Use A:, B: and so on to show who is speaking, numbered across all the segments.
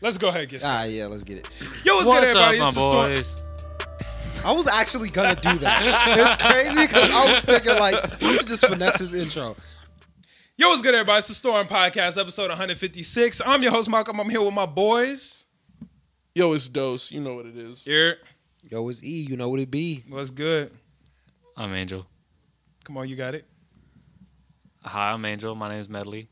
A: Let's go ahead and get started.
B: Ah, yeah, let's get it.
A: Yo, what's, good,
C: What's up,
A: everybody?
C: my
A: It's the storm.
C: boys?
B: I was actually gonna do that. it's crazy because I was thinking like I should just finesse his intro.
A: Yo, what's good, everybody? It's the Storm Podcast, episode 156. I'm your host, Malcolm. I'm here with my boys.
D: Yo, it's dose. You know what it is.
A: Here.
B: Yo, it's E. You know what it be?
A: What's good?
C: I'm Angel.
A: Come on, you got it.
C: Hi, I'm Angel. My name's Medley.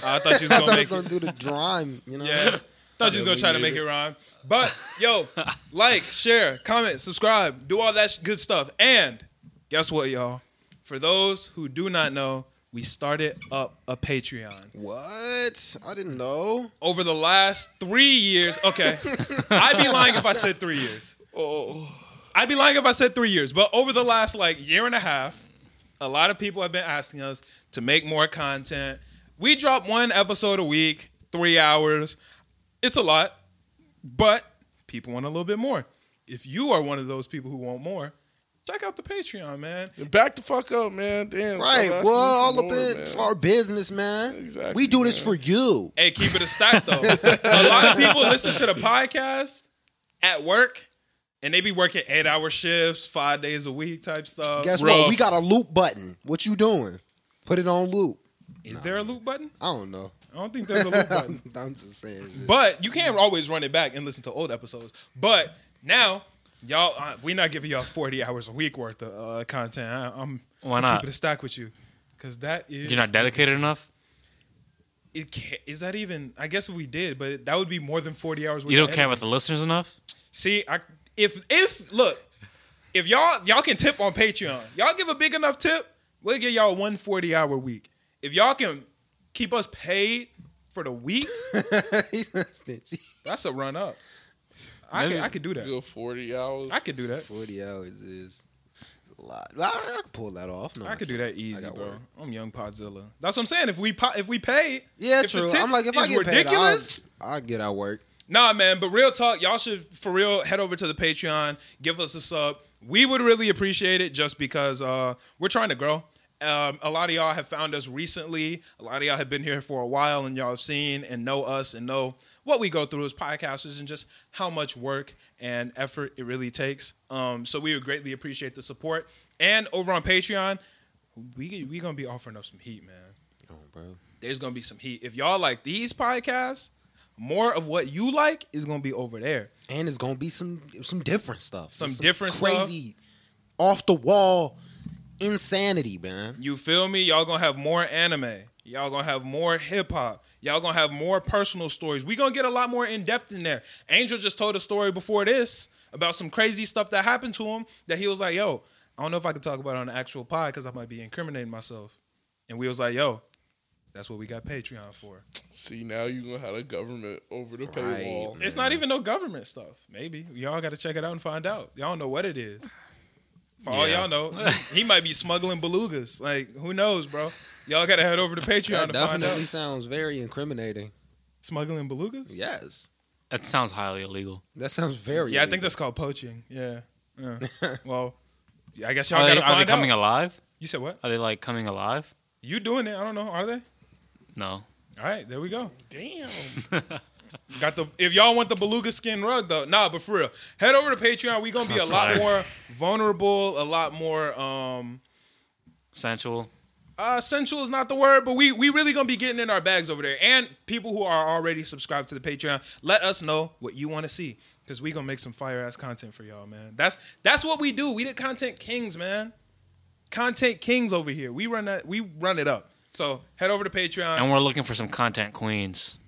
A: Oh, I thought you was
B: I
A: gonna
B: thought I was
A: make
B: gonna do the drawing. You know?
A: Yeah. Thought you was gonna try to make it rhyme. But yo, like, share, comment, subscribe, do all that sh- good stuff. And guess what, y'all? For those who do not know, we started up a Patreon.
B: What? I didn't know.
A: Over the last three years, okay. I'd be lying if I said three years.
D: Oh,
A: I'd be lying if I said three years, but over the last like year and a half, a lot of people have been asking us to make more content. We drop one episode a week, three hours. It's a lot, but people want a little bit more. If you are one of those people who want more, check out the Patreon, man.
D: back the fuck up, man. Damn.
B: Right.
D: stop asking
B: Well,
D: us
B: all
D: for
B: up
D: more,
B: in
D: man.
B: our business, man.
D: Exactly,
B: we do this
D: man.
B: for you.
A: Hey, keep it a stack though. a lot of people listen to the podcast at work, and they be working eight hour shifts, five days a week type stuff.
B: Guess
D: rough.
B: what? We got a loop button. What you doing? Put it on loop.
A: Is there a loop button?
B: I don't know.
A: I don't think there's a loop button.
B: I'm just saying. Shit.
A: But you can't always run it back and listen to old episodes. But now, y'all, uh, we're not giving y'all 40 hours a week worth of uh, content. I, I'm
C: Why
A: I'm
C: not?
A: keeping it stack with you because that is
C: You're not dedicated enough.
A: It can't, is that even? I guess if we did, but that would be more than 40 hours. worth
C: You don't
A: of
C: care
A: editing.
C: about the listeners enough.
A: See, I, if if look, if y'all y'all can tip on Patreon, y'all give a big enough tip, we'll give y'all one 40 hour week. If y'all can keep us paid for the week,
B: He's not stingy.
A: that's a run up. I
C: Maybe-
A: could, I could do that.
D: Good 40 hours.
A: I could do that.
B: Forty hours is a lot. I, I could pull that off. No,
A: I could do that easy,
B: got
A: bro.
B: work.
A: I'm young Podzilla. That's what I'm saying. If we po- if we pay,
B: Yeah,
A: if the
B: true.
A: tip
B: I'm like, if I
A: is
B: get
A: ridiculous.
B: paid, I'll, I'll get out work.
A: Nah, man. But real talk, y'all should for real head over to the Patreon, give us a sub. We would really appreciate it just because uh, we're trying to grow. Um, a lot of y'all have found us recently. A lot of y'all have been here for a while, and y'all have seen and know us and know what we go through as podcasters and just how much work and effort it really takes. Um, so we would greatly appreciate the support. And over on Patreon, we we gonna be offering up some heat, man
B: Oh, bro.
A: there's gonna be some heat. If y'all like these podcasts, more of what you like is gonna be over there.
B: And it's gonna be some some different stuff.
A: Some different stuff.
B: crazy, off the wall insanity, man.
A: You feel me? Y'all gonna have more anime. Y'all gonna have more hip hop. Y'all gonna have more personal stories. We gonna get a lot more in depth in there. Angel just told a story before this about some crazy stuff that happened to him that he was like, "Yo, I don't know if I could talk about it on the actual pod because I might be incriminating myself." And we was like, "Yo, that's what we got Patreon for."
D: See, now you going to have the government over the paywall.
A: It's not even no government stuff. Maybe y'all got to check it out and find out. Y'all don't know what it is. For all
C: Yeah.
A: y'all know, he might be smuggling belugas. Like who knows, bro? Y'all got to head over to Patreon
B: That
A: to find
B: definitely
A: out.
B: sounds very incriminating.
A: Smuggling belugas?
B: Yes,
C: That sounds highly illegal.
B: that sounds very.
A: Yeah, I think that's called poaching. Yeah. Yeah. well, I guess y'all
C: Oh, Are
A: got
C: they,
A: to
C: are they
A: find
C: coming
A: out.
C: alive?
A: You said what?
C: Are they like coming alive?
A: You doing it? I don't know. Are they?
C: No.
A: All right, there we go.
D: Damn.
A: Got the if y'all want the beluga skin rug though, nah, but for real, head over to Patreon. We gonna be a
C: Sounds
A: lot
C: fire.
A: more vulnerable, a lot more um
C: Sensual.
A: Uh, sensual is not the word, but we we really gonna be getting in our bags over there. And people who are already subscribed to the Patreon, let us know what you want to see, cause we gonna make some fire ass content for y'all, man. That's that's what we do. We the content kings, man. Content kings over here. We run that. We run it up. So head over to Patreon.
C: And we're looking for some content queens.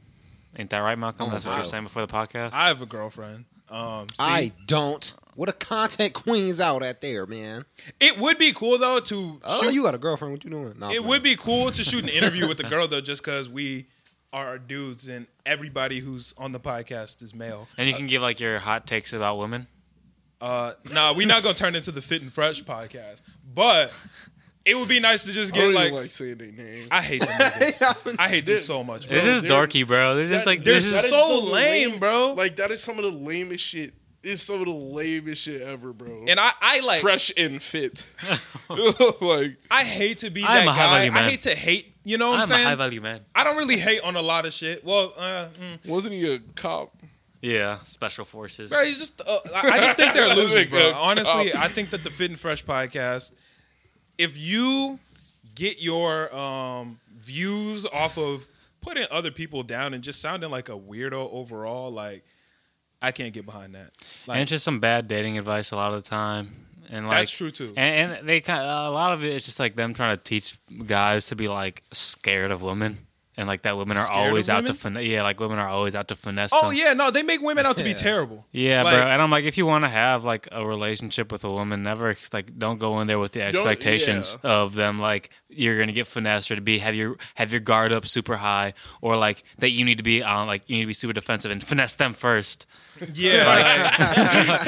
C: Ain't that right, Malcolm?
B: Oh,
C: That's what you
B: wow.
C: were saying before the podcast.
A: I have a girlfriend. Um, see,
B: I don't. What a content queen's out at there, man.
A: it would be cool though to
B: Oh,
A: shoot.
B: you got a girlfriend? What you doing? No,
A: It would be cool to shoot an interview with a girl though, just cause we are dudes and everybody who's on the podcast is male.
C: and you can give like your hot takes about women.
A: Uh, nah, we're not gonna turn into the Fit and Fresh podcast, but it would be nice to just
D: I don't
A: get
D: even
A: like,
D: like, saying their name.
A: I hate them. niggas. I hate them so much, bro.
C: It's just
D: they're-
C: darky, bro. They're just
D: That-
C: like
D: they're-
C: this
D: that
C: is
A: so
D: the
A: lame, bro.
D: Like, that is some of the lamest shit It's some of the lamest shit ever, bro.
A: And I, I like
D: Fresh and fit. like
A: I hate to be
C: I'm
A: that
C: a high
A: guy.
C: value man.
A: I hate to hate. You know what I'm,
C: I'm a
A: saying?
C: high value man.
A: I don't really hate on a lot of shit. Well, uh, mm.
D: wasn't he a cop?
C: Yeah, special forces.
A: bro, he's just. Uh, I I just think they're losers, bro.
D: Nigga,
A: Honestly,
D: cop.
A: I think that the Fit and Fresh podcast, if you get your um, views off of putting other people down and just sounding like a weirdo overall, like I can't get behind that. Like
C: and it's just some bad dating advice a lot of the time. And like
A: that's true too.
C: And, and they kind of, a lot of it is just like them trying to teach guys to be like scared of women, and like that women are
A: Scared of
C: always out to
A: women?
C: finesse. Yeah, like women are always out to finesse.
A: Oh
C: them.
A: yeah, no, they make women out to be
B: Yeah.
A: terrible.
C: yeah,
A: Like-
C: bro. And I'm like, if you want to have like a relationship with a woman, never ex- like don't go in there with the expectations of them like you're gonna get finessed or to be have your have your guard up super high or like that you need to be on like you need to be super defensive and finesse them first.
A: Yeah, like,
C: Like,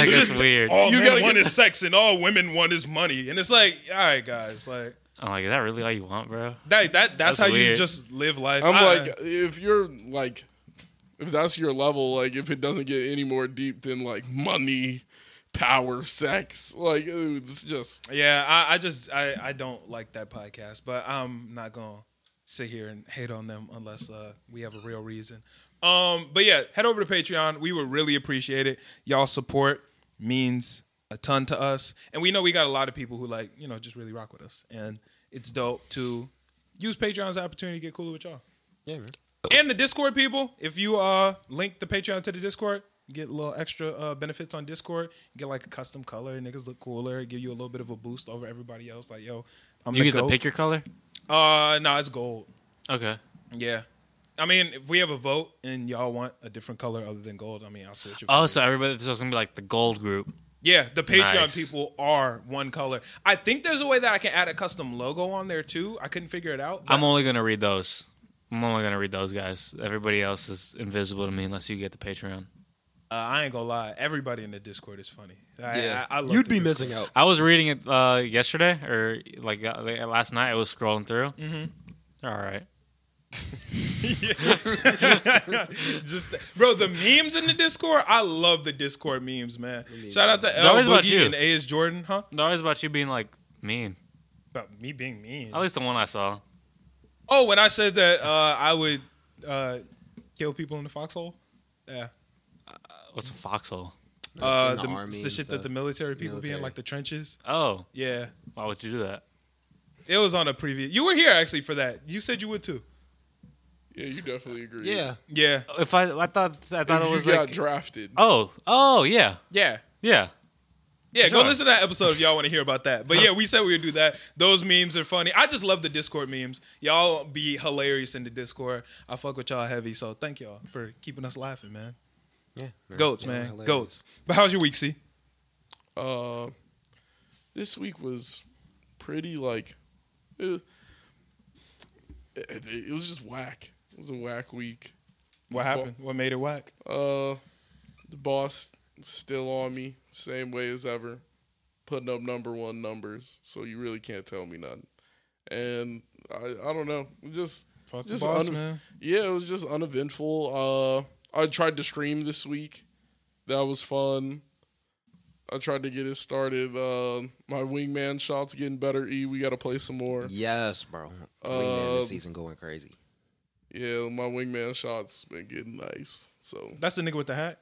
C: it's
A: just
C: weird.
A: all
D: You
A: men
D: gotta
A: want
D: get-
A: is sex and all women want is money, and it's like, all right, guys, like
C: I'm like, is that really all you want, bro?
A: that that that's,
C: That's
A: how you
C: weird.
A: just live life.
D: I'm
A: I-
D: like, if you're like, if that's your level, like, if it doesn't get any more deep than like money, power, sex, like, ooh, it's just
A: yeah, I, I just I I don't like that podcast, but I'm not gonna sit here and hate on them unless uh, we have a real reason. Um, but yeah, head over to Patreon. We would really appreciate it. Y'all support means a ton to us, and we know we got a lot of people who like you know just really rock with us, and it's dope to use Patreon's opportunity to get cooler with y'all.
B: Yeah, man.
A: and the Discord people, if you uh link the Patreon to the Discord, you get a little extra uh, benefits on Discord. You get like a custom color, niggas look cooler, give you a little bit of a boost over everybody else. Like, yo, I'm
C: You
A: the
C: get to
A: goat.
C: pick your color.
A: Uh, no, it's gold.
C: Okay.
A: Yeah, I mean, if we have a vote and y'all want a different color other than gold, I mean, I'll switch it. for
C: Oh,
A: you.
C: so everybody, so it's gonna be like the gold group.
A: Yeah, the Patreon
C: Nice.
A: people are one color. I think there's a way that I can add a custom logo on there too. I couldn't figure it out. but-
C: I'm only gonna read those. I'm only gonna read those guys. Everybody else is invisible to me unless you get the Patreon.
A: uh, I ain't gonna lie. Everybody in the Discord is funny. I,
B: Yeah.
A: I, I love
B: You'd
A: the
B: be
A: Discord.
B: missing out.
C: I was reading it uh, yesterday or like uh, like, last night. I was scrolling through. Mm-hmm. All right.
A: just bro, the memes in the Discord. I love the Discord memes, man. Shout out to L
C: always about
A: Boogie
C: you.
A: and A is Jordan, huh?
C: They're always about you being like mean.
A: About me being mean.
C: At least the one I saw.
A: Oh, when I said that uh, I would uh, kill people in the foxhole. Yeah,
C: What's a foxhole?
A: uh,
B: the
A: the,
B: army
A: it's the
B: and
A: shit that
B: stuff.
A: the military people be in,
B: Military.
A: like the trenches.
C: Oh,
A: Yeah,
C: why would you do that?
A: it was on a preview. You were here actually for that. You said you would too.
D: yeah. You definitely agree.
B: Yeah.
A: Yeah,
C: If I, I thought, I thought
D: if
C: it was
D: you got
C: like.
D: drafted.
C: oh, oh yeah,
A: yeah.
C: yeah.
A: Yeah,
C: Sure.
A: go listen to that episode if y'all want to hear about that. But yeah, we said we would do that. Those memes are funny. I just love the Discord memes. Y'all be hilarious in the Discord. I fuck with y'all heavy, so thank y'all for keeping us laughing, man.
B: Yeah.
A: Goats,
B: Yeah,
A: man.
B: hilarious.
A: Goats. But how's your week, C?
D: Uh, this week was pretty like, it, it, it was just whack. It was a whack week.
A: What happened? What made it whack?
D: Uh, the boss still on me, same way as ever, putting up number one numbers. So you really can't tell me nothing. And I, I don't know, It just
A: Fuck the
D: just
A: boss,
D: unev-
A: man.
D: Yeah, it was just uneventful. Uh, I tried to stream this week. That was fun. I tried to get it started. Uh, my wingman shots getting better. E, we got to play some more.
B: Yes, bro. Wingman
D: Um,
A: Uh,
B: this season going crazy.
D: Yeah, my wingman shots been getting nice. So
A: That's the nigga with the hat.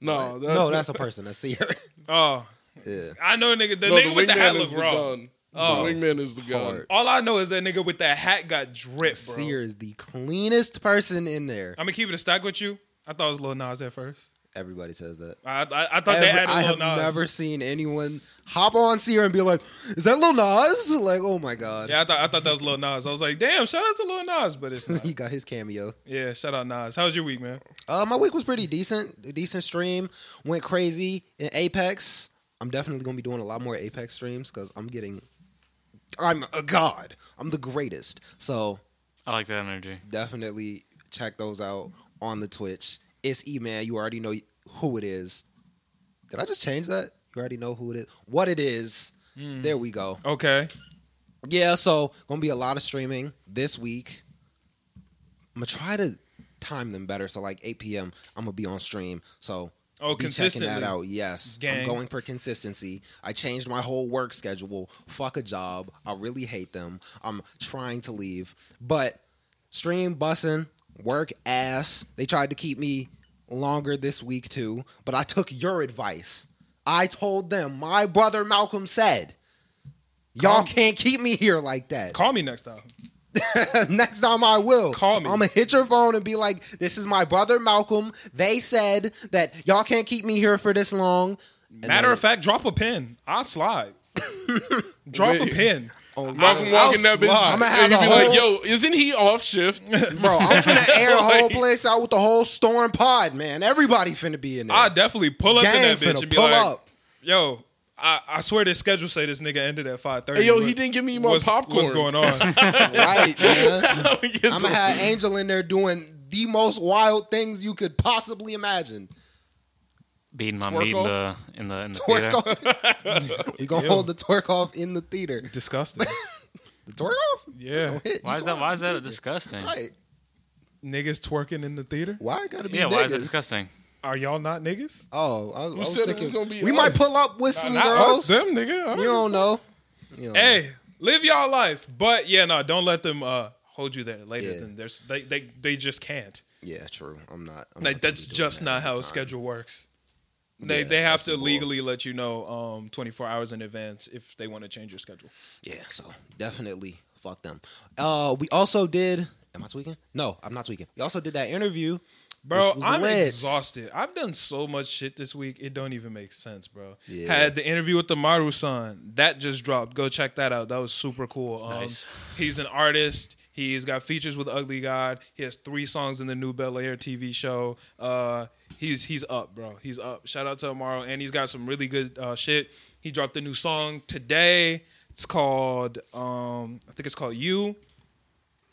D: no, that-
B: No, that's a person. That's her.
A: Oh,
B: Yeah.
A: I know nigga. The
D: no,
A: nigga with the
D: wingman
A: hat
D: is
A: look
D: the
A: raw.
D: gun.
A: Oh.
D: The wingman is the gun.
B: Hard.
A: All I know is that nigga with that hat got dripped, bro.
B: Seer is the cleanest person in there.
A: I'm gonna keep it a stack with you. I thought it was Lil Nas at first.
B: Everybody says that.
A: I I, I thought they
B: Every-
A: had
B: I
A: Lil
B: have
A: Nas.
B: never seen anyone hop on Seer and be like, "Is that Lil Nas?" Like, oh my god,
A: Yeah, I thought I thought that was Lil Nas. I was like, damn, shout out to Lil Nas, but it's not.
B: he got his cameo.
A: Yeah, shout out Nas. How was your week, man?
B: Uh, my week was pretty decent. A decent stream went crazy in Apex. I'm definitely gonna be doing a lot more Apex streams because I'm getting, I'm a god. I'm the greatest. So
C: I like that energy.
B: definitely check those out on the Twitch. It's E Man. You already know who it is. Did I just change that? You already know who it is. What it is.
C: Mm.
D: Mm.
B: There we go.
A: Okay.
B: Yeah, so gonna be a lot of streaming this week. I'm gonna try to time them better. So like 8 p.m. I'm gonna be on stream. So
A: Oh,
B: be checking
A: consistently.
B: that out. Yes,
A: Gang.
B: I'm going for consistency. I changed my whole work schedule. Fuck a job. I really hate them. I'm trying to leave, but stream bussing, work ass. They tried to keep me longer this week too, but I took your advice. I told them. My brother Malcolm said, "Y'all
A: Calm-
B: can't keep me here like that."
A: Call me next time.
B: Next time I will.
A: Call me.
B: I'm gonna hit your phone and be like, "This is my brother Malcolm. They said that y'all can't keep me here for this long." And
A: Matter
B: then-
A: of fact, drop a pin. I'll slide. drop a
D: Wait.
A: pin.
B: oh,
D: Malcolm
A: I'll
D: walking that bitch.
A: slide.
B: I'ma have
D: and you
B: a
D: be like,
B: whole-
D: yo, isn't he off shift?
B: bro, I'm finna air the whole place out with the whole storm pod, man. Everybody finna be in there.
A: I'll definitely pull up
B: Gang
A: in that bitch
B: finna
A: and be
B: pull
A: like,
B: up.
A: yo, I, I swear this schedule say this nigga ended at five thirty.
D: Hey, yo, he didn't give me my
A: what's,
D: popcorn.
A: What's going on?
B: right, man.
D: I'm
B: I'm gonna have Angel in there doing the most wild things you could possibly imagine.
C: beating my
D: Twerk
C: meat in the in the in the
B: Twerk
C: theater.
B: off. we gonna hold the twerk off in the theater.
A: Disgusting.
B: The twerk off?
A: Yeah.
B: Don't hit.
C: Why
B: You
C: is that?
B: twerk.
C: Why is that disgusting?
B: Right.
A: niggas twerking in the theater.
B: Why it gotta be
C: Yeah, why is that
B: niggas?
C: disgusting?
A: Are y'all not niggas?
B: Oh, I, was- I was
D: said it
B: thinking
D: was gonna be
B: we
D: us?
B: might pull up with some
A: Not us,
B: girls.
A: them nigga.
B: You don't know. You don't know.
A: Hey, live y'all life, but yeah, no, don't let them uh, hold you there later.
B: Yeah.
A: Than there's they they they just can't.
B: Yeah, true. I'm not. I'm
A: Like
B: not gonna
A: that's
B: be doing
A: just
B: that
A: not
B: every
A: how a
B: time.
A: schedule works. They
B: Yeah,
A: they have
B: that's
A: to
B: the law.
A: legally let you know um 24 hours in advance if they want to change your schedule.
B: Yeah, so definitely fuck them. Uh, we also did. Am I tweaking? No, I'm not tweaking. We also did that interview.
A: Bro,
B: which was
A: I'm
B: lit.
A: exhausted. I've done so much shit this week. It don't even make sense, bro.
B: Yeah.
A: Had the interview with the Maru son. That just dropped. Go check that out. That was super cool. Um,
C: Nice.
A: He's an artist. He's got features with Ugly God. He has three songs in the new Bel Air TV show. Uh, he's he's up, bro. He's up. Shout out to Amaro, and he's got some really good uh, shit. He dropped a new song today. It's called um, I think it's called You.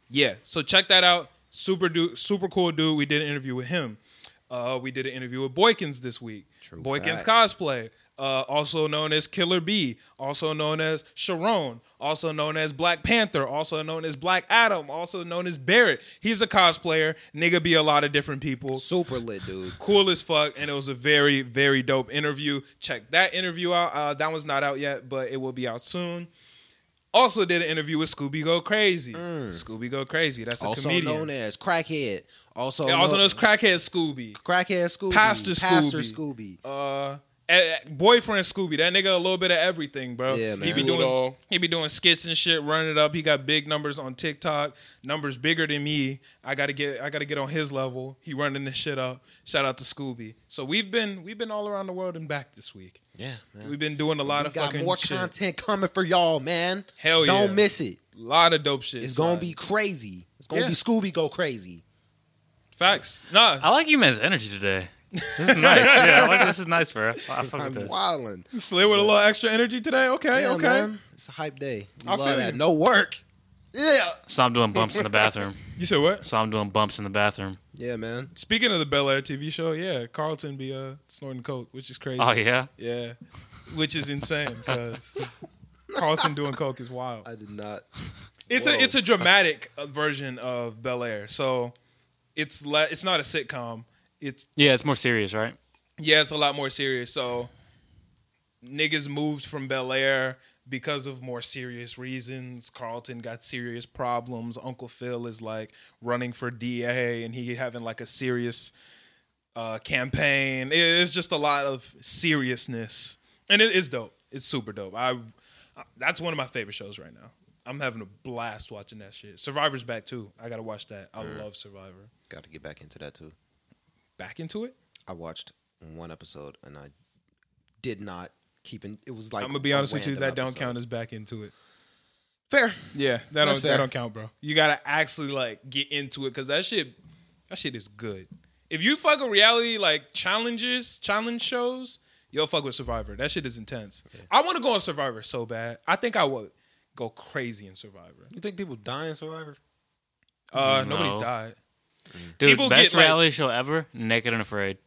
A: Yeah, so check that out. Super dude, super cool dude. We did an interview with him. Uh, we did an interview with Boykins this week.
B: True
A: Boykins
B: facts.
A: cosplay, uh, also known as Killer B, also known as Sharon, also known as Black Panther, also known as Black Adam, also known as Barrett. He's a cosplayer. Nigga be a lot of different people
B: Super lit, dude.
A: cool as fuck and it was a very very dope interview check that interview out uh, that one's not out yet but it will be out soon also did an interview with scooby go crazy scooby go crazy that's a
B: Mm. Also
A: comedian
B: known as crackhead. Also,
A: It also
B: known
A: knows crackhead scooby
B: crackhead Scooby.
A: Pastor
B: Pastor
A: Scooby.
B: Scooby.
A: uh eh, eh, boyfriend scooby that nigga a little bit of everything bro
B: Yeah,
A: he
B: man.
A: be
D: Do it
A: doing
D: all.
A: he be doing skits and shit, running it up. He got big numbers on TikTok, numbers bigger than me. I gotta get, I gotta get on his level. He running this shit up. Shout out to Scooby. So we've been, we've been all around the world and back this week.
B: Yeah, man.
A: We've been doing a lot
B: we
A: of
B: got
A: fucking
B: more
A: shit.
B: content coming for y'all, man.
A: Hell yeah.
B: Don't miss it.
A: A lot of dope shit.
B: It's gonna
A: son.
B: be crazy. It's gonna
A: Yeah.
B: be Scooby go crazy.
A: facts. Nah,
C: I like you man's energy today. This is nice. yeah, I like, this is nice, bro. I fuck
B: I'm
C: with this.
B: wildin'.
A: slid with a little extra energy today. Okay,
B: Yeah,
A: okay.
B: man. It's a hype day. We
A: I feel
B: love that.
A: you.
B: No work. Yeah.
C: So I'm doing bumps in the bathroom.
A: You said what?
C: So I'm doing bumps in the bathroom.
B: Yeah, man.
A: Speaking of the Bel Air TV show, yeah, Carlton be uh snorting coke, which is crazy.
C: Oh yeah,
A: Yeah, which is insane because Carlton doing coke is wild.
B: I did not.
A: It's
B: Whoa.
A: a it's a dramatic uh, version of Bel Air, so it's le- it's not a sitcom. It's
C: yeah. It's more serious, right?
A: yeah, it's a lot more serious. So niggas moved from Bel Air because of more serious reasons. Carlton got serious problems. Uncle Phil is like running for DA, and he having like a serious uh, campaign. It- It's just a lot of seriousness, and it is dope. It's super dope. I that's one of my favorite shows right now. I'm having a blast watching that shit. Survivor's back too. I gotta watch that. I love Survivor.
B: Got to get back into that too.
A: Back into it.
B: I watched one episode and I did not keep in. It was like
A: I'm gonna be
B: a
A: honest with you.
B: random
A: That don't
B: episode.
A: count as back into it.
B: Fair.
A: Yeah, that
B: That's
A: don't that
B: fair.
A: don't count, bro. You gotta actually like get into it because that shit, that shit is good. If you fuck with reality like challenges, challenge shows, you'll fuck with Survivor. That shit is intense. I want to go on Survivor so bad. I think I would go crazy in Survivor.
B: You think people die in Survivor?
A: Uh,
C: No.
A: nobody's died.
C: Dude,
A: People
C: best
A: get, like-
C: reality show ever. Naked and Afraid.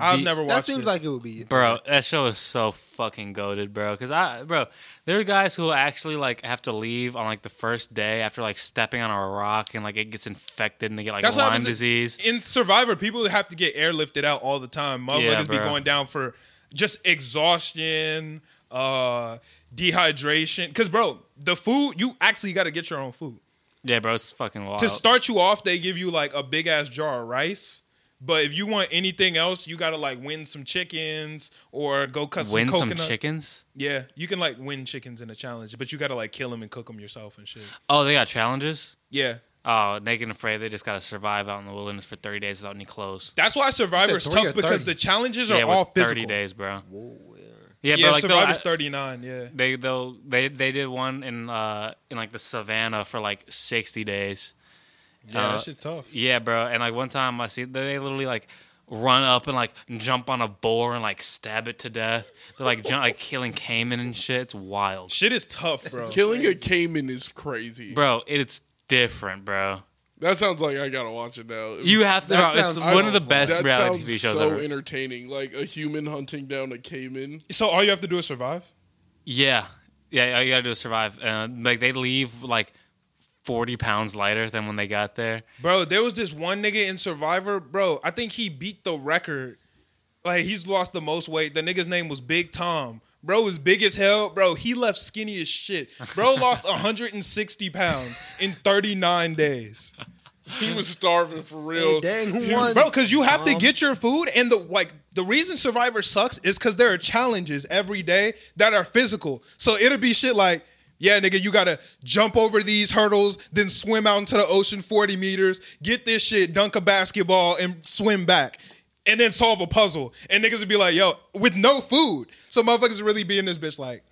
A: I've
C: Be-
A: never watched.
B: Mm-hmm. That seems
A: it.
B: like it would be.
C: Bro, that show is so fucking goaded, bro. Cause I, bro, there are guys who actually like have to leave on like the first day after like stepping on a rock and like it gets infected and they get like
A: That's what
C: Lyme
A: happens in-
C: disease.
A: in Survivor. People have to get airlifted out all the time.
C: Yeah,
A: Motherfuckers be
C: bro.
A: going down for just exhaustion, uh, dehydration. Because bro, the food you actually got to get your own food.
C: Yeah, bro, it's fucking wild.
A: to start you off, they give you like a big ass jar of rice. But if you want anything else, you gotta like win some chickens or go cut
C: win
A: some
C: some
A: coconuts.
C: chickens.
A: Yeah, you can like win chickens in a challenge, but you gotta like kill them and cook them yourself and shit.
C: Oh, they got challenges.
A: Yeah,
C: Oh, naked and afraid. They just gotta survive out in the wilderness for thirty days without any clothes.
A: that's why Survivor's
B: You said three
A: tough
B: or
A: because
B: 30?
A: the challenges are
C: Yeah,
A: all
C: with
A: physical.
C: thirty days, bro.
B: Whoa, yeah.
C: Yeah,
A: Yeah,
C: bro. Like, though,
A: Survivor's
C: I-
A: thirty nine. Yeah,
C: they though they they did one in uh in like the savannah for like sixty days.
A: yeah,
C: Uh,
A: that shit's tough.
C: Yeah, bro. And like one time I see they literally like run up and like jump on a boar and like stab it to death. They're like jump, like killing caiman and shit. It's wild,
A: Shit is tough, bro.
D: Killing a caiman is crazy.
C: bro. It's different, bro.
D: That sounds like I gotta watch it now.
C: You have to.
B: That
C: bro, it's
B: sounds
C: one
B: so
C: of the
B: fun.
C: best
D: that
C: reality
D: sounds
C: TV shows
D: so
C: ever.
D: entertaining. Like a human hunting down a caiman.
A: so all you have to do is survive.
C: yeah, yeah. All you gotta do is survive. Uh, like they leave like forty pounds lighter than when they got there.
A: Bro, there was this one nigga in Survivor, bro. I think he beat the record. Like he's lost the most weight. The nigga's name was Big Tom. Bro was big as hell. Bro, he left skinny as shit. Bro lost 160 pounds in 39 days.
D: He was starving for real.
B: dang, who won?
A: Bro, because you have to
B: Tom.
A: get your food, and the like. The reason Survivor sucks is because there are challenges every day that are physical. So it'll be shit like, yeah, nigga, you gotta jump over these hurdles, then swim out into the ocean 40 meters, get this shit, dunk a basketball, and swim back. And then solve a puzzle. And niggas would be like, yo, with no food. So motherfuckers really be in this bitch like,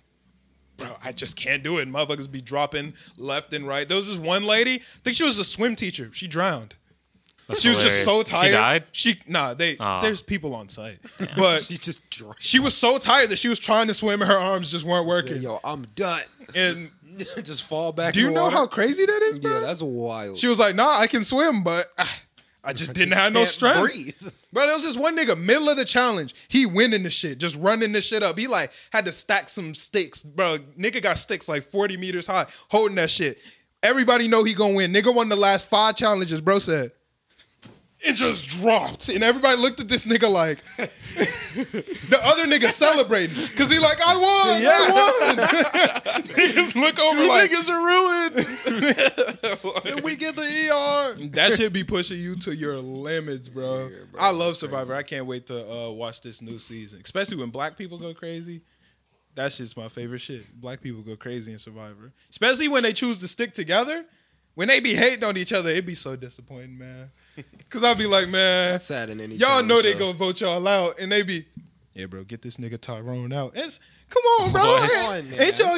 A: bro, I just can't do it. And motherfuckers be dropping left and right. There was this one lady, I think she was a swim teacher. She drowned.
C: That's
A: She was just so
C: hilarious.
A: tired.
C: She died.
A: She- nah, they
C: Aw.
A: there's people on site. But
B: She just drank.
A: she was so tired that she was trying to swim and her arms just weren't
B: Said,
A: working.
B: Yo, I'm done.
A: and
B: just fall back.
A: do you
B: in the
A: know
B: water.
A: how crazy that is, bro?
B: Yeah, that's wild.
A: she was like, "Nah, I can swim, but ah, I just didn't
B: just
A: have no
B: can't
A: strength."
B: breathe.
A: Bro, there was this one nigga middle of the challenge. He winning the shit, just running the shit up. He like had to stack some sticks, bro. Nigga got sticks like forty meters high, holding that shit. Everybody know he gonna win. Nigga won the last five challenges. Bro said. It just dropped, and everybody looked at this nigga like the other nigga celebrating because he like I won, I won. Niggas look over
D: You
A: like
D: niggas are ruined.
A: can we get the ER? That should be pushing you to your limits, bro.
B: bro,
A: I love Survivor. I can't wait to uh, watch this new season, especially when black people go crazy. That shit's my favorite shit. Black people go crazy in Survivor, especially when they choose to stick together. When they be hating on each other, it be so disappointing, man. Cause I'll be like, man,
B: That's sad in any.
A: y'all
B: challenge,
A: know they
B: so.
A: gonna vote y'all out, and they be, yeah, bro, get this nigga Tyrone out. It's come on, bro,
C: What?
A: Ain't-
B: Come on, man.
A: ain't y'all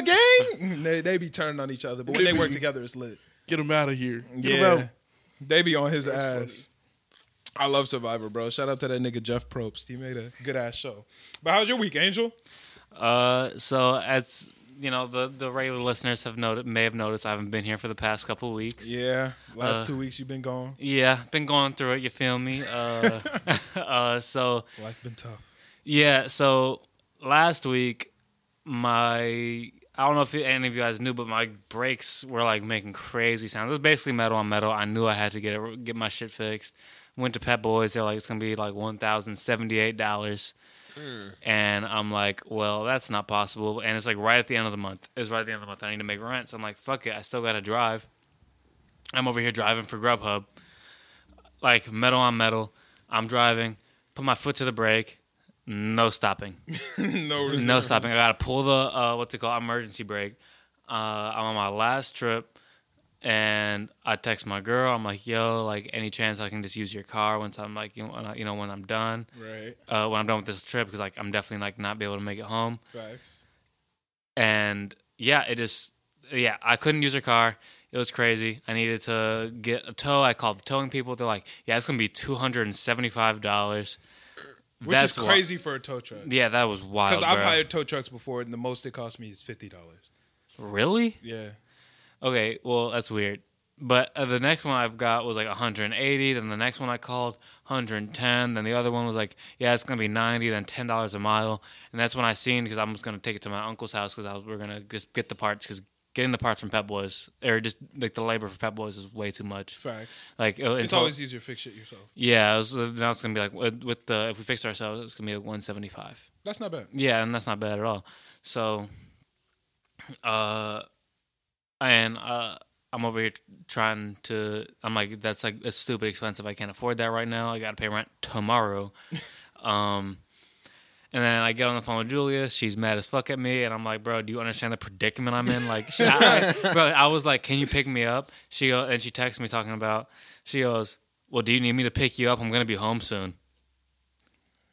A: gang? They, they be turning on each other, but when they work together, it's lit.
D: Get him out of here. Get him
A: Yeah.
D: out.
A: They be on his ass. I love Survivor, bro. Shout out to that nigga Jeff Probst. He made a good ass show. But how's your week, Angel?
C: Uh, so as you know, the the regular listeners have noted may have noticed I haven't been here for the past couple weeks.
A: Yeah. Last
C: Uh,
A: two weeks you've been gone.
C: Yeah, been going through it. You feel me? Uh, uh, so
A: Life been tough.
C: yeah, so last week, my I don't know if any of you guys knew, but my brakes were like making crazy sounds. It was basically metal on metal. I knew I had to get it, get my shit fixed. Went to Pet Boys. They're like, it's gonna be like one thousand seventy eight dollars. And I'm like, well, that's not possible. And it's like right at the end of the month. It's right at the end of the month. I need to make rent. So I'm like, fuck it. I still got to drive. I'm over here driving for Grubhub, like metal on metal. I'm driving, put my foot to the brake, no stopping,
A: no
C: no stopping. I gotta pull the uh, what's it called emergency brake. Uh, I'm on my last trip, and I text my girl. I'm like, "Yo, like any chance I can just use your car once I'm like, you know, when I- you know, when I'm done,
A: Right.
C: uh, when I'm done with this trip, because like I'm definitely like not be able to make it home."
A: Facts.
C: and yeah, it just yeah, I couldn't use her car. It was crazy. I needed to get a tow. I called the towing people. They're like, "Yeah, it's gonna be two hundred and seventy-five dollars."
A: Which is crazy for a tow truck.
C: yeah, that was wild.
A: Because I've
C: bro.
A: hired tow trucks before and the most it cost me is fifty dollars.
C: Really?
A: Yeah.
C: Okay. Well, that's weird. But uh, the next one I've got was like 180. Then the next one I called 110. Then the other one was like, yeah, it's gonna be 90. Then ten dollars a mile. And that's when I seen because I'm just gonna take it to my uncle's house because I was we're gonna just get the parts because getting the parts from Pet Boys or just like the labor for Pet Boys is way too much.
A: Facts.
C: Like uh, in
A: It's
C: total-
A: always easier to fix shit yourself.
C: yeah. It was, uh, now it's gonna be like with with the if we fixed ourselves, it's gonna be like 175.
A: That's not bad.
C: Yeah, and that's not bad at all. So, uh, and uh, I'm over here trying to. I'm like, that's like it's stupid expensive. I can't afford that right now. I got to pay rent tomorrow. um, and then I get on the phone with Julia. She's mad as fuck at me, and I'm like, bro, do you understand the predicament I'm in? Like, she, I, I- bro, I was like, can you pick me up? She go, and she texts me talking about. She goes, well, do you need me to pick you up? I'm gonna be home soon.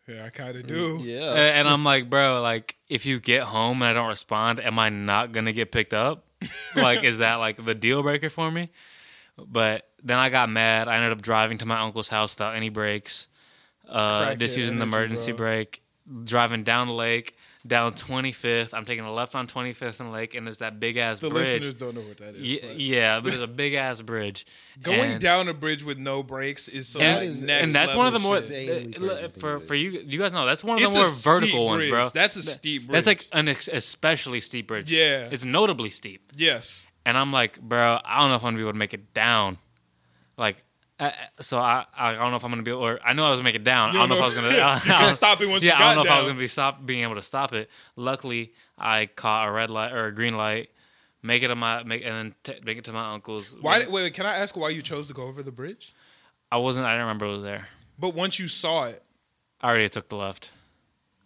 A: Yeah, I kind
C: Mm,
A: of do.
C: A-
B: Yeah.
C: and I'm like, bro, like if you get home and I don't respond, am I not gonna get picked up? like, is that like the deal breaker for me? But then I got mad. I ended up driving to my uncle's house without any brakes, uh,
A: Crackhead
C: just using the
A: energy,
C: emergency
A: bro.
C: brake, driving down the lake, down 25th. I'm taking a left on 25th and Lake, and there's that big ass
A: The
C: bridge.
A: listeners don't know what that is.
C: Ye-
A: but
C: yeah, but there's a big ass bridge.
A: Going
C: And-
A: down a bridge with no brakes is so
B: That
C: and,
B: is
A: next
C: and that's one of the
A: level
C: more
A: shit.
B: insanely
C: uh,
B: crazy thing
C: for
B: to do.
C: for you you guys know that's one of
A: It's
C: the more
A: a steep
C: vertical ones,
A: bridge.
C: bro.
A: That's a steep
C: That's
A: bridge.
C: like an ex- especially steep bridge.
A: Yeah.
C: it's notably steep,
A: yes.
C: and I'm like, bro, I don't know if I'm gonna be able to make it down. Like, uh, uh, so I I don't know if I'm gonna be able, or I know I was gonna make it down. I
A: You
C: don't know,
A: don't
C: if I was
A: know-
C: gonna.
A: You
C: I,
A: can stop it once you
C: yeah, I
A: got
C: don't know if I was
A: down.
C: gonna be stop being able to stop it. Luckily, I caught a red light or a green light. Make it to my make and then t- make it to my uncle's.
A: Why? Did, wait, wait, can I ask why you chose to go over the bridge?
C: I wasn't. I didn't remember it was there.
A: But once you saw it,
C: I already took the left.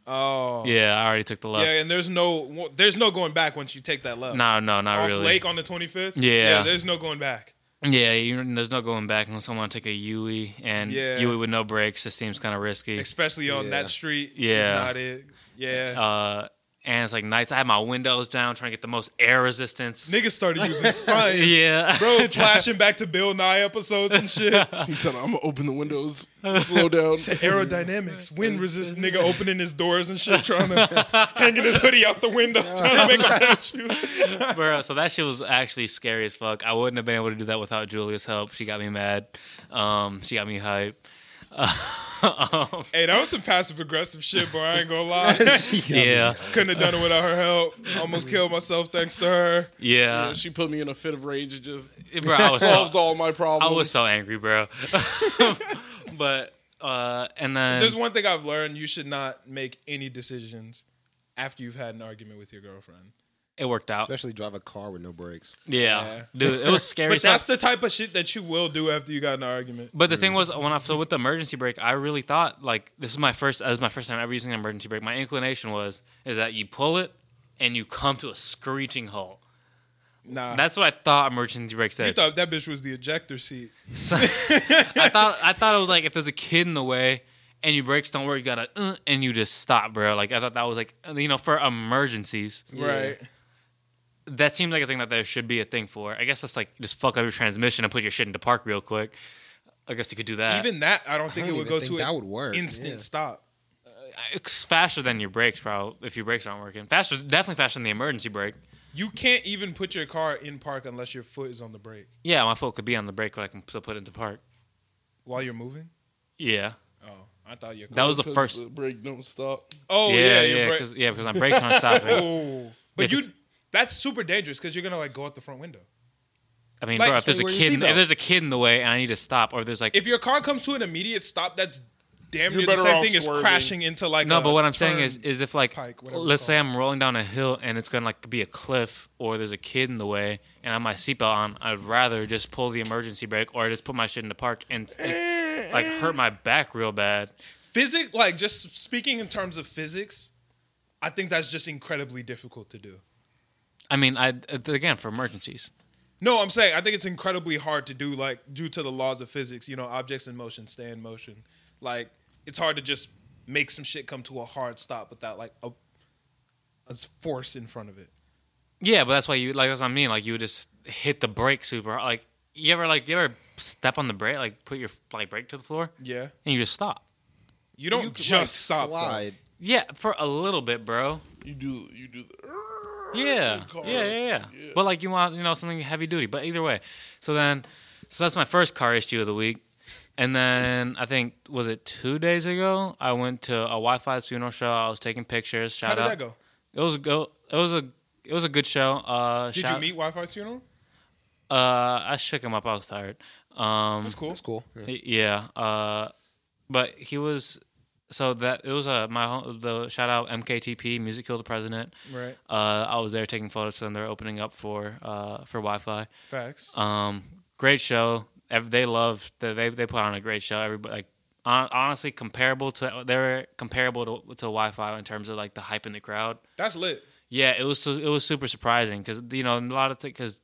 A: oh
C: Yeah, I already took the left.
A: yeah, and there's no there's no going back once you take that left.
C: No, no, not
A: off
C: really.
A: Lake on the 25th.
C: Yeah.
A: there's no going back.
C: Yeah, you, there's no going back unless I want to take a Yui, and
A: Yeah.
C: Yui with no brakes just seems kind of risky.
A: especially on
B: Yeah.
A: that street.
C: Yeah.
A: is not it. Yeah,
C: Uh, and it's like nights. I had my windows down, trying to get the most air resistance.
A: niggas started using signs.
C: Yeah,
A: Bro, flashing back to Bill Nye episodes and shit.
D: He said, "I'm gonna open the windows, slow down."
A: To aerodynamics, wind resist nigga opening his doors and shit, trying to hanging his hoodie out the window, trying to make him catch you.
C: Bro, so that shit was actually scary as fuck. I wouldn't have been able to do that without Julia's help. She got me mad. Um, she got me hype. um,
A: Hey, that was some passive aggressive shit, bro. I ain't gonna lie.
C: yeah,
A: Couldn't have done it without her help. Almost killed myself thanks to her.
C: yeah,
D: she put me in a fit of rage and just
C: bro. I was so,
D: solved all my
C: I
D: problems.
C: was so angry, bro. but uh, and then
A: There's one thing I've learned: you should not make any decisions after you've had an argument with your girlfriend.
C: it worked out.
B: Especially drive a car with no brakes.
C: Yeah.
A: Yeah.
C: Dude, it was scary.
A: But
C: as fuck.
A: that's the type of shit that you will do after you got in an argument.
C: But the thing was, when I so with the emergency brake, I really thought like this is my first as my first time ever using an emergency brake. My inclination was is that you pull it and you come to a screeching halt.
A: Nah,
C: That's what I thought emergency brake
A: you
C: said.
A: thought that bitch was the ejector seat.
C: So- I thought I thought it was like if there's a kid in the way and your brakes don't work, you gotta uh, and you just stop, bro. Like I thought that was like you know for emergencies.
A: Right.
C: that seems like a thing that there should be a thing for. I guess that's like just fuck up your transmission and put your shit into park real quick. I guess you could do that.
A: Even that, I don't think
B: don't
A: it would
B: even
A: go
B: think
A: to
B: that
A: an
B: would work,
A: instant
B: yeah.
A: stop.
C: it's faster than your brakes, probably. If your brakes aren't working, faster, definitely faster than the emergency brake.
A: You can't even put your car in park unless your foot is on the brake
C: Yeah, my foot could be on the brake, but I can still put it into park.
A: while you're moving.
C: Yeah,
A: Oh, I thought your car.
C: that was the
D: 'Cause
C: first.
D: the brake don't stop.
A: oh
C: yeah,
A: yeah, your
C: yeah,
A: brake-
C: because yeah, because my brakes aren't stopping.
A: Oh, but
C: Yeah,
A: you.
C: 'cause-
A: That's super dangerous because you're gonna like go out the front window.
C: I mean,
A: Like,
C: bro, if there's a
B: wear your
C: kid, in-
B: seatbelt.
C: if there's a kid in the way and I need to stop, or there's like
A: If your car comes to an immediate stop, that's damn
D: You're
A: near the
D: better
A: same
D: off
A: thing as
D: swerving.
A: crashing into like.
C: no,
A: a
C: but what I'm saying
A: turn.
C: is, is if like
A: pike, whatever it's
C: let's say I'm rolling down a hill and it's gonna like be a cliff, or there's a kid in the way and I have my seatbelt on, I'd rather just pull the emergency brake or just put my shit in the park and
A: Eh.
C: like, like hurt my back real bad.
A: physics, like just speaking in terms of physics, I think that's just incredibly difficult to do.
C: I mean, I again for emergencies.
A: No, I'm saying I think it's incredibly hard to do, like due to the laws of physics. You know, objects in motion stay in motion. Like it's hard to just make some shit come to a hard stop without like a, a force in front of it.
C: Yeah, but that's why you like that's what I mean. Like you would just hit the brake super hard. like you ever like you ever step on the brake like put your like brake to the floor
A: Yeah,
C: and you just stop.
A: you Oh. don't
B: You could,
A: just
B: like,
A: stop. though.
B: Slide.
C: Yeah, for a little bit, bro.
D: You do you do the
C: Yeah.
D: Good call.
C: yeah, yeah, yeah,
D: Yeah.
C: But like you want, you know, something heavy duty. But either way, so then, so that's my first car issue of the week. And then I think was it two days ago? I went to a Wi-Fi's funeral show. I was taking pictures.
A: How
C: Shout
A: did
C: out.
A: that go?
C: It was a go. It was a. It was a good show. Uh,
A: Did
C: shout,
A: you meet Wi-Fi's funeral?
C: Uh, I shook him up. I was tired. Um,
A: That's cool.
B: That's cool. Yeah.
C: Y- Yeah. Uh, but he was so that it was a my ho- the shout out MKTP Music Kill the President.
A: Right.
C: Uh, I was there taking photos for them. They're opening up for uh for Wi-Fi.
A: Facts.
C: Um, great show. Ev- They love they they they put on a great show. Everybody like hon- honestly comparable to they're comparable to to Wi-Fi in terms of like the hype in the crowd.
A: That's lit.
C: Yeah, it was su- it was super surprising because you know a lot of because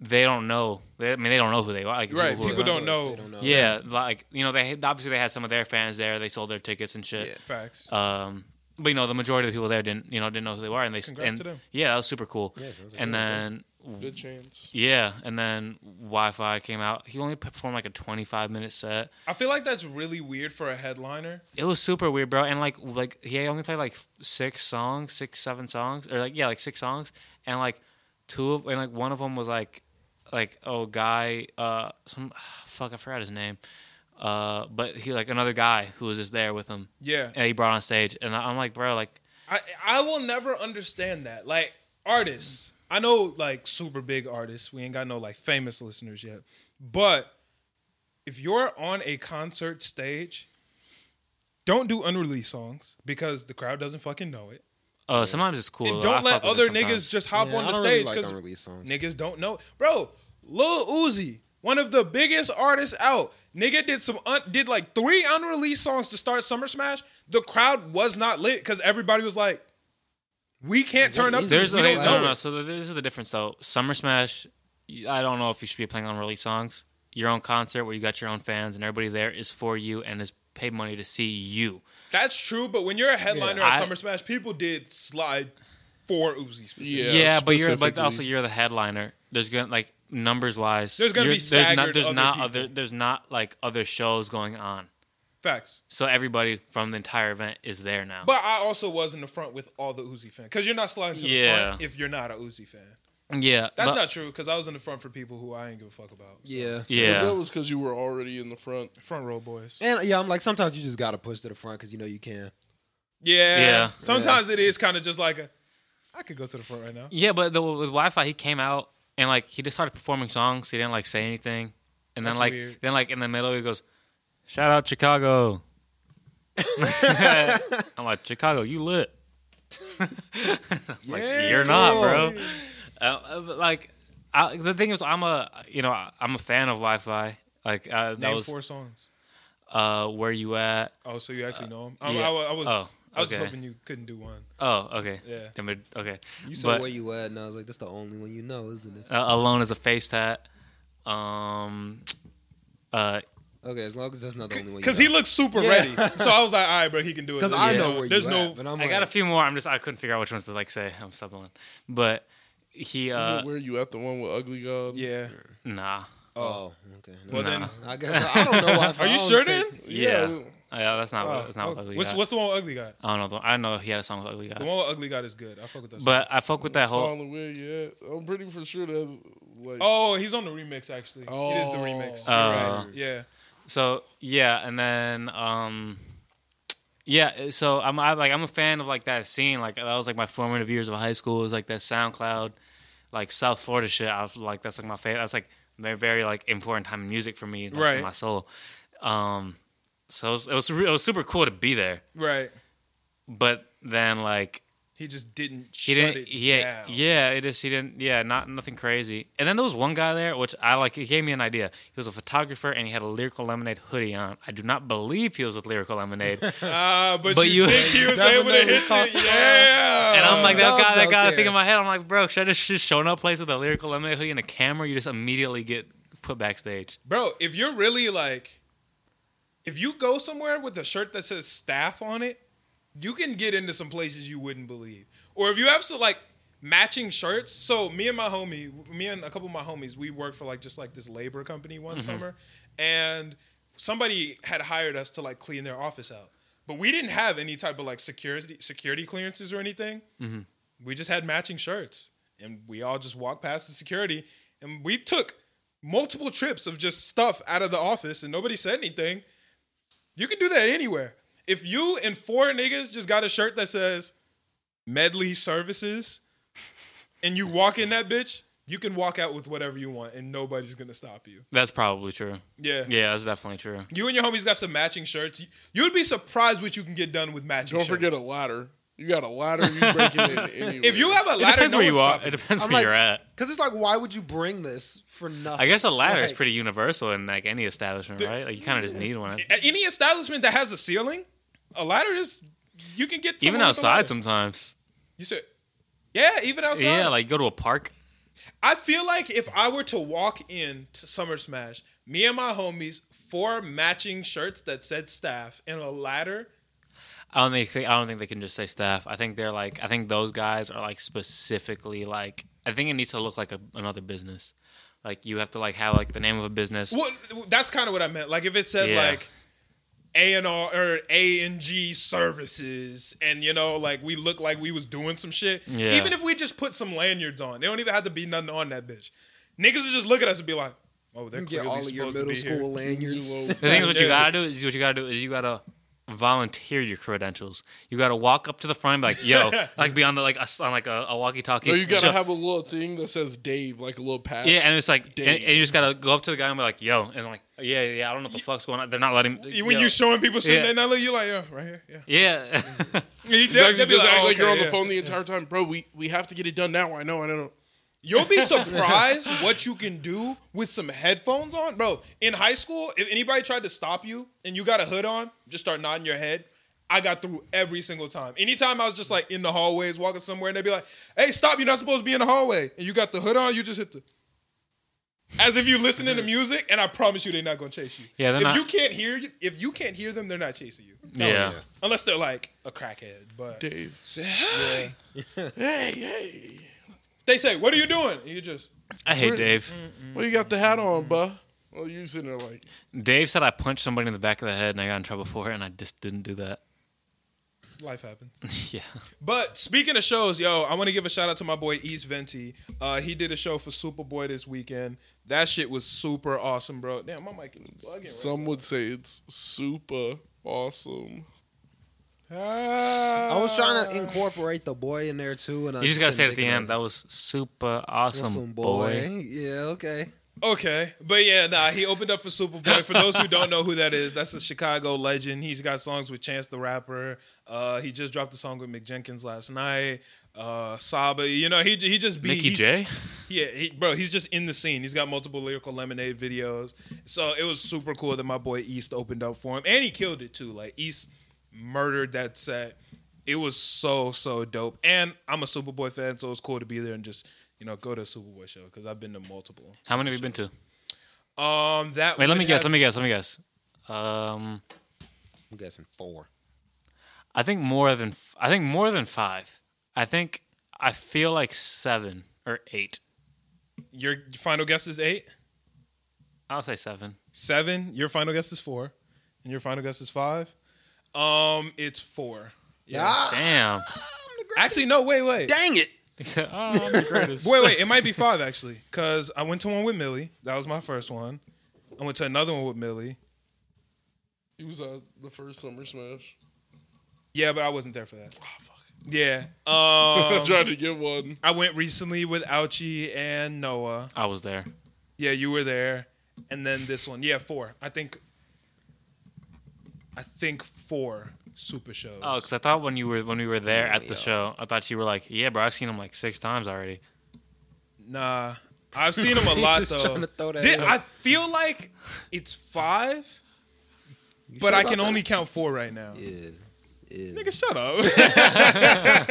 C: they don't know. They, I mean, they don't know who they are. Like,
A: Right,
C: who- who-
A: people don't know.
B: They don't know.
C: yeah, like you know, they had- obviously they had some of their fans there. They sold their tickets and shit.
A: Facts.
C: Um, but you know, the majority of the people there didn't you know didn't know who they were, and they
A: Congrats
C: and,
A: to them.
C: yeah, that was super cool.
B: Yeah, sounds like
C: and
B: a really
C: then
D: Good chance.
C: yeah, and then Wi-Fi came out. He only performed like a twenty-five minute set.
A: I feel like that's really weird for a headliner.
C: It was super weird, bro. And like like he only played like six songs, six seven songs, or like yeah, like six songs, and like two of and like one of them was like like oh guy uh some fuck I forgot his name. Uh, but he like another guy who was just there with him.
A: Yeah.
C: and he brought on stage, and I- I'm like, bro, like,
A: I I will never understand that. Like artists, I know like super big artists. We ain't got no like famous listeners yet, but if you're on a concert stage, don't do unreleased songs because the crowd doesn't fucking know it.
C: uh, sometimes it's cool.
A: And
C: though. I
A: don't let
C: fuck with
A: other
C: it sometimes.
A: niggas just hop
B: Yeah,
A: on
B: I
A: the
B: don't really
A: stage
B: like
A: because
B: unreleased songs.
A: niggas don't know. Bro, Lil Uzi, one of the biggest artists out, nigga did some un- did like three unreleased songs to start Summer Smash. The crowd was not lit because everybody was like, "We can't turn up."
B: is
C: There's
A: this.
C: the,
A: we
B: they-
A: don't
C: no,
A: know
C: no,
A: it."
C: So th- this is the difference, though. Summer Smash, you- I don't know if you should be playing on release songs. Your own concert where you got your own fans and everybody there is for you and is paid money to see you.
A: That's true, but when you're a headliner
C: Yeah,
A: at
C: I-
A: Summer Smash, people did slide for Uzi specifically.
D: Yeah,
C: Yeah, but you're but
D: specifically.
C: also you're the headliner. There's gonna like numbers wise.
A: There's gonna be
C: there's not
A: staggered
C: there's
A: other
C: not
A: people.
C: other there's not like other shows going on.
A: Facts.
C: So everybody from the entire event is there now.
A: But I also was in the front with all the Uzi fans because you're not sliding to the
C: Yeah.
A: front if you're not a Uzi fan.
C: yeah,
A: That's
C: but-
A: not true because I was in the front for people who I ain't give a fuck about.
B: Yeah. so-
D: But that
C: yeah.
D: was because you were already in the front.
A: Front row boys.
B: And yeah, I'm like sometimes you just gotta push to the front because you know you can.
A: Yeah.
C: Yeah.
A: Sometimes it is kind of just like a, I could go to the front right now.
C: Yeah, but the, with Wi-Fi, he came out and like he just started performing songs. He didn't like say anything, and then
A: That's
C: like
A: weird.
C: then like in the middle, he goes, "Shout out Chicago." I'm like Chicago, you lit. like
A: Yeah,
C: you're not,
A: boy.
C: bro. Uh, Uh, but, like I, the thing is, I'm a you know I'm a fan of Wi-Fi. Like uh, that
A: Name
C: was
A: four songs.
C: uh, where you at?
A: Oh, so you actually know them? I,
C: Uh, yeah.
A: I, wa- I was,
C: Oh,
A: I was just
C: okay.
A: hoping you couldn't do one.
C: Oh, okay.
A: Yeah.
C: Then we- Okay.
B: You
C: But-
B: said where you at, and I was like, that's the only one you know, isn't it?
C: Uh, alone as a face tat. Um. Uh.
B: Okay, as long as that's not the only one. you
A: Because
B: know.
A: he looked super
B: Yeah.
A: ready. So I was like, all right, bro, he can do it.
B: Because
A: Let
B: I
A: me
B: know where
A: There's
B: you
A: no.
B: at, but I'm
C: I
B: like,
C: got a few more. I'm just I couldn't figure out which ones to like say. I'm stumbling, but he uh
D: Is it where you at the one with Ugly God?
A: Yeah.
C: nah
B: oh, okay.
A: Well,
C: Nah.
A: then.
B: I guess I don't know why.
A: Are you sure then?
C: yeah
D: Yeah.
C: Uh, yeah, that's not
A: Oh,
C: that's not
A: oh,
C: what ugly
A: what's,
C: Guy-
A: what's the one with Ugly Guy?
C: I don't know though. I know he had a song with ugly
A: The
C: guy,
A: one with Ugly God is good. I fuck with that song.
C: but I fuck with that whole
D: Colin, where you at? I'm pretty for sure that's like.
A: oh, he's on the remix, actually. It is the remix. You're
C: Oh.
A: right. Yeah.
C: so yeah, and then um yeah, so I'm I, like I'm a fan of like that scene. Like that was like my formative years of high school. It was like that SoundCloud, like South Florida shit. I was like that's like my favorite. That's like very very like important time in music for me, like,
A: Right.
C: in my soul. Um, so it was it was, re- it was super cool to be there.
A: Right.
C: but then like
A: He just didn't
C: he
A: shut
C: didn't
A: it
C: yeah
A: down.
C: yeah it is he didn't yeah not nothing crazy and then there was one guy there which i like he gave me an idea he was a photographer and he had a lyrical lemonade hoodie on i do not believe he was with lyrical lemonade and
A: Ah, but,
C: But
A: you,
C: you-
A: think he was
B: Never
A: able to
B: know who
A: hit
B: cost
A: it?
B: you.
A: Yeah.
C: i'm like that
B: snubs
C: guy that
B: out
C: guy
B: there.
C: thing in my head i'm like bro should i just, just show up place with a lyrical lemonade hoodie and a camera you just immediately get put backstage
A: bro, if you're really like, if you go somewhere with a shirt that says staff on it, you can get into some places you wouldn't believe. Or if you have so like matching shirts. So me and my homie, me and a couple of my homies, we worked for like just like this labor company one summer, and somebody had hired us to like clean their office out. But we didn't have any type of like security security clearances or anything. we just had matching shirts and we all just walked past the security and we took multiple trips of just stuff out of the office and nobody said anything. You can do that anywhere. If you and four niggas just got a shirt that says medley services and you walk in that bitch, you can walk out with whatever you want and nobody's gonna stop you.
C: That's probably true.
A: Yeah.
C: Yeah, that's definitely true.
A: You and your homies got some matching shirts. You- You'd be surprised what you can get done with matching
D: Don't
A: shirts.
D: forget a ladder. You got a ladder. You break it in anyway.
A: If you have a
C: It
A: ladder,
C: depends
A: no
C: where you
A: one's
C: are.
A: stopping
C: It depends
B: I'm
C: where
B: like-
C: you're at.
B: Because it's like, why would you bring this for nothing?
C: I guess a ladder is
B: Like,
C: pretty universal in like any establishment, right? Like you kind of just need one.
A: At any establishment that has a ceiling, a ladder is you can get
C: Even
A: someone with a ladder.
C: outside sometimes.
A: You said, yeah, even outside.
C: Yeah, like go to a park.
A: I feel like if I were to walk in to Summer Smash, me and my homies, four matching shirts that said staff and a ladder.
C: I don't think I don't think they can just say staff. I think they're like I think those guys are like specifically like I think it needs to look like a, another business. Like you have to like have like the name of a business.
A: Well, that's kind of what I meant. Like if it said
C: Yeah.
A: like A and R or A and G services, and you know, like we look like we was doing some shit.
C: Yeah.
A: Even if we just put some lanyards on, they don't even have to be nothing on that bitch. Niggas will just look at us and be like, "Oh, they're
B: you Get
A: clearly
B: all of your
A: supposed to
B: middle
A: be here.
B: school lanyards.
D: You
C: The thing is, what you
A: Yeah.
C: gotta do is what you gotta do is you gotta volunteer your credentials. You gotta walk up to the front, and be like, "Yo," like be on the like a, on like a, a walkie-talkie.
D: No, Oh, you gotta
C: Show-
D: have a little thing that says Dave, like a little patch.
C: yeah, and it's like, and,
D: Dave.
C: and you just gotta go up to the guy and be like, "Yo," and like, "Yeah, yeah, I don't know what the fuck's going on." They're not letting
A: When
C: yo.
A: you showing people shit,
C: Yeah.
A: they not look. You like, yeah, right here, yeah.
C: yeah,
A: They'll-
D: Exactly,
A: they'll be
D: just
A: like,
D: act
A: "Oh,
D: like you're
A: okay,
D: on the
A: yeah."
D: phone the entire time, bro. We we have to get it done now. I know. I don't know.
A: You'll be surprised what you can do with some headphones on, bro. In high school, if anybody tried to stop you and you got a hood on, just start nodding your head. I got through every single time. Anytime I was just like in the hallways, walking somewhere, and they'd be like, "Hey, stop! You're not supposed to be in the hallway." And you got the hood on, you just hit the. As if you're listening to music, and I promise you, they're not gonna chase you.
C: Yeah, they're
A: if
C: not-
A: you can't hear, you, if you can't hear them, they're not chasing you.
C: yeah.
A: Unless they're like a crackhead, but
D: Dave.
B: Say,
D: Hey, hey.
A: they say, "What are you doing?" And you just.
C: I hate Dave.
D: Well, you got the hat on, bruh. Well, you sitting there like,
C: Dave said I punched somebody in the back of the head and I got in trouble for it, and I just didn't do that.
A: Life happens.
C: yeah,
A: But speaking of shows, yo, I want to give a shout out to my boy East Venti. Uh, he did a show for Superboy this weekend. That shit was super awesome, bro. Damn, my mic is bugging. Right?
D: some would say it's super awesome.
B: I was trying to incorporate the boy in there too, and I
C: you just gotta say
B: couldn't
C: it at the
B: think of
C: end. That was super awesome,
B: Awesome
C: boy.
B: Yeah, okay.
A: Okay, but yeah, nah, he opened up for Superboy. For those who don't know who that is, that's a Chicago legend. He's got songs with Chance the Rapper. Uh, he just dropped a song with Mick Jenkins last night. Uh, Saba, you know, he he just be
C: Mickey
A: he's-
C: J.
A: Yeah, he, bro, he's just in the scene. He's got multiple lyrical lemonade videos. So it was super cool that my boy East opened up for him, and he killed it too. Like East murdered that set. It was so so dope. And I'm a Superboy fan, so it was cool to be there and just you know go to a Superboy show because I've been to multiple.
C: How many have you been to?
A: Um, that
C: Wait, let me
A: would
C: guess.
A: have-
C: Let me guess. Let me guess. Um,
B: I'm guessing four.
C: I think more than f- I think more than five. I think I feel like seven or eight.
A: Your final guess is eight,
C: I'll say seven.
A: seven. Your final guess is four, and your final guess is five. Um, it's four.
B: Yeah.
C: Damn.
A: Actually, no. Wait, wait.
B: Dang it.
C: oh, I'm the greatest.
A: Wait, wait, it might be five actually, because I went to one with Millie. That was my first one. I went to another one with Millie.
D: He was at the first Summer Smash.
A: Yeah, but I wasn't there for that.
B: Ah,
A: Yeah. Um,
D: I tried to get one.
A: I went recently with Ouchie and Noah.
C: I was there.
A: Yeah, you were there. And then this one. Yeah, four. I think. I think four super shows.
C: Oh, because I thought when you were when we were there at
B: Yeah.
C: the show, I thought you were like, yeah, bro, I've seen him like six times already.
A: Nah, I've seen them a lot
B: He's
A: though.
B: just trying to throw that
A: Did-
B: out.
A: I feel like it's five,
B: You
A: but
B: sure
A: I can
B: about
A: only count four right now.
B: that? Yeah. Yeah.
A: Nigga, shut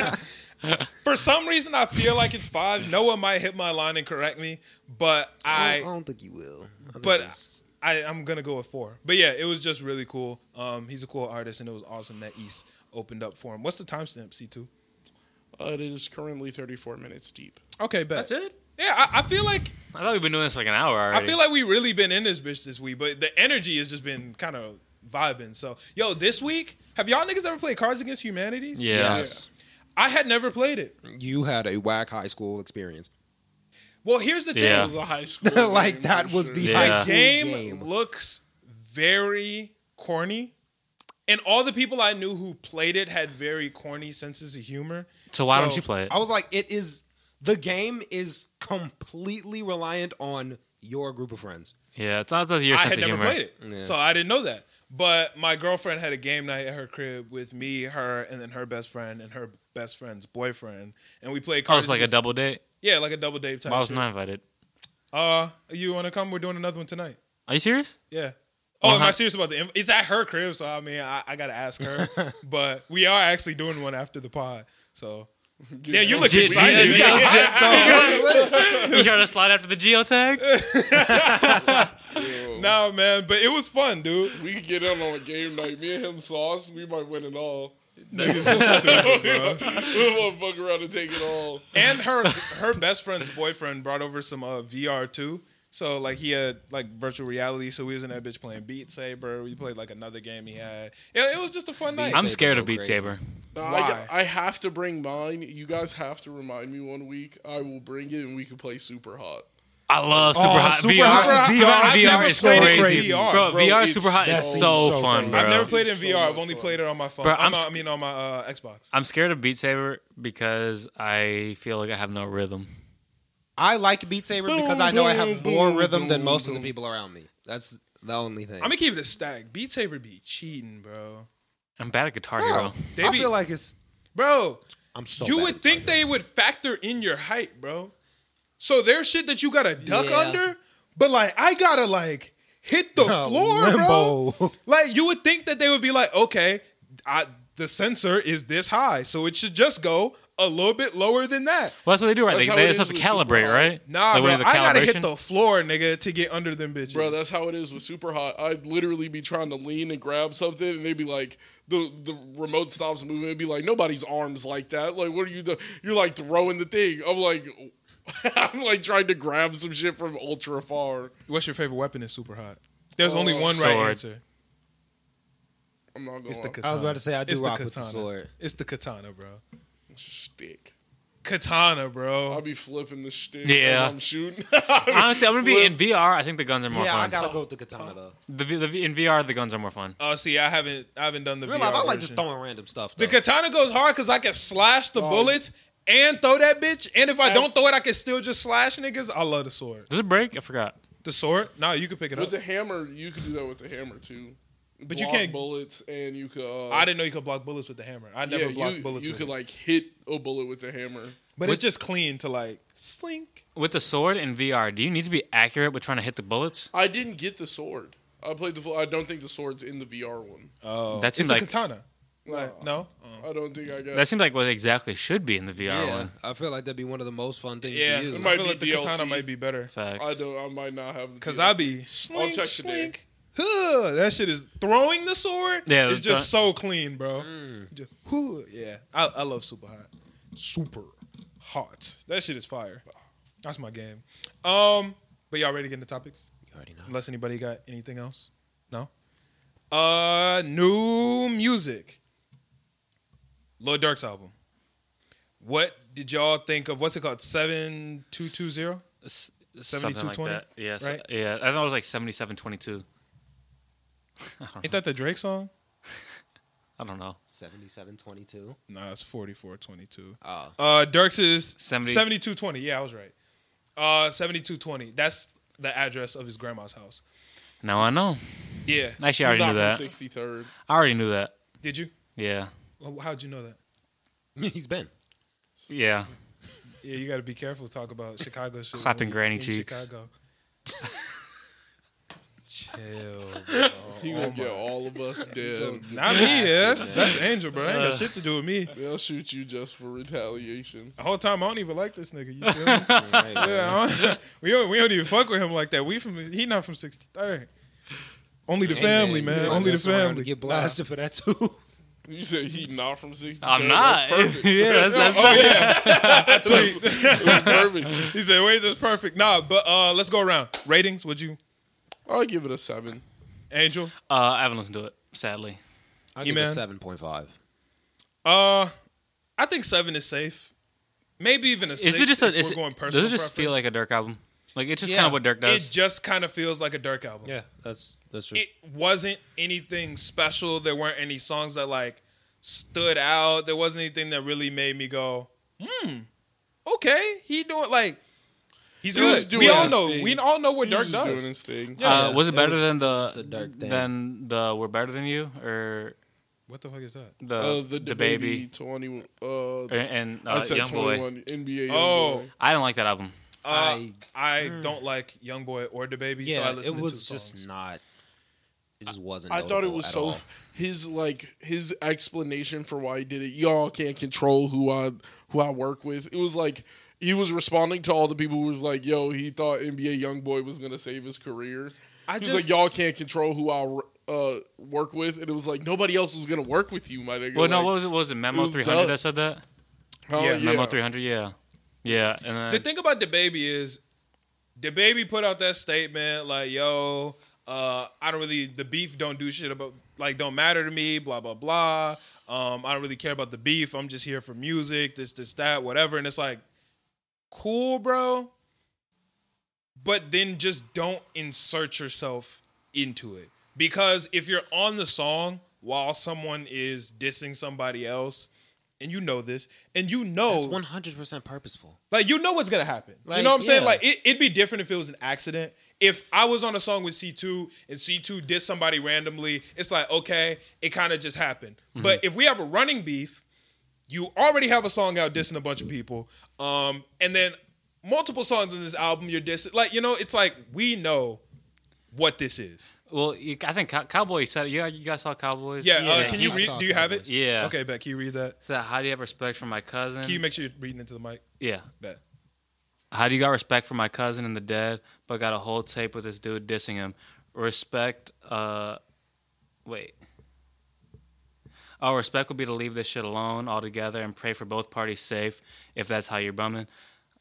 A: up. For some reason, I feel like it's five. Noah might hit my line and correct me, but
C: Oh,
B: I,
A: I,
B: don't- I don't think you will. I think
A: But-
B: it's-
A: I, I'm gonna go with four. But yeah, it was just really cool. Um, he's a cool artist, and it was awesome that East opened up for him. What's the timestamp? C two.
D: Uh, it is currently 34 minutes deep.
A: Okay, bet.
C: That's it.
A: Yeah, I, I feel like
C: I thought we've been doing this for like an hour already.
A: I feel like we really been in this bitch this week, but the energy has just been kind of vibing. So, yo, this week, have y'all niggas ever played Cards Against Humanity?
C: yeah.
B: Yes.
A: I had never played it.
B: You had a whack high school experience.
A: Well, here's the thing.
C: Yeah.
D: It was a high school.
B: like
D: game,
B: that
D: I'm
B: was
D: sure.
B: the
C: Yeah.
B: high
A: The
B: school
A: game,
B: game.
A: looks very corny. And all the people I knew who played it had very corny senses of humor.
C: So why
A: So,
C: don't you play it?
B: I was like, it is the game is completely reliant on your group of friends.
C: Yeah, it's not that your
A: I
C: sense
A: had
C: of
A: never
C: humor. Oh,
A: played it,
B: Yeah.
A: so I didn't know that. But my girlfriend had a game night at her crib with me, her, and then her best friend and her best friend's boyfriend, and we played.
C: Oh,
A: Cards
C: it's like a
A: Against-
C: double date.
A: yeah, like a double date type.
C: I was
A: shit.
C: not invited.
A: Uh, you want to come? We're doing another one tonight.
C: Are you serious?
A: Yeah. Oh, am
C: Uh-huh.
A: I serious about the? inv- It's at her crib, so I mean, I, I gotta ask her. but we are actually doing one after the pod, so yeah, you look
C: Jeez,
A: excited.
C: you
A: man.
C: You trying to slide after the geotag?
D: Yo,
A: no, man, but it was fun, dude.
D: We could get in on a game night. Me and him sauce. We might win it all. we want to fuck around and take it all.
A: and her her best friend's boyfriend brought over some uh, VR too. So like he had like virtual reality. So we was in that bitch playing Beat Saber. We played like another game he had. It, it was just a fun night.
C: I'm
B: Saber
C: scared
B: go
C: of Beat
B: crazy.
C: Saber.
D: No,
A: Why?
D: I, I have to bring mine. You guys have to remind me one week. I will bring it and we can play super hot.
C: I love Super Hot.
B: Super
C: VR,
B: Hot
A: VR.
C: VR,
A: I've never
C: is
A: played it
C: crazy.
A: in VR,
C: bro,
D: bro.
C: VR
D: It's
C: Super Hot
D: that
C: is
B: seems
C: so
B: so
C: fun,
B: fun.
C: bro.
A: I've never played it in
D: It's so
A: VR. I've
D: much
A: only
D: fun.
A: played it on my phone.
C: Bro,
A: I'm
C: I'm
A: not-
C: sc-
A: I mean on my uh, Xbox.
C: I'm scared of Beat Saber because I feel like I have no rhythm.
B: I like Beat Saber because I know I have
D: Boom,
B: more
D: boom,
B: rhythm than
D: boom,
B: most of the
D: boom.
B: people around me. That's the only thing.
A: I'm gonna keep it a stack. Beat Saber be cheating, bro.
C: I'm bad at Guitar
B: Oh,
C: Hero.
A: They
B: I
A: be-
B: feel like it's
A: Bro,
B: I'm so.
A: you
B: bad
A: would
B: at
A: think
B: Guitar Hero.
A: they would factor in your height, bro. So there's shit that you gotta duck
B: Yeah.
A: under, but like I gotta like hit the
B: No,
A: floor, bro.
B: limbo.
A: Like you would think that they would be like, okay, I, the sensor is this high, so it should just go a little bit lower than that.
C: Well, that's what they do, right?
D: That's
C: They,
D: how
C: they're
D: it is
C: supposed to
D: with Super
C: calibrate,
D: Hot.
C: right?
A: Nah,
C: Like,
A: bro,
C: when
A: I gotta hit
C: calibration?
A: the floor, nigga, to get under them bitches.
D: Bro, that's how it is with super hot. I'd literally be trying to lean and grab something, and they'd be like, the the remote stops moving. It'd be like nobody's arms like that. Like, what are you doing? You're like throwing the thing. I'm like, I'm like trying to grab some shit from ultra far.
A: What's your favorite weapon in Super Hot? There's only
B: Oh,
A: one right
C: Sword.
A: answer.
D: I'm not going.
A: It's the
D: to
A: katana.
B: I was about to say I do
A: it's
B: rock
A: the
B: with the
A: katana.
B: sword.
A: It's the katana, bro.
D: stick.
A: Katana, bro.
D: I'll be flipping the stick.
C: Yeah.
D: as I'm shooting.
C: Honestly, I'm gonna be in VR. I think the guns are more
B: Yeah, I
C: fun.
B: gotta go with the katana though.
C: the, v- the, v- in VR, the guns are more fun.
A: Oh, see, I haven't, I haven't done the.
B: Real
A: VR
B: life, I like
A: version.
B: just throwing random stuff. Though.
A: The katana goes hard because I can slash the
D: Oh.
A: bullets and throw that bitch. And if I
D: Ab-
A: don't throw it, I can still just slash niggas. I love the sword.
C: Does it break? I forgot.
A: The sword? Nah, you can pick it
D: with
A: up.
D: the hammer, you could do that with the hammer too.
A: But you
D: Block
A: can't-
D: bullets, and you could. Uh,
A: I didn't know you could block bullets with the hammer. I never
D: yeah,
A: blocked
D: you,
A: bullets.
D: You
A: with
D: could
A: it.
D: like hit a bullet with the hammer.
A: but it's just clean to like slink.
C: With the sword in VR, do you need to be accurate with trying to hit the bullets?
D: I didn't get the sword. I played the. full- I don't think the sword's in the VR one.
A: Oh,
C: That seems
A: it's
C: like-
A: a katana. Like, no, Oh.
D: I don't think I got.
C: That seems like what exactly should be in the VR
B: yeah,
C: one.
B: I feel like that'd be one of the most fun things
A: yeah.
B: to
A: I
B: use.
D: might
A: feel
D: be
A: like the katana
D: DLC.
A: might be better
C: Facts.
D: I don't. I might not have.
A: because
D: the
A: I
D: DLC.
A: be slink,
D: check today.
A: slink. Huh, that shit is throwing the sword.
C: Yeah,
A: it's
C: that's
A: just so clean, bro. Just, huh, yeah, I, I love super hot. Super hot. That shit is fire. That's my game. Um, but y'all ready to get into topics?
B: You already know.
A: Unless anybody got anything else? No. Uh, new music. Lord Dark's album. What did y'all think of? What's it called? Seven two two zero.
C: S- something like
A: 7220,
C: that. Yeah, so-
A: right?
C: yeah. I thought it was like seventy-seven twenty-two.
A: Ain't that the Drake song?
C: I don't know.
B: Seventy-seven twenty-two.
A: Nah, it's 4422.
B: Ah,
A: Uh, Dirks is
C: 70.
A: 7220. Yeah, I was right. Uh, 7220. That's the address of his grandma's house.
C: Now I know.
A: Yeah.
C: Actually, I already knew
D: not
C: that.
D: from 63rd.
C: I already knew that.
A: Did you?
C: Yeah,
A: Well, How'd you know that?
B: he's been.
C: yeah.
A: Yeah, you got to be careful to talk about Chicago shit. when
C: Clapping
A: you
C: granny
A: in
C: cheeks.
A: Chicago. Chill, bro.
D: He gonna get all of us dead.
A: Not me. That's that's Angel, bro. I ain't got shit to do with me.
D: They'll shoot you just for retaliation.
A: The whole time I don't even like this nigga. You feel me? Yeah, I don't- we don't, we don't even fuck with him like that. We from he not from 63rd. Only the family, man. Only the family.
B: Get blasted for that too.
D: You said he not from 63rd.
C: I'm not.
D: That's perfect.
C: yeah, that's, that's
A: Oh, That's what he-
D: That's perfect.
A: he said. Wait, that's perfect. Nah, but uh, let's go around ratings. Would you,
D: I'll give it a seven.
A: Angel?
C: Uh, I haven't listened to it, sadly.
B: I
A: You
B: give it
A: man?
B: seven point five.
A: Uh, I I think seven is safe. Maybe even a six.
C: Is it just
A: if
C: a? Is
A: we're
C: it,
A: going
C: does
A: personal
C: it just feel
A: preference.
C: like a Dirk album? Like it's just
B: Yeah.
C: kind of what Dirk does.
A: It just kind of feels like a Dirk album.
B: Yeah, that's that's true.
A: It wasn't anything special. There weren't any songs that like stood out. There wasn't anything that really made me go, hmm, okay, he doing like he's
D: He was
A: good.
D: doing
A: we all
D: his
A: know.
D: thing.
A: We all know what
D: He
A: Dirk
D: was just doing
A: does.
D: his thing.
C: uh,
B: yeah,
C: was
B: it
C: it better
B: was
C: than
B: just a
C: the
B: Dirk thing.
C: than the "We're Better Than You" or
A: What the fuck is that?
C: the
D: Uh,
C: the,
D: the,
C: baby,
D: twenty. Uh,
C: and uh,
D: I said
C: Young Boy?
D: twenty-one NBA.
A: Oh.
D: Youngboy.
C: I don't like that album.
A: Uh, I
B: I-
A: don't like YoungBoy or the baby, so I
B: Hmm. yeah,
A: listen
B: it
A: to
B: was
A: two
B: just
A: songs.
B: not. It just wasn't.
D: I thought it
B: notable
D: was
B: at
D: so.
B: all.
D: His like his explanation for why he did it. Y'all can't control who I who I work with. It was like he was responding to all the people who was like, "Yo, he thought NBA YoungBoy was gonna save his career."
A: I
D: he
A: just
D: was like, "Y'all can't control who I uh, work with," and it was like nobody else was gonna work with you, my nigga.
C: Well, no,
D: Like,
C: what was it? What was it Memo
D: was
C: three hundred
D: Dirk.
C: that said that?
D: oh,
A: yeah,
C: Memo three hundred, yeah, yeah. And
A: the
C: then,
A: thing about the baby is the baby put out that statement like yo uh, i don't really the beef don't do shit about like don't matter to me blah blah blah um, i don't really care about the beef i'm just here for music this this that whatever and it's like cool bro but then just don't insert yourself into it because if you're on the song while someone is dissing somebody else and you know this and you know
B: It's one hundred percent purposeful.
A: like you know what's gonna happen. you
B: Like,
A: know what I'm saying?
B: yeah.
A: Like it, it'd be different if it was an accident. If I was on a song with C2 and C2 did somebody randomly, it's like okay, it kind of just happened.
B: Mm-hmm.
A: But if we have a running beef, you already have a song out dissing a bunch of people, um, and then multiple songs in this album you're dissing. Like you know, it's like we know what this is.
C: well, you- I think Cow- Cowboy said you, you guys saw Cowboys.
A: Yeah.
B: Yeah,
A: uh, can you
B: I
A: read?
B: saw
A: Do you have it?
B: Cowboys.
C: Yeah.
A: Okay, bet. Can you read that?
C: So how do you have respect for my cousin?
A: Can you make sure you're reading into the mic?
C: yeah.
A: Bet.
C: How do you got respect for my cousin and the dead, but got a whole tape with this dude dissing him? Respect, uh, wait. Oh, respect would be to leave this shit alone altogether and pray for both parties safe, if that's how you're bumming.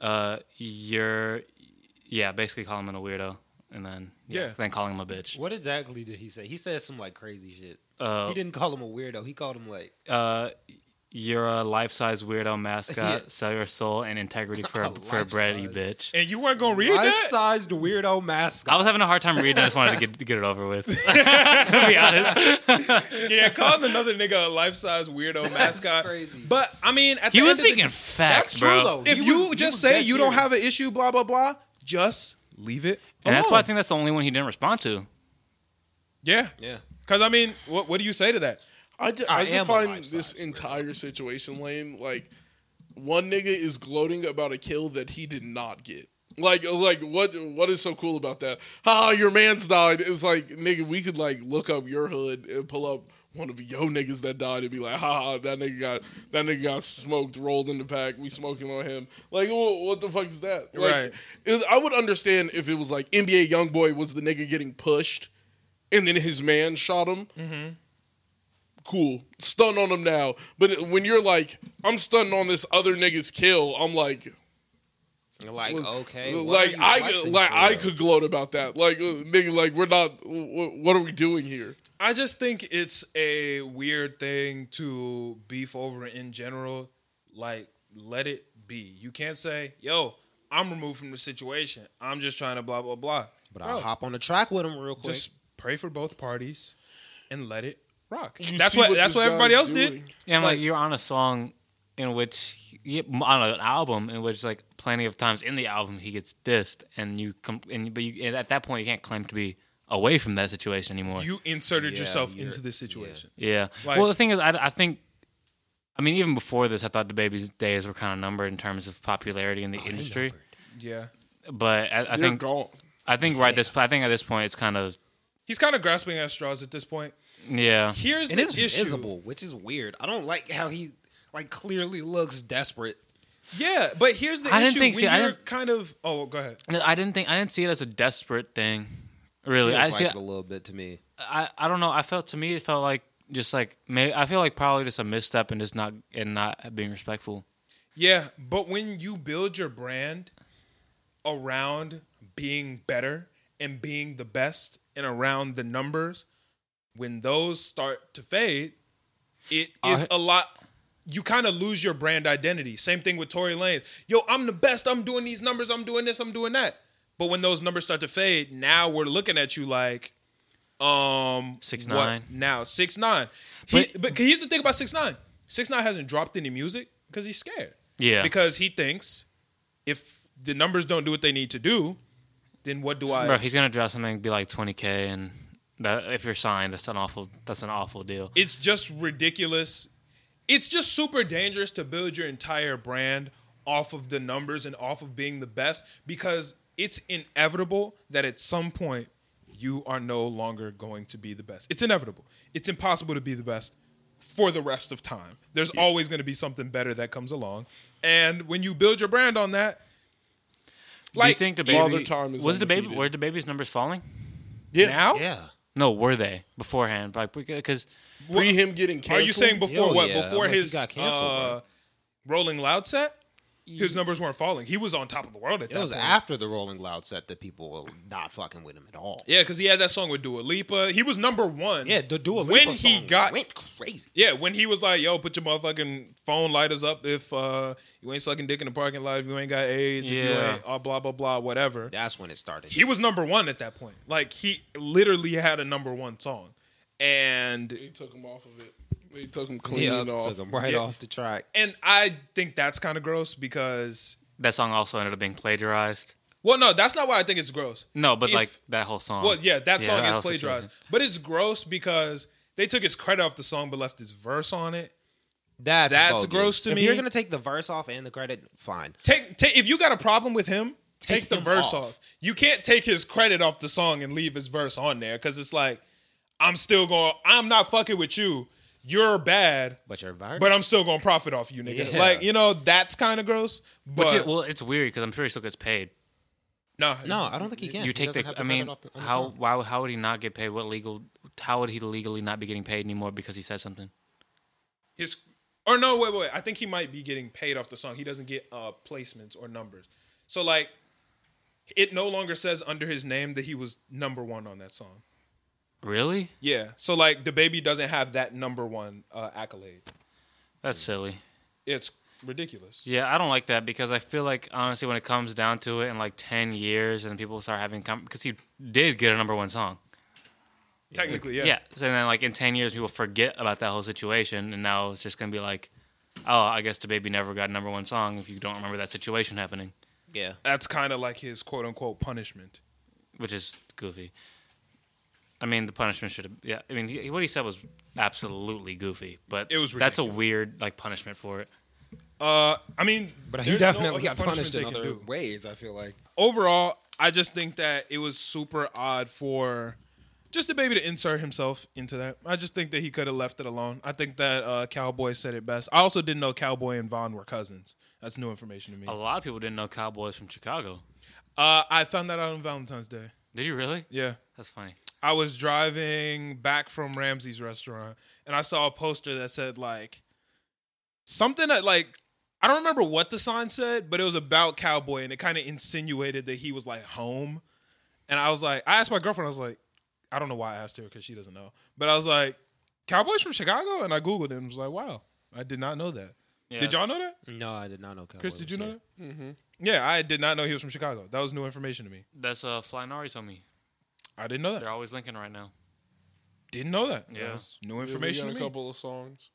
C: Uh, you're, yeah, basically calling him a weirdo, and then yeah,
A: Yeah.
C: then calling him a bitch.
B: What exactly did he say? He said some like crazy shit.
C: Uh,
B: he didn't call him a weirdo. He called him like
C: uh, you're a life-size weirdo mascot.
B: Yeah.
C: Sell your soul and integrity for
B: A
C: for bread, you
B: life-size.
C: bitch.
A: And you weren't gonna read that?
B: life-sized weirdo mascot.
C: I was having a hard time reading. I just wanted to get to get it over with. to be honest,
A: Yeah, calling another nigga a life size weirdo mascot.
B: crazy.
A: But I mean, at
C: he
A: the end
C: was
A: of the-
C: speaking facts,
B: That's true,
C: bro.
B: though.
A: If
B: He
A: you
B: was- he
A: just
B: was
A: say
B: dead
A: you don't
B: serious.
A: have an issue, blah blah blah, just leave it.
C: and that's
A: alone.
C: why I think that's the only one he didn't respond to.
A: Yeah,
B: yeah.
A: because I mean, what what do you say to that?
D: I, d-
B: I
D: I
B: am a
D: just find
B: life-size
D: this
B: gorilla.
D: entire situation lame. Like one nigga is gloating about a kill that he did not get. Like uh, like what what is so cool about that? Haha, your man's died. It's like nigga, we could like look up your hood and pull up one of yo niggas that died and be like, haha, that nigga got that nigga got smoked, rolled in the pack. We smoking on him. Like, wha- what the fuck is that? Like,
A: Right.
D: it- I would understand if it was like NBA YoungBoy was the nigga getting pushed, and then his man shot him
B: Mm-hmm.
D: cool. Stun on him now. But when you're like, I'm stunned on this other nigga's kill, I'm like,
B: Like okay, what are
D: like
B: you
D: I
B: flexing
D: like
B: for?
D: I could gloat about that. Like uh, nigga, like we're not. wh- What are we doing here?
A: I just think it's a weird thing to beef over in general. Like, let it be. You can't say, "Yo, I'm removed from the situation. I'm just trying to blah blah blah."
B: But
A: Bro.
B: I'll hop on the track with him real quick.
A: Just pray for both parties and let it rock.
D: You
A: that's
D: see
A: what, that's
D: this
A: what everybody else
D: guy's
A: did.
D: doing.
C: Yeah, I'm like,
A: Like-
C: you're on a song in which he- on an album in which like plenty of times in the album he gets dissed, and you com- and but you and at that point you can't claim to be away from that situation anymore.
A: You inserted
B: Yeah,
A: yourself
B: you're-
A: into this
B: yeah.
A: situation.
C: Yeah.
A: Like-
C: well, the thing is, I, I think, I mean, even before this, I thought the baby's days were kind of numbered in terms of popularity
B: Oh,
C: in the industry.
A: Yeah.
C: But I, I
D: They're
C: think,
D: gone.
C: I think right this, I think at this point, it's kind of,
A: He's kind of grasping at straws at this point.
C: yeah,
A: Here's
B: And
A: the
B: it's
A: issue.
B: visible, which is weird. I don't like how he like clearly looks desperate.
A: Yeah, but here's the
C: I
A: issue.
C: didn't think-
A: when
C: see, I
A: you're
C: didn't-
A: kind of oh, go ahead.
C: I didn't think, I didn't see it as a desperate thing, really.
B: Feels
C: I
B: like
C: see,
B: it a little bit to me.
C: I, I don't know. I felt to me, it felt like just like may, I feel like probably just a misstep and just not and not being respectful.
A: Yeah, but when you build your brand around being better and being the best and around the numbers, when those start to fade, it is
C: I-
A: a lot you kind of lose your brand identity. Same thing with Tory Lanez. Yo, I'm the best. I'm doing these numbers. I'm doing this. I'm doing that. But when those numbers start to fade, now we're looking at you like, um,
C: 6ix9ine.
A: what Now six nine. He, but, here's the thing about six nine. Six nine hasn't dropped any music because he's scared.
C: Yeah.
A: Because he thinks if the numbers don't do what they need to do, then what do I?
C: Bro, he's gonna drop something be like twenty k, and that if you're signed, that's an awful that's an awful deal.
A: it's just ridiculous. It's just super dangerous to build your entire brand off of the numbers and off of being the best because it's inevitable that at some point you are no longer going to be the best. It's inevitable. It's impossible to be the best for the rest of time. There's always going to be something better that comes along. And when you build your brand on that,
C: Do you
A: like
C: think the
D: Father
C: baby
D: Time is
C: was the baby?
D: undefeated.
C: Were the baby's numbers falling?
D: Yeah.
A: now,
B: Yeah.
C: No, were they beforehand? Like because
D: Pre him getting
A: are
D: canceled.
A: you saying before
B: Hell
A: what?
B: yeah.
A: Before
B: Like, he
A: his
B: got canceled,
A: uh, Rolling Loud set? his numbers weren't falling. He was on top of the world at
B: It
A: that
B: was
A: point.
B: after the Rolling Loud set that people were not fucking with him at all.
A: yeah, because he had that song with Dua Lipa. He was number one.
B: Yeah, the Dua Lipa
A: When he
B: song
A: got-
B: went crazy.
A: Yeah, when he was like, "Yo, put your motherfucking phone lighters up if uh, you ain't sucking dick in the parking lot, if you ain't got AIDS, if you
C: Yeah.
A: ain't uh, blah blah blah, whatever."
B: That's when it started.
A: He was number one at that point. Like he literally had a number one song, and
D: They took him off of it. They took him clean
B: yeah,
D: off.
B: took him right
A: Yeah.
B: off the track.
A: and I think that's kind of gross because,
C: that song also ended up being plagiarized.
A: well, no, that's not why I think it's gross.
C: No, but
A: If-
C: like that whole song.
A: Well, yeah, that song is
C: whole situation.
A: plagiarized, but it's gross because they took his credit off the song but left his verse on it.
B: That's
A: That's
B: bogus.
A: gross to
B: if
A: me.
B: You're gonna take the verse off and the credit. Fine.
A: take, take if you got a problem with him, take,
B: Take
A: the
B: him
A: verse off.
B: off.
A: You can't take his credit off the song and leave his verse on there because it's like I'm still going. I'm not fucking with you. You're bad,
B: But your verse.
A: but I'm still going to profit off you, nigga.
B: Yeah.
A: Like you know, that's kind of gross. But,
C: Which is- well, it's weird because I'm sure he still gets paid.
A: no,
B: No, I don't think he can.
C: you
B: He
C: take
B: doesn't
C: the.
B: have
C: I
B: credit
C: mean,
B: off the- on the
C: how
B: song.
C: why how would he not get paid? What legal? How would he legally not be getting paid anymore because he said something?
A: his or no, wait, wait. I think he might be getting paid off the song. He doesn't get uh placements or numbers. So like, it no longer says under his name that he was number one on that song.
C: Really?
A: Yeah. So like, the baby doesn't have that number one uh, accolade.
C: That's silly.
A: It's ridiculous.
C: Yeah, I don't like that because I feel like honestly, when it comes down to it, in like ten years, and people start having because he did get a number one song.
A: Technically, yeah.
C: Yeah. So then, like in ten years, people forget about that whole situation, and now it's just gonna be like, oh, I guess the baby never got a number one song if you don't remember that situation happening,
B: Yeah.
A: That's kind of like his quote unquote punishment.
C: which is goofy. I mean, the punishment should have. Yeah, I mean, he, what he said was absolutely goofy, but
A: It was
C: that's a
A: ridiculous.
C: weird like punishment for it.
A: Uh, I mean,
B: But he
A: there's no
B: definitely
A: other
B: got
A: punishment
B: punished in
A: they can
B: other
A: do.
B: ways. I feel like.
A: Overall, I just think that it was super odd for just the baby to insert himself into that. I just think that he could have left it alone. I think that uh, Cowboy said it best. I also didn't know Cowboy and Vaughn were cousins. That's new information to me.
C: A lot of people didn't know Cowboys from Chicago.
A: Uh, I found that out on Valentine's Day.
C: Did you really?
A: Yeah.
C: That's funny.
A: I was driving back from Ramsey's restaurant and I saw a poster that said like something that like I don't remember what the sign said, but it was about cowboy and it kind of insinuated that he was like home. And I was like, I asked my girlfriend, I was like, I don't know why I asked her because she doesn't know, but I was like, Cowboys from Chicago, and I googled it and was like, wow, I did not know that.
C: Yeah,
A: Did y'all know that?
B: No, I did not know. Cowboy
A: Chris, did you know that?
D: Mhm.
A: Yeah, I did not know he was from Chicago. That was new information to me.
C: That's uh, Fly Nari's homie.
A: I didn't know that.
C: They're always linking right now.
A: Didn't know that.
C: Yeah.
A: That was new
D: Yeah, we
A: information
D: got
A: to
D: a
A: me.
D: couple of songs.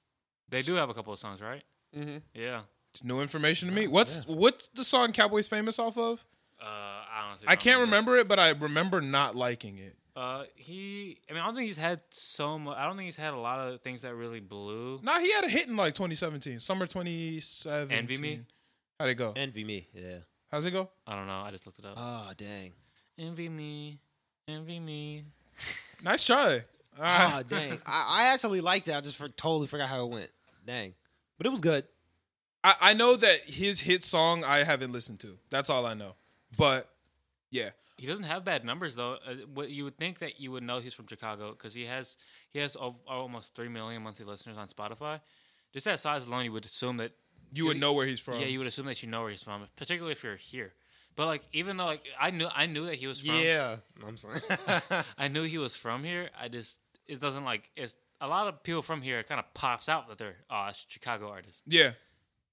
C: They do have a couple of songs, right?
D: Mm-hmm.
C: Yeah.
A: It's new information to me. What's what's the song Cowboys famous off of?
C: Uh, I honestly,
A: I
C: don't
A: can't remember it, but I remember not liking it.
C: Uh, he. I mean, I don't think he's had so much. I don't think he's had a lot of things that really blew.
A: Nah, he had a hit in like 2017, summer 2017.
C: Envy Me?
A: How'd it go?
B: Envy me. Yeah.
A: How's it go?
C: I don't know. I just looked it up.
B: Oh dang.
C: envy me, envy me.
A: Nice try. Ah,
B: Oh dang. I, I actually liked it. I just for, totally forgot how it went. Dang. But it was good.
A: I, I know that his hit song I haven't listened to. That's all I know. But yeah,
C: He doesn't have bad numbers though. Uh, what you would think that you would know he's from Chicago because he has he has ov- almost three million monthly listeners on Spotify. Just that size alone, you would assume that
A: you would know where he's from.
C: Yeah, you would assume that you know where he's from, particularly if you're here. But like, even though like I knew I knew that he was from,
B: I'm sorry.
C: I knew he was from here. I just it doesn't like it's a lot of people from here it kind of pops out that they're uh, Chicago artists.
A: Yeah.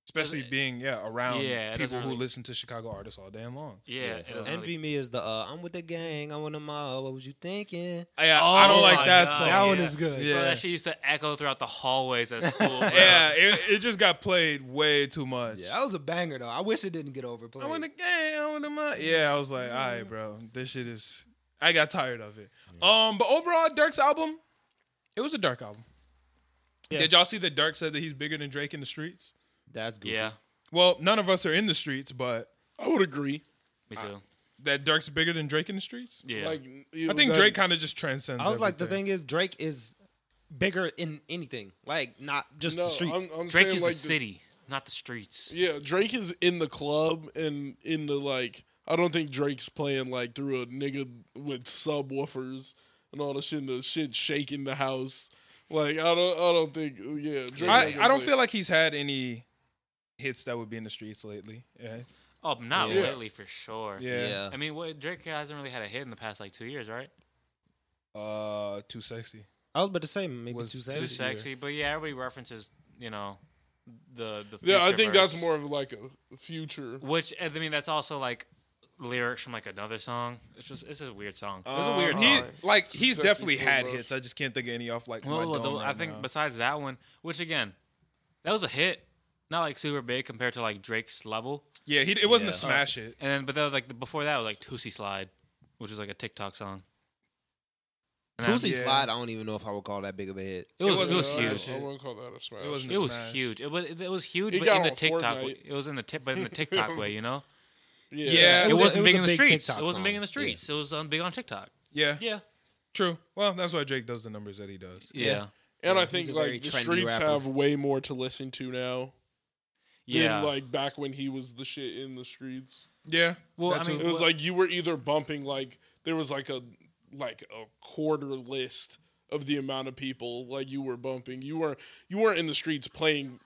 A: Especially
C: Doesn't-
A: being yeah around
C: Yeah, it
A: people
C: doesn't
A: who
C: really-
A: listen to Chicago artists all damn long.
C: Yeah, it doesn't really-
B: Envy me is the uh, I'm with the gang. I'm on the mob. What was you thinking?
A: Yeah, I don't
C: Oh
A: like
C: my
A: that
C: God,
A: song.
B: That one
C: yeah.
B: is good.
A: Yeah.
C: Bro, that shit used to echo throughout the hallways at school. bro.
A: Yeah, it, it just got played way too much.
B: Yeah, that was a banger though. I wish it didn't get overplayed.
A: I want the game. I want the money. Yeah, I was like, all right, bro, this shit is. I got tired of it. Um, but overall, Dirk's album, it was a Dirk album.
B: Yeah.
A: Did y'all see that Dirk said that he's bigger than Drake in the streets?
B: That's good.
C: yeah,
A: Well, none of us are in the streets, but
D: I would agree.
C: me too.
A: that Dirk's bigger than Drake in the streets.
C: Yeah,
D: Like
A: I think Drake kind of just transcends.
B: I was like, the
A: everything.
B: thing is, Drake is bigger in anything, like not just the streets.
D: I'm, I'm
C: Drake
D: saying
C: is
D: like
C: the city, not the streets.
D: Yeah, Drake is in the club and in the like. I don't think Drake's playing like through a nigga with subwoofers and all the shit. And the shit shaking the house. Like I don't. I don't think. Yeah, Drake ain't
A: I,
D: gonna
A: I don't
D: play-
A: feel like he's had any hits that would be in the streets lately. Yeah,
C: Oh, not
B: Yeah.
C: lately for sure.
A: yeah.
C: I mean, what Drake hasn't really had a hit in the past like two years, right?
A: Uh, too sexy.
B: I was about to say maybe
A: Was
B: two
A: too
C: Too
A: This year.
C: sexy, but yeah, everybody references you know the the.
D: Yeah, I think that's
C: Futureverse.
D: more of like a future.
C: Which I mean, that's also like lyrics from like another song. It's just it's a weird song. It was
D: Uh,
C: a weird
D: he-
C: song.
A: He, like
D: Too
A: he's
D: sexy
A: definitely
D: for
A: had
D: Rush.
A: hits. I just can't think of any off like
C: Well,
A: my
C: though,
A: dome right
C: I think
A: now.
C: besides that one, which again, that was a hit, not like super big compared to like Drake's level.
A: Yeah, he, it wasn't a
B: Yeah.
A: smash hit.
C: And then, but then like before that was like Toosie Slide, which was like a TikTok song. And that-
B: Tusi
A: Yeah.
B: slide. I don't even know if I would call that big of a hit.
C: it was
A: it
C: it was,
A: wasn't a
C: huge.
A: smash
D: Um, I
A: hit.
D: wouldn't call that a smash.
A: It wasn't
D: hit.
C: It was
A: Smash.
C: huge. It was it was huge,
D: It
C: but
D: got
C: in the
D: on
C: TikTok,
D: Fortnite.
C: way. it was in the tip, but in the TikTok way, you know.
A: Yeah.
C: It,
A: was
B: a-
C: wasn't
B: it was
C: big
B: a
C: in the
B: big
C: streets.
B: TikTok
C: it wasn't big
B: song.
C: in
B: Yeah.
C: the streets. It was um, big on TikTok.
A: Yeah,
B: Yeah,
A: true. Well, that's why Drake does the numbers that he does.
C: Yeah, yeah.
D: And I
B: he's
D: think
B: a very
D: like the
B: trendy
D: streets
B: rapper.
D: have way more to listen to now than like back when he was the shit in the streets.
A: Yeah.
C: Well,
A: that
C: I mean,
A: too.
D: It was
C: What-
D: like you were either bumping like there was like a like a quarter list of the amount of people like you were bumping. You were you weren't in the streets playing.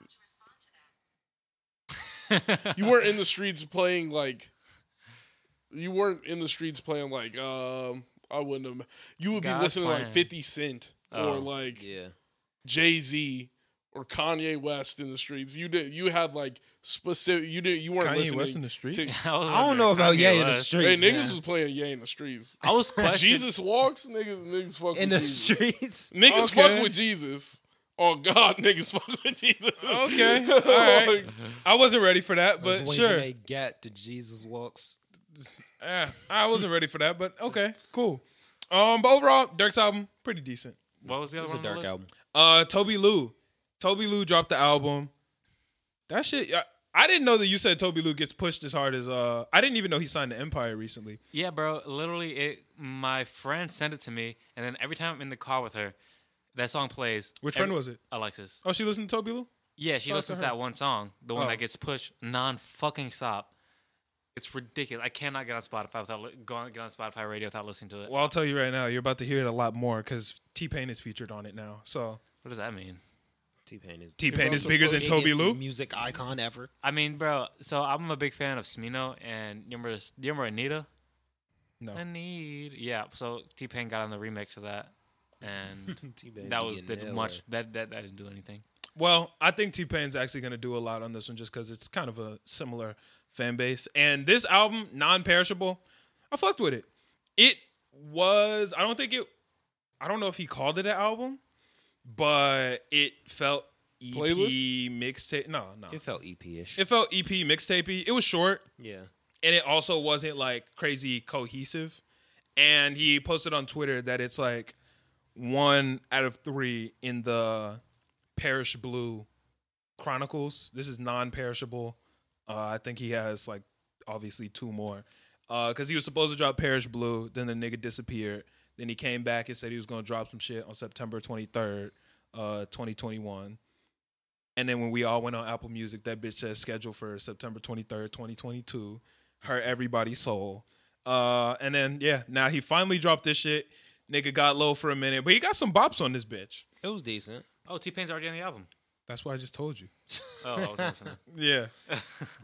D: You weren't in the streets playing like. You weren't in the streets playing like. Um, I wouldn't have. You would be
C: God's
D: listening to like
C: plan.
D: Fifty Cent or
C: Oh,
D: like
B: yeah.
D: Jay Z or Kanye West in the streets. You did. You had like specific. You did. You weren't
A: Kanye
D: listening
A: West in the streets?
D: to-
C: I, was
B: I don't
C: wondering
B: know about
C: Kanye
B: yeah in the
C: West.
D: Hey,
B: streets.
D: niggas
B: man.
D: was playing Ye in the streets.
C: I was questioning.
D: Jesus walks, niggas, niggas fuck
B: in
D: with
B: the
D: Jesus.
B: streets.
D: Niggas
A: Okay.
D: fuck with Jesus. Oh God, niggas fuck with Jesus.
A: Okay, all right. I wasn't ready for that,
B: I was
A: but
B: waving
A: sure.
B: a gat to Jesus walks.
A: Yeah, I wasn't ready for that, but okay, cool. Um, but overall, Dirk's album pretty decent.
C: What was the other
B: It's
C: one?
B: a
C: on
B: dark
C: the list?
B: album.
A: Uh, Toby Lou, Toby Lou dropped the album. That shit. I, I didn't know that you said Toby Lou gets pushed as hard as uh. I didn't even know he signed to Empire recently.
C: Yeah, bro. Literally, it. My friend sent it to me, and then every time I'm in the car with her, that song plays.
A: Which
C: Every-
A: friend was it?
C: Alexis.
A: Oh, she listened to Toby Lou.
C: Yeah, she
A: Talk to
C: listens to
A: her.
C: that one song, the one
A: Oh.
C: that gets pushed non fucking stop. It's ridiculous. I cannot get on Spotify without li- go on, get on Spotify radio without listening to it.
A: Well, I'll tell you right now, you're about to hear it a lot more because T Pain is featured on it now. So
C: What does that mean?
B: T Pain is
A: T Pain
D: about
A: is
D: to
A: bigger than
D: push
A: Toby
B: biggest
A: Lou.
B: music icon ever.
C: I mean, bro. So I'm a big fan of Smino, and you remember, this- you remember Anita?
A: No.
C: Anita. Yeah. So T Pain got on the remix of that, and
B: T Pain
C: that was did much. That, that that didn't do anything.
A: Well, I think T Pain's actually going to do a lot on this one just because it's kind of a similar fan base. And this album, Non Perishable, I fucked with it. It was, I don't think it, I don't know if he called it an album, but it felt EP
D: Playlist?
A: mixtape. No, no.
B: It felt EP ish.
A: It felt EP mixtapey. It was short.
B: Yeah.
A: and it also wasn't like crazy cohesive. And he posted on Twitter that it's like one out of three in the Parish Blue Chronicles. This is non-perishable. Uh, I think he has like obviously two more because he was supposed to drop Parish Blue, then the nigga disappeared. Then he came back and said he was going to drop some shit on September 23rd, uh, 2021. And then when we all went on Apple Music, that bitch says scheduled for September 23rd, 2022. Hurt everybody's soul. Uh, and then, yeah, now he finally dropped this shit. Nigga got low for a minute, but he got some bops on this bitch.
B: It was decent.
C: Oh, T Pain's already on the album.
A: That's what I just told you.
C: Oh, I was listening.
A: Yeah.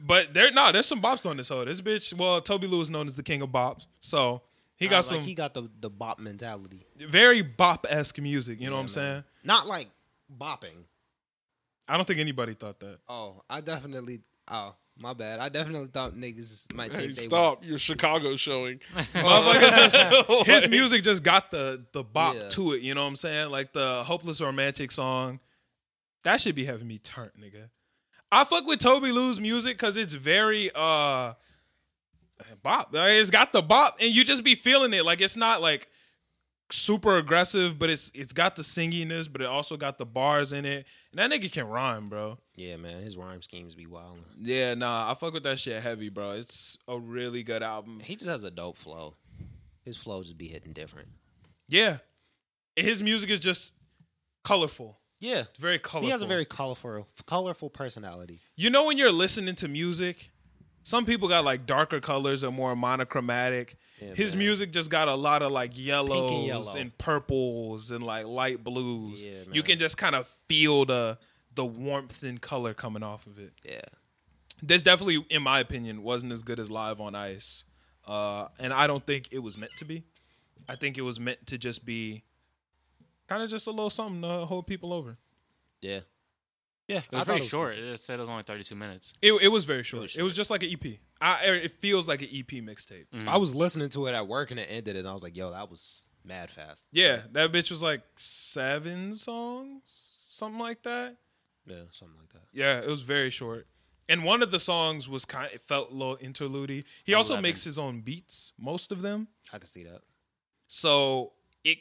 A: but there, nah, there's some bops on this hoe. This bitch, well, Toby Lou is known as the king of bops. So he got
B: Uh, like,
A: some
B: he got the, the bop mentality.
A: very bop esque music. You know
B: Yeah,
A: what I'm saying?
B: Not like bopping.
A: I don't think anybody thought that.
B: Oh, I definitely. Oh, my bad. I definitely thought niggas might think
D: Hey,
B: they
D: stop your Chicago showing.
A: Motherfucker just- his music just got the the bop
B: Yeah.
A: to it. You know what I'm saying? Like the hopeless romantic song. That should be having me turned, nigga. I fuck with Toby Lou's music because it's very uh bop. Like, It's got the bop, and you just be feeling it. Like it's not like super aggressive, but it's it's got the singiness, but it also got the bars in it. And that nigga can rhyme, bro.
B: Yeah, man, his rhyme schemes be wild.
A: Yeah, nah, I fuck with that shit heavy, bro. It's a really good album.
B: He just has a dope flow. His flow just be hitting different.
A: Yeah. His music is just colorful.
B: Yeah,
A: It's very colorful.
B: he has a very colorful, colorful personality.
A: You know when you're listening to music, some people got like darker colors or more monochromatic.
B: Yeah,
A: His
B: man.
A: music just got a lot of like yellows and,
B: yellow.
A: purples and like light blues.
B: Yeah,
A: you
B: man.
A: can just kind of feel the the warmth and color coming off of it.
B: Yeah,
A: This definitely, in my opinion, wasn't as good as Live on Ice, uh, and I don't think it was meant to be. I think it was meant to just be kind of just a little something to hold people over.
B: yeah, yeah. I
C: It's
B: thought it
C: pretty
B: was
C: short.
B: good.
C: It said it was only 32 minutes.
A: It, it was very short. It was,
B: was
A: just like an EP. I, er, it feels like an EP mixtape.
B: I was listening to it at work and it ended, and I was like, "Yo, that was mad fast."
A: Yeah, that bitch was like seven songs, something like that.
B: Yeah, something like that.
A: Yeah, it was very short. And one of the songs was kind. It felt a little interlude. He also
C: Eleven.
A: makes his own beats, most of them.
B: I could see that.
A: So it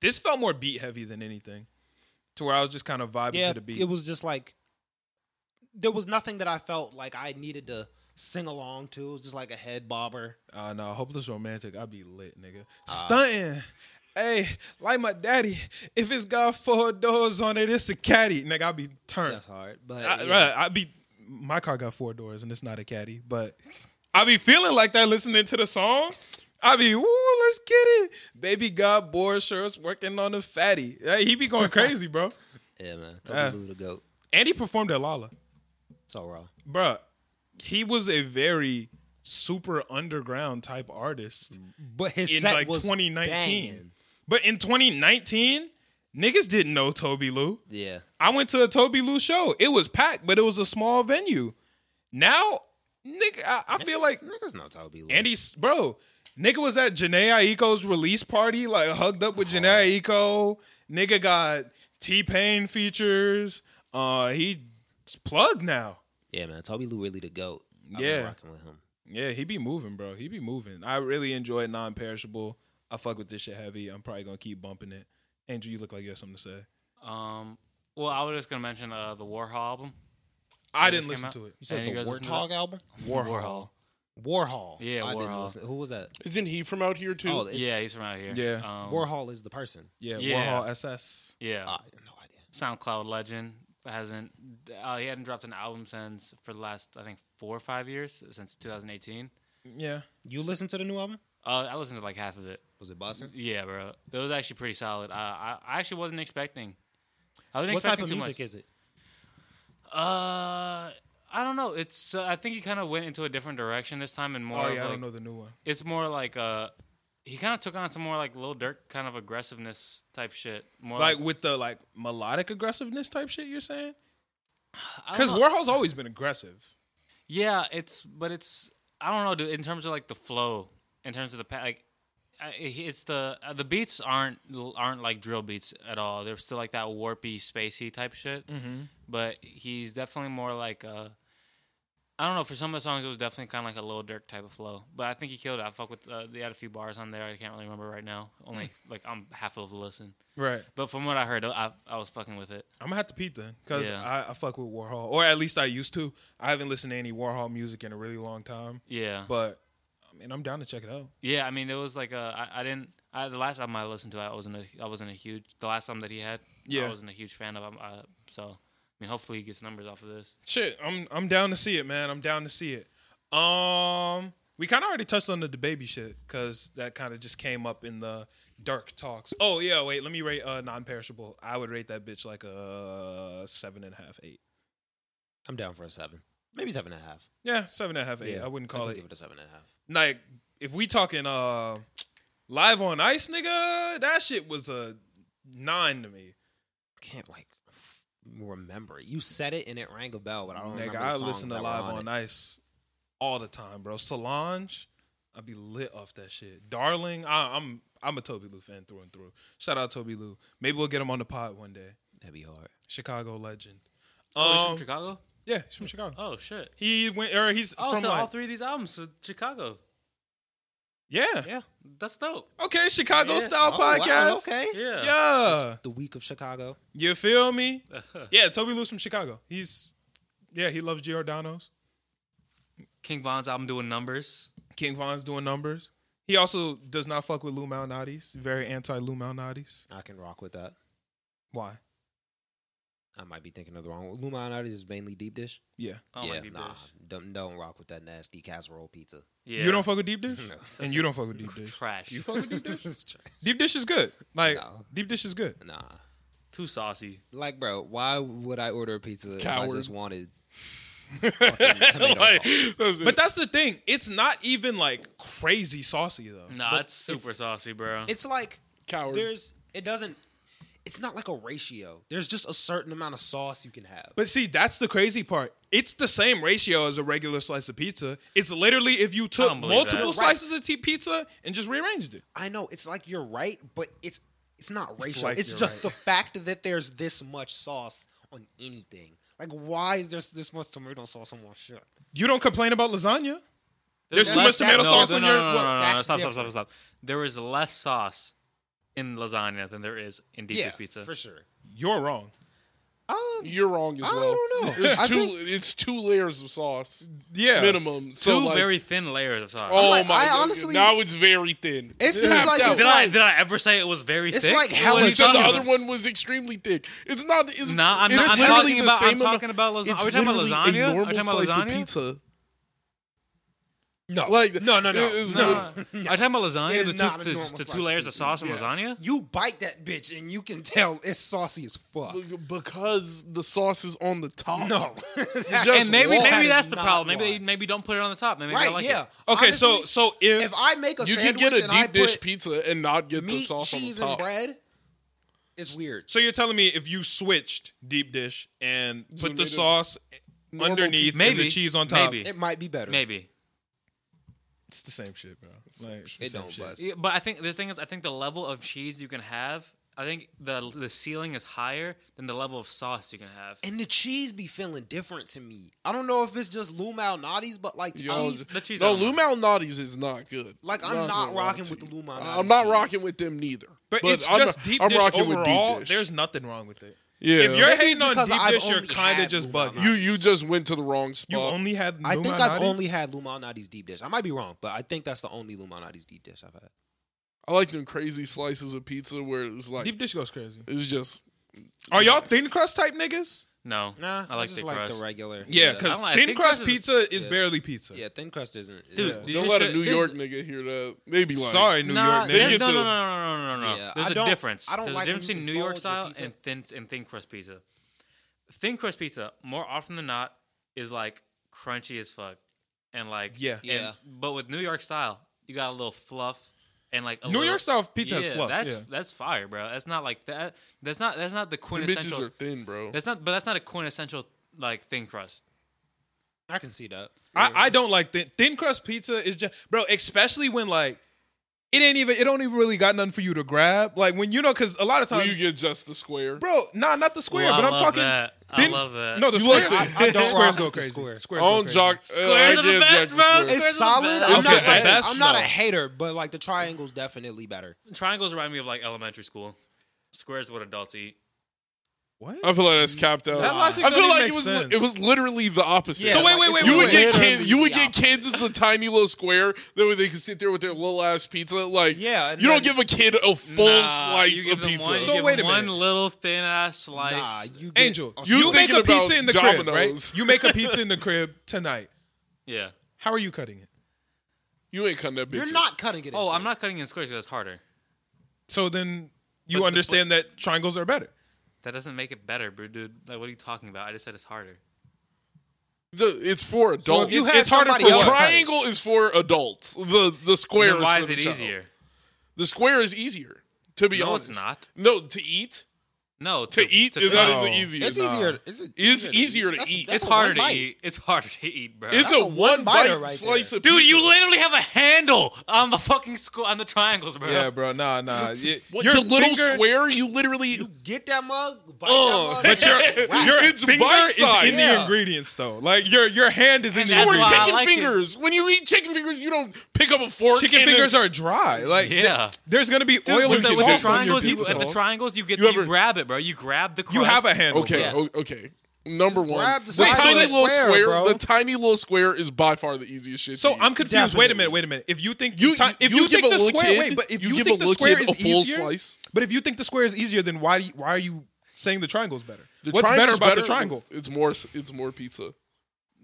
A: this felt more beat heavy than anything, to where I was just kind of vibing
B: Yeah,
A: to the beat.
B: it was just like there was nothing that I felt like I needed to sing along to. It was just like a head bobber.
A: Uh, no, hopeless romantic. I'd be lit, nigga. Stunting. Hey, like my daddy, if it's got four doors on it, it's a caddy. Nigga, I'd be turned.
B: That's hard, but
A: I,
B: yeah.
A: right, I'd be, my car got four doors and it's not a caddy, but I'd be feeling like that listening to the song. I'd be, ooh, let's get it. Baby got bored shirts working on the fatty. Hey, he be going crazy, bro.
B: yeah, man,
A: Yeah.
B: Toby Lou the goat.
A: And he performed at Lala.
B: So raw.
A: Bruh, he was a very super underground type artist.
B: But his
A: in
B: set
A: like
B: was
A: 2019.
B: banging.
A: But in 2019, niggas didn't know Toby Lou.
B: Yeah,
A: I went to a Toby Lou show. It was packed, but it was a small venue. Now, nigga, I, I feel like
B: niggas know Toby Lou.
A: Andy, S- bro, nigga was at Janae Aiko's release party, like hugged up with Janae Aiko. Nigga got T Pain features. Uh, he's plugged now.
B: yeah, man, Toby Lou really the goat. I've
A: Yeah.
B: been rocking with him.
A: Yeah, he be moving, bro. He be moving. I really enjoy non-perishable. I fuck with this shit heavy. I'm probably gonna keep bumping it. Andrew, you look like you have something to say.
C: Um, well, I was just gonna mention uh, the Warhol album.
A: I
C: It
A: didn't
C: just
A: listen
C: came
A: to it.
B: You said
C: And you
B: the
C: guys listen to
B: Warthog album?
A: Warhol.
B: Warhol.
C: Yeah,
B: I didn't
C: Warhol.
B: listen. Who was that?
D: Isn't he from out here too?
B: Oh, it's,
C: Yeah, he's from out here.
A: Yeah.
C: um,
B: Warhol is the person.
A: Yeah,
C: Yeah.
A: Warhol SS.
C: Yeah,
B: I no idea.
C: SoundCloud legend hasn't. Uh, he hadn't dropped an album since for the last I think four or five years since 2018.
A: Yeah.
B: You listen to the new album?
C: Uh, I listened to like half of it.
B: Was it Boston?
C: Yeah, bro, that was actually pretty solid. Uh, I I actually wasn't expecting. I wasn't
B: What type
C: expecting
B: of
C: too
B: music
C: much.
B: is it?
C: Uh, I don't know. It's uh, I think he kind of went into a different direction this time and more.
A: Oh
C: of,
A: yeah, I
C: like,
A: don't know the new one.
C: it's more like uh he kind of took on some more like Lil Durk kind of aggressiveness type shit. More
A: Like with the like melodic aggressiveness type shit you're saying?
C: I don't
A: Because
C: know.
A: Warhol's always been aggressive.
C: yeah, it's but it's I don't know dude, in terms of like the flow, in terms of the pa- like I- it's the uh, the beats aren't aren't like drill beats at all. They're still like that warpy, spacey type shit. Mm-hmm. But he's definitely more like uh I don't know. For some of the songs, it was definitely kind of like a Lil Durk type of flow. But I think he killed it. I fuck with uh, they had a few bars on there. I can't really remember right now. Only like I'm half of the listen.
A: Right.
C: But from what I heard, I, I was fucking with it.
A: I'm gonna have to peep then, cause
C: Yeah.
A: I, I fuck with Warhol, or at least I used to. I haven't listened to any Warhol music in a really long time,
C: Yeah,
A: but I mean, I'm down to check it out.
C: yeah. I mean, it was like uh, I I didn't. I, the last album I listened to, I wasn't a, I wasn't a huge. The last album that he had,
A: Yeah.
C: I wasn't a huge fan of. Um, uh, so I mean, hopefully he gets numbers off of this.
A: Shit, I'm I'm down to see it, man. I'm down to see it. Um, we kind of already touched on the baby shit because that kind of just came up in the dark talks. Oh yeah, wait, let me rate uh non-perishable. I would rate that bitch like a seven and a half, eight.
B: I'm down for a seven. Maybe seven and a half.
A: Yeah, seven and a half, eight. I wouldn't call
B: can
A: it
B: Give it a seven and a half.
A: like if we talking uh live on ice, nigga. That shit was a nine to me.
B: can't like remember it. You said it and it rang a bell, but I don't
A: Nigga,
B: remember.
A: I
B: the songs
A: listen to
B: that were
A: Live on
B: on it.
A: Ice all the time, bro. Solange, I'd be lit off that shit. Darling, I, I'm I'm a Toby Lou fan through and through. Shout out Toby Lou. Maybe we'll get him on the pod one day.
B: That'd be hard.
A: Chicago legend.
C: oh, he's
A: Um,
C: from Chicago.
A: yeah, he's from Chicago.
C: Oh shit!
A: He went or he's
C: Oh,
A: from
C: so
A: like,
C: all three of these albums are Chicago.
A: yeah.
B: Yeah.
C: That's dope.
A: Okay, Chicago
C: Yeah.
A: style
B: Oh, wow,
A: podcast.
B: okay.
C: Yeah.
A: Yeah.
B: The week of Chicago.
A: You feel me?
C: yeah.
A: Yeah, Toby Lou's from Chicago. He's yeah, he loves Giordano's.
C: King Von's album doing numbers.
A: King Von's doing numbers. He also does not fuck with Lou Malnati's. Very anti Lou Malnati's.
B: I can rock with that.
A: Why?
B: I might be thinking of the wrong. Luminati is mainly deep dish.
A: Yeah.
C: I don't
B: yeah,
C: like Oh, deep
B: nah,
C: dish.
B: don't don't rock with that nasty casserole pizza.
C: Yeah.
A: You don't fuck with deep dish,
B: No.
A: and you don't fuck with deep dish.
C: Trash.
A: You fuck with deep dish.
B: It's trash.
A: deep dish is good. Like
B: No.
A: deep dish is good.
B: Nah,
C: Too saucy.
B: like bro, why would I order a pizza if
D: Coward.
B: I just wanted fucking tomato sauce?
A: But that's the thing. It's not even like crazy saucy though.
C: Nah,
B: But
C: it's super saucy, bro.
B: It's like
D: Coward.
B: there's it doesn't. It's not like a ratio. There's just a certain amount of sauce you can have.
A: But see, that's the crazy part. It's the same ratio as a regular slice of pizza. It's literally if you took
C: don't believe
A: multiple
B: that.
A: slices of t- pizza and just rearranged it.
B: I know it's like you're right, but it's it's not racial. It's,
A: like you're
B: just
A: right.
B: the fact that there's this much sauce on anything. Like, why is there this much tomato sauce on my shit?
A: You don't complain about lasagna. There's too
C: less-
A: much tomato
C: no,
A: sauce
C: no,
A: on
C: no,
A: your.
C: No, no, no, no, no,
B: That's
C: stop, stop, stop,
B: different.
C: stop. There is less sauce in lasagna than there is in deep dish pizza.
B: for sure.
A: You're wrong.
B: Oh,
D: You're wrong as
B: I
D: well.
B: don't know. I
D: It's two.
B: think-
D: It's two layers of sauce
A: Yeah.
D: minimum. So
C: Two
D: like,
C: very thin layers of sauce.
D: Oh
B: like,
D: my!
B: I
D: God.
B: honestly-
D: now it's very thin.
B: it seems
D: Tapped
B: like
D: out.
B: it's
C: did I
B: like
C: did I ever say it was very
B: It's
C: thick?
B: like
C: What
B: hella
C: are you
D: He said the
C: talking
D: other
C: about?
D: one was extremely thick. It's not. It's,
C: Nah, I'm
D: it's
C: not- I'm
D: literally
C: talking
D: the
C: about- I'm
D: same amou-
C: talking about las-
D: it's
C: are we talking about
D: literally
C: lasagna? Are
D: A
C: we
D: normal
C: talking about
D: slice of
C: lasagna?
D: pizza.
B: no,
D: Like
B: no, no, no.
D: it's
C: Nah.
D: literally-
C: Are you talking about lasagna?
B: is
C: The
B: not
C: two,
B: a
C: the-
B: normal
C: the
B: slice
C: two
B: of
C: lasers of
B: pizza.
C: sauce in
D: Yes.
C: lasagna?
B: You bite that bitch and you can tell it's saucy as fuck.
D: because the sauce is on the top.
B: No,
D: just
C: And maybe maybe
D: why? That
C: that's the problem. Maybe they
B: they
C: maybe don't put it on the top. Maybe
B: right,
C: I like
B: yeah.
C: it.
A: Okay, so
B: Honestly,
A: so if,
B: if I make a
D: you can
B: sandwich
D: get a
B: and I
D: deep dish
B: put
D: pizza and not get the
B: meat,
D: sauce on the
B: cheese, and
D: top.
B: bread, it's weird.
A: so, you're telling me if you switched deep dish and put
D: made
A: the
D: it
A: sauce underneath and
C: Maybe
A: the cheese on top,
C: Maybe
B: It might be better.
C: maybe.
A: it's the same shit, bro. Like, it's the
B: It
A: same
B: don't
A: shit.
B: bust.
C: Yeah, but I think the thing is, I think the level of cheese you can have, I think the the ceiling is higher than the level of sauce you can have.
B: And the cheese be feeling different to me. I don't know if it's just Lou Malnati's, but like the
D: Yo,
B: cheese,
C: The cheese
D: no,
C: on
D: Lou Malnati's is not good.
B: Like, I'm not
D: gonna lie
B: rocking
D: to
B: with the
D: you.
B: Lou Malnati's
D: I'm not
B: cheese.
D: rocking with them neither.
A: But, it's
D: I'm,
A: just
D: not-
A: deep
D: I'm
A: dish
D: rocking
A: overall.
D: with deep dish.
A: There's nothing wrong with it.
D: yeah.
A: If you're
B: Maybe it's
A: hating on
B: because
A: deep
B: I've
A: dish, you're
B: only
A: kind of
B: had
A: just
B: Lou
A: bugging.
D: you you just went to the wrong spot.
A: You only had.
B: I think
A: Luminati?
B: I've only had Lou Malnati's deep dish. I might be wrong, but I think that's the only Lou Malnati's deep dish I've had.
D: I like them crazy slices of pizza where it's like
A: deep dish goes crazy.
D: it's just
A: Are y'all
D: Yes.
A: thin crust type niggas?
C: No,
B: Nah,
C: I like
B: just
C: the
B: like
C: crust.
B: the regular.
A: Yeah,
C: I
A: because
C: don't like-
A: thin,
C: thin crust
A: crust
C: is-
A: pizza is
B: yeah.
A: barely pizza.
B: yeah, thin crust isn't.
C: Dude,
B: yeah.
C: You
D: don't
C: just
D: let a
C: should-
D: New
C: there's-
D: York nigga hear that. They be like,
A: Sorry, New
C: Nah,
A: York
D: They
A: niggas.
C: there's-
D: get
C: no, no, no,
D: to-
C: no, no, no, no, no.
B: Yeah,
C: There's
B: I
C: a
B: don't-
C: difference.
B: I don't
C: there's
B: like
C: a difference
B: when you
C: between New York
B: fold
C: style
B: your pizza.
C: and thin and thin crust pizza. Thin crust pizza, more often than not, is like crunchy as fuck, and like
A: Yeah.
C: and-
B: Yeah.
C: But with New York style, you got a little fluff and like a
A: New
C: little-
A: York style pizza has
C: Yeah,
A: fluff.
C: That's
A: yeah.
C: that's fire, bro. That's not like that. That's not that's not the
D: "Them bitches
C: quintessential.
D: are thin, bro.
C: That's not, but that's not a quintessential like thin crust.
B: I can see that.
A: I, I don't like thin, thin crust pizza. Is just bro, especially when like it ain't even it don't even really got nothing for you to grab. Like when you know, because a lot of
D: Will
A: times,
D: you get just the square?
A: bro, nah, not the square,
C: Ooh, I
A: but I'm
C: love
A: talking.
C: that. I
A: Thin,
C: love that.
A: No, the
D: You
A: square.
D: like the-
B: I- I don't
A: squares
B: rock
A: go
B: with the
A: crazy.
B: square.
A: Squares go
D: On
A: crazy.
D: jock, uh,
C: Squares are the best, bro.
B: It's
C: Squares- Squares are the
B: solid.
C: best.
B: I'm
A: It's
B: not.
A: the
B: like-
A: best,
B: I'm not a
A: though.
B: hater, but like the triangle's definitely better.
C: Triangles remind me of like elementary school. Squares is what adults eat.
A: What?
D: I feel like that's capped out.
A: That logic
D: I
A: don't
D: feel
A: even
D: like
A: make
D: it was
A: sense.
D: it was literally the opposite.
B: Yeah,
A: So wait,
B: like,
A: wait,
B: it's
A: wait,
D: you
A: wait,
D: would
A: wait.
D: get
B: literally
D: kids. You would
B: the
D: get
B: opposite.
D: kids the tiny little square. That way they can sit there with their little ass pizza. Like,
B: Yeah, and
D: you don't
B: then-
D: give a kid a full
C: Nah,
D: slice
C: you
D: of
C: give them
D: pizza.
C: One, you
A: So
C: give
A: wait a
C: them one
A: minute.
C: little thin ass slice.
B: Nah, you get-
A: Angel,
B: Oh,
A: you,
D: You
A: make a
D: thinking
A: pizza
D: about
A: in the crib,
D: Domino's.
A: right? You make a pizza in the crib tonight.
C: yeah.
A: How are you cutting it?
D: You ain't cutting that bitch.
B: you're
D: up.
B: not cutting it. in
C: Oh,
B: squares.
C: I'm not cutting in squares 'cause that's harder.
A: So then you
C: But the-
A: understand that triangles are better.
C: That doesn't make it better, bro, dude. Like, what are you talking about? I just said it's harder.
D: The, it's for adults.
B: you
D: The
B: had
A: it's harder
B: somebody
A: for
B: else
A: what?
B: cut it-
D: triangle is for adults. The the square.
C: Then why
D: is,
C: is
D: for
C: it
D: the child.
C: easier?
D: The square is easier. To be
C: No, it's
D: honest,
C: not.
D: No, to eat.
C: No,
D: To eat is
A: that
D: that
A: is the
D: is
A: No.
D: the easier.
B: It's easier. It's,
D: It's
B: to eat.
D: easier to
B: That's-
D: eat.
B: that's
C: it's
B: a
C: harder
B: one
C: to
B: bite.
C: eat. It's harder to eat, bro.
D: It's
B: That's
D: a,
B: a
D: one bite
B: one-biter right
D: slice of
C: Dude,
D: pizza.
C: you literally have a handle on the fucking squ- on the triangles, bro.
A: Yeah, bro. Nah, nah. You-
D: What,
A: your
D: the little
A: finger-
D: square, you literally
B: Get that mug. Bite
D: Oh,
B: that mug.
A: But your
B: Wow.
A: your
D: It's
A: finger is
D: bite-sized.
A: in the
B: Yeah.
A: ingredients though. Like your your hand is in
C: And
A: the
C: that's
D: So we're
C: why I
A: ingredients.
D: chicken
C: like it.
D: fingers. When you eat chicken fingers, you don't pick up a fork.
A: Chicken
D: and
A: fingers
D: then,
A: are dry. Like th-
C: Yeah.
A: there's gonna be oil
D: with
A: and
C: With the, with the
D: dip
A: sauce
D: it on your
C: triangles, you,
D: pizza
C: at the
D: sauce.
C: triangles, you get
D: You
C: you,
D: ever-
C: grab it, bro. You grab the crust.
A: You have a handle.
D: Okay,
A: bro.
C: Yeah.
D: o- okay. Number one,
B: grab the
D: the
B: size of
D: tiny
B: the
D: little
B: square,
D: square.
B: bro.
D: the tiny little square is by far the easiest shit.
A: So
D: to eat.
A: I'm confused. Wait a minute. Wait a minute. If you think
D: You-
A: the ti- if
D: you
A: you,
D: give
A: think
D: a
A: the
D: little
A: square,
D: kid-
A: wait, but if
D: you
A: you,
D: give
A: think
D: a
A: the
D: little
A: square
D: kid
A: is
D: a full
A: easier,
D: slice.
A: but if you think the square is easier, then why do you, why are you saying the triangle's better?
D: The
A: What's better
D: triangle's
A: about the triangle?
D: It's more. s- It's more pizza.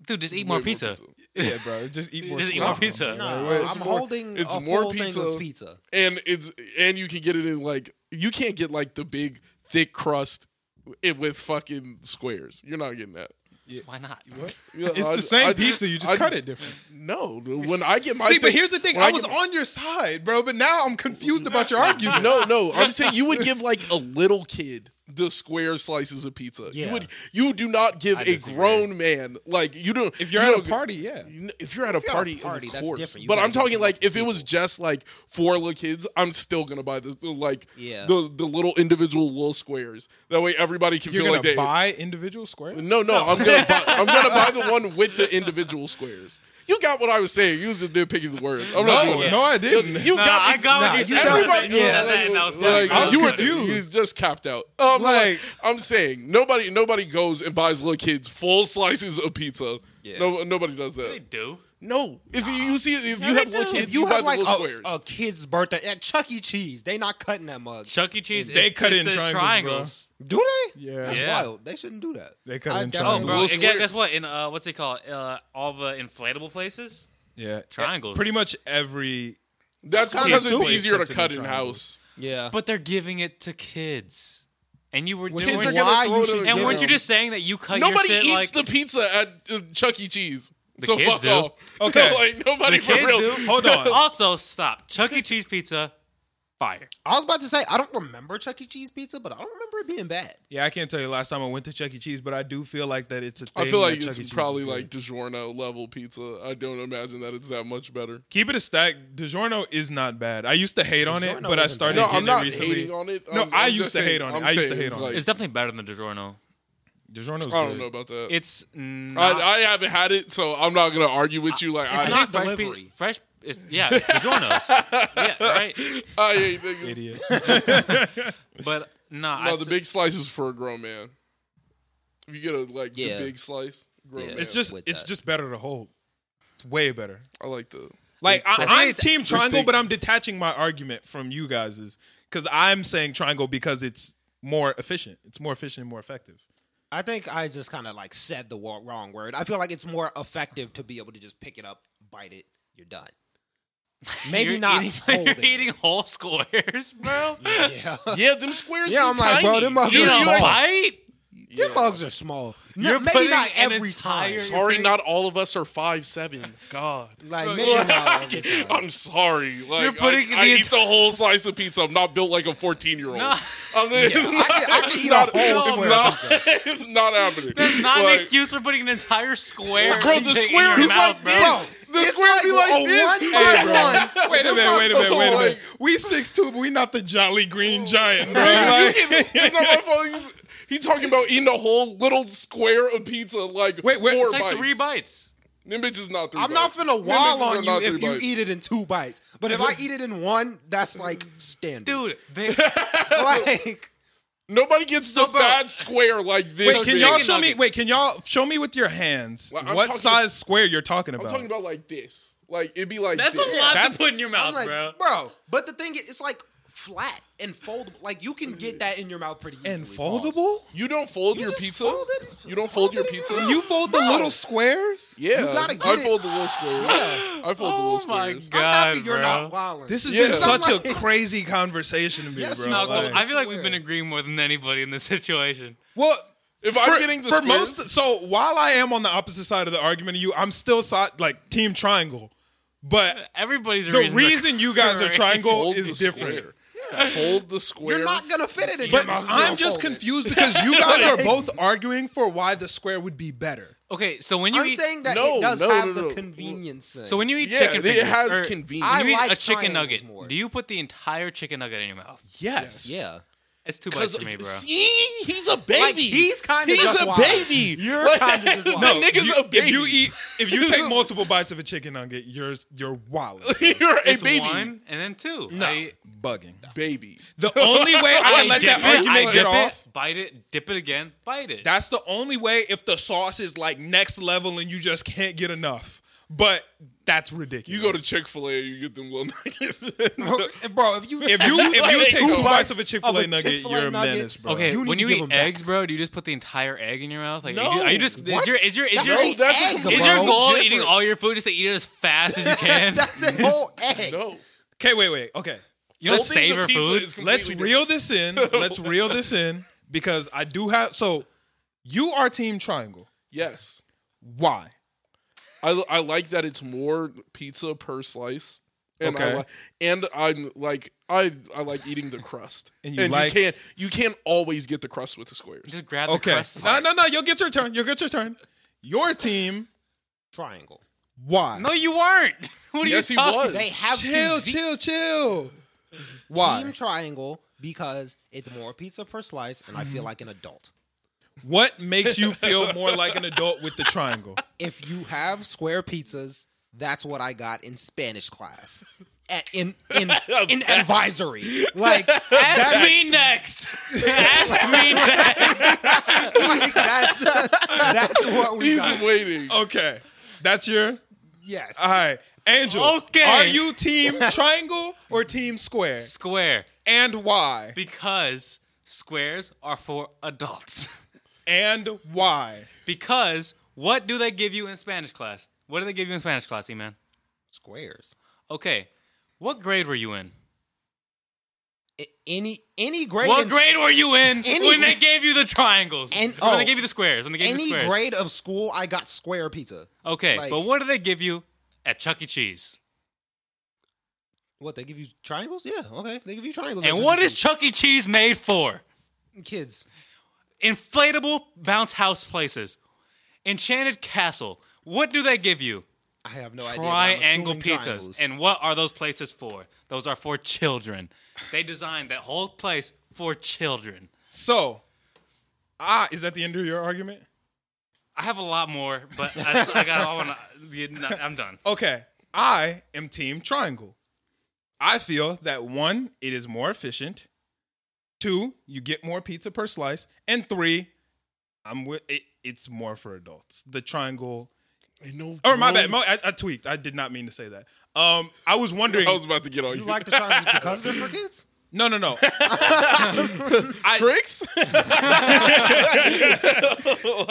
C: Dude, just
D: Way
C: eat more pizza.
A: yeah, bro. Just eat more.
C: Just eat
A: square.
C: more pizza.
B: Nah,
D: Wait, it's
B: I'm
D: more-
B: holding
D: it's
B: a
D: more
B: full
D: pizza.
B: thing of pizza.
D: and it's and you can get it in like you can't get like the big thick crust it with fucking squares. You're not getting that.
C: Why not?
A: It's the same pizza. You just cut it different.
D: No, dude, when I get my
A: See, but
D: thing-
A: here's the thing.
D: when
A: I was
D: get-
A: on your side, bro. But now I'm confused about your argument.
D: No, no, I'm saying you would give like a little kid the square slices of pizza. You
B: Yeah.
D: would. You do not give
C: I
D: a
C: disagree.
D: grown man like you don't.
A: If you're
D: you
A: at a
D: don't-
A: party, yeah.
D: you- If you're
B: you're at
D: at a
B: a
D: party,
B: party,
D: of
B: that's
D: course.
B: different. You
D: but
B: gotta
D: I'm talking
B: get
D: like if it
B: multiple
D: was just like four little kids, I'm still gonna buy the, the like
B: Yeah.
D: the the little individual little squares. That way everybody can
A: You're
D: feel
A: gonna
D: like they.
A: buy individual squares.
D: no, no, I'm gonna buy. I'm gonna buy the one with the individual squares. You got what I was saying. You was just picking the words. I'm not doing
A: No,
D: it.
A: no, I didn't.
D: You
C: Nah,
D: got
C: I got what
D: nah,
C: you said.
D: Everybody,
C: You said that and I was kinda
D: like,
A: I was
D: you were
A: confused.
D: you just capped out. Um, like,
A: Like-
D: I'm saying, nobody nobody goes and buys little kids full slices of pizza.
B: Yeah.
D: No, nobody does that.
C: They do.
D: No, if you, you see if you
C: they
D: have little
C: do.
D: kids,
B: If you, have
D: buy
B: like
D: the little squares.
B: a, a kid's birthday at Chuck E. Cheese, they not cutting that mug.
C: Chuck E. Cheese.
A: They
C: is
A: cut in
C: pizza
A: triangles, bro.
B: Do they?
A: Yeah.
B: That's
C: Yeah.
B: wild. They shouldn't do that.
A: They cut
B: I
A: in
B: definitely
C: Oh,
A: triangles.
C: bro!
D: Little
C: And guess, guess
D: squares.
C: what? In uh, what's it called? Uh, all the inflatable places.
A: Yeah,
C: Triangles.
A: Pretty much every.
D: That's
B: kinda
D: because it's
A: stupid.
D: easier to
A: Cuts in
D: cut in
A: triangles.
D: house.
B: Yeah.
C: But they're giving it to kids, and you were
B: Which
C: doing.
B: is
D: are gonna
B: why
D: throw
B: you
D: to-
B: should
C: and
B: give
C: weren't you
B: them-
C: just saying that you cut
D: Nobody
C: your shit
D: eats
C: like
D: the pizza at uh, Chuck E. Cheese.
C: The
D: so
C: kids
D: fuck
C: do.
D: off.
A: Okay.
D: like nobody
C: the
D: for
C: kids
D: real.
C: do?
A: Hold on.
C: Also, stop. Chuck E. Cheese pizza, fire.
B: I was about to say I don't remember Chuck E. Cheese pizza, but I don't remember it being bad.
A: yeah, I can't tell you the last time I went to Chuck E. Cheese, but I do feel like that it's a thing.
D: I feel like
A: that Chuck E.
D: it's
A: Cheese
D: probably
A: is
D: like
A: doing.
D: DiGiorno level pizza. I don't imagine that it's that much better.
A: Keep it a stack. DiGiorno is not bad. I used to hate on it,
B: DiGiorno
A: but I
B: isn't
A: started
B: bad.
D: No,
A: getting
D: I'm not
A: it recently.
D: hating on it.
A: No,
D: I'm,
A: i
D: I'm
A: used
D: just
A: to
D: saying-
A: hate on it.
D: I'm
A: i used to
D: saying
A: hate
D: it's
A: on
D: like-
A: it.
C: It's definitely better than the DiGiorno.
A: DiGiorno's
D: I don't
A: good.
D: know about that.
C: It's not.
D: I, I haven't had it, so I'm not gonna argue with you. Like
C: I
D: I,
C: think
B: not
C: fresh pi-
B: delivery.
C: fresh. It's, yeah, it's DiGiorno's. yeah, right.
D: I ain't thinking.
A: Idiot.
C: But nah,
D: No,
C: I
D: the
C: t-
D: big slice is for a grown man. If you get a like
B: Yeah.
D: the big slice, grown
B: Yeah.
D: man.
A: It's just
B: With
A: it's
B: that.
A: just better to hold. It's way better.
D: I like the.
A: Like I,
C: I think
A: I'm
C: it's-
A: team triangle,
D: think-
A: but I'm detaching my argument from you guys's because I'm saying triangle because it's more efficient. It's more efficient and more effective.
B: I think I just kind of like said the wa- wrong word. I feel like it's more effective to be able to just pick it up, bite it, you're done. Maybe
C: you're
B: not
C: Eating,
B: holding
C: you're
B: it.
C: eating whole squares, bro.
B: Yeah.
D: Yeah, them squares.
B: Yeah, I'm
D: be
B: like, bro,
D: tiny.
B: them motherfuckers
C: You
B: You're
C: don't
B: small.
C: bite.
B: Your mugs are small. No,
C: You're
B: maybe
C: putting
B: not
C: an
B: every
C: entire-
B: time.
D: Sorry, not all of us are five seven. God.
B: Like
C: Bro,
B: maybe not every time.
D: I'm sorry. Like
C: You're putting
D: I, I
C: the
D: eat the whole slice of pizza. I'm not built like a 14 year old.
C: No.
B: I can, I can eat a whole
C: no,
B: square
D: not,
B: pizza.
D: it's not happening.
C: That's not an
D: Like,
C: excuse for putting an entire square.
D: Bro, the
C: thing in
D: square
C: your
D: is
C: mouth,
D: like
C: bro.
D: this. The
B: it's
D: square be like
B: a
D: this.
B: One by one.
A: Wait a
B: Them
A: minute, wait a minute,
B: mugs are
A: wait a
B: small.
A: minute. We six two, but we not the jolly
D: Oh.
A: green giant, bro. Like,
D: It's not my fault. He's, he talking about eating a whole little square of pizza. Like
A: Wait, wait,
D: four
A: it's
C: It's like three bites.
D: Them bitches not three.
B: I'm not
D: bites.
B: finna
D: Them
B: wall
D: bitches are
B: on you
D: not
B: if
D: three
B: you
D: bites.
B: eat it in two bites. But if I eat it in one, that's like standard.
C: Dude, they,
B: Like
D: Nobody gets the
C: So, bro-
D: fat square like this.
A: wait, can
D: big.
A: y'all
C: chicken
A: show me?
C: nuggets.
A: Wait, can y'all show me with your hands
D: Well, I'm
A: what
D: talking-
A: size square you're talking about?
D: I'm talking about like this. Like it'd be like
C: that's
D: this.
C: a lot
A: That-
C: to put in your
B: I'm
C: mouth,
B: like,
C: bro.
B: bro. But the thing is, it's like flat and foldable. Like you can get that in your mouth pretty easily.
A: and foldable?
D: You don't fold your
B: just
D: pizza.
B: fold it.
D: You don't
B: Fold
D: fold, your
B: it in your
D: pizza.
B: mouth.
A: You fold the
B: No.
A: little squares?
D: Yeah,
B: gotta get
D: I
B: it-
D: fold the little squares.
B: Yeah.
D: I fold the
C: Oh
D: little
C: my
D: squares.
B: I'm happy
C: God,
B: you're
C: bro.
B: not wilding.
A: This has
D: Yeah.
A: been
D: Sound
A: such a
B: like-
A: crazy conversation to me,
B: Yes,
A: bro.
B: no,
A: Like-
C: I feel like we've
B: square.
C: been agreeing more than anybody in this situation.
A: well,
D: If I'm getting the
A: for
D: squares-
A: most, so while I am on the opposite side of the argument of you, I'm still side, like team triangle, but
C: Everybody's
A: the reason you guys are
C: Right.
A: triangle
D: Fold the
A: is different.
D: square. Hold the square.
B: You're not gonna fit it in.
A: But
B: your mouth.
A: I'm just confused because you guys are both arguing for why the square would be better.
C: Okay, so when you
B: I'm
C: eat,
B: saying that
D: No,
B: it does
D: no,
B: have
D: no, no.
B: the convenience thing.
C: so when you eat
D: Yeah,
C: chicken,
D: it
C: fingers,
D: has
C: or
D: convenience.
C: When
B: I
C: you eat
B: like
C: a chicken
B: triangles
C: nugget,
B: more.
C: do you put the entire chicken nugget in your mouth?
A: Yes.
B: yeah,
C: It's too much
D: Because
C: for me, bro.
D: see, he's a baby.
B: like he's kind of
D: He's
B: just
D: a
B: wild.
D: baby.
B: You're kind of just wild.
D: No,
A: Oh,
D: Nigga's
A: you-
D: a baby.
A: If you eat, if you take multiple bites of a chicken nugget, you're you're wild,
D: You're a
C: It's
D: baby.
C: one and then two.
A: No,
C: I-
A: bugging.
D: Baby.
A: The only way I
C: I
A: can let
C: dip
A: that
C: it, I
A: argument get
C: dip
A: off.
C: It, bite it, dip it again, bite it.
A: That's the only way if the sauce is like next level and you just can't get enough. But that's ridiculous.
D: You go to Chick Fil A, you get them little nuggets.
B: bro. If you
A: if you if you
D: Like,
A: take two
D: two
A: bites of a Chick Fil A
B: Chick-fil-A
A: nugget, you're a menace, bro.
C: okay,
B: you need
C: when
B: to
C: you
B: give
C: eat
B: them back.
C: eggs, bro, do you just put the entire egg in your mouth? Like,
D: No,
C: are you, are you just is
B: what?
C: your is your is
B: That's
C: your
B: a
D: No, that's
B: egg,
D: a-
C: is
B: bro.
C: your goal
D: different.
C: eating all your food just to eat it as fast as you can?
B: That's a whole egg.
D: no.
A: Okay, wait, wait. Okay,
C: you don't
D: Holding the
C: savor
D: pizza
C: food.
D: is completely
A: let's
D: different.
A: reel this in. Let's reel this in because I do have. So you are Team Triangle.
D: Yes.
A: Why?
D: I, I like that it's more pizza per slice. And I
A: Okay.
D: li- and I'm like I I like eating the crust.
A: And you like-
D: can't you can't always get the crust with the squares.
C: Just grab the
A: Okay. No,
C: crust. part.
A: no, no. You'll get your turn. You'll get your turn. Your team.
B: Triangle.
A: Why?
C: No, you weren't. What are
D: Yes, he
C: you talking?
D: was.
B: They have
A: Chill,
B: to be
A: chill, chill. Why?
B: Team Triangle because it's more pizza per slice, and I feel like an adult.
A: What makes you feel more like an adult with the triangle?
B: If you have square pizzas, that's what I got in Spanish class. At, in in in advisory, like
C: Ask
B: that's
C: me next. Ask me next.
B: like, that's that's what we
D: He's
B: got.
D: waiting.
A: Okay. That's your.
B: Yes,
A: All right. Angel.
C: Okay.
A: Are you team triangle or team square?
C: Square
A: And why?
C: because squares are for adults.
A: And why?
C: Because what do they give you in Spanish class? What do they give you in Spanish class, E-Man?
B: squares.
C: Okay, what grade were you in?
B: A- Any any grade
C: what
B: in-
C: grade were you in
B: Any-
C: when they gave you the triangles?
B: And-
C: when
B: oh,
C: they gave you the squares? When they gave you the
B: any
C: squares?
B: grade of school, I got square pizza.
C: okay,
B: like-
C: but what do they give you at Chuck E. Cheese?
B: What they give you triangles? Yeah, okay, they give you triangles.
C: And
B: That's
C: what is
B: just-
C: Chuck E. Cheese made for?
B: kids?
C: Inflatable bounce house places, enchanted castle. What do they give you?
B: I have no idea. but I'm
C: triangle
B: assuming
C: pizzas.
B: triangles.
C: And what are those places for? Those are for children. They designed that whole place for children.
A: So, ah, is that the end of your argument?
C: I have a lot more, but I, I got all. on- I'm done.
A: Okay. I am team triangle. I feel that one, it is more efficient. Two, you get more pizza per slice, and three, I'm with it, it's more for adults. The triangle,
D: I know.
A: or my
D: bro.
A: bad, mo- I, I tweaked. I did not mean to say that. Um, I was wondering.
D: I was about to get on you.
B: you like the triangles because they're for kids?
A: no, no, no.
D: tricks?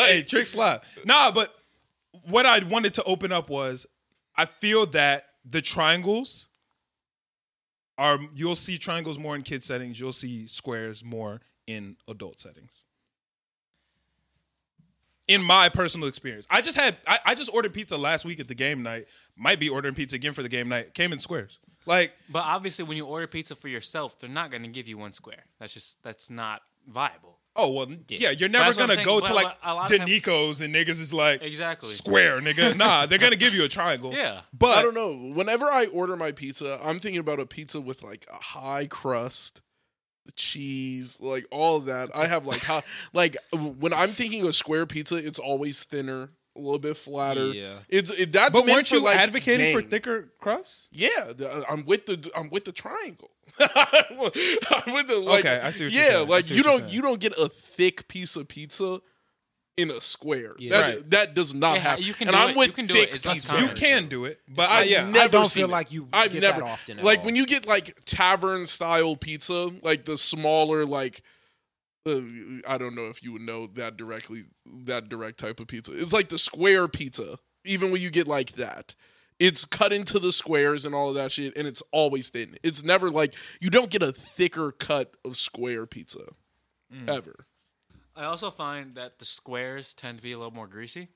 A: hey, tricks live. Nah, but what I wanted to open up was I feel that the triangles are you'll see triangles more in kid settings, you'll see squares more in adult settings. In my personal experience, I just had I, I just ordered pizza last week at the game night. Might be ordering pizza again for the game night. Came in squares. Like
C: But obviously, when you order pizza for yourself, they're not going to give you one square. That's just that's not viable.
A: Oh well, yeah. you're never
C: That's what I'm
A: gonna
C: saying,
A: go
C: but
A: to
C: a
A: like
C: lot- a lot of time-
A: Danico's and niggas is like
C: Exactly.
A: square, nigga. Nah, they're gonna give you a triangle.
C: Yeah.
A: but
D: I don't know. Whenever I order my pizza, I'm thinking about a pizza with like a high crust, cheese, like all of that. I have like high, like when I'm thinking of square pizza, it's always thinner, a little bit flatter.
B: Yeah.
D: It's it, that's
A: But
D: meant
A: weren't
D: for,
A: you
D: like,
A: advocating for
D: gang.
A: thicker crust?
D: Yeah, the, uh, I'm with the I'm with the triangle. I'm with the like,
A: Okay, I see what you're
D: yeah,
A: saying. I
D: like
A: see
D: you
A: what you're
D: don't
A: saying.
D: you don't get a thick piece of pizza in a square.
B: Yeah.
D: That
A: Right.
D: that does not
C: Yeah,
D: happen.
C: you can
D: and
C: do
D: I'm
C: it.
D: with
C: You can do
D: thick
C: it. It's less
D: pizza.
C: common.
A: You can do it, but I,
D: I've
A: yeah,
D: never
B: I don't
D: seen
B: feel
D: it.
B: like you
D: I've
B: get
D: never
B: that often at
D: like
B: all.
D: when you get like tavern style pizza, like the smaller like. Uh, I don't know if you would know that directly that direct type of pizza. It's like the square pizza. Even when you get like that, it's cut into the squares and all of that shit, and it's always thin. It's never like you don't get a thicker cut of square pizza ever.
C: I also find that the squares tend to be a little more greasy.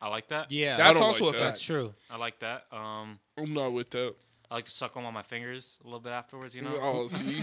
C: I like that.
B: Yeah,
A: that's
D: don't
A: also
D: like
A: a
D: that.
A: fact.
B: that's true.
C: I like that. Um,
D: I'm not with that.
C: I like to suck them on my fingers a little bit afterwards. You know,
D: Oh, see,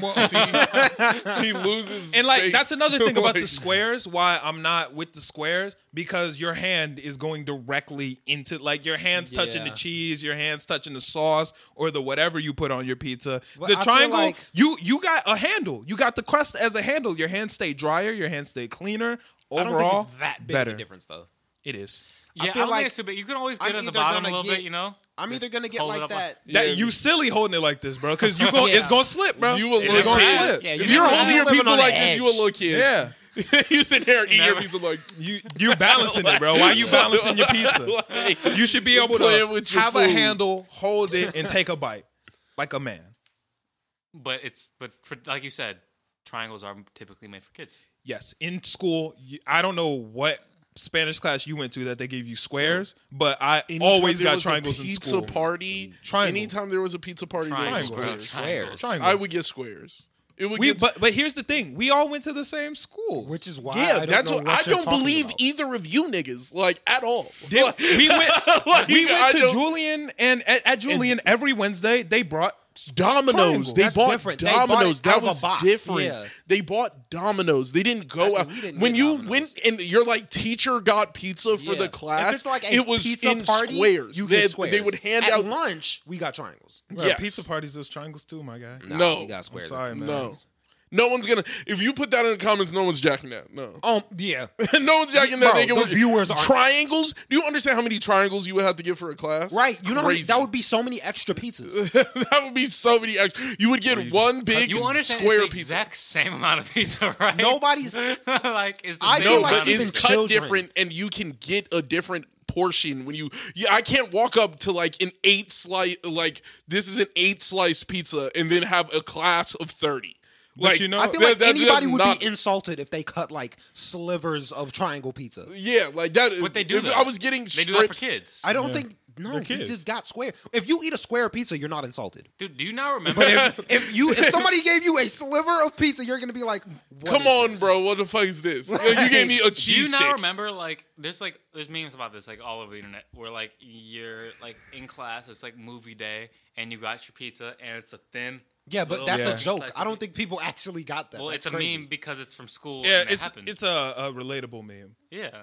D: see, he loses.
A: And like
D: space.
A: that's another thing about the
D: Like,
A: squares. Why I'm not with the squares because your hand is going directly into like your hands touching the
C: Yeah.
A: cheese, your hands touching the sauce or the whatever you put on your pizza.
B: But
A: the
B: I feel
A: triangle,
B: like-
A: you you got a handle. You got the crust as a handle. Your hands stay drier. Your hands stay cleaner.
B: I
A: Overall,
B: don't think it's that big
A: better.
B: of a difference though.
A: It is
C: yeah, I,
B: feel
C: don't
B: like
C: think it's too big. You can always get
B: I'm
C: it at
B: either
C: the bottom a
B: gonna
C: little
B: get-
C: bit. You know,
B: I'm either gonna get
C: hold it
B: like
C: up like-
B: that.
A: that you silly holding it like this, bro. Because you go,
B: Yeah.
A: it's gonna slip, bro.
D: You a
A: it's
D: little
A: gonna
D: kid.
A: slip.
B: Yeah,
D: if
B: you
D: you're
B: never-
D: holding
B: you
D: your
B: living
D: pizza
B: on the
D: like this,
B: edge.
D: you a little kid.
A: yeah.
D: you sit there eating your
C: Never.
D: pizza like
A: You you balancing it, bro. Why you balancing your pizza?
D: Like,
A: You should be able to
D: Playing with your
A: have a
D: food.
A: handle, hold it, and take a bite like a man.
C: but it's but for, like you said, triangles are typically made for kids.
A: Yes, in school, you, I don't know what Spanish class you went to that they gave you squares, but I
D: anytime
A: always
D: there
A: got
D: was a
A: triangles in
D: pizza
A: school.
D: party.
B: Mm,
A: Triangle.
D: Anytime there was a pizza party, there was
A: Triangle.
D: squares.
B: Squares.
A: Triangle.
D: I would get squares. It would
A: we,
D: get
A: but but here's the thing: we all went to the same school.
B: Which is why I
D: yeah.
B: don't
D: that's
B: know
D: what, I
B: you're
D: don't
B: talking
D: believe
B: about.
D: either of you niggas like at all.
A: Did- we went we
D: Like, I
A: went to
D: don't-
A: Julian and at, at Julian every Wednesday they brought
D: Dominoes.
A: Triangle.
D: They
B: That's
D: bought
B: different. They bought it
D: dominoes.
B: out
D: that
B: of a
D: was
B: box.
D: different.
B: Yeah.
D: They bought dominoes. They didn't go
B: That's what
D: out.
B: we didn't
D: when
B: get
D: you
B: Domino's.
D: went and your like teacher got pizza for
B: Yeah.
D: the class,
B: If it's like a
D: it was
B: pizza
D: in
B: party,
D: squares.
B: You
D: they,
B: get squares.
D: they would hand
B: At
D: out
B: lunch. We got triangles.
A: Bro,
D: Yes.
A: pizza parties. Those triangles too, my guy.
B: Nah,
D: No.
B: we got
A: I'm
B: squares.
A: sorry, man.
D: No. No one's gonna. If you put that in the comments, no one's jacking that. No,
B: Um, yeah,
D: no one's jacking that.
B: Bro,
D: they get
B: the
D: what-
B: viewers aren't-
D: triangles. Do you understand how many triangles you would have to get for a class?
B: right. You know, how many-
D: Crazy.
B: that would be so many extra pizzas.
D: that would be so many. Extra. You would get
B: Uh,
D: one big
C: You understand
D: square
C: it's the
D: pizza.
C: exact same amount of pizza, right?
B: Nobody's.
C: like it's the
B: I
C: same
B: feel
D: No,
B: like
C: amount
D: but
C: of-
B: even
D: it's cut
B: children-
D: different, and you can get a different portion when you. Yeah, I can't walk up to like an eight slice. Like this is an eight slice pizza, and then have a class of thirty.
A: But you know-
B: I feel
D: that-
B: like
D: that- that's
B: anybody would
D: not-
B: be insulted if they cut like slivers of triangle pizza.
D: Yeah, like that.
C: But they do
D: if
C: that.
D: I was getting
C: They do
D: stripped.
C: that for kids.
B: I don't think. No,
A: They're
B: we
A: kids.
B: just got square. If you eat a square pizza, you're not insulted.
C: Dude, do you not remember?
B: But if, if you if somebody gave you a sliver of pizza, you're gonna be like, what
D: Come
B: is
D: on,
B: this?
D: bro. What the fuck is this? Like, you gave me a
C: do you
D: cheese
C: not
D: stick.
C: remember? Like, there's like there's memes about this like all over the internet where like you're like in class, it's like movie day, and you got your pizza, and it's a thin.
B: Yeah, but
C: little
B: that's
A: Yeah.
B: a
C: tiny
B: joke.
C: slice of
B: I don't
C: pizza.
B: think people actually got that.
C: Well,
B: That's
C: it's a
B: crazy.
C: meme because it's from school.
A: Yeah,
C: and
A: it's
C: it happens.
A: it's a, a relatable meme.
C: yeah.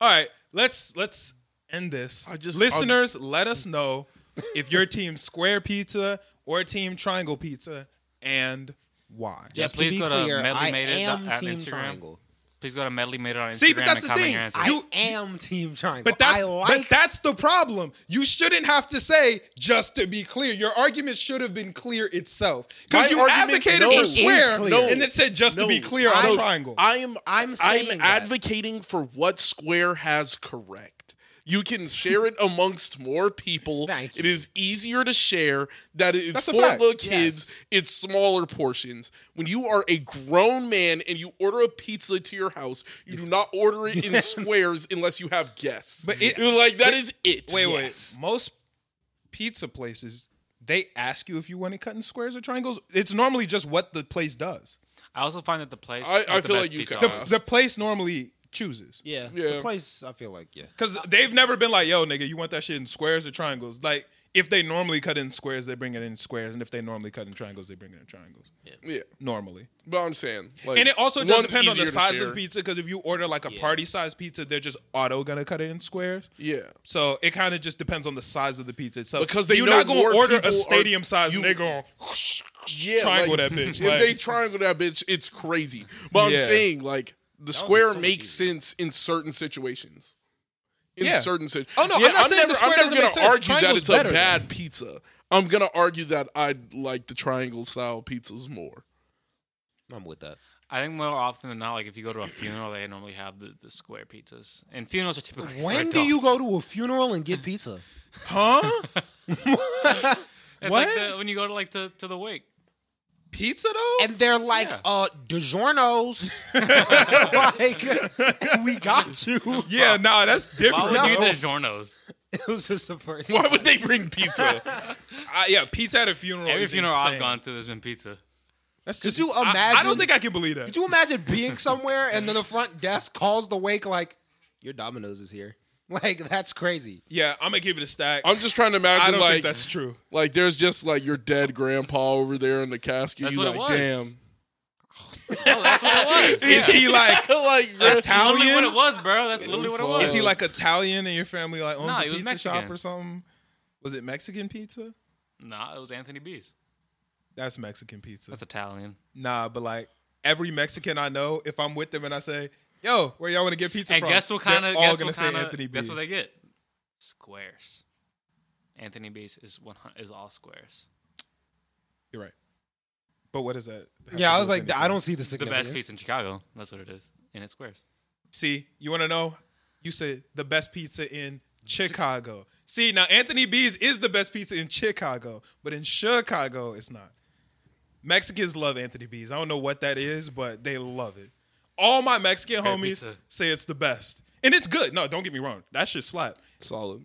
A: All right, let's let's end this.
D: I just-
A: listeners, let us know if your team square pizza or team triangle pizza and why.
B: Just
C: please
B: to be
C: go to
B: clear,
C: Medley
B: I
C: Made It
B: am
C: at
B: Team
C: Instagram.
B: Triangle.
C: Please go to medley made it on Instagram
A: See, but that's the
C: and comment
A: thing.
C: your answer.
B: I am Team Triangle.
A: But that's
B: I
A: but
B: like
A: that's the problem. You shouldn't have to say just to be clear. Your argument should have been clear itself
D: My
A: because you
D: argument-
A: advocated
D: no,
A: for
D: it is
A: square
B: clear.
A: and it said just to be
D: No.
A: clear
D: So,
A: on triangle.
D: I am
B: I'm
D: I'm
B: saying
D: I'm
B: that.
D: advocating for what Square has correct. You can share it amongst more people.
B: Thank
D: It
B: you.
D: is easier to share that it's
A: That's a
D: for
A: fact.
D: little kids. It's smaller portions. When you are a grown man and you order a pizza to your house, you do not order it in squares unless you have guests.
A: But it-
D: like that is it.
A: wait,
B: yes.
A: wait. Most pizza places they ask you if you want to cut in squares or triangles. It's normally just what the place does.
C: I also find that the place.
D: I-
C: has
D: I
C: the
D: feel
C: best
D: like you
C: pizza
D: got-
A: the,
C: on us.
A: the place normally chooses
B: yeah.
D: Yeah.
B: The place I feel like yeah.
A: because they've never been like yo nigga you want that shit in squares or triangles like if they normally cut in squares they bring it in squares and if they normally cut in triangles they bring it in triangles
D: Yeah,
A: normally
D: but I'm saying, like,
A: and it also does
D: one's
A: depend on the
D: easier to
A: size
D: share.
A: of pizza because if you order like a
C: Yeah.
A: party size pizza they're just auto gonna cut it in squares
D: Yeah.
A: so it kind of just depends on the size of the pizza itself
D: Because they
A: you're
D: know
A: not gonna
D: more
A: order
D: people
A: a
D: are-
A: stadium size and
D: you-
A: they're gonna
D: yeah,
A: triangle that bitch,
D: If
A: like-
D: they triangle that bitch, it's crazy. But
A: Yeah.
D: I'm saying like the square
B: so
D: makes
B: cheesy.
D: sense in certain situations. In
A: Yeah.
D: certain situations.
A: Oh, no, I'm not saying the square
D: I'm
A: doesn't
D: never gonna
A: make sense.
D: argue that
A: Triangle's
D: it's a
A: better,
D: bad pizza. I'm gonna argue that I like the triangle style pizzas more.
B: I'm with that.
C: I think more often than not, like if you go to a funeral, they normally have the, the square pizzas, and funerals are typically. for
B: When do you
C: adults.
B: go to a funeral and get pizza?
A: huh
C: It's
A: What?
C: Like the, when you go to like to, to the wake.
A: pizza though
B: And they're like,
C: Yeah.
B: uh, DiGiorno's. like, we got you.
A: yeah nah that's
C: Why
A: different
C: would you
A: bro.
C: get DiGiorno's?
B: It was just the first.
D: Why would they bring pizza?
A: I- yeah pizza at a funeral
C: Every
A: is
C: funeral I've
A: insane.
C: gone to, there's been pizza.
A: That's
B: Could
A: just-
B: you
A: I- I, don't
B: imagine-
A: think I can believe that.
B: Could you imagine being somewhere and then the front desk calls the wake like, your Domino's is here. Like that's crazy.
A: Yeah, I'm gonna keep it a stack.
D: I'm just trying to
A: I
D: imagine
A: don't
D: like
A: think that's true.
D: like there's just like your dead grandpa over there in the casket.
C: That's
D: you
C: what it
D: like,
C: was.
D: damn.
C: No, Oh, that's what it was.
A: Is he like
D: like
C: That's literally
A: Italian?
C: what it was, bro. That's literally what it
D: was.
C: was.
A: Is he like Italian and your family like owns
C: No,
A: a
C: he was
A: pizza shop
C: Mexican.
A: or something? Was it Mexican pizza?
C: Nah, it was Anthony B's.
A: That's Mexican pizza.
C: That's Italian.
A: nah, but like every Mexican I know, if I'm with them and I say, "Yo, where y'all want to get pizza
C: And
A: from?"
C: guess what
A: they're
C: kind of
A: all
C: guess
A: gonna
C: what
A: say
C: kind of
A: Anthony B.
C: guess what they get? Squares. Anthony B's is one hun- is all squares.
A: You're right. But what is that? have to
B: Yeah, I
A: do
B: was
A: with
B: like, I
A: anything?
B: don't see the
C: The
B: significance.
C: best pizza in Chicago. That's what it is, and it's squares.
A: See, you want to know? You said the best pizza in Chicago. See, now Anthony B's is the best pizza in Chicago, but in Chicago, it's not. Mexicans love Anthony B's. I don't know what that is, but they love it. All my Mexican
C: Great
A: homies
C: pizza.
A: say it's the best. And it's good. No, don't get me wrong. That shit slap.
D: Solid.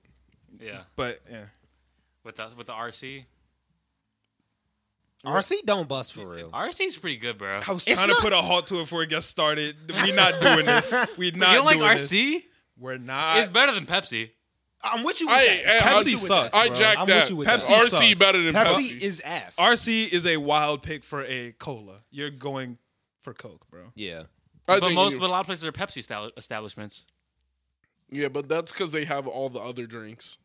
C: Yeah,
A: But yeah.
C: with the with the RC,
B: RC don't bust for real.
C: RC is pretty good, bro.
A: I was
B: It's
A: trying to
B: not-
A: put a halt to it before it gets started. We're not doing this. We're not
C: you don't like
A: doing this.
C: RC?
A: We're not.
C: it's better than Pepsi.
B: I'm with you. With
D: I,
B: that.
A: Pepsi
D: I, I,
A: sucks,
D: I
A: bro.
D: jacked
B: I'm with
D: that.
B: you with
A: Pepsi
D: Pepsi
A: that.
D: RC
A: sucks.
D: better than Pepsi.
B: Pepsi is ass.
A: RC is a wild pick for a cola. You're going for Coke, bro.
B: yeah.
D: I
C: but
D: think
C: most,
D: you-
C: but a lot of places are Pepsi style establishments.
D: yeah, but that's because they have all the other drinks.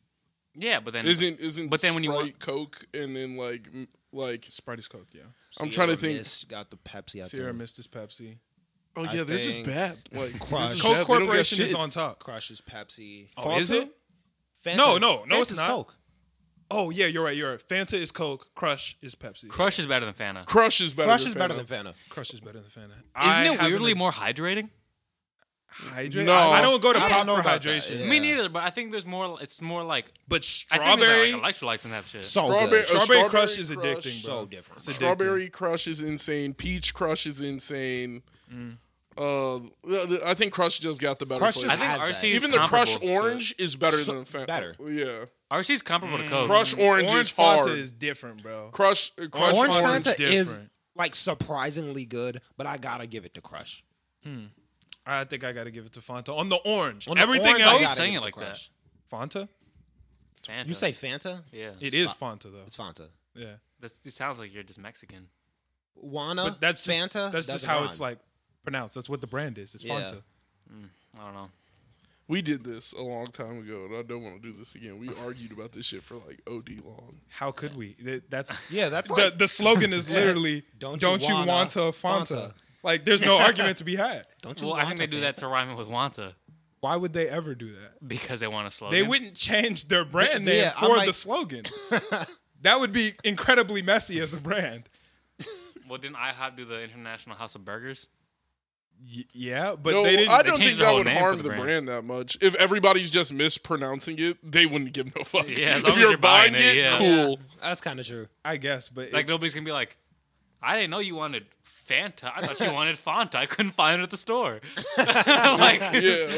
C: Yeah, but then
D: Isn't isn't
C: But then when you
D: Sprite,
C: want-
D: Coke and then like m- like
A: Sprite is Coke, yeah.
D: I'm trying to think.
B: Got the Pepsi out
A: Sierra
B: there.
A: Mist is Pepsi.
D: Oh yeah,
B: I
D: they're just
B: think-
D: bad. Like
B: Crush.
D: Coke
A: Coke
D: bad.
A: Corporation is
D: on.
A: on top.
B: Crushes Pepsi.
A: Oh, is it?
B: Fanta
A: No,
B: is-
A: no, no,
B: Fanta's
A: it's not.
B: Coke.
A: Oh yeah, you're right. You're right. Fanta is Coke. Crush is Pepsi.
C: Crush is better than Fanta.
D: Crush is better.
B: Crush
D: than
B: is better
D: Fanta.
B: than Fanta.
A: Crush is better than Fanta. Isn't
C: Isn't it weirdly more hydrating?
A: hydrated?
D: No.
A: I, I don't go to
B: I
A: pop
B: don't know
A: for
B: about that,
A: hydration.
B: yeah.
C: Me neither, but I think there's more. It's more like
A: But
C: I think there's
A: strawberry,
C: like electrolytes in that shit.
B: So
D: Strawberry-
B: good.
D: uh,
A: strawberry crush is
D: Strawberry
A: addicting, bro.
D: Crush.
B: So different.
A: It's addictive.
D: Strawberry Crush is insane. Peach Crush is insane. Uh, the- the- I think Crush just got the better.
B: Mm. Crush
D: flavor.
B: just
C: I think
B: has
C: RC
B: that.
C: is
D: even the Crush
C: comparable to-
D: Orange is better
B: So-
D: than Fanta.
B: better.
D: Yeah,
C: RC is comparable to Coke.
D: Crush Orange,
A: Orange
D: is hard.
A: Fanta is different, bro.
D: Crush uh, Crush
A: Orange
B: Orange
D: Orange.
A: is
B: Fanta is
A: different.
B: like surprisingly good, but I gotta give it to Crush.
A: I think I gotta give it to Fanta on the orange.
B: On the
A: Everything
B: orange, I
A: else,
B: gotta
C: saying
B: give
C: it
B: to
C: like that.
B: Crush.
A: Fanta.
C: Fanta.
B: You say Fanta?
C: yeah.
A: It is Fanta though.
B: It's Fanta.
A: Yeah,
C: That's, it sounds like you're just Mexican.
B: Wana.
A: but that's just that's
B: Fanta.
A: just
B: doesn't
A: how
B: rhyme.
A: it's like pronounced. That's what the brand is. It's
B: Yeah.
A: Fanta.
C: I don't know.
D: We did this a long time ago, and I don't want to do this again. We argued about this shit for like OD long.
A: How could we? Th- That's
B: Yeah, that's
A: the,
B: like-
A: the slogan is literally
B: Don't
A: don't,
B: you
A: you,
B: wanna
A: want to Fanta.
B: Fanta.
A: Like there's no argument to be had.
B: Don't you?
C: Well, I think
B: Wanta
C: they do that to rhyme it with Wanta
A: Why would they ever do that?
C: because they want a slogan.
A: They wouldn't change their brand name
B: Yeah, I'm
A: for the
B: like-
A: slogan. that would be incredibly messy as a brand.
C: Well, didn't IHOP do the International House of Burgers?
A: Y- yeah, but
D: no,
A: they didn't.
D: I don't
C: changed
D: think
C: the
D: that
C: whole
D: would
C: name for
D: harm
C: the
D: the brand.
C: brand.
D: that much. If everybody's just mispronouncing it, they wouldn't give no fuck.
C: Yeah, as
D: if
C: long as
D: you're,
C: you're
D: buying,
C: buying it,
D: it,
C: yeah.
D: cool.
B: That's kind of true.
A: I guess, but
C: Like
A: it-
C: nobody's gonna be like, I didn't know you wanted Fanta. I thought you wanted Fanta. I couldn't find it at the store. like,
D: yeah,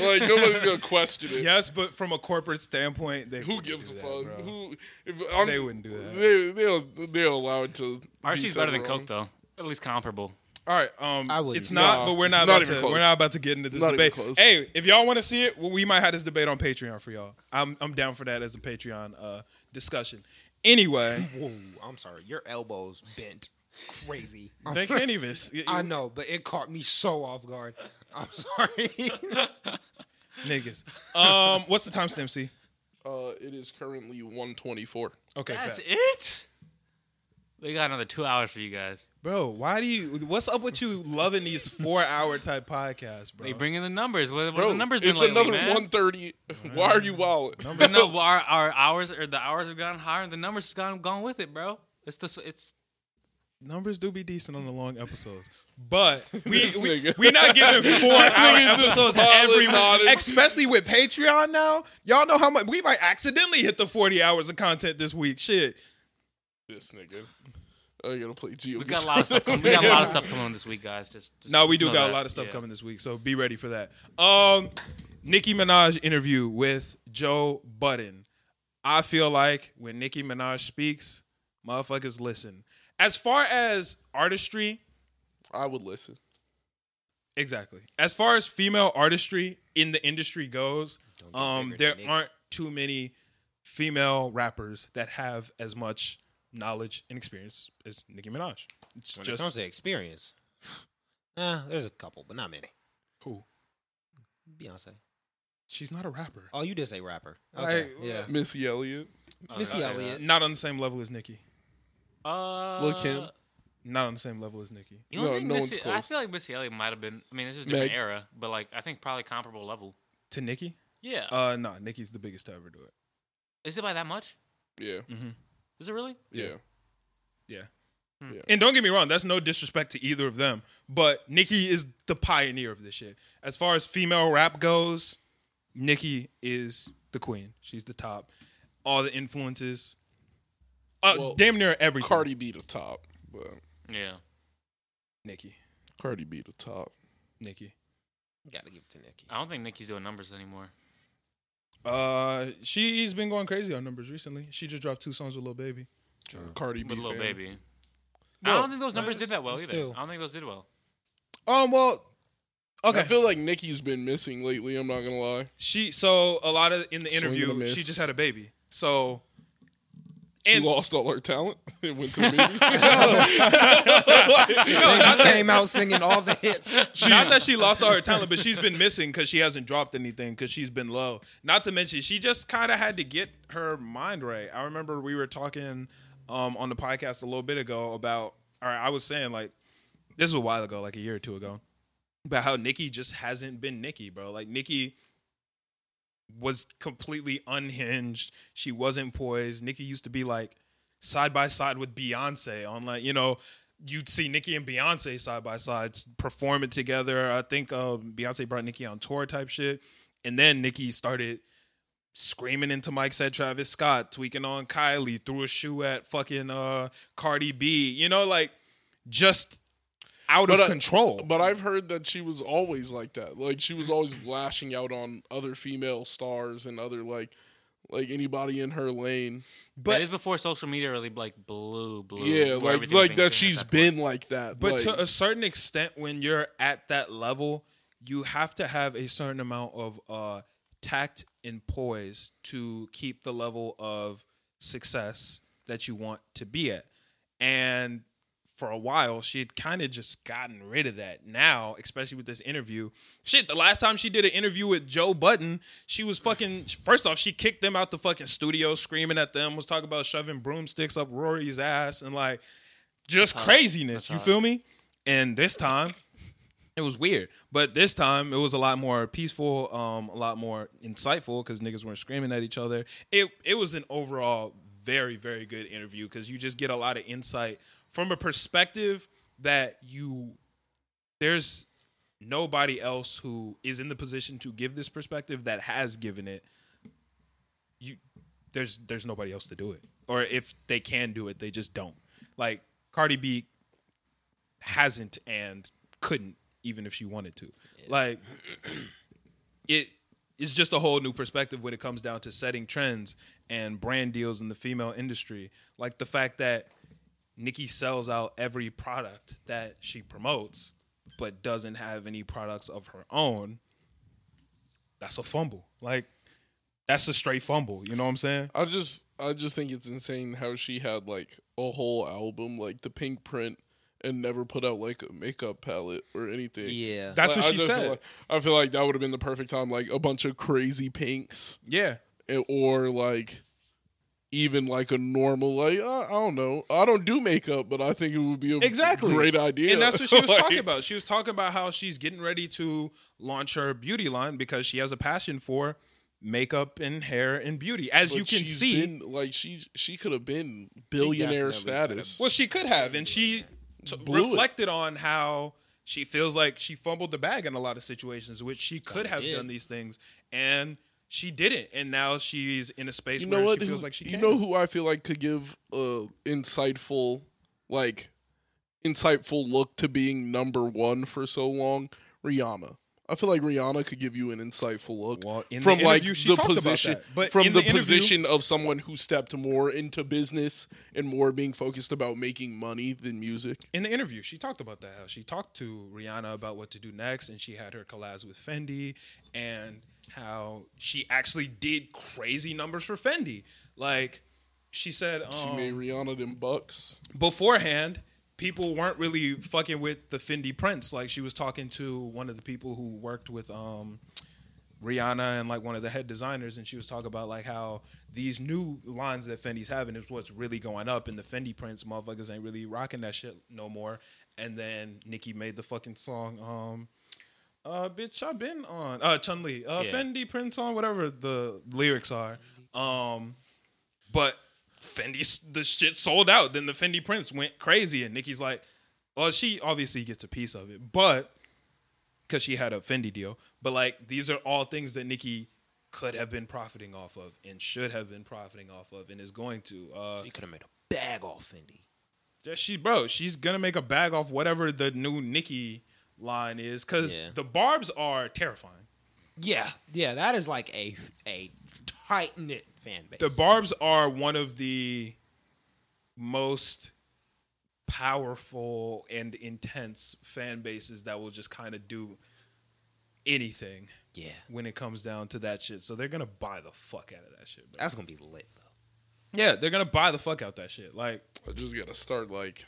D: like nobody's gonna question it.
A: yes, but from a corporate standpoint, they
D: Who
A: wouldn't
D: gives a
A: do that,
D: fuck?
A: bro.
D: Who? If I'm,
A: They wouldn't do that.
D: They, they'll they'll allow it to. be
C: RC's
D: said
C: better than
D: wrong.
C: Coke though. At least comparable.
A: All right, um,
B: I wouldn't.
A: it's not,
D: Nah,
A: but we're not, about
D: not even
A: to,
D: close.
A: we're not about to get into this
D: Not even
A: debate.
D: close.
A: Hey, if y'all want to see it, well, we might have this debate on Patreon for y'all. I'm I'm down for that as a Patreon uh, discussion. Anyway,
B: Whoa, I'm sorry. Your elbows bent crazy. I'm-
A: they can't even. s-
B: I know, but it caught me so off guard. I'm sorry.
A: niggas. Um, what's the timestamp? C.
D: Uh, it is currently 124.
A: Okay,
C: That's
A: bet.
C: it. We got another two hours for you guys.
A: bro. Why do you? What's up with you loving these four hour type podcasts, bro?
C: They bring in the numbers. What, what
D: Bro,
C: have the numbers been
D: it's
C: lately,
D: another
C: man?
D: 130. Why are you wild?
C: But no, our, our hours or the hours have gone higher. The numbers have gone gone with it, bro. It's this. It's
A: Numbers do be decent on the long episodes. But we,
D: This
A: we
D: nigga.
A: we're not giving four hour
D: nigga just
A: episodes
D: smiling
A: every
D: about
A: month,
D: it.
A: especially with Patreon now. Y'all know how much we might accidentally hit the forty hours of content this week. Shit,
D: This nigga. I gotta play Geo.
C: we got a lot of stuff. Coming, we got a lot of stuff coming this week, guys. Just, just
A: no, we
C: just
A: do
C: know
A: got a
C: that.
A: lot of stuff
C: Yeah.
A: coming this week, so be ready for that. Um, Nicki Minaj interview with Joe Budden. I feel like when Nicki Minaj speaks, motherfuckers listen. As far as artistry,
D: I would listen.
A: Exactly. As far as female artistry in the industry goes,
B: Don't get
A: Um,
B: bigger
A: there
B: than Nick.
A: aren't too many female rappers that have as much knowledge and experience as Nicki Minaj. It's
B: When it comes
A: just
B: to experience, eh, there's a couple, but not many.
A: cool.
B: Beyonce.
A: She's not a rapper.
B: Oh, you did say rapper. Okay.
A: I-
B: yeah.
D: Missy Elliott.
B: Missy Elliott.
A: Not on the same level as Nicki.
C: Uh,
D: Lil' Kim.
A: Not on the same level as Nicki.
C: You don't
D: No,
C: think
D: no
C: Missy,
D: one's
C: I
D: close.
C: feel like Missy Elliott might have been. I mean, it's just a different
D: Meg.
C: era, but like I think probably comparable level.
A: To Nicki?
C: Yeah.
A: Uh, no, Nicki's the biggest to ever do it.
C: Is it by that much?
D: Yeah,
C: Is it really?
D: yeah.
A: Yeah.
C: Hmm.
D: Yeah.
A: And don't get me wrong, that's no disrespect to either of them, but Nicki is the pioneer of this shit. As far as female rap goes, Nicki is the queen. She's the top. All the influences, uh,
D: Well,
A: damn near everything.
D: Cardi B the top, but
C: Yeah.
A: Nicki,
D: Cardi B the top.
A: Nicki.
B: Gotta give it to Nicki.
C: I don't think Nicki's doing numbers anymore.
A: Uh, she's been going crazy on numbers recently. She just dropped two songs with Lil Baby.
D: Cardi B
C: With Lil
D: fan.
C: Baby. I
A: Well,
C: don't think those numbers
B: that's-
C: did that well
B: that's
C: either.
B: still-
C: I don't think those did well.
A: Um, well, okay.
D: I feel like Nicki's been missing lately. I'm not gonna lie.
A: she so a lot of in the
D: Swing and a
A: interview,
D: miss.
A: she just had a baby. So
D: She
A: And-
D: lost all her talent. It went to me.
B: They came out singing all the hits.
A: not that she lost all her talent, but she's been missing because she hasn't dropped anything because she's been low. Not to mention, she just kind of had to get her mind right. I remember we were talking um, on the podcast a little bit ago about, or I was saying like, this was a while ago, like a year or two ago, about how Nikki just hasn't been Nikki, bro. Like Nikki was completely unhinged. She wasn't poised. Nikki used to be like side by side with Beyonce on like you know you'd see Nikki and Beyonce side by side performing together. I think uh, Beyonce brought Nikki on tour type shit, and then Nikki started screaming into Mike said Travis Scott, tweaking on Kylie, threw a shoe at fucking uh, Cardi B. You know, like just out
D: But
A: of
D: I-
A: control.
D: but I've heard that she was always like that. Like she was always lashing out on other female stars and other like like anybody in her lane.
A: But-
C: that is before social media really like blew, blew.
D: yeah,
C: where
D: like
C: everything was
D: like
C: being
D: that
C: seen at
D: she's
C: that point.
D: been like that.
A: But
D: like,
A: to a certain extent, when you're at that level, you have to have a certain amount of uh, tact and poise to keep the level of success that you want to be at. And for a while, she had kind of just gotten rid of that. Now, especially with this interview, shit, the last time she did an interview with Joe Button, she was fucking, first off, she kicked them out the fucking studio, screaming at them, was talking about shoving broomsticks up Rory's ass and like just craziness. You feel me? And this time, it was weird. But this time, it was a lot more peaceful, um, a lot more insightful because niggas weren't screaming at each other. It it was an overall very very good interview because you just get a lot of insight from a perspective that you there's nobody else who is in the position to give this perspective that has given it you there's there's nobody else to do it or if they can do it they just don't like cardi b hasn't and couldn't even if she wanted to like it it's just a whole new perspective when it comes down to setting trends and brand deals in the female industry like the fact that Nikki sells out every product that she promotes, but doesn't have any products of her own. That's a fumble. Like, that's a straight fumble. You know what I'm saying?
D: I just I just think it's insane how she had like a whole album like the pink print and never put out like a makeup palette or anything.
B: Yeah.
A: That's
D: Like,
A: what
D: I
A: she
D: just feel
A: said.
D: like- I feel like that would have been the perfect time, like a bunch of crazy pinks,
A: yeah.
D: eh, or like even like a normal, like uh, I, I don't know, I don't do makeup, but I think it would be a
A: Exactly.
D: great idea.
A: And that's what she was
D: Like,
A: talking about. She was talking about how she's getting ready to launch her beauty line because she has a passion for makeup and hair and beauty. As
D: but
A: you can
D: she's
A: see,
D: been- like she she could have been
B: definitely could
D: billionaire
B: have
D: status.
A: Well, she could have, and she t-
D: Blew it.
A: reflected on how she feels like she fumbled the bag in a lot of situations, which she could have
B: did.
A: done these things, and she didn't. And now she's in a space
D: you
A: where
D: know what?
A: she feels
D: Who-
A: like she
D: you
A: can.
D: know who I feel like could give a insightful, like, insightful look to being number one for so long? Rihanna. I feel like Rihanna could give you an insightful look
A: Well, in the
D: from like
A: interview, she
D: the
A: talked about
D: position,
A: that. But
D: from
A: in
D: the,
A: the interview-
D: position of someone who stepped more into business and more being focused about making money than music.
A: in the interview, she talked about that. How she talked to Rihanna about what to do next, and she had her collabs with Fendi, and how she actually did crazy numbers for Fendi. Like she said, um,
D: She made Rihanna them bucks.
A: beforehand, people weren't really fucking with the Fendi prints. Like she was talking to one of the people who worked with um, Rihanna and like one of the head designers, and she was talking about like how these new lines that Fendi's having is what's really going up, and the Fendi prints, motherfuckers ain't really rocking that shit no more. And then Nicki made the fucking song. Um, uh, bitch, I've been on uh Chun Li, uh,
C: Yeah.
A: Fendi prints on whatever the lyrics are. Um, but Fendi, the shit sold out. Then the Fendi prints went crazy, and Nikki's like, well, she obviously gets a piece of it, but because she had a Fendi deal. But like, these are all things that Nikki could have been profiting off of, and should have been profiting off of, and is going to. Uh,
B: She could have made a bag off Fendi.
A: yeah, she, bro, she's gonna make a bag off whatever the new Nikki line is, because
B: Yeah.
A: the barbs are terrifying.
B: Yeah, yeah, that is like a a tight knit fan base.
A: The Barbs are one of the most powerful and intense fan bases that will just kind of do anything
B: yeah,
A: when it comes down to that shit. So they're gonna buy the fuck out of that shit. Bro.
B: that's gonna be lit though.
A: Yeah, they're gonna buy the fuck out that shit. Like,
D: I just gotta start like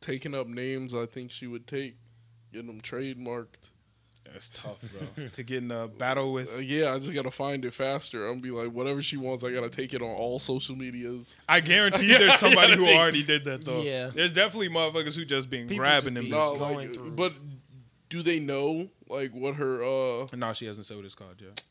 D: taking up names I think she would take, getting them trademarked.
A: that's tough, bro. to get in a battle
D: Uh,
A: with,
D: yeah, I just gotta find it faster. I'm gonna be like, whatever she wants, I gotta take it on all social medias.
A: I guarantee
D: Yeah,
A: there's somebody
D: yeah,
A: who
D: I think-
A: already did that though.
B: Yeah.
A: there's definitely motherfuckers who just been
B: People
A: grabbing
B: just
A: them.
B: be-
A: No.
D: No,
B: going
D: like, uh,
B: through.
D: but do they know like what her? uh
A: no, she hasn't said what it's called yet.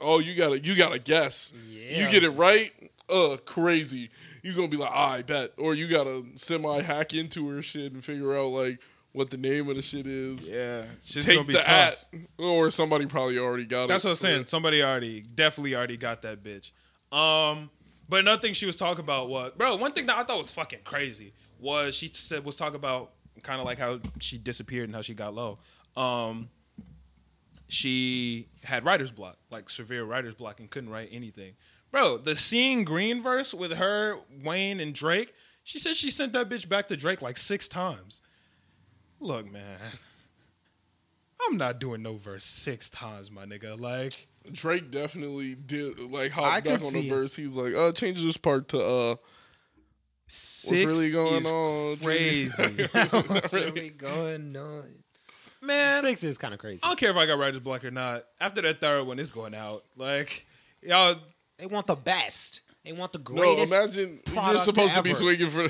D: Oh, you gotta, you gotta guess.
B: Yeah.
D: You get it right, uh, crazy. You gonna be like, "Ah, I bet, or you gotta semi hack into her shit and figure out like what the name of the shit is.
A: Yeah, she's
D: Take
A: gonna be
D: the
A: tough.
D: at, or somebody probably already got
A: That's
D: it.
A: what I'm saying. Somebody already, definitely already got that bitch. Um, but another thing she was talking about was, bro. One thing that I thought was fucking crazy was she said was talking about kind of like how she disappeared and how she got low. Um, she had writer's block, like severe writer's block, and couldn't write anything. Bro, the seeing green verse with her, Wayne, and Drake. She said she sent that bitch back to Drake like six times. Look, man, I'm not doing no verse six times, my nigga. Like,
D: Drake definitely did like
B: I
D: hopped
B: could
D: back on
B: see
D: the
B: it.
D: verse. He was like, "Uh, change this part to uh, what's
A: six
D: really going
A: is
D: on?
A: Crazy,
B: What's really going on?
A: man.
B: Six is kind of crazy.
A: I don't care if I got writer's block or not. After that third one, it's going out. Like, y'all,
B: They want the best. They want the
D: No,
B: greatest.
D: imagine you're
B: product
D: supposed to be
B: ever.
D: swinging for.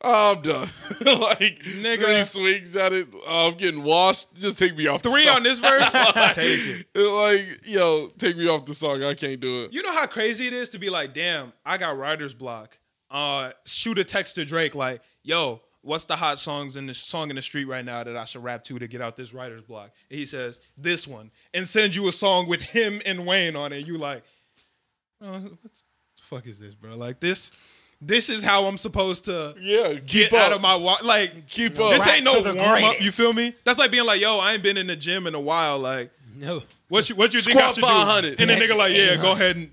D: I'm done. like
A: Nigga.
D: three swings at it. Oh, I'm getting washed. Just take me off. the
A: three
D: song.
A: on this verse. take it.
D: Like yo, take me off the song. I can't do it.
A: You know how crazy it is to be like, damn, I got writer's block. Uh, shoot a text to Drake like, yo, what's the hot songs in the song in the street right now that I should rap to to get out this writer's block? And he says this one, and send you a song with him and Wayne on it. You like, uh, what the fuck is this, bro? Like this, this is how I'm supposed to
D: Yeah, keep
A: get
D: up.
A: out of my wa- like.
D: keep up.
A: This ain't no
B: to the
A: warm up.
B: greatest.
A: You feel me? That's like being like, yo, I ain't been in the gym in a while. Like,
B: no,
A: what you what you
D: Squat
A: think I should
D: 500.
A: do? And the nigga like, yeah, go ahead and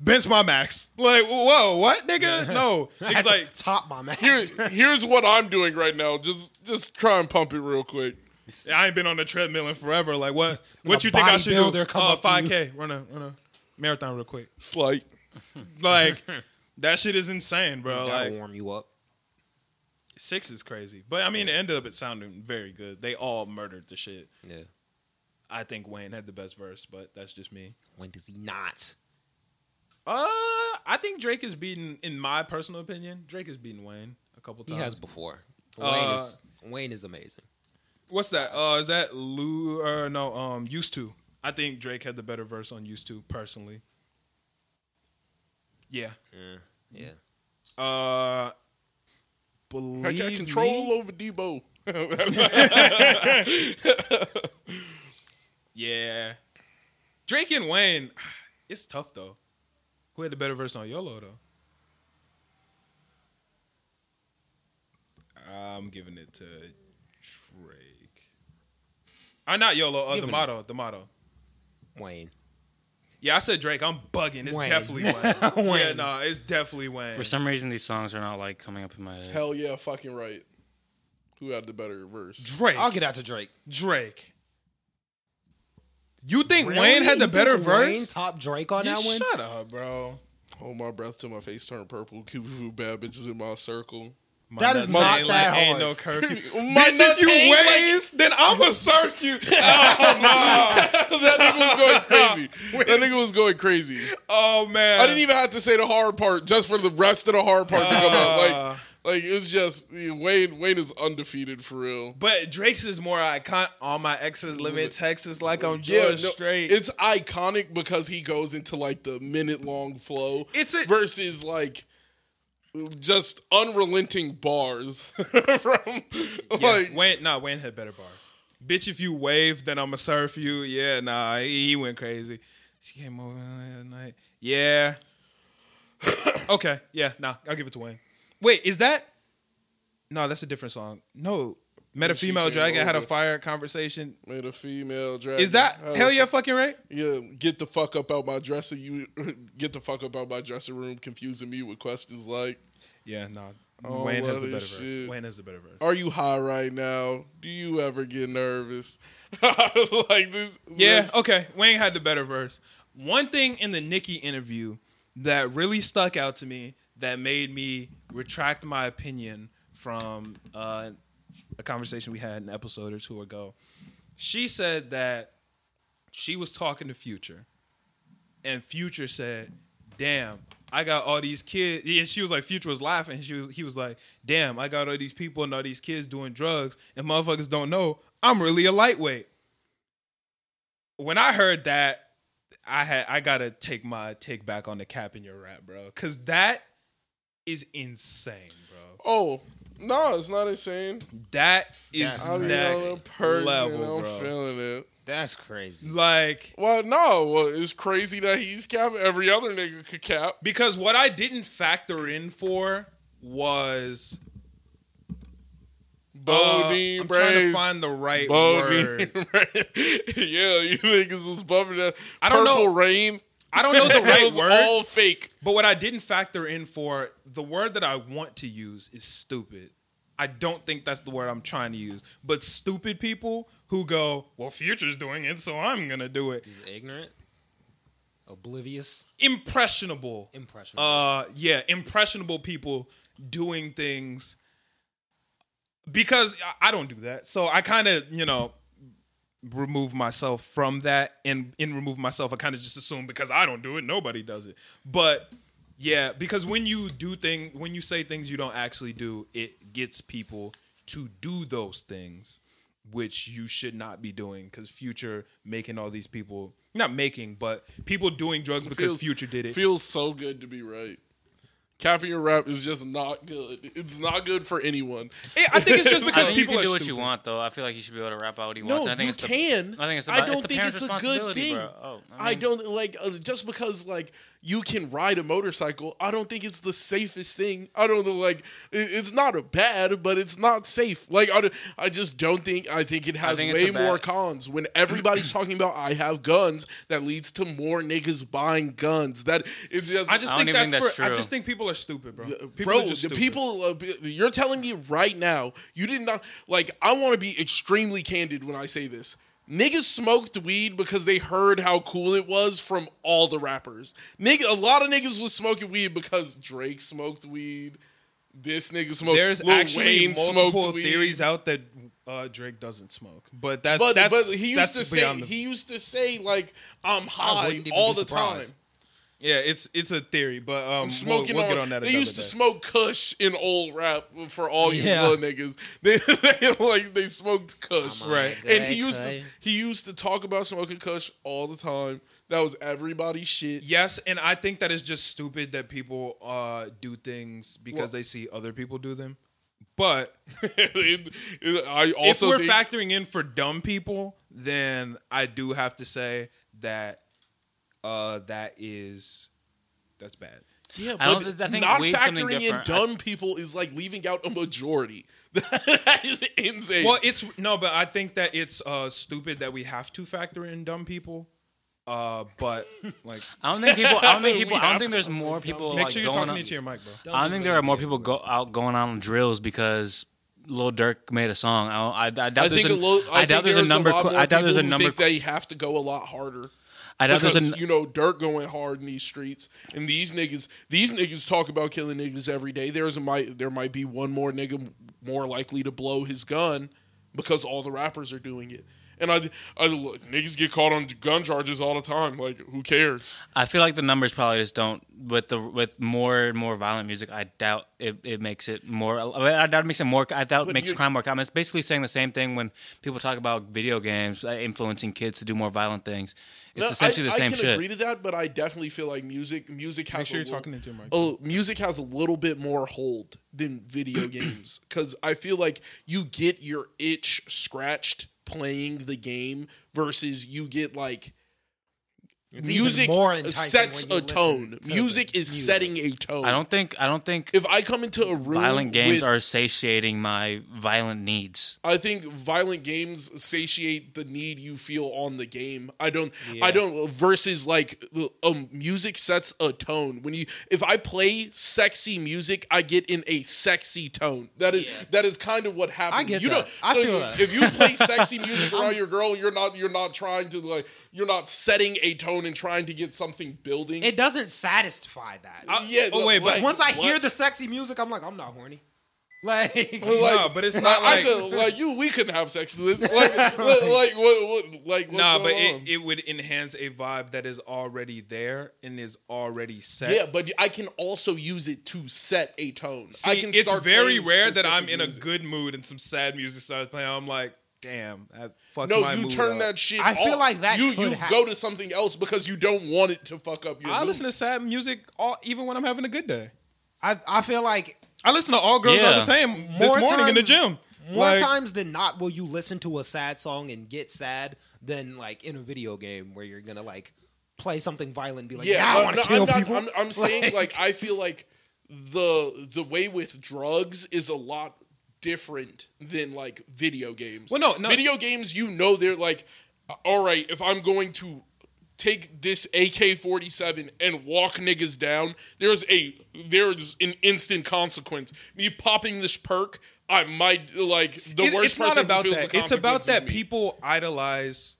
A: bench my max. Like, whoa, what, nigga? No,
B: That's
A: it's like
B: top my max.
D: Here, here's what I'm doing right now. Just, just try and pump it real quick.
A: I ain't been on the treadmill in forever. Like, what what
B: a
A: you think I should do?
B: bodybuilder come
A: Oh,
B: up to you.
A: 5K, run a run a marathon real quick.
D: Slight.
A: Like, that shit is insane, bro.
B: Gotta
A: Like,
B: warm you up.
A: six is crazy. But I mean, it ended up it sounding very good. They all murdered the shit.
B: Yeah.
A: I think Wayne had the best verse, but that's just me.
B: When does he not?
A: Uh, I think Drake is beaten. In my personal opinion, Drake is beaten Wayne a couple
B: He
A: times.
B: has before. Wayne,
A: Uh,
B: is, Wayne is amazing.
A: What's that? Uh, is that Lou or no? Um, used to. I think Drake had the better verse on used to personally. Yeah.
B: Yeah.
A: Uh,
D: I
A: believe
D: got control
A: me-
D: over Debo.
A: Yeah. Drake and Wayne, it's tough though. Who had the better verse on YOLO though? I'm giving it to Drake. Uh, not YOLO, uh, the
B: Giving it-
A: motto, the motto.
B: Wayne.
A: Yeah, I said Drake. I'm bugging. It's
B: Wayne.
A: definitely Wayne. Yeah,
B: Wayne.
A: nah, it's definitely Wayne.
C: For some reason, these songs are not like coming up in my head.
D: Hell yeah, fucking right. Who had the better verse?
A: Drake.
B: I'll get out to Drake.
A: Drake. You think Wayne had the
B: You think
A: better
B: Wayne
A: verse?
B: top Drake on
A: You
B: that one.
A: shut up, bro.
D: Hold Oh, my breath till my face turn purple. Cuba Foo bad bitches in my circle.
A: My
B: That is
A: nuts
B: not
A: ain't
B: that
A: like- Ain't
B: hard.
A: no curfew.
D: My
A: Bitch, if
D: nuts
A: you
D: ain't like-
A: wave, then I'ma surf you. Oh, no.
D: that nigga was going crazy. that nigga was going crazy.
A: oh man.
D: I didn't even have to say the hard part just for the rest of the hard part to come out.
A: Uh.
D: Like, like it was just Wayne. Wayne is undefeated for real.
A: But Drake's is more icon. All my exes live in Texas, like I'm
D: Yeah,
A: George
D: Uh, no,
A: Strait.
D: it's iconic because he goes into like the minute long flow.
A: It's a-
D: versus like just unrelenting bars from
A: yeah,
D: like
A: Wayne. Nah, Wayne had better bars. Bitch, if you wave, then I'ma surf you. Yeah, nah, he, he went crazy. She came over at night. Yeah. okay. Yeah. Nah, I'll give it to Wayne. Wait, is that? No, that's a different song. No, met a
D: She
A: female
D: came
A: dragon, had a
D: over.
A: fire conversation.
D: made a female dragon.
A: Is that
D: I don't
A: hell yeah fucking right?
D: Yeah, get the fuck up out my dressing. You get the fuck up out my dressing room, confusing me with questions like,
A: Yeah. Nah,
D: Oh,
A: Wayne has
D: what
A: the better verse.
D: is shit?
A: Wayne has the better verse.
D: "Are you high right now? Do you ever get nervous?" like this.
A: Yeah,
D: this-
A: okay. Wayne had the better verse. One thing in the Nicki interview that really stuck out to me that made me retract my opinion from uh, a conversation we had an episode or two ago. She said that she was talking to Future, and Future said, "Damn, I got all these kids." And she was like, "Future was laughing." She was, he was like, "Damn, I got all these people and all these kids doing drugs, and motherfuckers don't know I'm really a lightweight." When I heard that, I had I gotta take my take back on the cap in your rap, bro, because that is insane, bro.
D: Oh no, it's not insane.
A: That is
B: That's
D: I'm
A: next
D: person.
A: level,
D: I'm
A: bro.
D: feeling it.
B: That's crazy.
A: Like
D: Well, no, well, it's crazy that he's cap. Every other nigga could cap.
A: because what I didn't factor in for was uh,
D: Bodine
A: I'm trying to
D: Braves.
A: find the right
D: Bodine
A: word.
D: Braves. Yeah, you niggas was bumping that.
A: I don't know.
D: Purple rain.
A: I don't know the
D: That
A: right
D: was
A: word,
D: All fake.
A: but what I didn't factor in for the word that I want to use is stupid. I don't think that's the word I'm trying to use. But stupid people who go, "Well, Future's doing it, so I'm gonna do it."
B: He's ignorant, oblivious,
A: Impressionable.
B: impressionable.
A: uh yeah impressionable people doing things because I- i don't do that so i kind of you know remove myself from that and and remove myself i kind of just assume because i don't do it nobody does it but yeah because when you do thing when you say things you don't actually do it gets people to do those things which you should not be doing because future making all these people not making but people doing drugs because
D: Feels-
A: future did it
D: Feels so good to be right. Capping your rap is just not good. It's not good for anyone.
A: Yeah, I think it's just
C: I
A: because
C: think you
A: people
C: can do
A: are
C: what
A: stupid.
C: you want, though. I feel like you should be able to rap out what you
D: No,
C: want. I think
D: you
C: it's the,
D: can.
C: I think it's
D: I
C: about,
D: don't
C: the
D: think
C: parents'
D: it's a good
C: responsibility,
D: thing.
C: Bro. Oh, I,
D: I
C: mean,
D: don't like uh, just because like you can ride a motorcycle. I don't think it's the safest thing. I don't know, like it, it's not a bad, but it's not safe. Like I, don't- I just don't think. I think it has
C: think it's
D: way
C: a bad-
D: more cons. When everybody's talking about I have guns, that leads to more niggas buying guns. That it's just
A: I just
C: I don't
A: think
C: even
A: that's,
C: think that's
A: for, I
C: true.
A: just think people are stupid, bro. People
D: Bro,
A: are just
D: the
A: stupid.
D: people, uh, b- you're telling me right now, you did not, like, I want to be extremely candid when I say this. Niggas smoked weed because they heard how cool it was from all the rappers. Nigga, a lot of niggas was smoking weed because Drake smoked weed. This nigga smoked.
A: There's
D: Lil
A: actually
D: Wayne
A: multiple
D: smoked weed.
A: theories out that uh, Drake doesn't smoke, but that's
D: But,
A: that's
D: but he used
A: that's
D: to say
A: beyond the-
D: he used to say like I'm
B: I
D: high
B: wouldn't even
D: all
B: be
D: the time.
B: surprised.
A: yeah, it's it's a theory, but um, we'll-
D: smoking
A: we'll,
D: on,
A: get on that.
D: They
A: another
D: used to
A: day.
D: smoke Kush in old rap for all you
B: Yeah.
D: little niggas. They, they like they smoked Kush,
B: I'm a
A: Right.
B: good
D: and he used
B: guy.
D: to he used to talk about smoking Kush all the time. That was everybody's shit.
A: Yes, and I think that is just stupid that people uh, do things because
D: Well-
A: they see other people do them. But
D: It- it- I also
A: if we're
D: think,
A: factoring in for dumb people, then I do have to say that uh, that is that's bad.
D: yeah,
C: I don't
D: but
C: think- I think
D: not
C: weed's something
D: factoring in
C: different. I-
D: dumb people is like leaving out a majority. that is insane.
A: Well, it's no, but I think that it's uh, stupid that we have to factor in dumb people. Uh, but like,
C: I don't think people. I don't think
D: We
C: people. I
D: have
C: don't think there's more people.
A: make
C: like,
A: sure you're
C: going
A: talking
C: on-
A: into your mic, bro.
C: I think there are more people go out going on drills because Lil Durk made a song. I, I, I doubt
D: I
C: there's
D: think
C: a,
D: a lo- I,
C: I doubt
D: think
C: there's a number.
D: lot
C: qu-
D: more
C: I doubt there's a
D: people who
C: number.
D: Think they have to go a lot harder.
C: I doubt there's a.
D: Because
C: n-
D: you know Dirk going hard in these streets, and these niggas, these niggas talk about killing niggas every day. There's a might, there might be one more nigga more likely to blow his gun because all the rappers are doing it. And I, I look, niggas get caught on gun charges all the time. Like who cares?
C: I feel like the numbers probably just don't with the with more and more violent music. I doubt it, it makes it more. I, mean, I doubt it makes it more. I doubt it
D: But
C: makes
D: you-
C: crime more common. It's basically saying the same thing when people talk about video games uh, influencing kids to do more violent things. It's
D: No,
C: essentially
D: I,
C: the same
D: I can
C: shit.
D: agree to that, but I definitely feel like music, music has.
A: Make sure
D: a
A: you're
D: little-
A: talking into your mic.
D: Oh, music has a little bit more hold than video games because I feel like you get your itch scratched playing the game versus you get like
B: It's even
D: music
B: more enticing
D: sets
B: when
D: a
B: you
D: tone.
B: listen to the
D: Music is
B: music.
D: setting a tone.
C: I don't think. I don't think
D: If I come into a room,
C: violent games
D: with-
C: are satiating my violent needs.
D: I think violent games satiate the need you feel on the game. I don't. I
A: Yeah.
D: don't. Versus like, um, music sets a tone. When you, if I play sexy music, I get in a sexy tone. That is that is kind of what happens.
B: I get
D: you
B: that. I
D: so
B: feel
D: you-
B: that.
D: If you play sexy music around your girl, you're not. You're not trying to like. You're not setting a tone and trying to get something building.
B: It doesn't satisfy that.
D: yeah.
A: oh, wait, but
D: like,
B: Once I hear
D: what?
B: the sexy music, I'm like, I'm not horny. Like,
A: no, but it's not
D: I,
A: like
D: I could, like you. We couldn't have sex to this. Like, like, like what? what like, what's
A: nah, but
D: going on?
A: it, it would enhance a vibe that is already there and is already set.
D: Yeah, but I can also use it to set a tone. I
A: See,
D: can.
A: it's
D: start
A: very
D: playing
A: rare that
D: specific
A: I'm in a
D: music.
A: good mood and some sad music starts playing. I'm like, damn, that fucked
D: No,
A: my
D: you
A: mood
D: turn
A: up.
D: that shit.
B: I feel
D: off.
B: like that
D: You
B: could
D: you
B: hap-
D: go to something else because you don't want it to fuck up your.
A: I
D: mood.
A: listen to sad music all, even when I'm having a good day.
B: I, I feel like
A: I listen to all girls are
C: Yeah.
A: the same this
B: More
A: morning in the
B: times-
A: gym.
B: more
A: Like,
B: times than not will you listen to a sad song and get sad than like in a video game where you're gonna like play something violent and be like, yeah, I
D: uh,
B: want
D: no,
B: to kill
D: I'm not-
B: people.
D: I'm, I'm saying like I feel like the the way with drugs is a lot different than like video games.
A: Well, no, no.
D: video games you know they're like, all right, if I'm going to take this AK-47 and walk niggas down, there's a there's an instant consequence. Me popping this perk, I might like the
A: it-
D: worst
A: it's
D: person
A: not about
D: who feels
A: that.
D: the
A: It's about
D: consequence is
A: that
D: me.
A: people idolize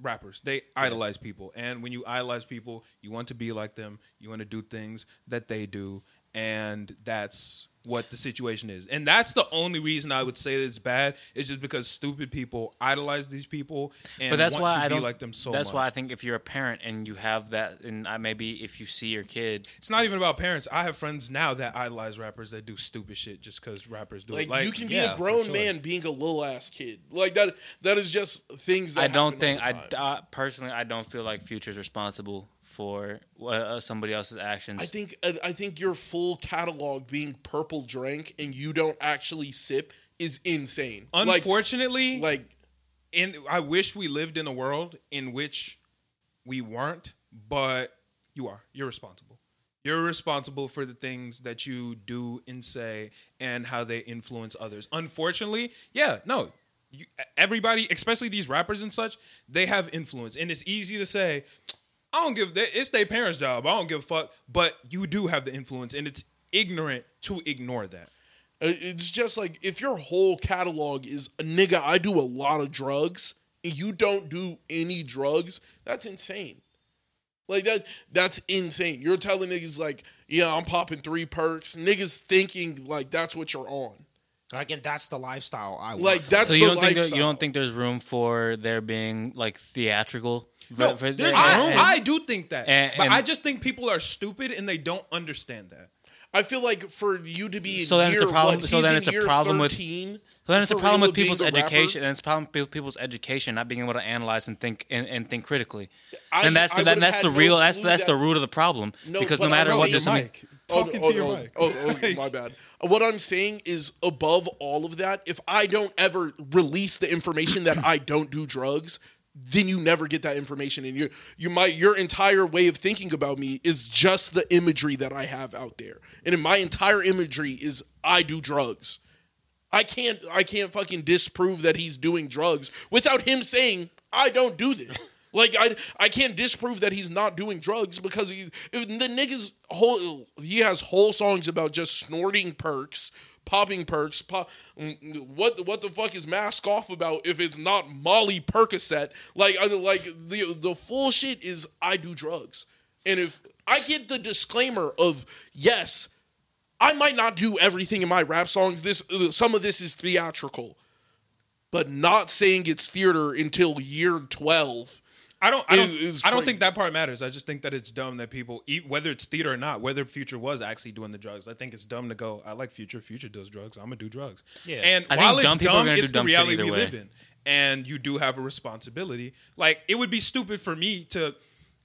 A: rappers. They idolize people, and when you idolize people, you want to be like them. You want to do things that they do, and that's what the situation is. And that's the only reason I would say that it's bad. It's just because stupid people idolize these people and
C: but that's
A: want
C: why
A: to
C: I
A: be
C: don't
A: like them so
C: That's
A: much.
C: why I think if you're a parent and you have that, and I, maybe if you see your kid,
A: it's not even about parents. I have friends now that idolize rappers that do stupid shit just because rappers do
D: Like,
A: it.
D: you can be
A: yeah,
D: a
A: for
D: grown
A: sure.
D: man being a little ass kid. Like that. That is just things. That
C: I don't
D: happen
C: think
D: all
C: I,
D: the time.
C: I personally I don't feel like Future's responsible for uh, uh, somebody else's actions.
D: I think uh, I I think your full catalog being purple drank and you don't actually sip is insane. Like-
A: Unfortunately,
D: like
A: and I wish we lived in a world in which we weren't, but you are. You're responsible. You're responsible for the things that you do and say and how they influence others. Unfortunately, yeah, no. You, everybody, especially these rappers and such, they have influence. And it's easy to say, I don't give that it's their parents' job. I don't give a fuck. But you do have the influence and it's ignorant to ignore that.
D: Uh, It's just like if your whole catalog is nigga, I do a lot of drugs, and you don't do any drugs, that's insane. Like that that's insane. You're telling niggas like, yeah, I'm popping three perks. Niggas thinking like that's what you're on.
B: like, and that's the lifestyle I want.
D: Like that's
C: so you don't
D: the
C: think there,
D: lifestyle.
C: you don't think there's room for there being like theatrical.
A: No,
C: for- for-
A: there's
C: and-
A: room.
C: and-
A: I do think that,
C: and-
A: but
C: and-
A: I just think people are stupid and they don't understand that.
D: I feel like for you to be
C: So then it's a
D: year,
C: problem-
D: what,
C: so
D: he's
C: then
D: in
C: it's a
D: year
C: problem with-
D: 13,
C: So then it's a
D: for
C: problem
D: real
C: with
D: being
C: people's
D: a rapper.
C: education, and it's a problem with people's education not being able to analyze and think and, and think critically.
D: I-
C: and that's
D: I
C: the then
D: would've
C: that's
D: had
C: the
D: no
C: real that's
D: clue
C: that's
D: that-
C: the root of the problem because no
D: but I
C: matter
D: know
C: what,
D: your
C: there's
D: mic.
C: some,
A: Talking
D: oh,
A: to your
D: oh,
A: mic.
D: oh, oh, okay, my bad. What I'm saying is, above all of that, if I don't ever release the information that I don't do drugs, then you never get that information, and you you might your entire way of thinking about me is just the imagery that I have out there, and my entire imagery is I do drugs. I can't I can't fucking disprove that he's doing drugs without him saying I don't do this. Like I I can't disprove that he's not doing drugs because he if the niggas whole he has whole songs about just snorting perks, popping perks. Pop, what what the fuck is mask off about if it's not Molly Percocet? Like I, like the the full shit is I do drugs, and if I get the disclaimer of yes, I might not do everything in my rap songs. This uh, some of this is theatrical, but not saying it's theater until year twelve.
A: I don't. I don't.
D: It is
A: I don't
D: crazy.
A: think that part matters. I just think that it's dumb that people, e- whether it's theater or not, whether Future was actually doing the drugs. I think it's dumb to go. I like Future. Future does drugs. I'm gonna do drugs.
E: Yeah.
A: And
C: I think
A: while it's dumb,
C: dumb people are gonna
A: it's
C: do
A: the
C: dumb shit
A: reality
C: either
A: we
C: way.
A: live in, and you do have a responsibility. Like it would be stupid for me to,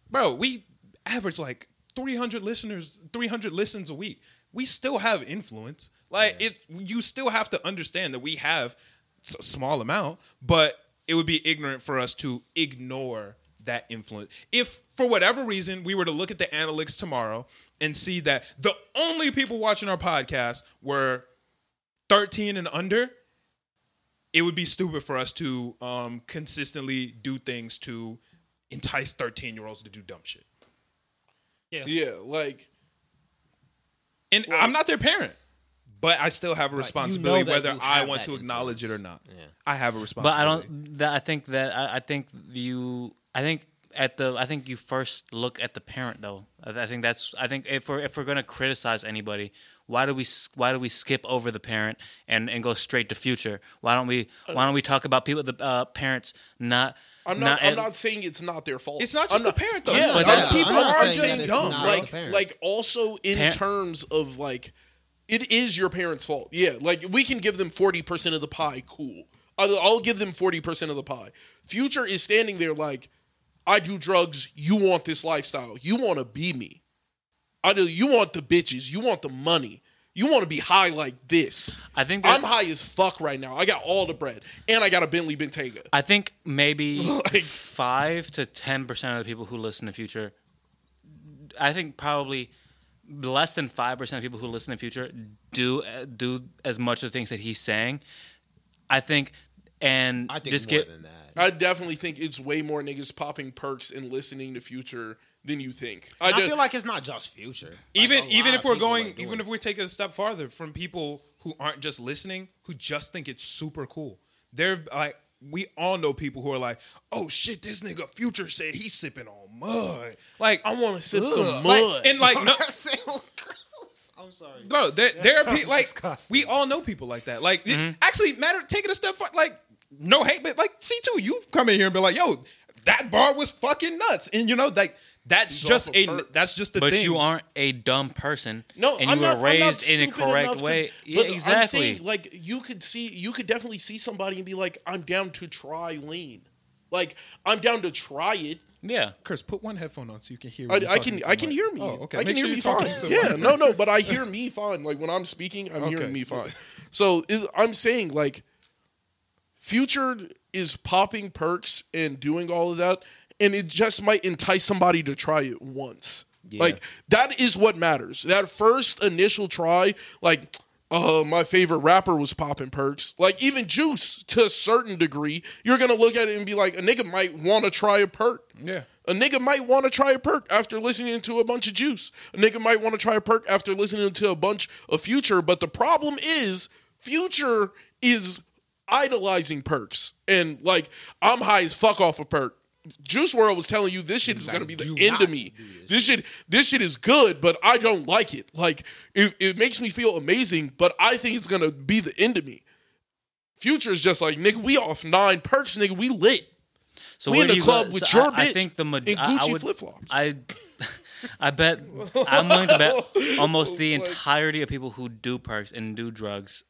A: bro. We average like 300 listeners, 300 listens a week. We still have influence. Like it, you still have to understand that we have s- a small amount, but it would be ignorant for us to ignore that influence. If for whatever reason we were to look at the analytics tomorrow and see that the only people watching our podcast were 13 and under, it would be stupid for us to um, consistently do things to entice 13 year olds to do dumb shit.
D: Yeah, like
A: And
D: Well-
A: I'm not their parent, but I still have a responsibility
E: that
A: whether
E: you
A: I
E: have
A: want
E: that
A: to acknowledge it or not.
E: influence. Yeah.
A: I have a
C: but
A: responsibility.
C: I don't. That, I think that I, I think you. I think at the. I think you first look at the parent though. I, I think that's. I think if we're if we're gonna criticize anybody, why do we s- why do we skip over the parent and and go straight to future? Why don't we Why don't we talk about people the uh, parents not.
D: I'm not. I'm
C: at-
D: not saying it's not their fault.
A: It's not
D: I'm
A: just the parent, though.
D: Yeah,
A: But
D: some
B: that's-
D: people
B: I'm not
D: are
B: saying
D: just
B: that it's
D: dumb.
B: not
D: Like,
B: the parents.
D: like also in
C: Par-
D: terms of like, it is your parents' fault. Yeah, like we can give them forty percent of the pie. Cool. I'll, I'll give them forty percent of the pie. Future is standing there like, I do drugs. You want this lifestyle. You want to be me. I do. You want the bitches. You want the money. You want to be high like this.
C: I think that-
D: I'm high as fuck right now. I got all the bread, and I got a Bentley Bentayga.
C: I think maybe
D: Like-
C: five to ten percent of the people who listen to Future. I think probably less than five percent of people who listen to Future do do as much of the things that he's saying. I think, and
E: I think
C: just
E: more
C: get
E: than that.
D: I definitely think it's way more niggas popping perks and listening to Future than you think. I,
E: And I
D: do-
E: feel like it's not just future. Like,
A: even
E: a
A: even
E: lot
A: if
E: of people
A: we're
E: are
A: going
E: doing
A: even if we take it a step farther from people who aren't just listening who just think it's super cool they're like we all know people who are like oh shit this nigga future said he's sipping on mud like
D: I want to sip some
A: Ugh.
D: mud.
A: Like, and like no,
B: That sound gross. I'm sorry.
A: bro there, there are
B: sounds
A: people like
B: disgusting.
A: we all know people like that like it-
D: Mm-hmm.
A: actually matter take it a step far like no hate but like c2 you've come in here and been like yo that bar was fucking nuts and you know like that's
D: He's
A: just
D: off a
A: a
D: perk.
A: that's just the
C: but
A: thing
C: you aren't a dumb person.
D: No,
C: and
D: I'm
C: you
D: not,
C: were raised
D: I'm not
C: in a
D: stupid enough
C: correct
D: to-
C: way.
D: but
C: yeah,
D: I'm saying,
C: exactly.
D: like you could see, you could definitely see somebody and be like, "I'm down to try lean." Like I'm down to try it.
C: yeah,
A: Chris, put one headphone on so you can hear.
D: I,
A: me
D: I
A: talking
D: can,
A: to
D: I can
A: Mike.
D: hear me.
A: Oh, okay.
D: I can
A: Make
D: hear
A: sure
D: me
A: you're talking
D: fine.
A: to
D: Yeah,
A: Mike.
D: no, no, but I hear me fine. Like when I'm speaking, I'm
A: Okay.
D: hearing me fine. So is, I'm saying like, Future is popping perks and doing all of that, and it just might entice somebody to try it once. Like that is what matters. That first initial try, like. Uh, my favorite rapper was popping perks. Like even Juice, to a certain degree, you're gonna look at it and be like, a nigga might want to try a perk.
A: Yeah.
D: A nigga might want to try a perk after listening to a bunch of juice. A nigga might want to try a perk after listening to a bunch of future. But the problem is, future is idolizing perks. And like, I'm high as fuck off a perk. Juice World was telling you this shit is gonna be the end of me. This shit, this shit is good, but I don't like it. Like, it, it makes me feel amazing, but I think it's gonna be the end of me. Future is just like, nigga, we off nine perks, nigga, we lit.
C: so
D: We
C: what
D: in
C: do
D: the
C: you
D: club
C: go-
D: with
C: so
D: your
C: I, I
D: bitch
C: think the ma-
D: and
C: I- I
D: Gucci
C: would-
D: flip-flops.
C: I, I bet I'm willing to bet almost the
A: Oh
C: entirety of people who do perks and do drugs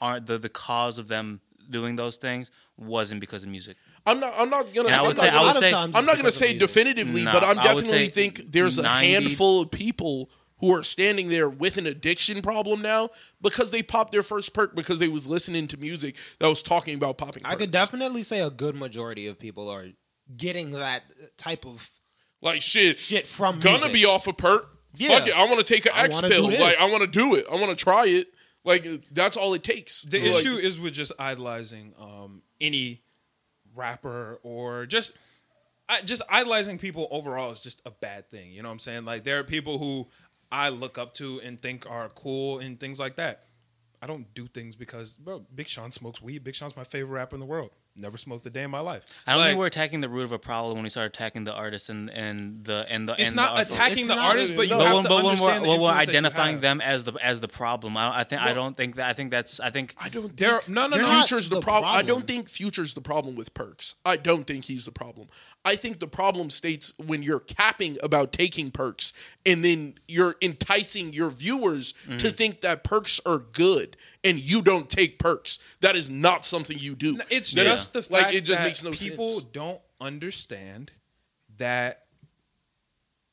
C: aren't the the cause of them doing those things wasn't because of music.
D: I'm not. I'm not gonna.
C: And I
D: I'm
C: would
D: not
C: say- I
D: gonna-
C: would
B: lot of
C: say-
B: times
D: I'm
B: it's
D: not going to
B: because of
D: say
B: music.
D: definitively,
C: No,
D: but I'm
C: I would
D: definitely
C: say
D: think there's a
C: 90
D: handful of people who are standing there with an addiction problem now because they popped their first perk because they was listening to music that was talking about popping.
B: I could
D: perks.
B: definitely say a good majority of people are getting that type of
D: like shit.
B: shit from
D: Gonna be off a perk.
B: Yeah.
D: Fuck it. I want to take an
B: I
D: X
B: wanna
D: pill.
B: do this.
D: Like I want to do it. I want to try it. Like that's all it takes.
A: The
D: Like,
A: issue is with just idolizing um, any rapper or just I, just idolizing people overall is just a bad thing. You know what I'm saying? Like there are people who I look up to and think are cool and things like that. I don't do things because bro, Big Sean smokes weed. Big Sean's my favorite rapper in the world. Never smoked a day in my life.
C: I don't
A: Like,
C: think we're attacking the root of a problem when we start attacking the artists and, and the and the.
A: It's
C: and
A: not
C: the art form.
A: attacking
D: It's
A: the
D: not-
A: artist, but you
D: No,
A: have
C: But when,
A: to
C: but when
A: understand
C: we're,
A: the
C: when we're
A: influence that you
C: identifying
A: have.
C: them as the as the problem, I don't. I think I don't think that. I think that's. I think.
D: I don't.
A: There-
D: think
A: no, no, no.
D: Future's the,
B: the
D: problem. I
B: problem.
D: don't think Future's the problem with perks. I don't think he's the problem. I think the problem states when you're capping about taking perks, and then you're enticing your viewers to
A: Mm.
D: think that perks are good, and you don't take perks. That is not something you do.
A: It's
D: That
A: just
D: is-
A: the fact
D: like it just
A: that
D: makes no
A: people
D: sense.
A: don't understand that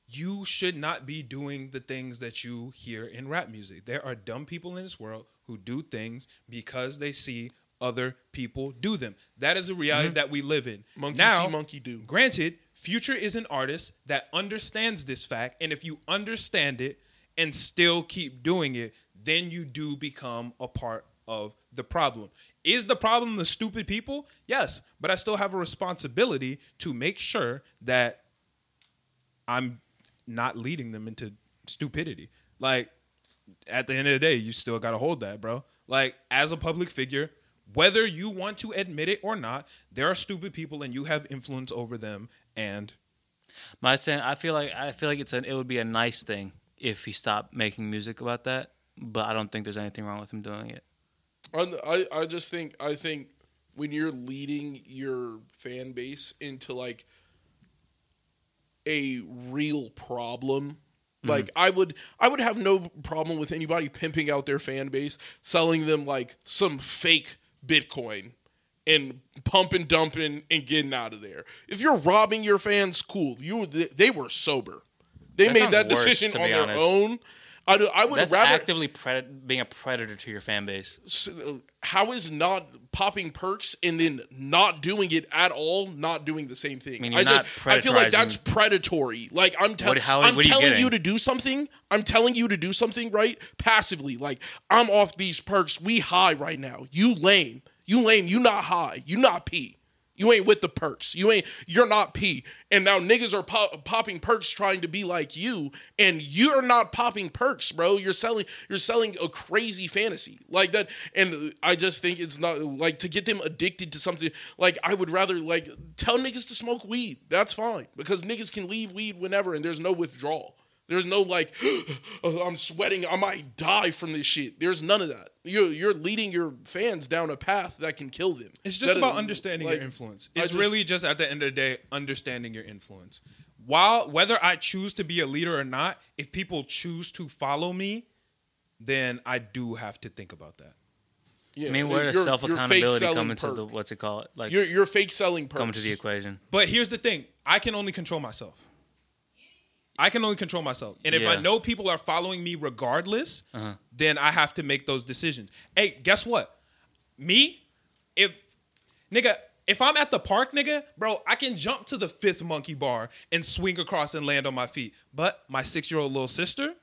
A: you should not be doing the things that you hear in rap music. There are dumb people in this world who do things because they see other people do them. That is a reality that we live in.
D: Mm-hmm. Monkey see, monkey do.
A: Granted, Future is an artist that understands this fact, and if you understand it and still keep doing it, then you do become a part of the problem. Is the problem the stupid people? Yes, but I still have a responsibility to make sure that I'm not leading them into stupidity. Like at the end of the day, you still got to hold that, bro. Like as a public figure, whether you want to admit it or not, there are stupid people and you have influence over them and
C: My saying, I feel like I feel like it's an. It would be a nice thing if he stopped making music about that. But I don't think there's anything wrong with him doing it.
D: I'm- I, I just think I think when you're leading your fan base into like a real problem,
C: Mm-hmm.
D: like I would I would have no problem with anybody pimping out their fan base, selling them like some fake Bitcoin and pumping dumping and getting out of there. If you're robbing your fans, cool. You they were sober. They
C: That
D: made
C: sounds
D: that
C: worse,
D: decision
C: to
D: on
C: be
D: their
C: honest.
D: own. I, do- I would
C: That's
D: rather
C: actively pred- being a predator to your fan base.
D: so, how is not popping perks and then not doing it at all not doing the same thing? I,
C: mean, you're
D: just-
C: not
D: I feel like
C: predatorizing-
D: that's predatory. Like I'm, tell-
C: What- how-
D: I'm
C: what are you
D: telling
C: getting?
D: you to do something. I'm telling you to do something right passively. Like I'm off these perks. We high right now. You lame. You lame. You not high. You not pee. You ain't with the perks. You ain't. You're not P. And now niggas are pop, popping perks, trying to be like you, and you're not popping perks, bro. You're selling. You're selling a crazy fantasy like that. And I just think it's not like to get them addicted to something. Like I would rather like tell niggas to smoke weed. That's fine because niggas can leave weed whenever, and there's no withdrawal. There's no like, "Oh, I'm sweating. I might die from this shit. There's none of that. You're you're leading your fans down a path that can kill them.
A: It's just
D: That-
A: about understanding
D: like,
A: your influence.
D: I
A: It's
D: just-
A: really just at the end of the day, understanding your influence. While whether I choose to be a leader or not, if people choose to follow me, then I do have to think about that.
D: Yeah,
C: I mean,
D: and
C: where does
D: you're-
C: self
D: you're fake
C: accountability
D: selling
C: come into
D: perk.
C: the what's it called? Like
D: You're, you're fake selling perks.
C: come into the equation.
A: But here's the thing I can only control myself. I can only control myself. And if I
C: Yeah.
A: know people are following me regardless,
C: Uh-huh.
A: then I have to make those decisions. Hey, guess what? Me, if, nigga, if I'm at the park, nigga, bro, I can jump to the fifth monkey bar and swing across and land on my feet. But my six year old little sister,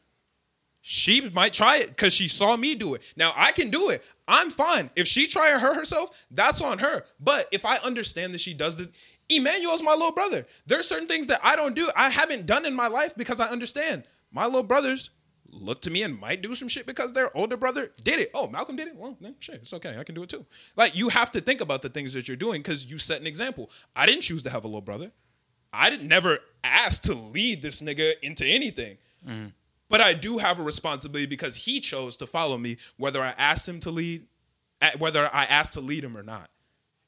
A: she might try it because she saw me do it. Now I can do it. I'm fine. If she try it her herself, that's on her. But if I understand that she does the Emmanuel's my little brother. There's certain things that I don't do, I haven't done in my life because I understand. My little brothers look to me and might do some shit because their older brother did it. Oh, Malcolm did it. Well, then shit, it's okay. I can do it too. Like you have to think about the things that you're doing because you set an example. I didn't choose to have a little brother. I didn't never ask to lead this nigga into anything. But I do have a responsibility because he chose to follow me, whether I asked him to lead, at- whether I asked to lead him or not.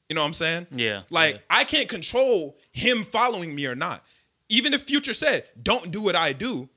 A: You know what I'm saying?
C: Yeah,
A: Like
C: yeah.
A: I can't control him following me or not. Even if Future said, "Don't do what I do,"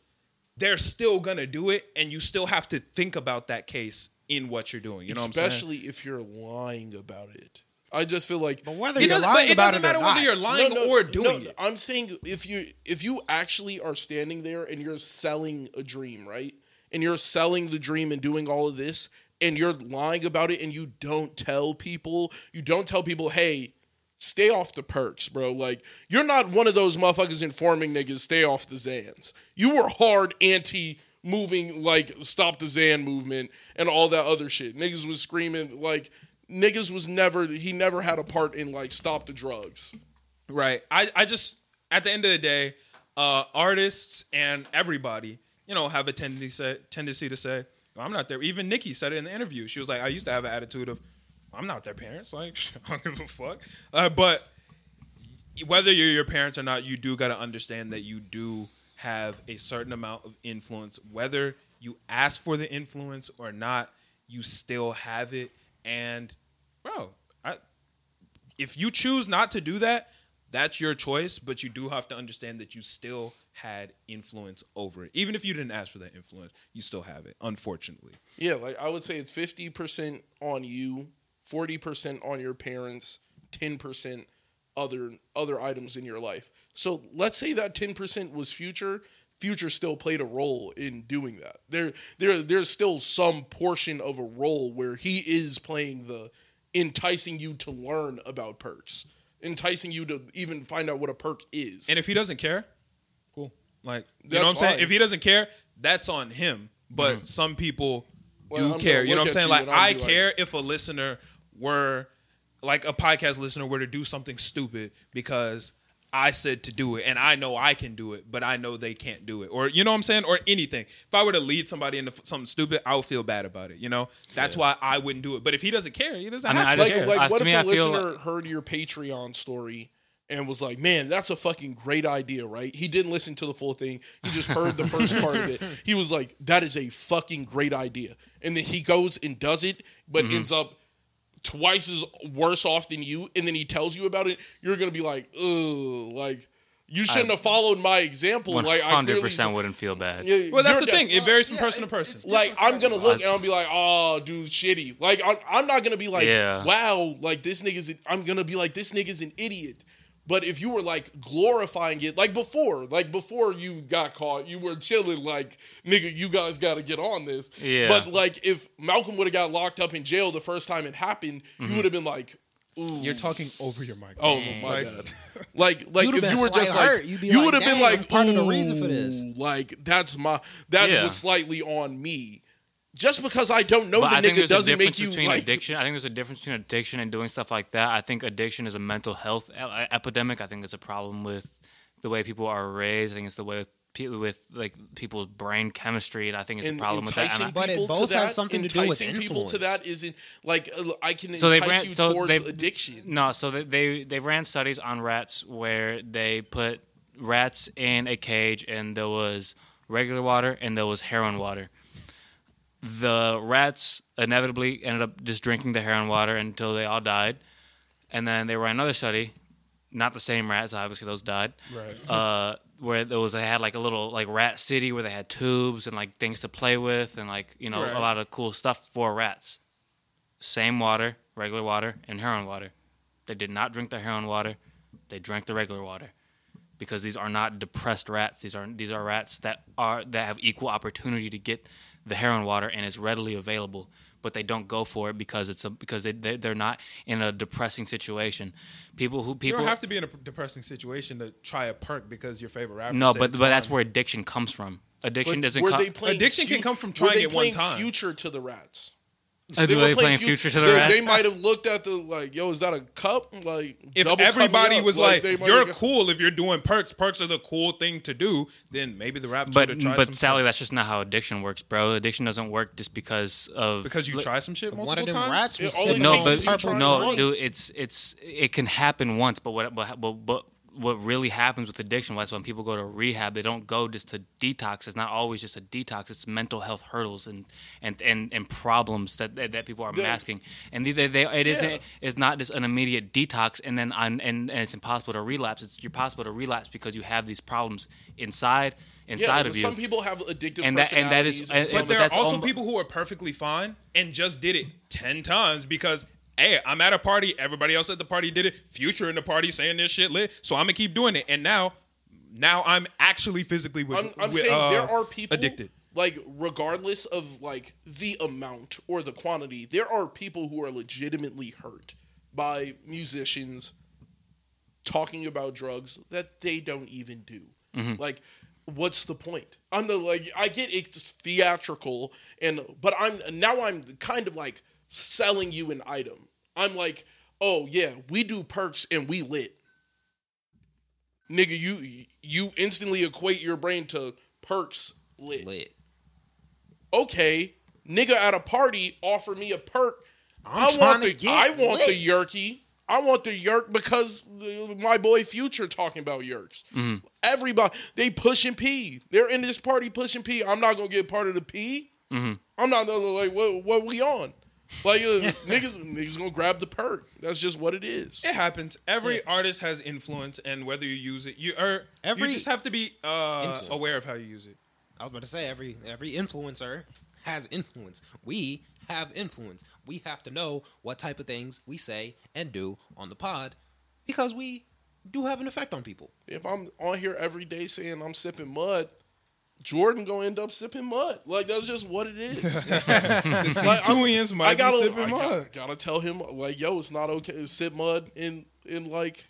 A: they're still gonna do it, and you still have to think about that case in what you're doing. You know what I'm saying?
D: especially if you're lying about it. I just feel like
B: But whether
A: It
B: you're
A: doesn't,
B: lying
A: but it
B: about
A: doesn't
B: it or
A: matter
B: not,
A: whether you're lying or doing it.
D: I'm saying if you if you actually are standing there and you're selling a dream, right? And you're selling the dream and doing all of this, and you're lying about it, and you don't tell people, you don't tell people, hey, stay off the perks, bro. Like you're not one of those motherfuckers informing niggas stay off the Zans. You were hard anti moving like stop the Zan movement and all that other shit. Niggas was screaming like niggas was never he never had a part in like stop the drugs.
A: Right. I, I just at the end of the day, uh, artists and everybody, you know, have a tendency say, tendency to say, I'm not there. Even Nikki said it in the interview. She was like, I used to have an attitude of, I'm not their parents. Like, I don't give a fuck. Uh, but whether you're your parents or not, you do got to understand that you do have a certain amount of influence. Whether you ask for the influence or not, you still have it. And, bro, I, if you choose not to do that, that's your choice, but you do have to understand that you still had influence over it. Even if you didn't ask for that influence, you still have it, unfortunately.
D: Yeah, like I would say it's 50% on you, 40% on your parents, 10% other other items in your life. So let's say that 10% was future, future still played a role in doing that. There there there's still some portion of a role where he is playing the enticing you to learn about perks, enticing you to even find out what a perk is.
A: And if he doesn't care, cool. Like, you
D: That's
A: know what I'm saying?
D: fine. Mm-hmm.
A: If he doesn't care, that's on him. But some people
D: Well,
A: do
D: I'm
A: care.
D: gonna
A: You know
D: look
A: what I'm
D: at
A: saying?
D: you
A: Like,
D: and I'm
A: I
D: gonna be like-
A: care if a listener were, like, a podcast listener were to do something stupid because I said to do it and I know I can do it, but I know they can't do it. Or, you know what I'm saying? Or anything. If I were to lead somebody into f- something stupid, I would feel bad about it. You know? That's why I wouldn't do it. But if he doesn't care, he doesn't
C: I mean,
A: have to.
C: I just-
D: like,
C: care.
D: like
C: Uh, to
D: what if
C: me,
D: a
C: I feel
D: listener heard your Patreon story and was like, "Man, that's a fucking great idea, right?" He didn't listen to the full thing. He just heard the first part of it. He was like, "That is a fucking great idea," and then he goes and does it, but
C: Mm-hmm.
D: ends up twice as worse off than you. And then he tells you about it. You're gonna be like, "Ugh, like." You shouldn't have followed my example.
C: One
D: Like I
C: hundred
D: clearly,
C: percent wouldn't feel bad.
D: Yeah,
A: well, that's the
D: you're
A: thing.
D: def-
A: It varies from person to person.
D: like I'm gonna look and I'll be like, oh, dude, shitty. Like I'm, I'm not gonna be like,
C: Yeah.
D: wow, like this nigga's. An, I'm gonna be like, this nigga's an idiot. But if you were like glorifying it, like before, like before you got caught, you were chilling, like nigga, you guys got to get on this.
C: Yeah.
D: But like, if Malcolm would have got locked up in jail the first time it happened,
C: Mm-hmm.
D: you would have been like, ooh,
A: You're talking over your mic.
D: oh my god. Like, like
B: You'd have
D: if
B: been
D: you were just
B: slight
D: like,
B: hurt. You'd be
D: you
B: like,
D: would have been
B: "Dang,
D: like,
B: I'm part of the reason for this."
D: "Ooh, Like that's my that
C: Yeah.
D: was slightly on me. Just because I don't know
C: But I
D: the
C: think
D: nigga
C: there's a
D: doesn't
C: difference
D: make you
C: between
D: like.
C: addiction. I think there's a difference between addiction and doing stuff like that. I think addiction is a mental health e- epidemic. I think it's a problem with the way people are raised. I think it's the way with pe- with like people's brain chemistry, and I think it's
D: and
C: a problem with that.
D: enticing
C: And I-
B: But it
D: people
B: both
D: to
B: has
D: that,
B: something to do with
D: enticing people to
B: influence.
D: that isn't like uh, I can
C: So they
D: entice
C: ran-
D: you
C: so
D: towards
C: they've-
D: addiction.
C: No, so they, they they ran studies on rats where they put rats in a cage and there was regular water and there was heroin water. The rats inevitably ended up just drinking the heroin water until they all died, and then they ran another study, not the same rats obviously those died,
A: Right.
C: Uh, where there was they had like a little like rat city where they had tubes and like things to play with and like you know
A: Right.
C: a lot of cool stuff for rats same water, regular water, and heroin water. They did not drink the heroin water. They drank the regular water because these are not depressed rats. These are these are rats that are that have equal opportunity to get the heroin water and it's readily available, but they don't go for it because it's a because they they- they're not in a depressing situation. People who
A: You
C: people
A: don't have to be in a depressing situation to try a perk because your favorite rapper.
C: no,
A: said
C: but
A: it's
C: but that's
A: fine.
C: where addiction comes from. Addiction doesn't
D: Were
C: come.
D: they playing
A: Addiction can
D: fu-
A: come from
D: were
A: trying
D: they
A: it one
D: playing
A: time.
D: Future to the rats.
C: Are they playing,
D: Fu-
C: future to the
D: they,
C: rats?
D: They might have looked at the like, yo, is that a cup? Like,
A: if
D: double cup me
A: everybody
D: up.
A: was like,
D: they might
A: "You're
D: have got-
A: cool if you're doing perks. Perks are the cool thing to do," then maybe the rap would
C: but
A: have tried
C: but
A: some
C: Sally,
A: perks.
C: that's just not how addiction works, bro. Addiction doesn't work just because of
A: because you
C: Look-
A: try some shit multiple
B: One of them
A: times.
B: rats was
D: It only
B: sipping
C: no,
D: takes
B: on
D: two
C: but
B: purple
D: tries
C: no,
D: once.
B: drink.
C: dude, it's it's it can happen once, but what but but, but what really happens with addiction? That's when people go to rehab. They don't go just to detox. It's not always just a detox. It's mental health hurdles and and and, and problems that, that that people are masking. And they, they, they it isn't-
D: Yeah.
C: it's not just an immediate detox, and then on and, and it's impossible to relapse. It's you're possible to relapse because you have these problems inside inside
D: but
C: of you.
D: Some people have addictive
C: And that-
D: personalities.
C: and that is-
D: and
C: and-
D: some
C: Yeah,
A: But
C: but
A: there are
C: that's
A: also
C: om-
A: people who are perfectly fine and just did it ten times because. Hey, I'm at a party. Everybody else at the party did it. Future in the party saying this shit lit, so I'm gonna keep doing it. And now, now I'm actually physically with.
D: I'm, I'm
A: with,
D: saying
A: uh,
D: there are people
A: addicted.
D: Like regardless of like the amount or the quantity, there are people who are legitimately hurt by musicians talking about drugs that they don't even do. Like, what's the point? I'm the like I get it's theatrical and but I'm now I'm kind of like selling you an item. I'm like, oh yeah, we do perks and we lit nigga, you you instantly equate your brain to perks lit.
E: Lit.
D: Okay, nigga at a party offer me a perk.
B: I'm
D: I
B: trying
D: want
B: to
D: the
B: get
D: I want the
B: lit.
D: yerky. I want the yerk because the- my boy Future talking about yerks.
B: Mm-hmm.
D: Everybody they pushing P. They're in this party pushing P. I'm not gonna get part of the P.
B: Mm-hmm.
D: am not gonna like what what we on. Like uh, niggas niggas gonna grab the perk. That's just what it is.
A: It happens. Every artist has influence, and whether you use it, you or
B: Every-
A: you just have to be uh,
B: Influence.
A: aware of how you use it.
B: I was about to say every every influencer has influence. We have influence. We have to know what type of things we say and do on the pod because we do have an effect on people.
D: If I'm on here every day saying I'm sipping mud, Jordan gonna end up sipping mud. Like that's just what it is.
A: The
D: Like, I'm-
A: C2ians might
D: I gotta,
A: be sipping
D: I
A: mud.
D: gotta, gotta tell him like, yo, it's not okay to sip mud in in like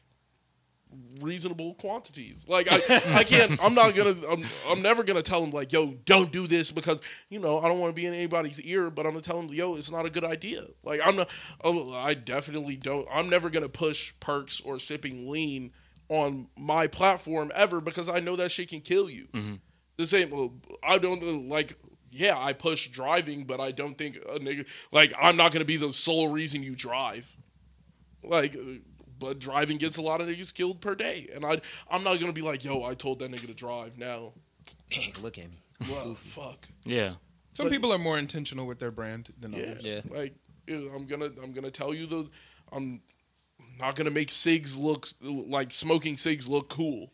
D: reasonable quantities. Like I, I can't. I'm not gonna. I'm, I'm never gonna tell him like, yo, don't do this because you know I don't want to be in anybody's ear. But I'm gonna tell him, yo, it's not a good idea. Like I'm not. Oh, I definitely don't. I'm never gonna push perks or sipping lean on my platform ever because I know that shit can kill you.
A: Mm-hmm.
D: The same. well, I don't uh, like. Yeah, I push driving, but I don't think a nigga like I'm not gonna be the sole reason you drive. Like, uh, but driving gets a lot of niggas killed per day, and I I'm not gonna be like, yo, I told that nigga to drive now.
B: Dang, look at me.
D: Well, fuck.
C: Yeah.
A: Some people are more intentional with their brand than
D: Yeah.
A: others.
B: Yeah.
D: Like ew, I'm gonna I'm gonna tell you the I'm not gonna make cigs look like smoking cigs look cool.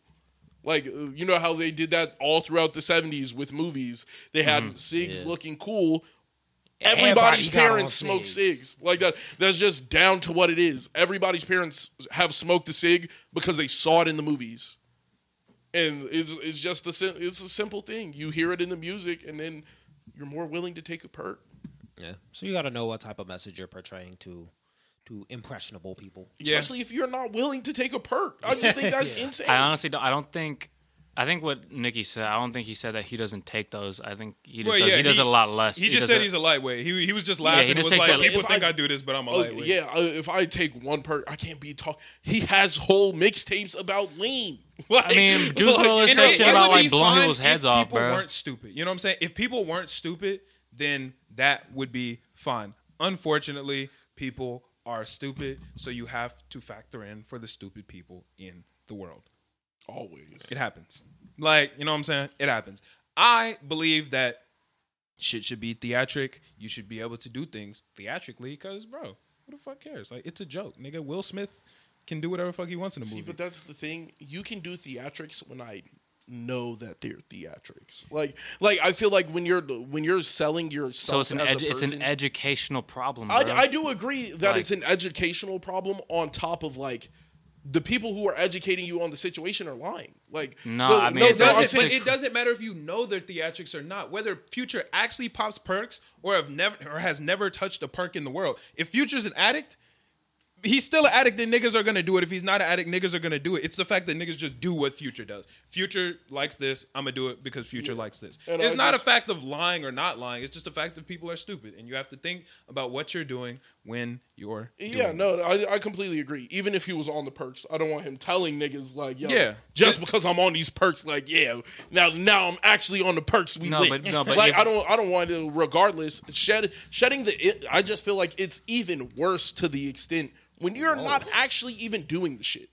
D: Like uh, you know how they did that all throughout the 70s with movies. They had cigs
E: Mm-hmm. Yeah.
D: looking cool.
E: Everybody
D: Everybody's
E: got on
D: parents smoke
E: cigs.
D: cigs. Like that that's just down to what it is. Everybody's parents have smoked a cig because they saw it in the movies. And it's it's just the sim- it's a simple thing. You hear it in the music and then you're more willing to take a perk.
B: Yeah. So you got to know what type of message you're portraying to to impressionable people.
A: Yeah.
D: especially if you're not willing to take a perk. I just think that's insane.
C: I honestly don't. I don't think. I think what Nikki said. I don't think he said that he doesn't take those. I think he just
A: Well,
C: does,
A: yeah,
C: he does
A: he-
C: a lot less.
A: He, just said
C: doesn't-
A: he's a lightweight. He, he was just laughing.
C: he just
A: was
C: takes
A: like,
C: a-
A: people
D: If
A: think I,
D: I-
A: do this, but I'm a
D: Oh,
A: lightweight.
D: yeah, I- if I take one perk, I can't be talk. He has whole mixtapes about lean. Like,
C: I mean, Juice
D: like,
C: WRLD
A: And
C: said
A: it-
C: shit
A: it
C: about
A: would be
C: like blowing
A: fine
C: people's heads
A: if
C: off,
A: people
C: bro.
A: weren't stupid. You know what I'm saying? If people weren't stupid, then that would be fine. Unfortunately, people are stupid, so you have to factor in for the stupid people in the world.
D: always.
A: It happens. Like, you know what I'm saying? It happens. I believe that shit should be theatric. You should be able to do things theatrically because, bro, who the fuck cares? Like, it's a joke. Nigga, Will Smith can do whatever the fuck he wants in a
D: See,
A: movie.
D: but that's the thing. You can do theatrics when I know that they're theatrics. Like, like I feel like when you're when you're selling yourself
C: So it's an
D: as
C: edu-
D: a
C: it's an
D: person-
C: educational problem. Bro.
D: I, I do agree that
C: Like-
D: it's an educational problem on top of like the people who are educating you on the situation are lying. Like
C: No,
D: the-
C: I mean,
A: it
C: It
D: I'm
A: doesn't,
C: doesn't-
A: but it doesn't matter if you know their theatrics or not. Whether Future actually pops perks or have never or has never touched a perk in the world. If Future's an addict, he's still an addict, and niggas are gonna do it. If he's not an addict, niggas are gonna do it. It's the fact that niggas just do what Future does. Future likes this, I'm gonna do it because Future likes this.
D: And
A: it's
D: I
A: not
D: just-
A: a fact of lying or not lying. It's just a fact that people are stupid, and you have to think about what you're doing when you're.
D: Yeah,
A: doing it.
D: no, I, I completely agree. Even if he was on the perks, I don't want him telling niggas like, yo,
A: Yeah.
D: just because I'm on these perks, like, yeah, now now I'm actually on the perks. We
C: No,
D: lit.
C: but- no, but
D: like
C: if-
D: I don't I don't want to. Regardless, shed shedding the. It, I just feel like it's even worse to the extent when you're not actually even doing the shit.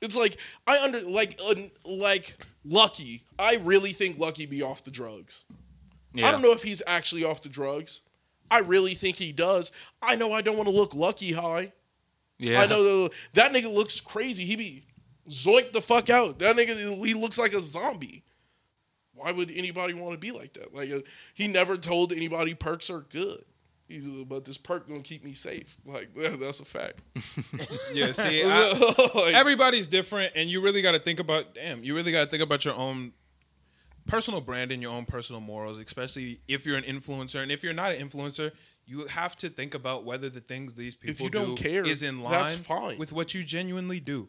D: It's like I under like un, like Lucky. I really think Lucky be off the drugs.
C: Yeah.
D: I don't know if he's actually off the drugs. I really think he does. I know I don't want to look lucky high.
C: Yeah.
D: I know the, that nigga looks crazy. He be zoinked the fuck out. That nigga, he looks like a zombie. Why would anybody want to be like that? Like uh, he never told anybody perks are good. He's uh, but this perk gonna keep me safe. Like that's a fact.
A: Yeah, see, I, everybody's different and you really got to think about damn you really got to think about your own personal brand and your own personal morals especially if you're an influencer and if you're not an influencer you have to think about whether the things these people
D: you don't
A: do
D: care,
A: is in line
D: that's fine.
A: with what you genuinely do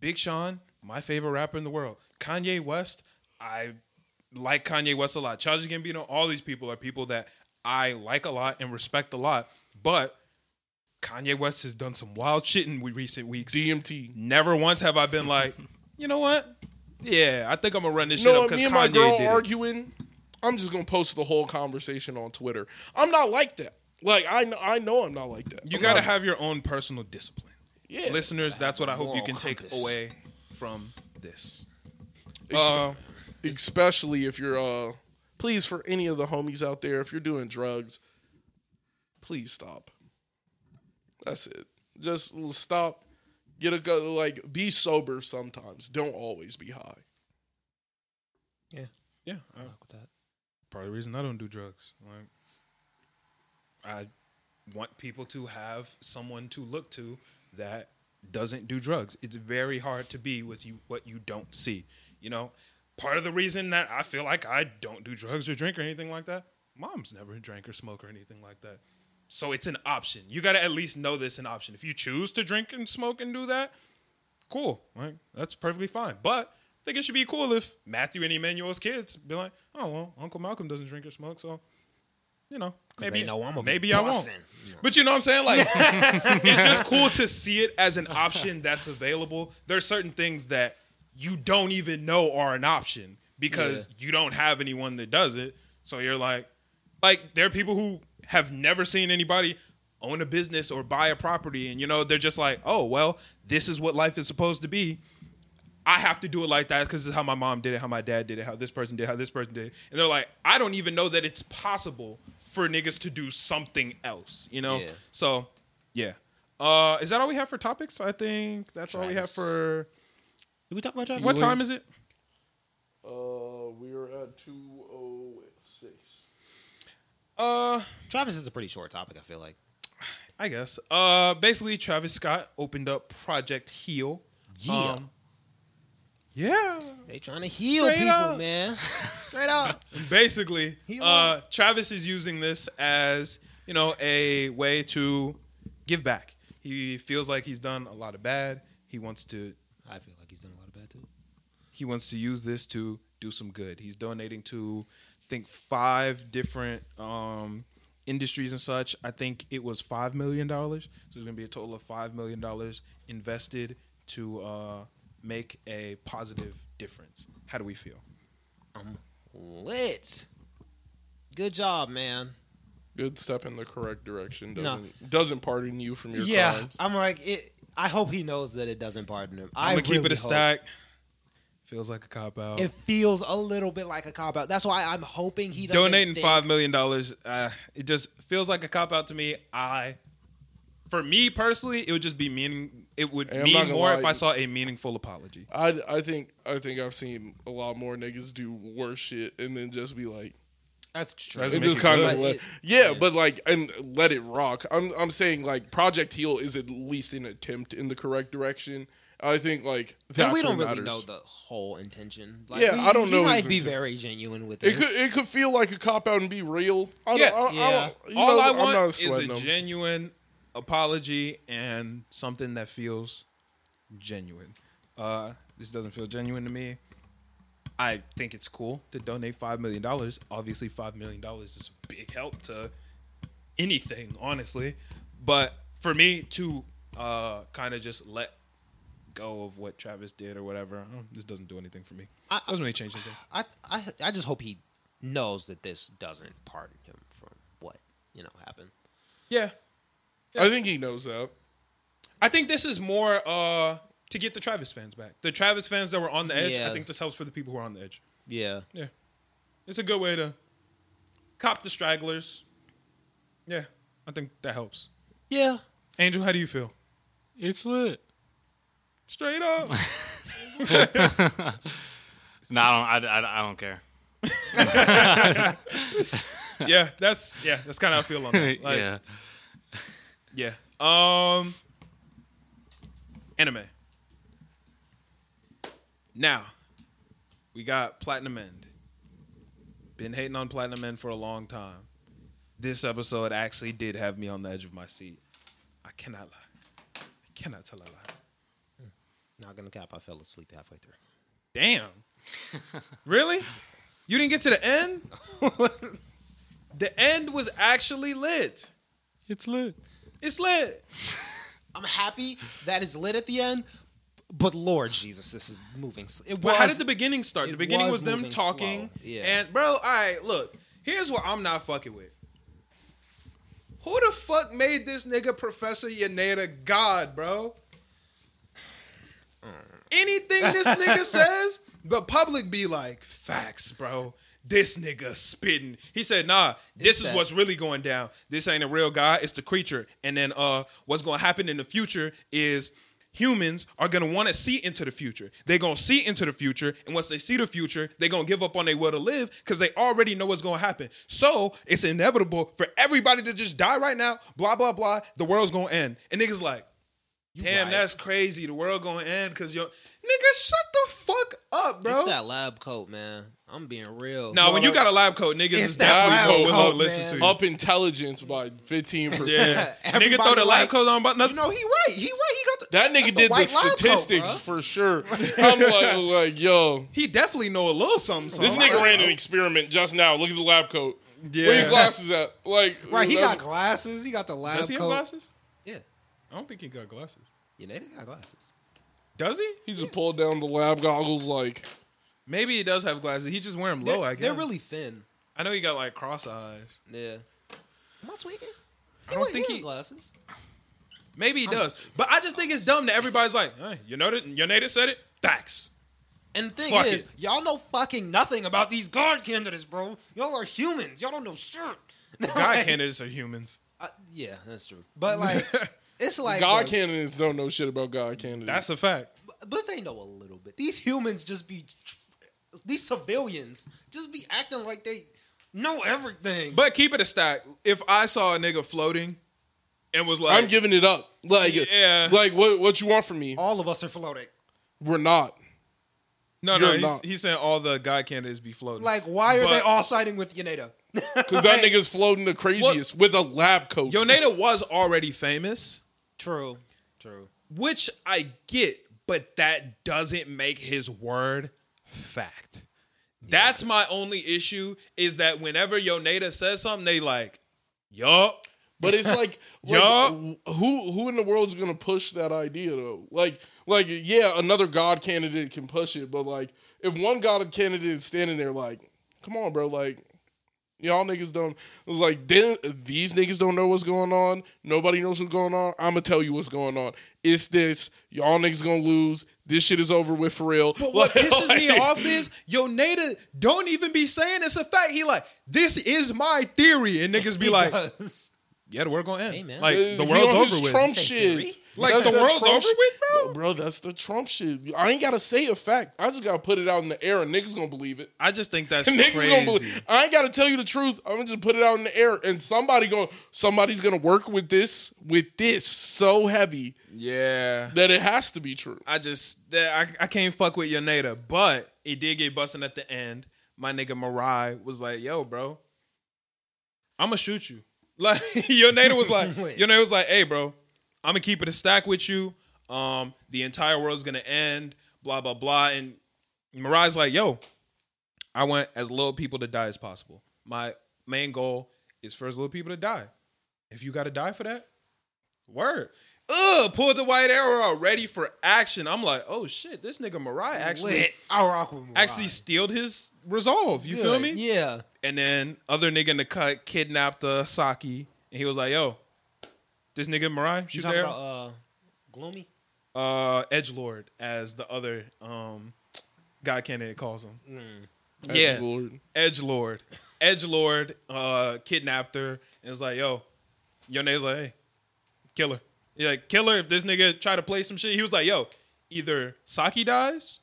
A: big sean my favorite rapper in the world kanye west i like Kanye West a lot. Childish Gambino, all these people are people that I like a lot and respect a lot. But Kanye West has done some wild shit in we- recent weeks.
D: DMT.
A: Never once have I been like, you know what? Yeah, I think I'm gonna run this
D: You
A: shit
D: know
A: up
D: what?
A: because
D: Me and
A: Kanye
D: my girl
A: did it.
D: arguing. I'm just gonna post the whole conversation on Twitter. I'm not like that. Like I kn- I know I'm not like that.
A: You
D: I'm
A: got to
D: not-
A: have your own personal discipline.
D: Yeah.
A: Listeners, that's what I hope you
E: moral
A: can take
E: compass.
A: away from this.
D: Ex-
A: Uh,
D: especially if you're uh please for any of the homies out there if you're doing drugs please stop that's it just l- stop get a go like be sober sometimes don't always be high
A: yeah. I- Part of the reason I don't do drugs. Like, I want people to have someone to look to that doesn't do drugs. It's very hard to be with you what you don't see. You know, part of the reason that I feel like I don't do drugs or drink or anything like that, mom's never drank or smoked or anything like that. So it's an option. You got to at least know this an option. If you choose to drink and smoke and do that, cool. Like that's perfectly fine. But I think it should be cool if Matthew and Emmanuel's kids be like, oh well, Uncle Malcolm doesn't drink or smoke, so you know, maybe
E: they know I'ma be
A: maybe I won't.
E: bussin'.
A: But you know what I'm saying? Like it's just cool to see it as an option that's available. There's certain things that you don't even know are an option because you don't have anyone that does it. So you're like, like there are people who have never seen anybody own a business or buy a property, and you know they're just like, oh well, this is what life is supposed to be. I have to do it like that because this is how my mom did it, how my dad did it, how this person did, how this person did it. And they're like, I don't even know that it's possible for niggas to do something else, you know?
B: Yeah.
A: So, yeah. Uh, is that all we have for topics? I think that's all we have
E: Travis.
A: for.
E: Did we talk about Travis?
A: What time is it?
D: uh we're at 206
A: Uh,
E: Travis is a pretty short topic. I feel like.
A: I guess. Uh, basically, Travis Scott opened up Project Heal. Um,
E: Yeah.
A: yeah.
E: They trying to heal
A: Straight
E: people,
A: up.
E: man. Straight up.
A: basically,
E: He
A: uh, Travis is using this as you know a way to give back. He feels like he's done a lot of bad. He wants to
E: I feel like he's done a lot of bad too.
A: he wants to use this to do some good. He's donating to, I think, five different um, industries and such. I think it was five million dollars. So there's gonna be a total of five million dollars invested to uh, make a positive difference. How do we feel?
E: I'm lit. Good job, man.
D: good step in the correct direction
E: No.
D: doesn't doesn't pardon you from your
E: yeah,
D: crimes
E: I'm like it. I hope he knows that it doesn't pardon him.
A: I'm
E: I
A: gonna keep
E: really
A: it a
E: hope.
A: stack. Feels like a cop out.
E: It feels a little bit like a cop out. That's why I'm hoping he doesn't
A: donating
E: think-
A: five million dollars uh, it just feels like a cop out to me i for me personally it would just be meaning it would
D: Hey, I'm not
A: mean
D: gonna
A: more
D: lie.
A: if i saw a meaningful apology
D: I, I think I think I've seen a lot more niggas do worse shit and then just be like
E: That's true.
A: Doesn't
D: It
A: make
D: just
A: it
D: kind
E: good.
D: of
E: But
D: let,
E: it-
D: yeah, but like and let it rock. I'm I'm saying like Project Heal is at least an attempt in the correct direction. I think like
E: And
D: that's
E: we don't
D: what
E: really
D: matters.
E: know the whole intention. Like,
D: Yeah,
E: we-
D: I don't know
E: He might
D: his
E: be
D: intent.
E: very genuine with
D: It
E: this.
D: could it could feel like a cop out and be real. I
A: Yeah.
D: don't, I, I
E: Yeah.
D: don't, you
A: all
D: know,
A: i
D: I'm not
A: want is a
D: sweating 'em.
A: genuine apology and something that feels genuine uh, this doesn't feel genuine to me i think it's cool to donate five million dollars obviously five million dollars is a big help to anything, honestly. But for me to uh, kind of just let go of what Travis did or whatever, oh, this doesn't do anything for me.
E: I-
A: doesn't really change anything.
E: I, I I just hope he knows that this doesn't pardon him from what you know happened.
A: Yeah,
D: I think he knows that.
A: I think this is more uh, to get the Travis fans back. The Travis fans that were on the edge. I
E: Yeah.
A: think this helps for the people who are on the edge.
E: Yeah,
A: Yeah, it's a good way to cop the stragglers. Yeah, I think that helps.
E: yeah.
A: Angel, how do you feel?
C: It's lit.
A: Straight up.
C: No, I don't. I, I, I don't care.
A: yeah, that's yeah, that's kind of how I feel on that. Like,
C: yeah.
A: Yeah. Um anime. Now, we got Platinum End. Been hating on Platinum End for a long time. This episode actually did have me on the edge of my seat. I cannot lie. I cannot tell a lie.
E: Not gonna cap. I fell asleep halfway through.
A: Damn. really? You didn't get to the end? the end was actually lit.
C: It's lit.
A: It's lit.
E: I'm happy that it's lit at the end. But Lord Jesus, this is moving. s- It
A: Well,
E: was,
A: how did the beginning start? The
E: it
A: beginning
E: was
A: was, them
E: moving
A: talking.
E: slow. Yeah.
A: And bro, all right, look. Here's what I'm not fucking with. Who the fuck made this nigga Professor Yaneda God, bro? Anything this nigga says, the public be like, facts, bro. This nigga spitting. He said, nah, this is
E: that-
A: what's really going down. This ain't a real guy, it's the creature. And then uh what's gonna happen in the future is humans are gonna wanna see into the future. They're gonna see into the future, and once they see the future, they're gonna give up on their will to live because they already know what's gonna happen. So it's inevitable for everybody to just die right now, blah blah blah. The world's gonna end. And niggas like Damn,
E: right.
A: that's crazy. The world gonna end because yo, nigga, shut the fuck up, bro.
E: It's that lab coat, man. I'm being real.
A: Now, when you got a lab coat, niggas
E: It's
A: is
E: that
A: definitely
D: lab
A: gonna
D: coat,
A: listen to you.
D: Up intelligence by fifteen percent.
A: yeah,
E: Everybody
A: nigga, throw the lab
E: like-
A: coat on, but nothing.
E: you know, he right. He right. He got the
D: That nigga
E: that's
D: did the
E: white lab coat,
D: statistics
E: bruh.
D: for sure. I'm like, like, yo,
A: he definitely know a little something.
D: this
A: something.
D: nigga ran an experiment just now. Look at the lab coat. Where
A: Yeah.
D: your glasses at? Like,
E: Right, he
D: that's-
E: got glasses. He got the lab
A: Does he have
E: coat.
A: glasses?
E: Yeah,
A: I don't think he got glasses.
E: you know, they got glasses.
A: Does he?
D: He just pulled down the lab goggles. Like,
A: Maybe he does have glasses. He just wear them
E: They're,
A: low. I guess.
E: they're really thin.
A: I know he got like cross eyes.
E: Yeah. Am I tweaking?
A: I don't think he.
E: glasses.
A: Maybe he does, but I just think it's dumb that everybody's like, eh, you know that your native said it. Facts.
E: And the thing
A: Fuck
E: is,
A: it.
E: y'all know fucking nothing about these God candidates, bro. Y'all are humans. Y'all don't know shit.
A: God candidates are humans.
E: Uh, yeah, that's true. But like, it's like
D: God
E: bro,
D: candidates don't know shit about God candidates.
A: That's a fact.
E: b- but they know a little bit. These humans just be, these civilians just be acting like they know everything.
A: But keep it a stack. If I saw a nigga floating and was like,
D: I'm giving it up. Like,
A: Yeah.
D: like what? What you want from me?
E: all of us are floating.
D: We're not.
A: no,
D: You're
A: no, he's,
D: not.
A: he's saying all the guy candidates be floating.
E: Like, why are they
A: But-
E: all siding with Yaneda?
D: Because that nigga's floating the craziest with a lab coat.
A: Yoneda was already famous,
E: True. True.
A: which I get, but that doesn't make his word fact. That's my only issue is that whenever Yoneda says something, they like, yup.
D: But it's like, like
A: Yup.
D: who who in the world's gonna push that idea though? Like like yeah, another god candidate can push it, but like if one god candidate is standing there like, come on, bro, like y'all niggas don't it's like then these niggas don't know what's going on. Nobody knows what's going on. I'ma tell you what's going on. It's this, y'all niggas gonna lose. This shit is over with for real.
A: But what
D: Like-
A: pisses me off is Yoneda don't even be saying it's a fact. He like, this is my theory. And niggas be like,
E: Because-
A: yeah, the world gonna end.
E: Hey, man.
A: Like
D: He
A: the
D: on
A: world's
D: his
A: over with.
D: Trump
E: Say
D: shit.
E: theory?
A: Like,
D: That's
A: the
D: that
A: world's
D: Trump
A: over with, bro?
D: No, bro, that's the Trump shit. I ain't gotta say a fact. I just gotta put it out in the air and niggas gonna believe it.
A: I just think that's
D: Niggas
A: crazy.
D: gonna believe. I ain't gotta tell you the truth. I'm gonna just put it out in the air and somebody going somebody's gonna work with this with this so heavy
A: Yeah.
D: that it has to be true.
A: I just that I, I can't fuck with Yoneda, but it did get busting at the end. My nigga Marai was like, "Yo, bro, I'ma shoot you." Like Yoneda was like,
E: Wait.
A: Yoneda was like, "Hey, bro, I'ma keep it a stack with you. Um, the entire world's gonna end. Blah blah blah." And Marai's like, "Yo, I want as little people to die as possible. My main goal is for as little people to die. If you gotta die for that, Word. Ugh, pulled the white arrow out, ready for action. I'm like, oh shit, this nigga Mariah actually
E: Lit. Our Aquaman.
A: actually stealed his resolve. You
E: Good.
A: feel me?
E: Yeah.
A: And then other nigga in the cut kidnapped uh, Saki, and he was like, yo, this nigga Mariah,
E: You
A: shoot
E: talking
A: there.
E: about uh, Gloomy?
A: uh, Edge Lord, as the other um, God candidate calls him.
D: Hmm.
A: Yeah.
D: Lord.
A: Edge Lord, Edge Lord, uh, kidnapped her, and it's like, yo, your name's like, hey, kill her. He's like, kill her if this nigga try to play some shit. He was like, yo, either Saki dies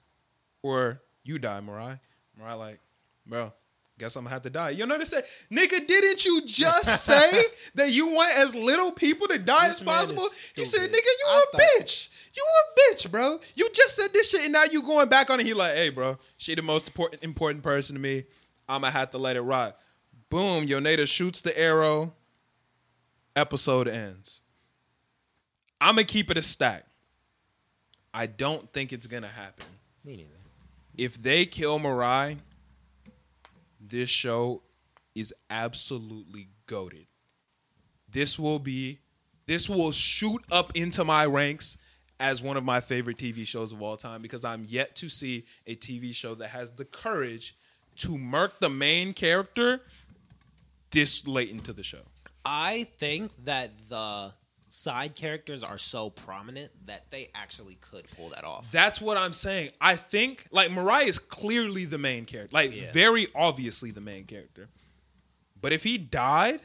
A: or you die, Mariah. Mariah like, bro, guess I'm gonna have to die. You know they say, nigga, didn't you just say that you want as little people to die
E: This
A: as
E: man is
A: possible? He said, nigga,
E: stupid.
A: you
E: I
A: a
E: thought-
A: bitch. You a bitch, bro. You just said this shit and now you going back on it. He like, hey, bro, she the most important important person to me. I'ma have to let it rock. Boom, Yoneda shoots the arrow. Episode ends. I'ma keep it a stack. I don't think it's gonna happen.
E: Me neither.
A: If they kill Marai, this show is absolutely goaded. This will be this will shoot up into my ranks as one of my favorite TV shows of all time because I'm yet to see a TV show that has the courage to murk the main character this late into the show.
E: I think that the side characters are so prominent that they actually could pull that off.
A: That's what I'm saying. I think like Mariah is clearly the main character, like
E: Yeah.
A: very obviously the main character. But if he died,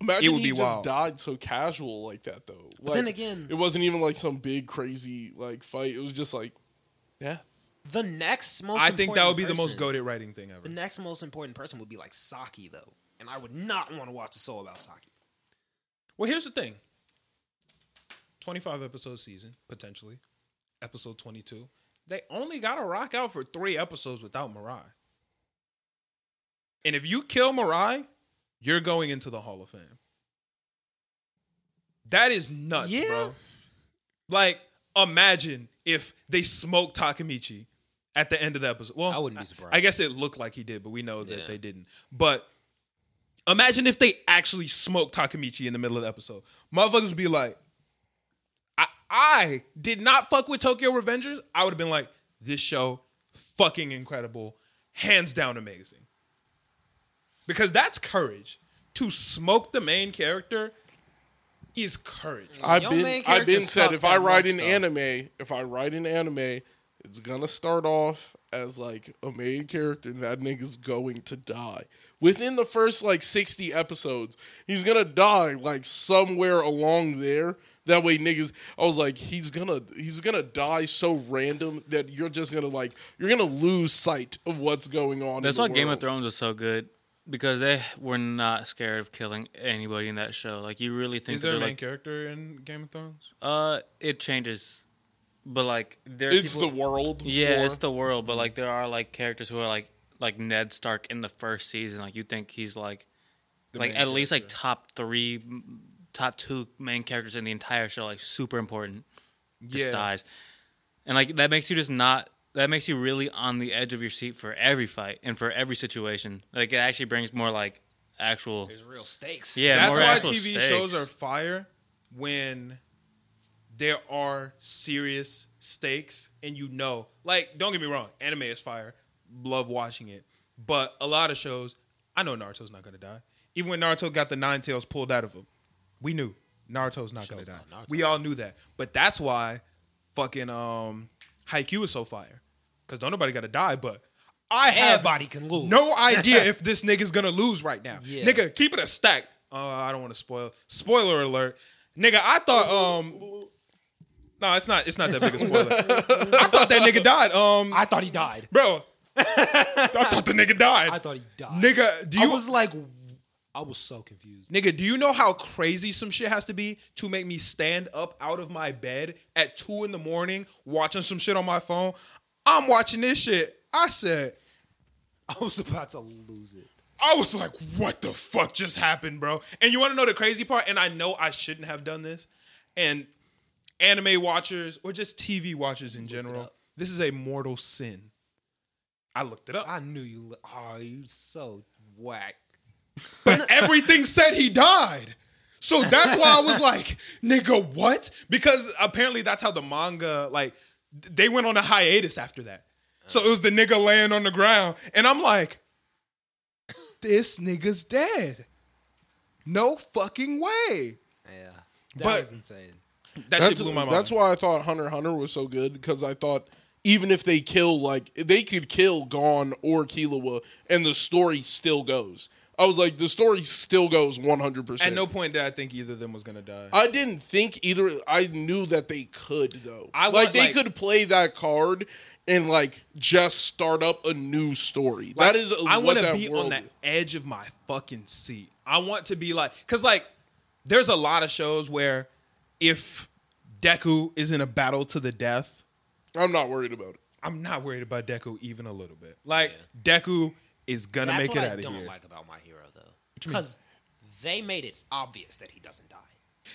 D: Imagine
A: It would
D: he
A: be
D: just
A: wild.
D: died so casual like that though. Like,
E: then again-
D: it wasn't even like some big crazy like fight. It was just like, yeah,
E: The next most
A: I think that
E: important
A: would be the most
E: person-
A: goaded writing thing
E: The
A: ever.
E: next most important person would be like Saki though, and I would not want to watch a soul about Saki.
A: Well, here's the thing. 25 episode season potentially. Episode 22. They only got to rock out for 3 episodes without Mariah. And if you kill Mariah, you're going into the Hall of Fame. That is nuts,
E: Yeah.
A: bro. Like imagine if they smoked Takamichi at the end of the episode. Well,
E: I wouldn't be surprised.
A: I guess it looked like he did, but we know that
E: Yeah.
A: they didn't. But imagine if they actually smoked Takamichi in the middle of the episode. Motherfuckers would be like, I, I did not fuck with Tokyo Revengers. I would have been like, this show, fucking incredible, hands down amazing. Because that's courage. To smoke the main character is courage.
D: I've
E: Your
D: been
E: main
D: I've been
E: characters
D: said
E: suck
D: if I
E: that
D: write
E: much,
D: an
E: though.
D: anime, if I write an anime, it's gonna start off as like a main character and that nigga's going to die. Within the first like 60 episodes, he's gonna die like somewhere along there. That way niggas I was like, he's gonna he's gonna die so random that you're just gonna like you're gonna lose sight of what's going on. in
C: That's
D: the
C: why Game of
D: world.
C: Thrones was so good because they were not scared of killing anybody in that show. Like you really think
A: Is
C: that
A: there a
C: they're
A: main
C: like,
A: character in Game of Thrones?
C: uh, it changes, but like there, are
D: It's
C: people-
D: the world.
C: yeah,
D: war. Mm-hmm.
C: it's the world. But like there are like characters who are like like Ned Stark in the first season. Like you think he's like
A: The
C: like at
A: main
C: least like
A: character.
C: top three, m- top two main characters in the entire show. Like super important. just dies. And like that makes you just not that makes you really on the edge of your seat for every fight and for every situation. Like it actually brings more like actual
E: There's real stakes.
C: yeah,
A: That's
C: more
A: why
C: actual
A: TV
C: stakes.
A: shows are fire when there are serious stakes and you know. Like, don't get me wrong, anime is fire. Love watching it. But a lot of shows, I know Naruto's not gonna die. Even when Naruto got the nine tails pulled out of him, we knew Naruto's not gonna
E: Show's
A: die.
E: not Naruto.
A: We all knew that. But that's why fucking um Haikyuu is so fire. Cause don't nobody gotta die, but I have
E: Everybody can lose.
A: no idea if this nigga's gonna lose right now.
E: Yeah.
A: Nigga, keep it a stack. Oh, I don't want to spoil. Spoiler alert, nigga. I thought um, no, it's not. It's not that big a spoiler. I thought that nigga died. Um,
E: I thought he died.
A: bro, I thought the nigga died.
E: I thought he died.
A: nigga, do you
E: I was like, I was so confused.
A: Nigga, do you know how crazy some shit has to be to make me stand up out of my bed at two in the morning watching some shit on my phone? I'm watching this shit. I said,
E: I was about to lose it.
A: I was like, what the fuck just happened, bro? And you want to know the crazy part? And I know I shouldn't have done this. And anime watchers or just TV watchers in general,
E: up.
A: this is a mortal sin. I looked it up.
E: I knew you. li- Oh, you so whack.
A: but everything said he died. So that's why I was like, nigga, what? Because apparently that's how the manga, like, th- they went on a hiatus after that. So it was the nigga laying on the ground. And I'm like, this nigga's dead. No fucking way.
E: Yeah, that
A: But-
E: was insane.
A: That shit blew my mind.
D: That's why I thought Hunter x Hunter was so good because I thought even if they kill, like they could kill Gon or Killua, and the story still goes. I was like, the story still goes one hundred
A: At
D: percent.
A: no point did I think either of them was gonna die.
D: I didn't think either. I knew that they could though.
A: I want,
D: like they
A: like-
D: could play that card and like just start up a new story. that is
A: I
D: what
A: want
D: that
A: to be
D: world
A: on the
D: is.
A: edge of my fucking seat. I want to be like, cause like, there's a lot of shows where if Deku is in a battle to the death,
D: I'm not worried about it.
A: I'm not worried about Deku even a little bit. Like Deku is gonna
E: That's
A: make
E: what
A: it
E: I
A: out of
E: don't
A: here.
E: like about My Hero though, because they made it obvious that he doesn't die.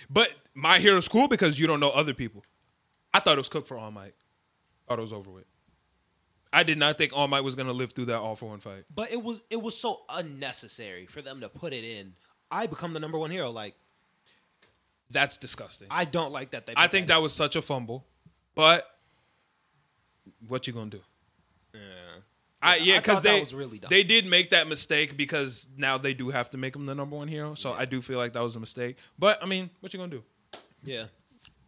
A: But My Hero's cool because you don't know other people. I thought it was cooked for All Might. Thought it was over with. I did not think All Might was gonna live through that all for one fight.
E: But it was it was so unnecessary for them to put it in. I become the number one hero. Like
A: That's disgusting.
E: I don't like that. They
A: I
E: put
A: think
E: that.
A: that was such a fumble, but what you gonna do? Yeah, I, yeah,
E: I
A: because
E: thought that
A: they
E: was really dumb.
A: they did make that mistake because now they do have to make him the number one hero. So I do feel like that was a mistake. But I mean, what you gonna do?
E: Yeah,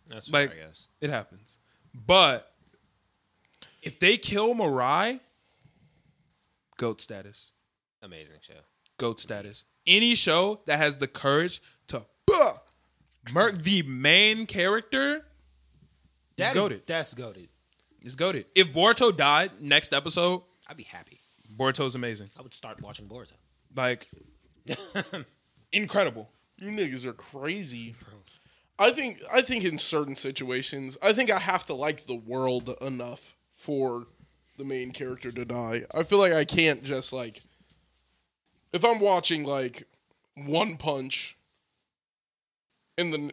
E: that's
A: Like-
E: like, I guess.
A: It happens. But if they kill Marai, goat status,
E: Amazing show.
A: goat status. Any show that has the courage to bah, murk the main character
E: That is-
A: goated.
E: That's goaded.
A: is goaded. If Boruto died next episode,
E: I'd be happy.
A: Boruto's amazing.
E: I would start watching Boruto.
A: Like incredible.
D: You niggas are crazy. I think I think in certain situations, I think I have to like the world enough for the main character to die. I feel like I can't just like if I'm watching like One Punch and then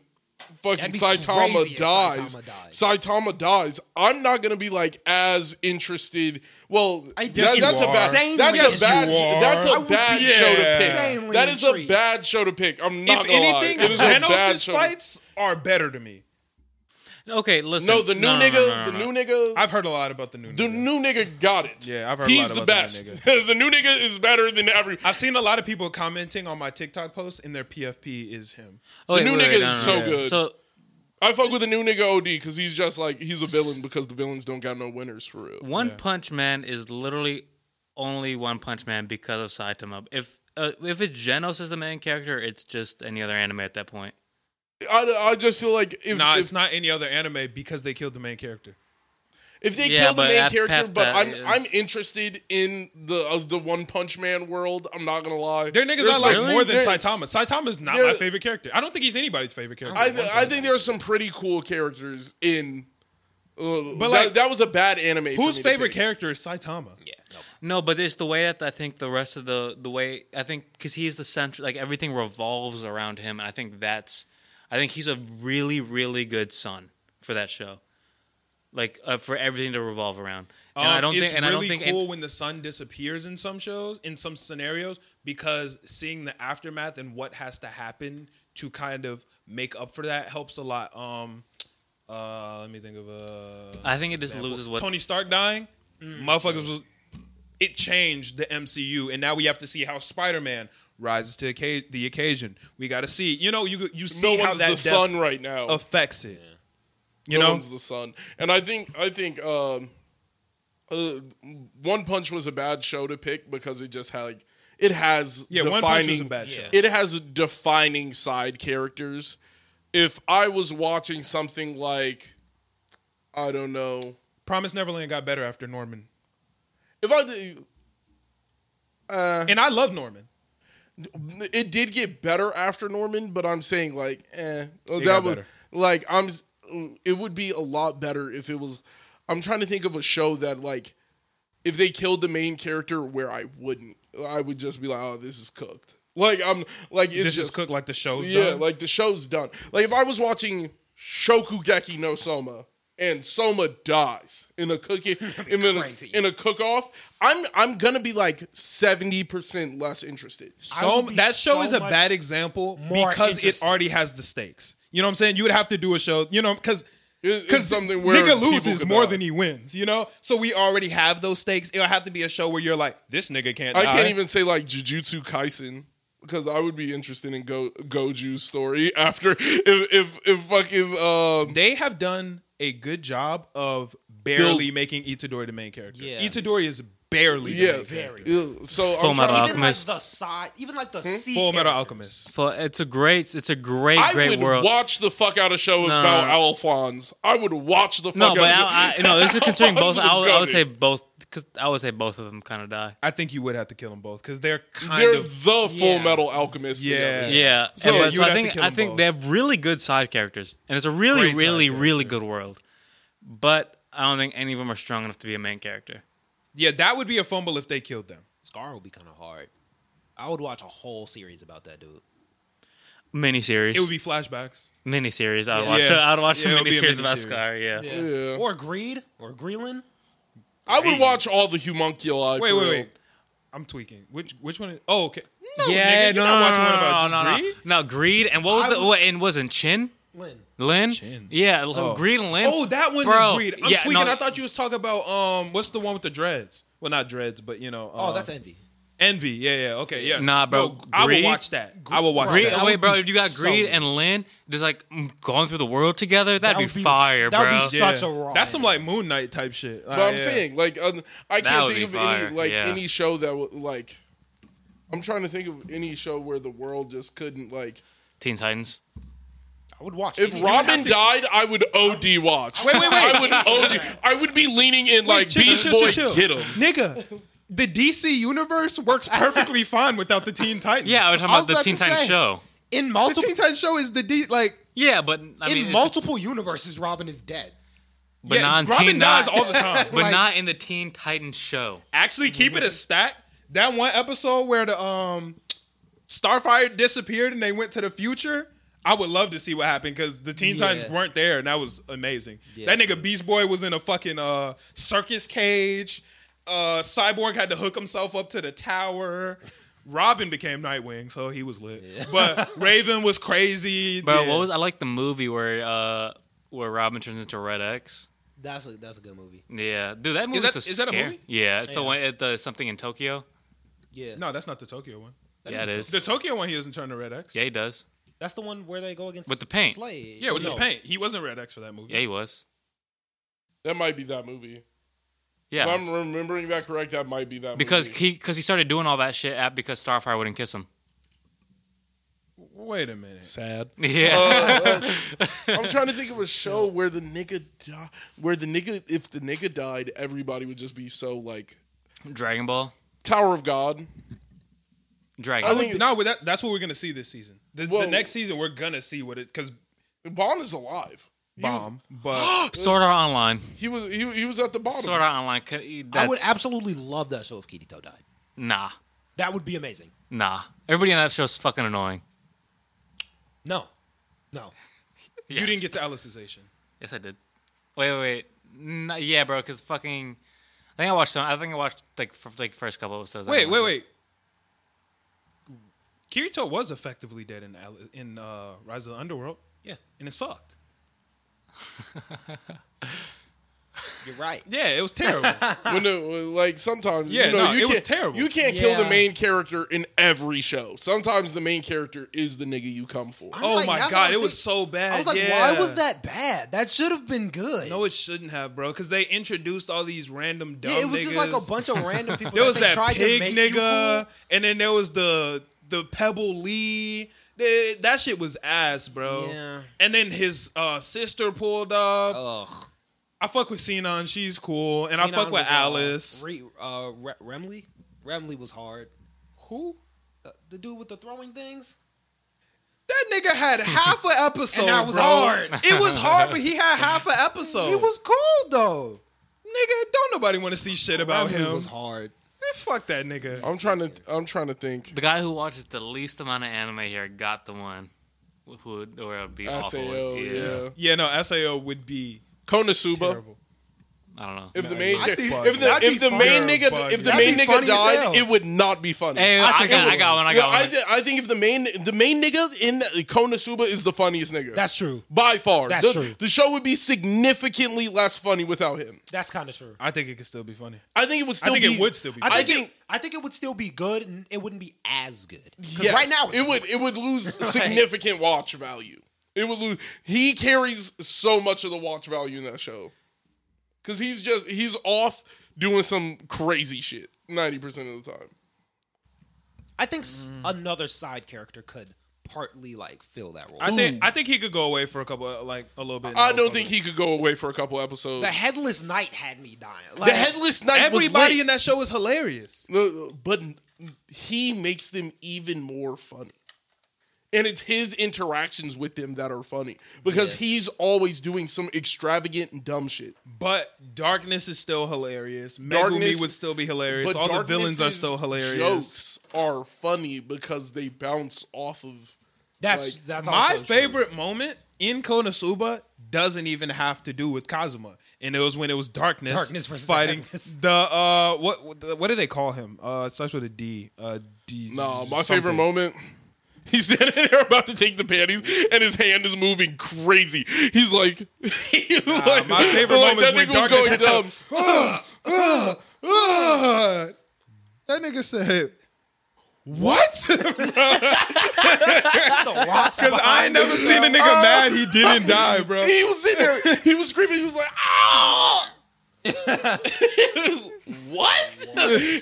E: That'd
D: fucking
E: be
D: Saitama
E: crazy if
D: dies,
E: Saitama died.
D: Saitama dies. I'm not gonna be like as interested. Well,
E: I-
D: that-
E: yes,
A: you
D: that's a
A: are.
D: bad. That's
E: Yes,
D: a bad.
A: you are.
D: That's
A: I
D: a
A: would
D: bad
A: be
D: show to pick.
E: insanely
D: That is a
E: intrigued.
D: bad show to pick. I'm not
A: if
D: gonna
A: anything,
D: lie. It is a bad
A: Thanos'
D: show to pick.
A: fights are better to me.
C: Okay, listen.
D: No, the new
C: no,
D: nigga,
C: no, no, no.
D: the new nigga,
A: I've heard a lot about the new.
D: the
A: nigga.
D: new nigga got it.
A: Yeah, I've heard a
D: He's
A: lot
D: the
A: about that
D: best. the new nigga is better than every.
A: I've seen a lot of people commenting on my TikTok post, and their PFP is him.
C: Oh, wait,
D: The new
C: wait,
D: nigga
C: wait,
D: is
C: no, no,
D: so
C: no.
D: good.
C: So
D: I fuck with the new nigga OD because he's just like he's a villain because the villains don't got no winners for real.
C: One Punch Man is literally only One Punch Man because of Saitama. If uh, if it's Genos as the main character, it's just any other anime at that point.
D: I, I just feel like if
A: nah,
D: if,
A: it's not any other anime because they killed the main character.
D: if they
C: Yeah,
D: kill the
C: but
D: main
C: I've
D: character,
C: passed
D: but
C: that,
D: I'm
C: yeah.
D: I'm interested in the of the One Punch Man world. I'm not gonna lie.
A: Their niggas
D: There's
A: I like
D: some-
A: more than
D: there-
A: Saitama. Saitama's not
D: there-
A: my favorite character. I don't think he's anybody's favorite character.
D: I I think there are some pretty cool characters in. Uh, but like
A: like,
D: that, was a bad anime. for
A: Whose
D: me to
A: favorite
D: pick.
A: character is Saitama?
E: Yeah, no.
C: No, but it's the way that I think the rest of the the way I think because he's the center, like everything revolves around him, and I think that's, I think he's a really really good son for that show, like uh, for everything to revolve around. And I
A: Um,
C: don't
A: it's
C: think, and
A: really
C: I don't think,
A: cool when the sun disappears in some shows, in some scenarios, because seeing the aftermath and what has to happen to kind of make up for that helps a lot. Um, uh, let me think of uh,
C: I think it just loses what
A: Tony Stark dying.
D: Mm,
A: Motherfuckers was it changed the MCU, and now we have to see how Spider Man rises to oca- the occasion. We got to see, you know, you you
D: No
A: see how
D: one's
A: that
D: the
A: death
D: sun right now.
A: affects it. You
D: no
A: know,
D: one's the sun. And I think I think um, uh, One Punch was a bad show to pick because it just had like, it has
A: yeah, one punch was a
D: defining
A: bad show.
E: Yeah.
D: it has defining side characters. If I was watching something like I don't know
A: Promise Neverland got better after Norman,
D: if I did- uh,
A: and I love Norman.
D: it did get better after Norman, but I'm saying like, eh,
A: It
D: that
A: got
D: would
A: better.
D: like I'm. s- It would be a lot better if it was. I'm trying to think of a show that like, if they killed the main character, where I wouldn't, I would just be like, oh, this is cooked. Like I'm like it's
A: this is
D: just
A: cooked like the show's
D: yeah,
A: done.
D: like the show's done. Like if I was watching Shokugeki no Soma and Soma dies in a cookie in a,
E: crazy.
D: in a cook off, I'm I'm gonna be like seventy percent less interested.
A: so
E: I would be
A: that show
E: so
A: is a
E: much
A: bad example
E: more
A: because it
E: interested.
A: already has the stakes. You know what I'm saying? You would have to do a show, you know, because
D: It- it's
A: because
D: something where
A: nigga
D: people
A: loses
D: could
A: more
D: die.
A: than he wins, you know. So we already have those stakes. It'll have to be a show where you're like, this nigga can't.
D: I
A: die.
D: can't even say like Jujutsu Kaisen because I would be interested in Go Goju's story after if if, if fucking um
A: They have done a good job of barely making Itadori the main character.
E: Yeah.
A: Itadori is barely the
D: yeah.
A: main character.
E: Very
D: Ew, So
C: Full
D: I'm
C: Metal
D: trying,
E: Even like
C: Alchemist.
E: the side, even like the C
A: Hmm? Full Metal
E: characters.
A: Alchemist.
C: For, it's a great, it's a great,
D: I
C: great
D: would
C: world.
D: watch the fuck out of show
C: No,
D: about
C: no, no.
D: Alphonse. I would watch the fuck
C: no,
D: out
C: but
D: of
C: I, I, no, this is considering both.
D: Alphonse
C: I
D: was
C: would, I would
D: goated.
C: say both. Cause I would say both of them kind of die.
A: I think you would have to kill them both because they're kind
D: They're
A: of
D: the Full
E: yeah.
D: Metal Alchemist.
A: Yeah.
D: together.
C: Yeah,
A: So
C: and-
A: you
C: but- so
A: would
C: I
A: have to
C: think
A: kill
C: I
A: them
C: think
A: both.
C: they have really good side characters, and it's a
A: Great
C: really,
A: side
C: really, really
A: character.
C: good world. But I don't think any of them are strong enough to be a main character.
A: yeah. That would be a fumble if they killed them.
E: Scar would be kind of hard. I would watch a whole series about that dude.
C: Miniseries,
A: It would be flashbacks.
C: miniseries. I'd
E: Yeah.
C: watch.
A: Yeah.
C: I'd watch
A: Yeah, it
C: a
A: would be a
C: miniseries about
A: miniseries.
C: Scar. Yeah.
D: Yeah.
E: Or Greed or Greeland.
D: I would watch all the homunculi.
A: Wait,
D: for
A: wait,
D: real.
A: wait. I'm tweaking. Which which one? Is, oh, okay. No,
C: yeah,
A: nigga, you're not watching one about
C: no,
A: just
C: no,
A: greed.
C: No, greed, and what was
A: I
C: the
A: would-
C: what, and wasn't Chin?
E: Lynn.
C: Lynn?
A: Chin.
C: Yeah, Greed and Lynn.
A: Oh, that one
C: Bro,
A: is greed. I'm
C: yeah,
A: tweaking.
C: no.
A: I thought you was talking about um, what's the one with the dreads? Well, not dreads, but you know.
E: Oh,
A: uh,
E: that's envy.
A: envy. Yeah, yeah. Okay, yeah.
C: Nah, bro,
A: No, I will
C: greed-
A: watch that. I will watch
C: Greed,
A: that.
C: wait,
E: would
C: bro,
E: be
C: if you got
E: so
C: Greed
E: good.
C: and Lynn just like mm, going through the world together, that'd
E: would
C: be
E: be-
C: fire,
E: that would
C: bro.
E: be so- Such a raw
A: That's some
E: ending.
A: like Moon Knight type shit.
D: But I'm saying, like, um, I
C: Uh, That
D: can't
C: would
D: think of
C: be fire,
D: any like
C: yeah.
D: any show that would like. I'm trying to think of any show where the world just couldn't like.
C: Teen Titans.
E: I would watch
D: If
E: any-
D: Robin died, I would OD watch.
A: Wait, wait, wait.
D: I would OD. I would be leaning in like
A: chill,
D: Beast
A: chill,
D: Boy,
A: chill, chill.
D: get him.
A: nigga, the DC universe works perfectly fine without the Teen Titans.
C: Yeah, I was talking
E: I
C: about
E: was about
C: the Teen
E: to
C: Titans
E: say.
C: show.
E: in
A: the
E: multiple
A: Teen Titans show is the D like.
C: Yeah, but I
E: in
C: mean, it's-
E: multiple universes, Robin is dead.
C: but
A: yeah,
C: not in
A: Robin
C: Teen,
A: dies
C: not-
A: all the time.
C: but not in the Teen Titans show.
A: Actually, keep it a stack. That one episode where the um Starfire disappeared and they went to the future. I would love to see what happened because the Teen
E: Yeah.
A: Titans weren't there, and that was amazing.
E: Yeah,
A: that nigga Beast Boy was in a fucking uh, circus cage. Uh, Cyborg had to hook himself up to the tower. Robin became Nightwing, so he was lit. But Raven was crazy.
C: Bro,
A: Yeah.
C: what was I like the movie where uh where Robin turns into Red X?
E: That's a that's a good movie.
C: Yeah, dude, that movie
A: that-
C: so
A: is that a
C: scary.
A: movie?
C: Yeah, it's the
E: Yeah.
C: one at the something in Tokyo.
E: Yeah,
A: No, that's not the Tokyo one.
C: yeah, it is.
A: The Tokyo one, he doesn't turn to Red X.
C: yeah, he does.
E: that's the one where they go against
C: With the paint.
E: Slade.
A: yeah with
E: No.
A: the paint, he wasn't Red X for that movie.
C: Yeah, he was.
D: That might be that movie.
C: Yeah,
D: If I'm remembering that correct, that might be that
C: because
D: movie.
C: he because he started doing all that shit at because Starfire wouldn't kiss him.
A: Wait a minute.
D: sad.
C: Yeah,
E: Oh.
D: I'm trying to think of a show where the nigga di- where the nigga if the nigga died, everybody would just be so like
C: Dragon Ball,
D: Tower of God.
C: Dragon.
D: I
C: Ball.
D: think-
A: No, with that, that's what we're gonna see this season. The, the
D: Well-
A: next season, we're gonna see what it because
D: Bond is alive. He was-
A: bomb. But
C: Sword Art Online.
D: He was he, he was at the bottom.
C: Sword Art Online. could- That's,
E: I would absolutely love that show if Kirito died.
C: nah,
E: That would be amazing.
C: nah. Everybody on that show is fucking annoying.
E: No, no.
C: Yes.
A: you didn't get to Alicization.
C: Yes, I did. Wait, wait, wait. No, yeah, bro, because fucking. I think I watched some. I think I watched like for, like first couple episodes. I
A: Wait,
C: don't
A: wait,
C: like
A: wait. Kirito was effectively dead in Ali- in uh, Rise of the Underworld,
E: Yeah,
A: and it sucked.
E: you're right.
A: Yeah, it was terrible.
D: When the- when, like sometimes
A: Yeah,
D: you know
A: no,
D: you
A: it was
D: can't-
A: terrible.
D: You can't kill the
E: Yeah.
D: main character in every show. Sometimes the main character is the nigga you come for.
E: I'm
A: oh
E: like,
A: my
E: now that
A: god,
E: I
A: it was
E: think-
A: so bad.
E: I was like,
A: yeah.
E: why was that bad? That should have been good.
A: No, it shouldn't have, bro. Because they introduced all these random dumb.
E: yeah, it was just like a
A: niggas.
E: bunch of random people.
A: There
E: that
A: was
E: they
A: that
E: tried
A: pig
E: to make you
A: nigga,
E: cool.
A: and then there was the the Pebble Lee. They- that shit was ass, bro.
E: Yeah.
A: And then his uh, sister pulled up.
E: Ugh.
A: I fuck with Sinon, she's cool, and I
E: Xenon
A: fuck
E: was,
A: with
E: uh,
A: Alice.
E: Re, uh, Re- Remley, Remley was hard.
A: Who?
E: The, the dude with the throwing things.
A: That nigga had half an episode.
E: And that was
A: bro.
E: hard.
A: It was hard, but he had half an episode.
E: He was cool though.
A: nigga. Don't nobody want to see shit about
E: Remley
A: him.
E: was hard.
A: Man, fuck that nigga.
D: I'm trying to I'm trying to think.
C: The guy who watches the least amount of anime here got the one who would or it would be awful.
D: SAO, oh, yeah.
A: yeah, no, Sao would be
D: Konosuba.
A: terrible.
C: I don't know.
D: If the main
A: I'd
D: cha-
A: be funny.
D: if the,
A: That'd
D: if
A: be
D: the
A: funny.
D: main
A: That'd
D: nigga
A: be
D: if the
E: funny. That'd
D: main
E: be
D: nigga
E: funny as
D: died,
E: hell.
D: it would not be funny.
C: Hey, I,
E: think
C: got,
E: it
C: I got
E: would-
C: one. I
D: Yeah,
C: got
D: I,
C: one.
D: thi- I think if the main the main nigga in Konosuba is the funniest nigga.
E: That's true.
D: by far.
E: That's
D: the,
E: true.
D: The show would be significantly less funny without him.
E: That's kind of true.
A: I think it could still be funny.
D: I think it would
A: I
D: still
A: think
D: be.
A: it would still be.
D: I
A: funny.
D: think
E: I think it would still be good. and It wouldn't be as good. 'Cause
D: yes,
E: right now, it's
D: it would it would lose significant watch value. It would lose. He carries so much of the watch value in that show because he's just he's off doing some crazy shit ninety percent of the time.
E: I think s another side character could partly like fill that role.
A: I think I think he could go away for a couple, of, like a little bit.
D: I don't think he could go away for a couple episodes.
E: the headless knight had me dying. Like,
D: the headless knight. was
A: Everybody
D: lit.
A: in that show is hilarious.
D: No, but he makes them even more funny. And it's his interactions with them that are funny because he's always doing some extravagant and dumb shit.
A: But darkness is still hilarious. Megumi
D: Darkness-
A: would still be hilarious.
D: but
A: All the villains are
D: Darkness's
A: still hilarious.
D: Jokes are funny because they bounce off of.
E: that's
D: like,
E: that's
A: My
E: also
A: favorite moment in Konosuba doesn't even have to do with Kazuma, and it was when it was darkness,
E: Darkness versus
A: fighting
E: Darkness.
A: the uh what what do they call him? Uh, it starts with a D. Uh, D.
D: No, my
A: something.
D: favorite moment He's standing there about to take the panties, and his hand is moving crazy. He's like, he's like
A: my favorite
D: like,
A: moment
D: that
A: is
D: nigga
A: when
D: was going
A: Darkness-
D: dumb.
B: Ah, that nigga said,
D: What?
A: Because I ain't never seen a nigga mad he didn't die, bro.
D: he was in there. He was screaming. He was like, ah. what?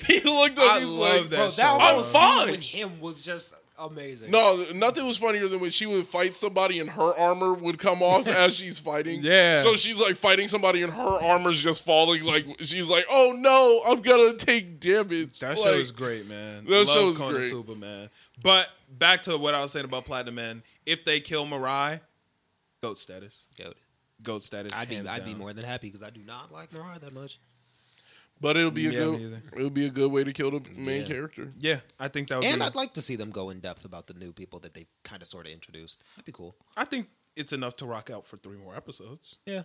D: he looked up.
A: I
D: He was
A: love
D: like,
A: that
E: Bro,
A: show,
E: that
A: bro.
E: whole
D: fine.
E: scene with him was just amazing.
D: No, nothing was funnier than when she would fight somebody and her armor would come off as she's fighting.
A: Yeah.
D: So she's like fighting somebody and her armor's just falling. Like she's like, "Oh no, I'm gonna take damage."
A: That
D: Like,
A: show is great, man.
D: that show is great.
A: Superman. But back to what I was saying about Platinum Man. If they kill Mirai, goat status.
B: Goat.
A: Goat status.
B: I'd be,
A: hands
B: I'd be
A: down.
B: more than happy because I do not like Mariah that much.
D: But it'll be a
A: Yeah, me
D: good.
A: either.
D: It'll be a good way to kill the main character.
A: Yeah, I think that would
B: And
A: be.
B: I'd like to see them go in depth about the new people that they've kind of sort of introduced. That'd be cool.
A: I think it's enough to rock out for three more episodes.
B: Yeah.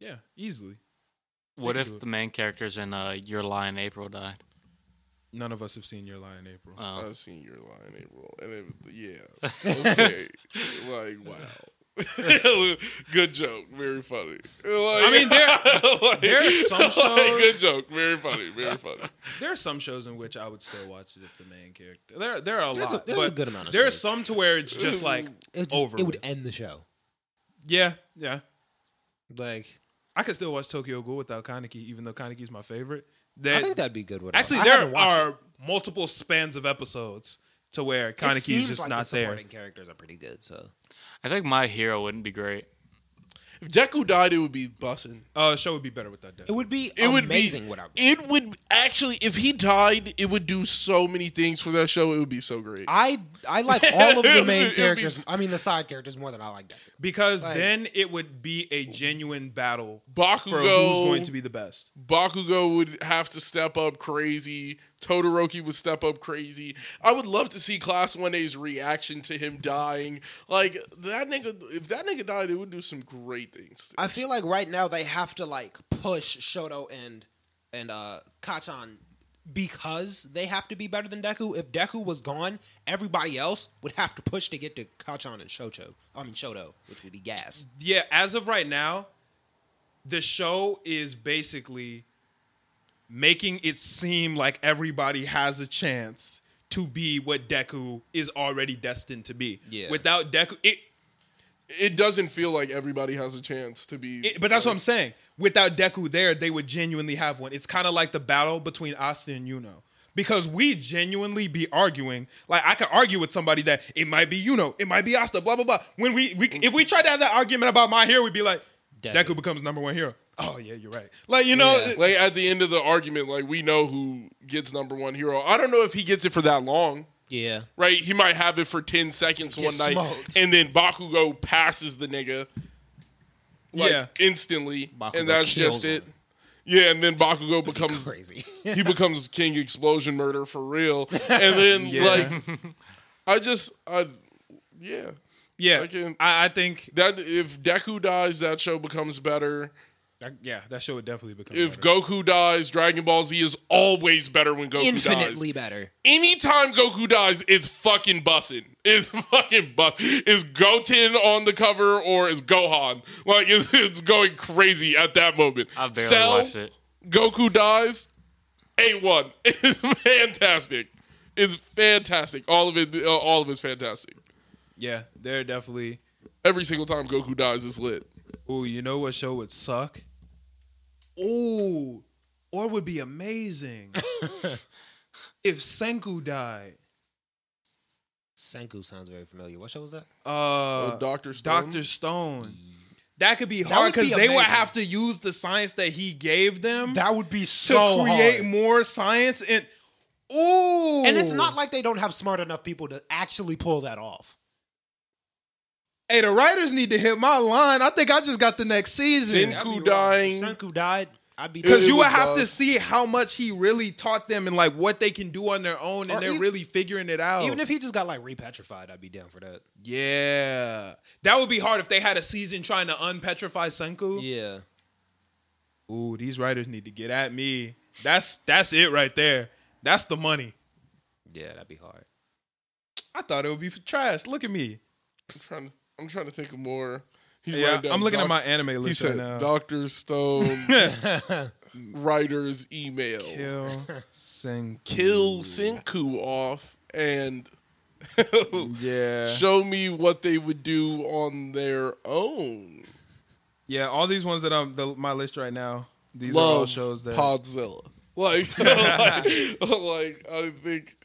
A: Yeah, easily.
C: What
A: They can do
C: if
A: it.
C: the main characters in uh, Your Lie in April died?
A: None of us have seen Your Lie in April.
C: Oh.
D: I've seen your line, April, and it, yeah, okay, like wow, good joke, very funny.
A: I mean, there- there are some
D: good
A: shows-
D: joke, very funny, very funny.
A: There are some shows in which I would still watch it if the main character. There, there are a
B: There's a-
A: lot.
B: there's a
A: but
B: good amount of
A: There are
B: shows.
A: some to where it's just like
B: It, would just-
A: over.
B: it would
A: with.
B: end the show.
A: Yeah, yeah.
B: Like,
A: I could still watch Tokyo Ghoul without Kaneki, even though Kaneki's my favorite.
B: I
A: That,
B: think that'd be good. Without,
A: actually
B: I haven't
A: there
B: watched
A: are
B: it.
A: multiple spans of episodes to where
B: It seems
A: Kaneki's just
B: like the
A: not there.
B: supporting characters are pretty good. So
C: I think My Hero wouldn't be great.
D: If Deku died, it would be bussin'.
A: Uh, show would be better without that.
B: it would be
D: it would
B: amazing
D: be
B: without.
D: it would actually if he died it would do so many things for that show it would be so great
B: I I like all of
D: It
B: the
D: would
B: main
D: be-
B: characters. I mean, the side characters more than I like Deku.
A: because
B: Like-
A: then it would be a genuine battle for
D: bakugo
A: who's going to be the best.
D: bakugo would have to step up crazy todoroki would step up crazy i would love to see class 1a's reaction to him dying like that nigga if that nigga died it would do some great things
B: I feel like right now they have to like push Shoto and and uh Kachan because they have to be better than Deku. If Deku was gone, everybody else would have to push to get to Kachan and Shoto. I mean Shoto, which would be gas.
A: Yeah, as of right now, the show is basically making it seem like everybody has a chance to be what Deku is already destined to be.
B: Yeah.
A: Without Deku, it
D: it doesn't feel like everybody has a chance to be
A: It- but that's what I'm saying. Without Deku there, they would genuinely have one. It's kind of like the battle between Asta and Yuno. Because we genuinely be arguing, like I could argue with somebody that it might be Yuno, it might be Asta, blah blah blah. When we, we if we tried to have that argument about my hero, we'd be like, Deku,
B: Deku.
A: becomes number one hero. Oh yeah, you're right. Like you know,
B: Yeah.
D: like at the end of the argument like we know who gets number one hero i don't know if he gets it for that long
B: Yeah.
D: right? He might have it for ten seconds one
B: Gets
D: night,
B: smoked.
D: and then Bakugo passes the nigga, like
A: Yeah.
D: instantly,
B: Bakugo
D: and that's
B: kills
D: just it.
B: him.
D: Yeah, and then Bakugo becomes
B: Crazy.
D: he becomes King Explosion Murder for real, and then
A: Yeah.
D: like I just I yeah
A: yeah,
D: I can-
A: I, I think
D: that if Deku dies, that show becomes better.
A: I- yeah that show would definitely become.
D: If
A: better.
D: Goku dies, Dragon Ball Z is always better when Goku dies.
B: Infinitely better.
D: anytime Goku dies, it's fucking bussin'. It's fucking bust. It's Goten on the cover or it's Gohan. Like it's, it's going crazy at that moment.
C: I barely
D: Cell,
C: watched it.
D: Goku dies. A one. It's fantastic. It's fantastic. All of it. uh, All of it's fantastic.
A: yeah, they're definitely.
D: Every single time Goku dies, it's lit.
A: Ooh, you know what show would suck? Ooh, or would be amazing if Senku died.
B: Senku sounds very familiar. What show was that?
A: Uh,
D: Dr. Oh, Stone?
A: Doctor Stone. That could be hard
B: would be
A: because they would
B: amazing.
A: have to use the science that he gave them
B: That would be
A: to
B: so
A: create
B: hard.
A: more science. And ooh,
B: And it's not like they don't have smart enough people to actually pull that off.
A: hey, the writers need to hit my line. I think I just got the next season.
D: Senku dying.
B: Senku died. I'd be
A: Because
D: It
A: you
D: was
A: would have
D: dog.
A: to see how much he really taught them and like what they can do on their own, and
B: Or
A: they're
B: ev-
A: really figuring it out.
B: even if he just got like repetrified, I'd be down for that.
A: yeah, that would be hard if they had a season trying to unpetrify Senku.
B: Yeah.
A: ooh, these writers need to get at me. That's that's it right there. That's the money.
B: Yeah, that'd be hard.
A: I thought it would be for trash. Look at me.
D: I'm trying to, I'm trying to think of more. He's
A: Yeah,
D: writing down
A: I'm looking at
D: doc-
A: my anime
D: He
A: list right
D: said
A: now.
D: Doctor Stone writer's email. Kill,
A: Kill Senku.
D: Senku off and
A: Yeah.
D: show me what they would do on their own.
A: Yeah, all these ones that I'm the, my list right now. These
D: Love
A: are all shows that
D: Podzilla. Like, like, like, I think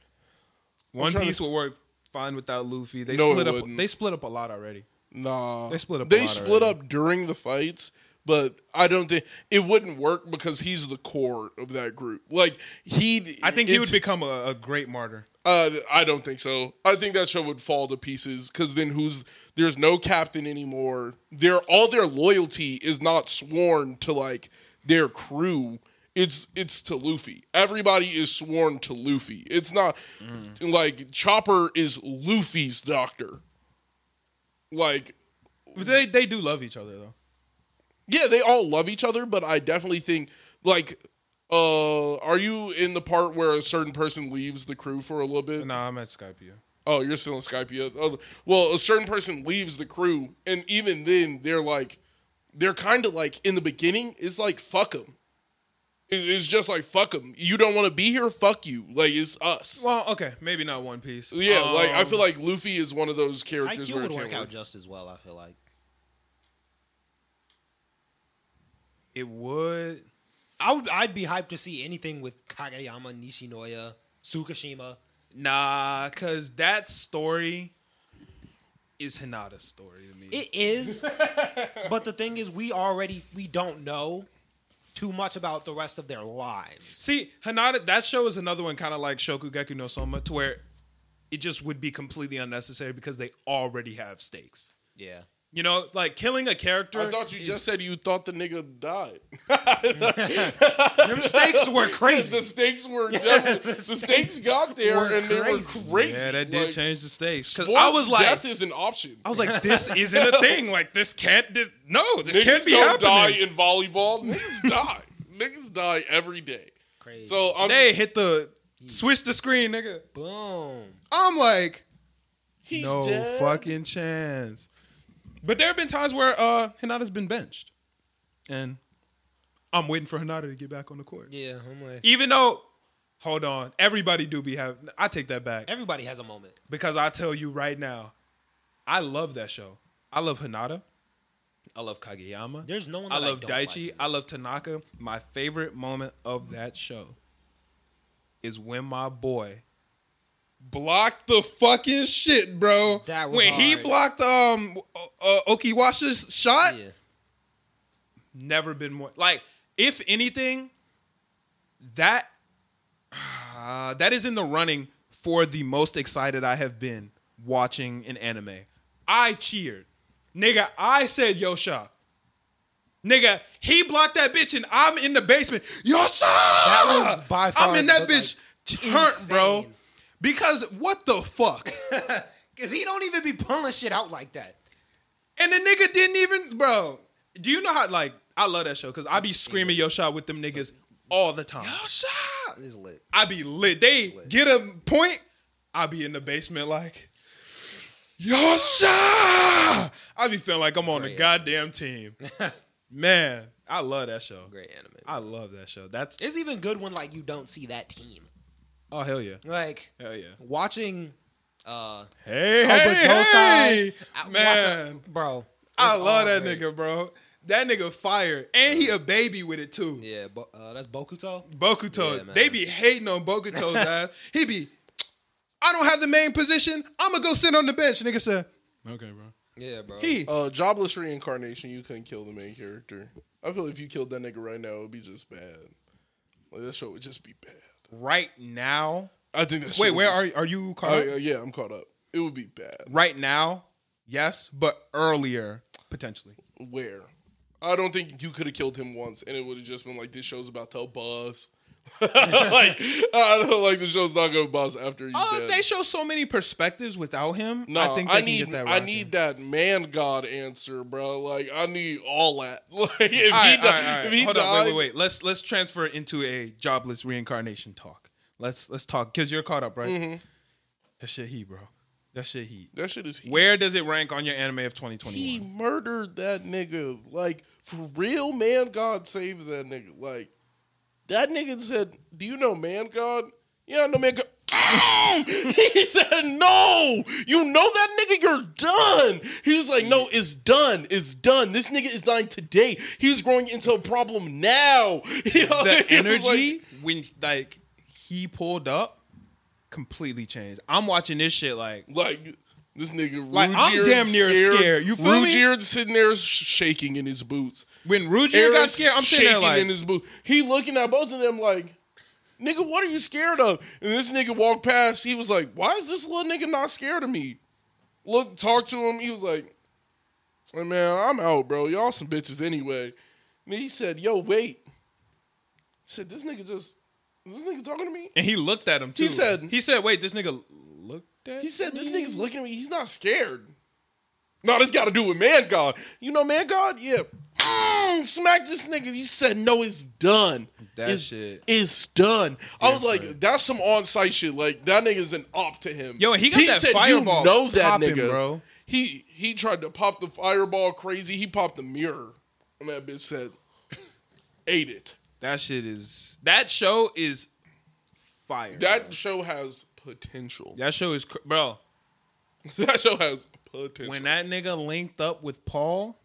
D: I'm
A: One
D: trying to-
A: Piece would work fine without Luffy. They
D: No, it
A: split up.
D: wouldn't.
A: They split up a lot already.
D: Nah,
A: They split up a
D: They
A: lot
D: split
A: already.
D: up during the fights, but I don't think it wouldn't work because he's the core of that group. Like he,
A: I think he would
D: it's-
A: become a, a great martyr.
D: Uh, I don't think so. I think that show would fall to pieces because then who's there's no captain anymore. Their all their loyalty is not sworn to like their crew. It's it's to Luffy. Everybody is sworn to Luffy. It's not like Chopper is Luffy's doctor. Like
A: But they they do love each other though.
D: yeah, they all love each other, but I definitely think like uh are you in the part where a certain person leaves the crew for a little bit?
A: Nah, I'm at Skype. Yeah.
D: Oh, you're still on Skype. Yeah. Oh, well, a certain person leaves the crew, and even then, they're like, they're kind of like in the beginning, it's like fuck them. It's just like fuck them. You don't want to be here. Fuck you. Like it's us.
A: Well, okay, maybe not One Piece.
D: yeah. like I
A: Um,
D: feel like Luffy is one of those characters
E: IQ
D: where
E: would
D: it can't
E: work out
D: work.
E: just as well. I feel like.
A: it would.
E: I would, I'd be hyped to see anything with Kageyama, Nishinoya, Tsukushima.
A: Nah, cause that story is Hinata's story to me.
E: It is, but the thing is, we already we don't know too much about the rest of their lives.
A: See, Hanada, that show is another one kind of like Shokugeku no Soma, to where it just would be completely unnecessary because they already have stakes.
E: Yeah,
A: You know, like killing a character.
D: I thought you
A: is-
D: just said you thought the nigga died.
E: them stakes were
D: the
E: crazy.
D: stakes were definitely, the, stakes got there
E: were
D: and they
E: crazy.
D: were crazy.
A: Yeah, that did
D: Like,
A: change the stakes. 'Cause I
D: once
A: was like,
D: death is an option.
A: I was like, this isn't a thing. Like this can't. This no, this
D: Niggas
A: can't be
D: don't
A: happening.
D: die in volleyball. Niggas die. Niggas die every day.
E: Crazy.
D: So I'm,
A: They hit the switch the screen, nigga.
E: Boom.
A: I'm like,
D: he's
A: no
D: dead.
A: fucking chance. But there have been times where uh, Hinata's been benched, and I'm waiting for Hinata to get back on the court.
E: Yeah, I'm like
A: Even though, hold on, everybody do be have. I take that back
E: everybody has a moment.
A: because I tell you right now, I love that show. I love Hinata. I love Kageyama.
E: There's no one.
A: I
E: That I
A: love
E: don't
A: Daichi.
E: Like.
A: I love Tanaka. My favorite moment of that show is when my boy blocked the fucking shit, bro.
E: That was
A: when he
E: hard.
A: blocked um uh, Okiwasha's shot.
E: Yeah.
A: Never been more like if anything that uh, that is in the running for the most excited I have been watching an anime. I cheered. Nigga, I said Yosha. Nigga, he blocked that bitch and I'm in the basement. Yosha! That
E: was by far
A: I'm in that
E: the,
A: bitch
E: like,
A: turnt, bro.
E: insane.
A: Because what the fuck?
E: Cause he don't even be pulling shit out like that.
A: and the nigga didn't even, bro. Do you know how, like, I love that show because I be screaming Yosha with them niggas all the time. Yosha!
E: It's Oh, lit.
A: I be lit. They get a point, I be in the basement like, Yosha! I be feeling like I'm on the
E: Great.
A: goddamn team. Man, I love that show.
E: Great anime.
A: I love that show. That's
E: It's even good when like you don't see that team.
A: oh hell yeah,
E: Like
A: hell yeah.
E: watching. uh
A: Hey,
E: Oba
A: hey,
E: Josai,
A: hey.
E: I-
A: man,
E: watching- bro.
A: I
E: it's
A: love
E: all
A: that
E: great.
A: nigga, bro. That nigga fire, and he a baby with it too.
E: Yeah, bo- uh, that's Bokuto. Yeah,
A: Bokuto,
E: man.
A: they be hating on Bokuto's ass. He be, I don't have the main position. I'm gonna go sit on the bench. Nigga said, okay, bro.
E: Yeah, bro.
A: He
D: Uh, jobless reincarnation. You couldn't kill the main character. I feel if you killed that nigga right now, it'd be just bad. Like that show would just be bad.
A: right now.
D: I think that.
A: Wait,
D: show
A: where
D: was-
A: are are you? Caught
D: Oh
A: up?
D: yeah, yeah, I'm caught up. It would be bad.
A: Right now, yes, but earlier potentially.
D: Where? I don't think you could have killed him once, and it would have just been like this show's about to buzz. like I don't like the show's not gonna buzz after he's
A: Uh,
D: dead.
A: they show so many perspectives without him.
D: No,
A: I
D: I
A: think they
D: need
A: can get that.
D: I
A: rocking.
D: need that man god answer, bro. Like I need all that. Like if
A: All
D: he
A: right,
D: died,
A: all right, all right.
D: if he
A: Hold
D: died,
A: on, wait, wait, wait. Let's let's transfer into a
D: Mm-hmm.
A: jobless reincarnation talk. Let's let's talk because you're caught up, right? That shit, he, bro. That shit heat.
D: That shit is. Heat.
A: Where does it rank on your anime of
D: He
A: 2021?
D: murdered that nigga. Like, for real, man, God saved that nigga. Like, that nigga said, Do you know man, God? Yeah, I know man, God. he said, No, you know that nigga, you're done. He was like, No, it's done. It's done. This nigga is dying today. He's growing into a problem now. You know,
A: The
D: it was
A: energy when like he pulled up completely changed. I'm watching this shit like
D: Like, like, this nigga,
A: Like, I'm
D: Rugier
A: damn near
D: scared.
A: scared. You feel me?
D: Rugier sitting there sh- shaking in his boots.
A: when Rugier got
D: Aaron's
A: scared. I'm sitting
D: shaking
A: there like
D: in his booth. He looking at both of them like, "Nigga, what are you scared of?" And this nigga walked past. He was like, "Why is this little nigga not scared of me?" Look, talk to him. He was like, "Hey, "Man, I'm out, bro. Y'all some bitches anyway." And he said, "Yo, wait." He said, "This nigga just, is this nigga talking to me?"
A: and he looked at him too.
D: He said-
A: he said, wait, this nigga looked at
D: He said, "This nigga's looking at me. He's not scared." No, this got to do with man god. You know man god? Yeah. Mm, smack this nigga. He said, "No, it's done.
A: That
D: it's,
A: shit
D: It's done." I was
A: different.
D: like, "That's some on-site shit. Like that nigga's an op to him."
A: Yo, he got that
D: said,
A: fireball
D: You know that
A: popping,
D: nigga,
A: bro.
D: He he tried to pop the fireball crazy. He popped the mirror, and that bitch said, "Ate it."
A: that shit is that show is fire.
D: That
A: bro.
D: show has potential.
A: that show is cr- bro.
D: That show has potential.
A: When that nigga linked up with Paul,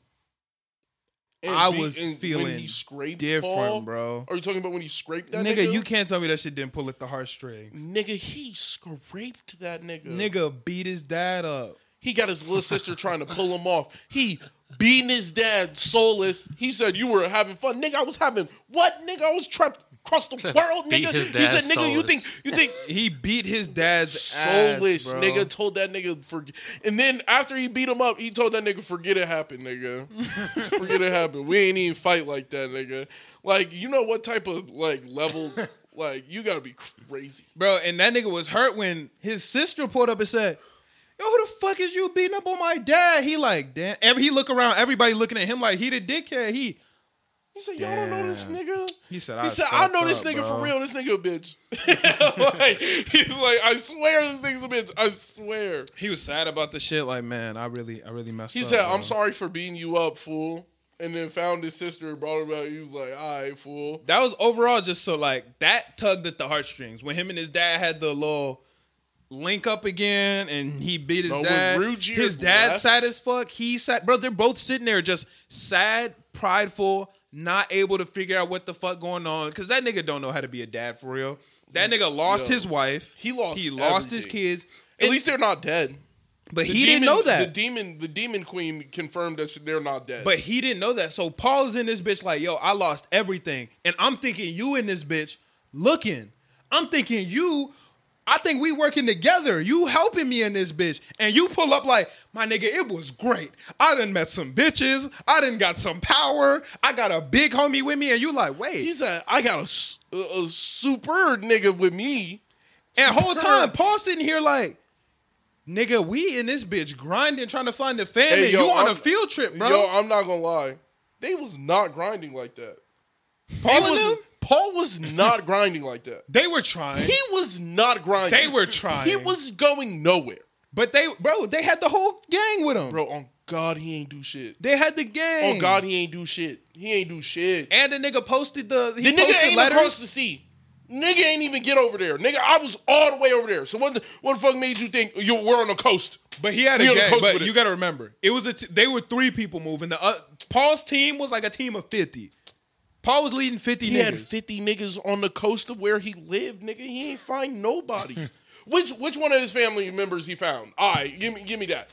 D: And
A: I
D: be-
A: was
D: and when
A: feeling
D: he scraped
A: different,
D: Paul-
A: bro.
D: Are you talking about when he scraped that
A: nigga,
D: nigga?
A: you can't tell me that shit didn't pull at the heartstrings.
D: Nigga, he scraped that nigga.
A: Nigga beat his dad up.
D: he got his little sister trying to pull him off. He beating his dad soulless. He said, "You were having fun, nigga. I was having what, nigga? I was trapped across the world,
C: beat
D: nigga."
C: his
D: He
C: dad
D: said, "Nigga, you think
C: soulless.
D: you think
A: He beat his dad's
D: soulless,
A: ass, bro.
D: nigga. Told that nigga for, and then after he beat him up, he told that nigga forget it happened, nigga. forget it happened. We ain't even fight like that, nigga. Like you know what type of like level, like you gotta be crazy.
A: Bro, and that nigga was hurt when his sister pulled up and said, "Yo, who the fuck is you beating up on my dad?" He like, damn. Every he look around, everybody looking at him like he the dickhead. He
D: He said, "Y'all don't know this
A: Damn.
D: nigga."
A: he said,
D: He
A: "I,
D: said, "I
A: fucked
D: know this
A: up,
D: nigga
A: bro."
D: for real. This nigga a bitch." like, he's like, "I swear this nigga's a bitch. I swear."
A: He was sad about the shit. Like, man, I really, I really messed
D: He
A: up.
D: said,
A: bro."
D: "I'm sorry for beating you up, fool." And then found his sister and brought her back. He was like, "All right, fool."
A: That was overall just so like that tugged at the heartstrings when him and his dad had the little link up again, and he beat his
D: Bro, when
A: dad.
D: Rugier
A: his dad
D: left-
A: sad as fuck. He sad, bro. They're both sitting there just sad, prideful, not able to figure out what the fuck going on because that nigga don't know how to be a dad for real. That nigga lost
D: Mm. Yo.
A: his wife.
D: He lost
A: He lost his
D: everything.
A: kids.
D: At least they're not dead.
A: but
D: The
A: he didn't
D: demon-
A: know that.
D: The demon, the demon queen confirmed that they're not dead.
A: But he didn't know that. So Paul's in this bitch like, yo, I lost everything. And I'm thinking you in this bitch looking. I'm thinking you, I think we working together. You helping me in this bitch. And you pull up like, my nigga, it was great. I done met some bitches. I done got some power. I got a big homie with me. And you like, wait.
D: he said, "I got a, s- a- a super nigga with me."
A: And whole time, Paul sitting here like, nigga, we in this bitch grinding, trying to find the family.
D: Hey, yo,
A: you on a
D: I'm-
A: field trip, bro.
D: Yo, I'm not gonna lie, they was not grinding like that.
A: Paul
D: They
A: and
D: was,
A: them,
D: Paul was not grinding like that.
A: they were trying.
D: He was not grinding.
A: They were trying.
D: He was going nowhere,
A: But they, bro, they had the whole gang with them.
D: bro. On God, he ain't do shit.
A: They had the gang.
D: On Oh, God, he ain't do shit. He ain't do shit.
A: And the nigga posted the he
D: the nigga
A: posted
D: ain't
A: letters.
D: across the sea. Nigga ain't even get over there. Nigga, I was all the way over there. So what? The, what the fuck made you think you we're on the coast?
A: But he had a
D: We on the
A: gang.
D: coast
A: But
D: with it.
A: you got to remember, it was a t- they were three people moving. The uh, Paul's team was like a team of fifty. Paul was leading fifty
D: He
A: niggas.
D: had 50 niggas on the coast of where he lived, nigga. He ain't find nobody. which which one of his family members he found? All right, give me give me that.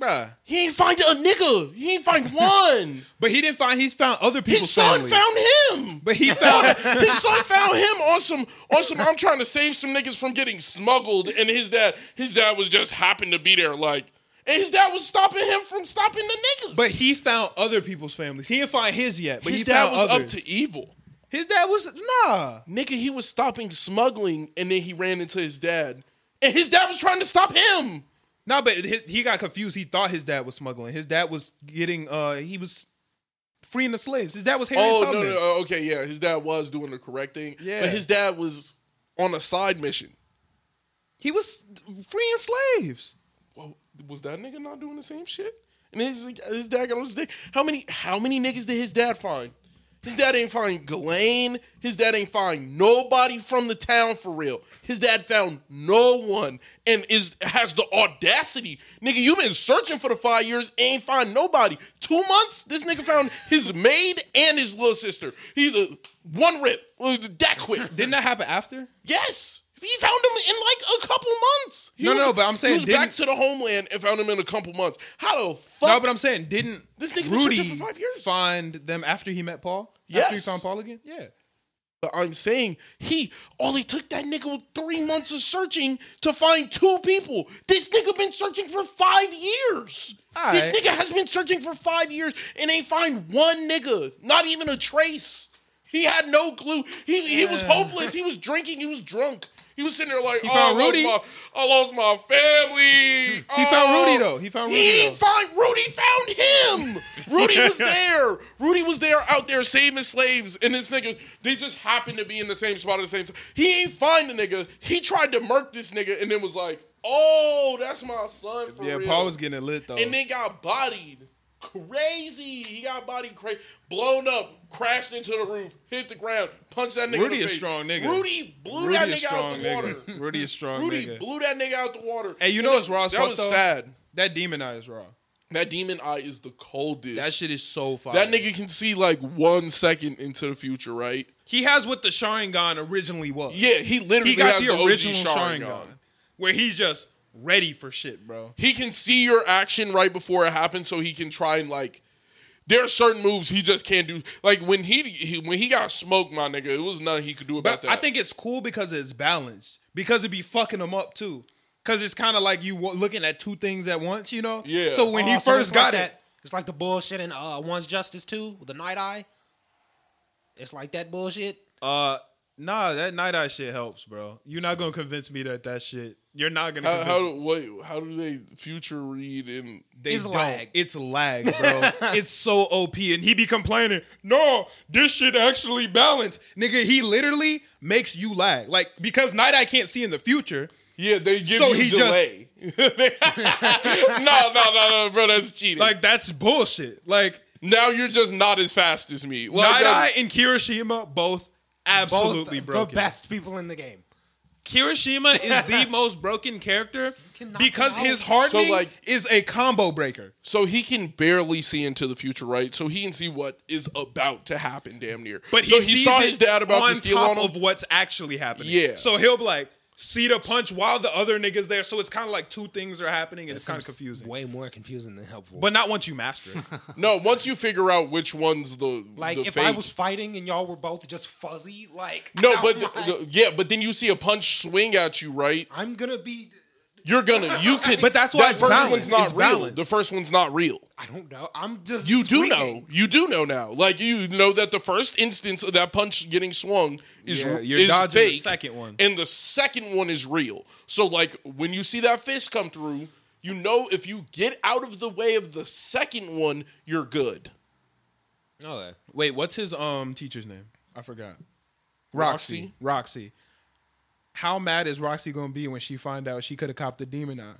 A: Bruh.
D: He ain't find a nigga. He ain't find one.
A: But he didn't find. He's found other
D: His
A: people's
D: son
A: family.
D: found him.
A: but he found.
D: his son found him on some on some I'm trying to save some niggas from getting smuggled and his dad his dad was just happened to be there like and his dad was stopping him from stopping the niggas.
A: but he found other people's families. He didn't find his yet. But
D: his
A: he
D: dad
A: found
D: was up
A: others.
D: to evil.
A: His dad was nah.
D: Nigga, he was stopping smuggling and then he ran into his dad. And his dad was trying to stop him.
A: Nah, but he, he got confused. He thought his dad was smuggling. His dad was getting. uh He was freeing the slaves. His dad was Harry
D: Oh no,
A: Tubman.
D: no, no, okay, yeah, his dad was doing the correct thing.
A: Yeah.
D: but his dad was on a side mission.
A: He was freeing slaves.
D: well, was that nigga not doing the same shit? And then he's like, his dad got on his dick. How many how many niggas did his dad find? His dad ain't find Ghislaine. His dad ain't find nobody from the town for real. His dad found no one and is has the audacity. Nigga, you been searching for the five years, ain't find nobody. Two months, this nigga found his maid and his little sister. He's a one rip. uh, That quick.
A: Didn't that happen after?
D: Yes. He found him in like a couple months. He
A: No,
D: was-
A: no, but I'm saying
D: he was back to
A: didn't-
D: the homeland and found him in a couple months. How the fuck?
A: No, but I'm saying didn't
D: This nigga been
A: Rudy
D: searching for five years.
A: find them after he met Paul? After he
D: Yes.
A: found Paul again? Yeah.
D: But I'm saying he only took that nigga with three months of searching to find two people. This nigga been searching for five years.
A: All
D: This
A: right.
D: nigga has been searching for five years and ain't find one nigga, not even a trace. He had no clue. He he was hopeless. He was drinking. He was drunk. He was sitting there like, oh, I
A: found
D: lost,
A: Rudy.
D: my, I lost my family. Oh,
A: He found Rudy though. Oh. He found Rudy
D: He
A: though.
D: find Rudy found him. Rudy was there. Rudy was there out there saving slaves, and this nigga they just happened to be in the same spot at the same time. He ain't find the nigga. He tried to murk this nigga, and then was like, "Oh, that's my son." For
A: yeah,
D: real.
A: Paul was getting it lit though.
D: and then got bodied. Crazy. He got bodied crazy. Blown up. Crashed into the roof. Hit the ground. Punched that nigga. in
A: Rudy
D: the
A: a
D: face.
A: strong nigga.
D: Rudy blew
A: Rudy
D: that
A: a
D: nigga out
A: strong
D: the
A: nigga.
D: water.
A: Rudy a strong
D: Rudy
A: nigga.
D: blew that nigga out the water.
A: Hey, you know what's raw as
D: That
A: fuck,
D: was
A: though?
D: sad.
A: That demon eye is raw.
D: That demon eye is the coldest.
A: That shit is so fire.
D: That nigga can see like one second into the future, right?
A: He has what the Sharingan originally was.
D: Yeah, he literally
A: he got
D: has
A: the,
D: the,
A: original
D: OG
A: Sharingan,
D: Sharingan.
A: where he's just ready for shit, bro.
D: He can see your action right before it happens, so he can try and like. There are certain moves he just can't do. Like when he, he when he got smoked, my nigga, it was nothing he could do
A: But
D: about that.
A: I think it's cool because it's balanced. Because it be fucking him up too. Because it's kind of like you wa- looking at two things at once, you know.
D: Yeah.
A: So when he
E: Oh, so
A: first
E: it's
A: got
E: like
A: it,
E: that. It's like the bullshit in uh, One's Justice 2, with the Night Eye. It's like that bullshit.
A: uh, nah, that night eye shit helps, bro. You're not gonna convince me that that shit. You're not gonna.
D: how,
A: Convince
D: how
A: me.
D: do what, how do they future read and
A: They
E: It's
A: don't.
E: lag.
A: It's lag, bro. it's so OP. And he be complaining, no, this shit actually balanced. Nigga, he literally makes you lag. Like, because Night Eye can't see in the future.
D: yeah they give
A: So
D: you
A: he just-
D: delay? no, no, no, no, bro, that's cheating. Like
A: Like, that's bullshit. Like,
D: now you're just not as fast as me. Like,
A: Night
D: that's-
A: Eye and Kirishima both absolutely
E: Both
A: broken.
E: the best people in the game.
A: Kirishima is the most broken character
E: cannot
A: because
E: come
A: his
E: out.
A: hardening
D: So, like-
A: is a combo breaker.
D: So he can barely see into the future, right? So he can see what is about to happen, damn near.
A: But he,
D: so
A: sees
D: saw
A: it
D: his dad about
A: on
D: to steal
A: top
D: on him.
A: of what's actually happening.
D: Yeah.
A: So he'll be like, see the punch while the other nigga's there. So it's kind of like two things are happening and it's kind of
E: Seems
A: confusing.
E: Way more confusing than helpful.
A: But not once you master it.
D: no, once you figure out which one's the
E: like,
D: the
E: if
D: fake.
E: I was fighting and y'all were both just fuzzy, like
D: no,
E: how
D: but
E: am
D: the,
E: I-
D: the- yeah, but then you see a punch swing at you, right?
E: I'm gonna be.
D: You're gonna, you can.
A: But that's why
D: that
A: it's
D: first
A: balanced.
D: one's not
A: It's
D: real.
A: balanced.
D: The first one's not real.
E: I don't know. I'm just.
D: You
E: tweaking.
D: do know. You do know now. Like you know that the first instance of that punch getting swung is
A: Yeah, you're
D: is
A: dodging the
D: fake.
A: second one.
D: and the second one is real. So like when you see that fist come through, you know if you get out of the way of the second one, you're good.
A: Okay. Wait, what's his um teacher's name? I forgot.
D: Roxy.
A: Roxy. Roxy. How mad is Roxy gonna be when she find out she could have copped the demon eye?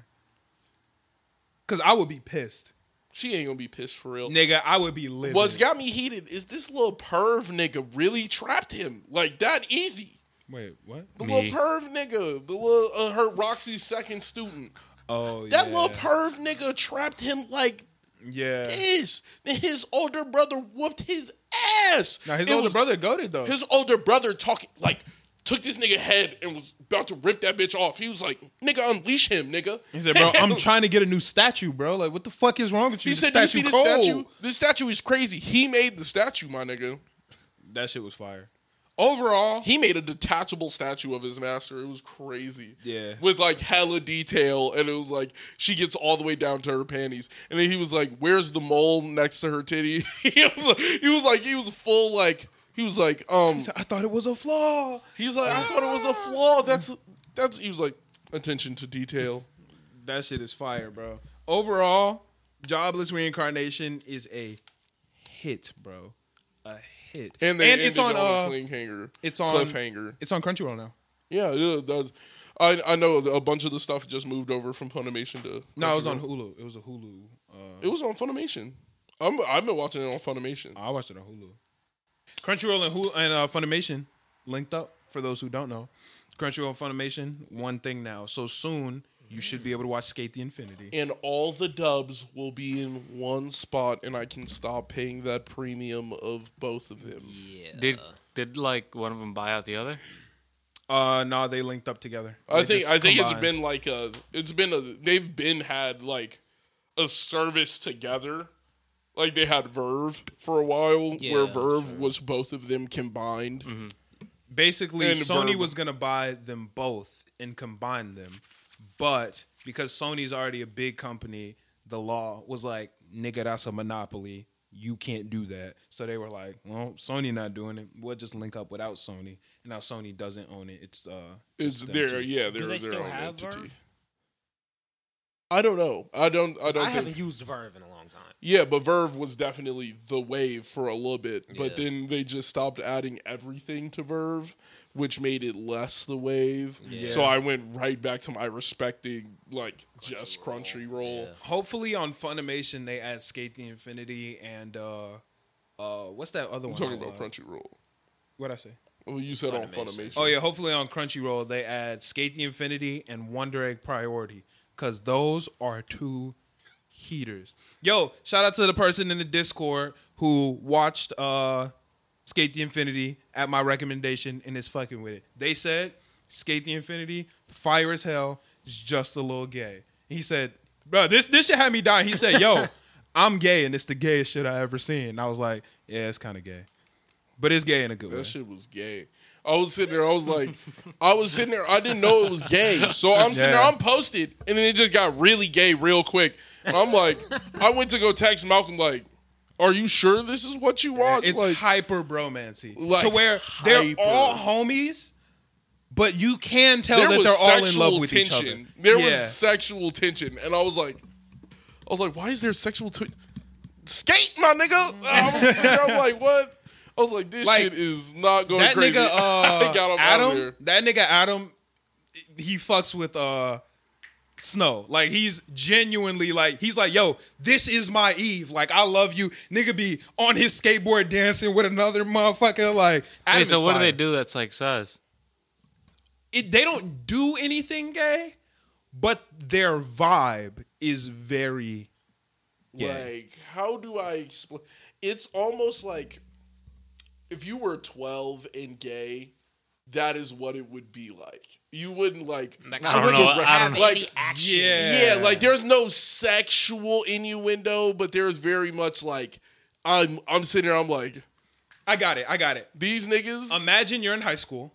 A: Cause I would be pissed,
D: She ain't gonna be pissed for real.
A: nigga. I would be livid.
D: What's got me heated is this little perv nigga really trapped him like that easy.
A: Wait, what?
D: The
C: Me.
D: little perv nigga, the little uh, her Roxy's second student.
A: Oh,
D: That
A: yeah.
D: little perv nigga trapped him like
A: Yeah.
D: is. Then his older brother whooped his ass.
A: Now his
D: It
A: older
D: was-
A: brother goaded though.
D: His older brother talking like took this nigga head and was about to rip that bitch off. He was like, "Nigga, unleash him, nigga."
A: He said, "Bro, I'm trying to get a new statue, bro. Like, what the fuck is wrong with you?
D: He
A: The
D: said, "Do "You see this
A: cold."
D: statue? This statue is crazy. He made the statue, my nigga.
A: That shit was fire. Overall,
D: He made a detachable statue of his master. It was crazy.
A: Yeah.
D: with like hella detail, and it was like she gets all the way down to her panties, and then he was like, "Where's the mole next to her titty?" he was, like, he was like, he was full like. He was like, um,
A: I thought it was a flaw.
D: He's like, I
A: "Ah!"
D: thought it was a flaw. That's that's. He was like, attention to detail.
A: That shit is fire, bro. Overall, Jobless Reincarnation is a hit, bro. A hit.
D: And they
A: it's
D: ended
A: on,
D: on a
A: uh,
D: cliffhanger.
A: it's on
D: cliffhanger.
A: it's on Crunchyroll now.
D: Yeah, yeah. That's, I I know a bunch of the stuff just moved over from Funimation to.
A: No, it was
D: Crunchyroll.
A: on Hulu. It was a Hulu. Uh,
D: It was on Funimation. I'm, I've been watching it on Funimation.
A: I watched it on Hulu. Crunchyroll and Hulu and uh, Funimation linked up. For those who don't know, Crunchyroll and Funimation one thing now. So soon you should be able to watch Skate the Infinity.
D: And all the dubs will be in one spot, and I can stop paying that premium of both of them.
E: Yeah.
C: Did did like one of them buy out the other?
A: Uh, no, they linked up together.
D: I
A: They
D: think
A: just
D: I think it's
A: combined.
D: been like a it's been a they've been had like a service together. Like they had Verve for a while, where
E: Yeah, Mm-hmm.
D: Verve was both of them combined.
A: basically
D: And
A: Sony
D: Verb.
A: was gonna buy them both and combine them, but because Sony's already a big company, the law was like, "Nigga, that's a monopoly. You can't do that." So they were like, "Well, Sony not doing it. We'll just link up without Sony." And now Sony doesn't own it. It's uh,
D: It's
A: them
D: their
A: two.
D: yeah, they're
E: Do they
D: their
E: still
D: own
E: have
D: entity.
E: Verve?
D: I don't know. I don't. I
E: I,
D: don't. think,
E: haven't used Verve in a long time.
D: Yeah, but Verve was definitely the wave for a little bit, but
E: Yeah.
D: then they just stopped adding everything to Verve, which made it less the wave.
E: Yeah.
D: So I went right back to my respecting like just Crunchyroll.
E: Yeah.
A: hopefully on Funimation they add Skate the Infinity and uh, uh, what's that other
D: I'm
A: one?
D: talking
A: I
D: about
A: love?
D: Crunchyroll.
A: What'd I say?
D: Well, you said on
E: Funimation.
D: Funimation.
A: Oh yeah, hopefully on Crunchyroll they add Skate the Infinity and Wonder Egg Priority because those are two heaters. Yo, shout out to the person in the Discord who watched uh, Skate the Infinity at my recommendation and is fucking with it. They said Skate the Infinity, fire as hell, is just a little gay. He said, bro, this this shit had me dying. He said, yo, I'm gay and it's the gayest shit I ever seen. And I was like, yeah, it's kind of gay, but it's gay in a good way.
D: That shit was gay. I was sitting there. I was like, I was sitting there. I didn't know it was gay. So I'm sitting there.
A: Yeah.
D: I'm posted, and then it just got really gay real quick. And I'm like, I went to go text Malcolm. Like, are you sure this is what you watch?
A: It's
D: Uh, like,
A: hyper bromancy
D: Like,
A: to where
D: hyper.
A: they're all homies, but you can tell
D: there
A: that
D: was
A: they're all in
D: sexual
A: love with
D: tension.
A: each other.
D: There
A: yeah.
D: was sexual tension, and I was like, I was like, why is there sexual tension? Skate, my nigga. I was sitting there, I'm like, what? I was like, this
A: Like,
D: shit is not going
A: that
D: crazy.
A: nigga
D: I got
A: uh,
D: up out of
A: Adam.
D: there.
A: That nigga Adam, he fucks with uh Snow. Like he's genuinely like he's like, yo, this is my Eve. Like I love you, nigga. Be on his skateboard dancing with another motherfucker. Like Adam
C: Hey, so
A: is
C: what do
A: fire.
C: they do that's like sus?
A: it, they don't do anything gay, but their vibe is very Yeah.
D: Like, how do I explain? It's almost like if you were 12 and gay, that is what it would be like. You wouldn't like.
C: I don't
D: wouldn't
C: know.
D: direct-
C: I don't know.
D: like,
E: Any action.
D: yeah. like there's no sexual innuendo, but there's very much like I'm I'm sitting there, I'm like,
A: I got it. I got it.
D: these niggas
A: Imagine you're in high school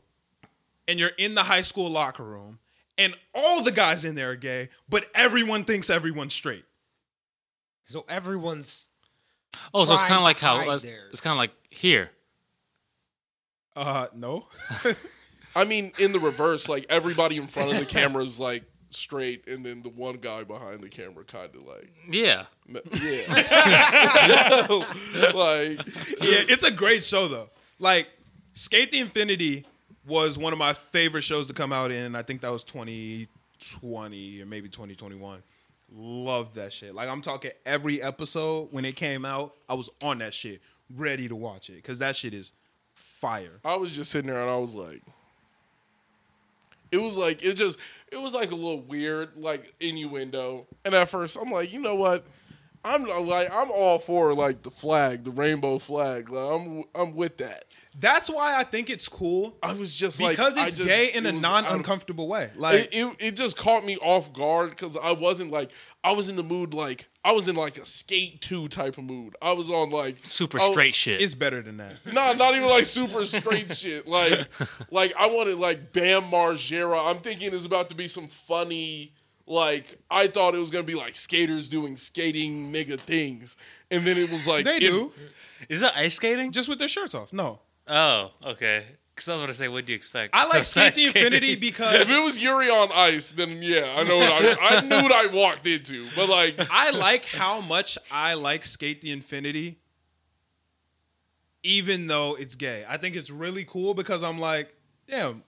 A: and you're in the high school locker room and all the guys in there are gay, but everyone thinks everyone's straight.
E: So everyone's
C: Oh, so it's
E: trying
C: kind
E: to
C: of like how
E: hide
C: it's,
E: there.
C: kind of like here.
A: Uh, no.
D: I mean in the reverse, like everybody in front of the camera is like straight and then the one guy behind the camera kinda like
C: Yeah,
D: yeah. like
A: yeah, it's a great show though. Like Skate the Infinity was one of my favorite shows to come out in. and I think that was 2020 or maybe 2021. Loved that shit. Like I'm talking every episode when it came out, I was on that shit, ready to watch it because that shit is fire.
D: I was just sitting there and I was like, it was like it just it was like a little weird like innuendo. And at first I'm like, you know what? I'm not like I'm all for like the flag, the rainbow flag. Like I'm I'm with that.
A: That's why I think it's cool
D: I was just like
A: because
D: I
A: it's
D: just-
A: gay in
D: it
A: a
D: was
A: non
D: out of-
A: uncomfortable way.
D: It,
A: Like
D: it, it just caught me off guard because I wasn't like I was in the mood like I was in like a skate two type of mood. I was on like
C: super
D: I-
C: straight shit.
A: it's better than that.
D: No, not even like super straight shit. Like, like I wanted like Bam Margera. I'm thinking it's about to be some funny. Like I thought it was gonna be like skaters doing skating nigga things, and then it was like
A: They
D: it-
A: do
C: Is that ice skating?
A: just with their shirts off. No,
C: Oh, okay. Because I was gonna say, what do you expect?
A: I like Skate the
C: Ice skating.
A: Infinity because
D: If it was Yuri on ice, then yeah, I know what I, I knew what I walked into. But like,
A: I like how much I like Skate the Infinity, even though it's gay. I think it's really cool because I'm like, damn,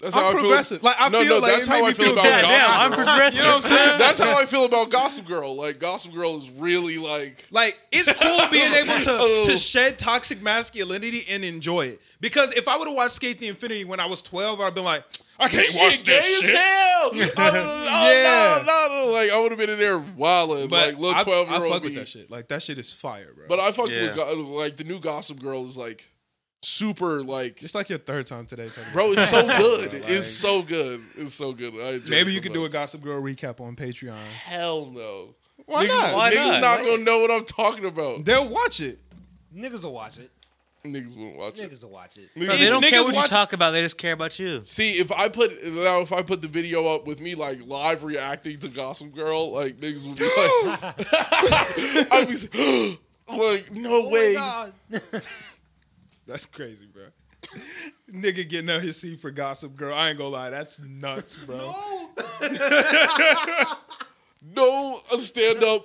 D: That's
A: I'm
D: how I feel-
A: progressive. Like, I
D: no,
A: feel
D: no,
A: like
D: that's
A: it
D: how
A: made
D: I
A: me
D: feel
A: feel
D: about
A: bad.
D: Gossip
C: Damn, I'm
D: Girl.
C: progressive.
A: You know what I'm saying?
D: That's how I feel about Gossip Girl. Like Gossip Girl is really like
A: Like it's cool being able
D: Oh.
A: to, to shed toxic masculinity and enjoy it. Because if I would have watched Skate the Infinity when I was 12, I'd have been like, I can't
D: This
A: watch
D: shit gay
A: this shit.
D: as hell. I would've-
A: Yeah.
D: oh, no, no, no. Like I would have been in there wilding, like
A: I-
D: little twelve year
A: I
D: old.
A: fuck with that shit. Like that shit is fire, bro.
D: But I fucked
C: Yeah.
D: with Go- like the new Gossip Girl is like super like
A: just like your third time today, Tony.
D: bro. It's so good.
A: Like-
D: it's so good. It's so good. I enjoy
A: Maybe you
D: it so
A: could do a
D: much.
A: Gossip Girl recap on Patreon.
D: Hell no.
A: Why
D: niggas,
A: not?
C: Why not?
D: niggas not? gonna know what I'm talking about.
A: They'll watch it.
E: Niggas will watch it.
D: Niggas wouldn't watch it.
E: Niggas will watch it.
C: Bro,
A: If
C: they don't care
A: niggas
C: what you
A: watch-
C: talk about. They just care about you.
D: See if I put now if I put the video up with me like live reacting to Gossip Girl, like niggas would be like, I'd be s- like, no
E: Oh
D: way.
E: my god.
A: That's crazy, bro. Nigga getting out his seat for Gossip Girl. I ain't gonna lie, that's nuts, bro.
E: No.
D: no stand up.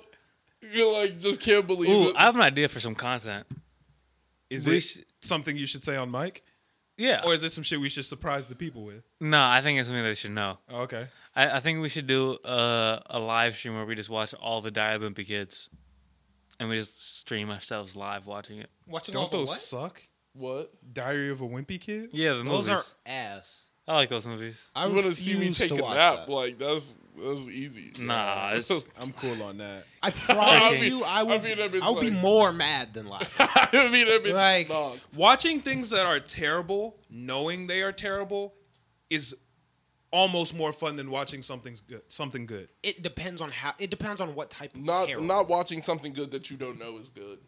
D: You like just can't believe
C: Ooh,
D: it.
C: I have an idea for some content.
A: Is
C: We
A: it
C: sh-
A: something you should say on mic,
C: Yeah.
A: or is it some shit we should surprise the people with?
C: no, I think it's something they should know.
A: Oh, okay.
C: I, I think we should do a, a live stream where we just watch all the Die Olympic kids, and we just stream ourselves live watching it.
E: Watching all
A: Don't
E: the
A: those
E: what?
A: suck?
D: what?
A: Diary of a Wimpy Kid?
C: Yeah, the
E: Those
C: movies.
E: are ass.
C: I like those movies.
E: I
D: You want to see me
E: refuse
D: take
E: to
D: a
E: watch
D: nap?
E: that.
D: Like that's that's easy.
C: Nah, it's-
A: I'm cool on that.
E: I promise
D: I mean-
E: you, I would. I
D: I mean, that bitch
E: would be
D: like-
E: more mad than laughing.
D: I mean that bitch
E: Like-
D: knocked.
A: Watching things that are terrible, knowing they are terrible, is almost more fun than watching something's good. Something good.
E: it depends on how. It depends on what type of
D: Not
E: terror.
D: not watching something good that you don't know is good.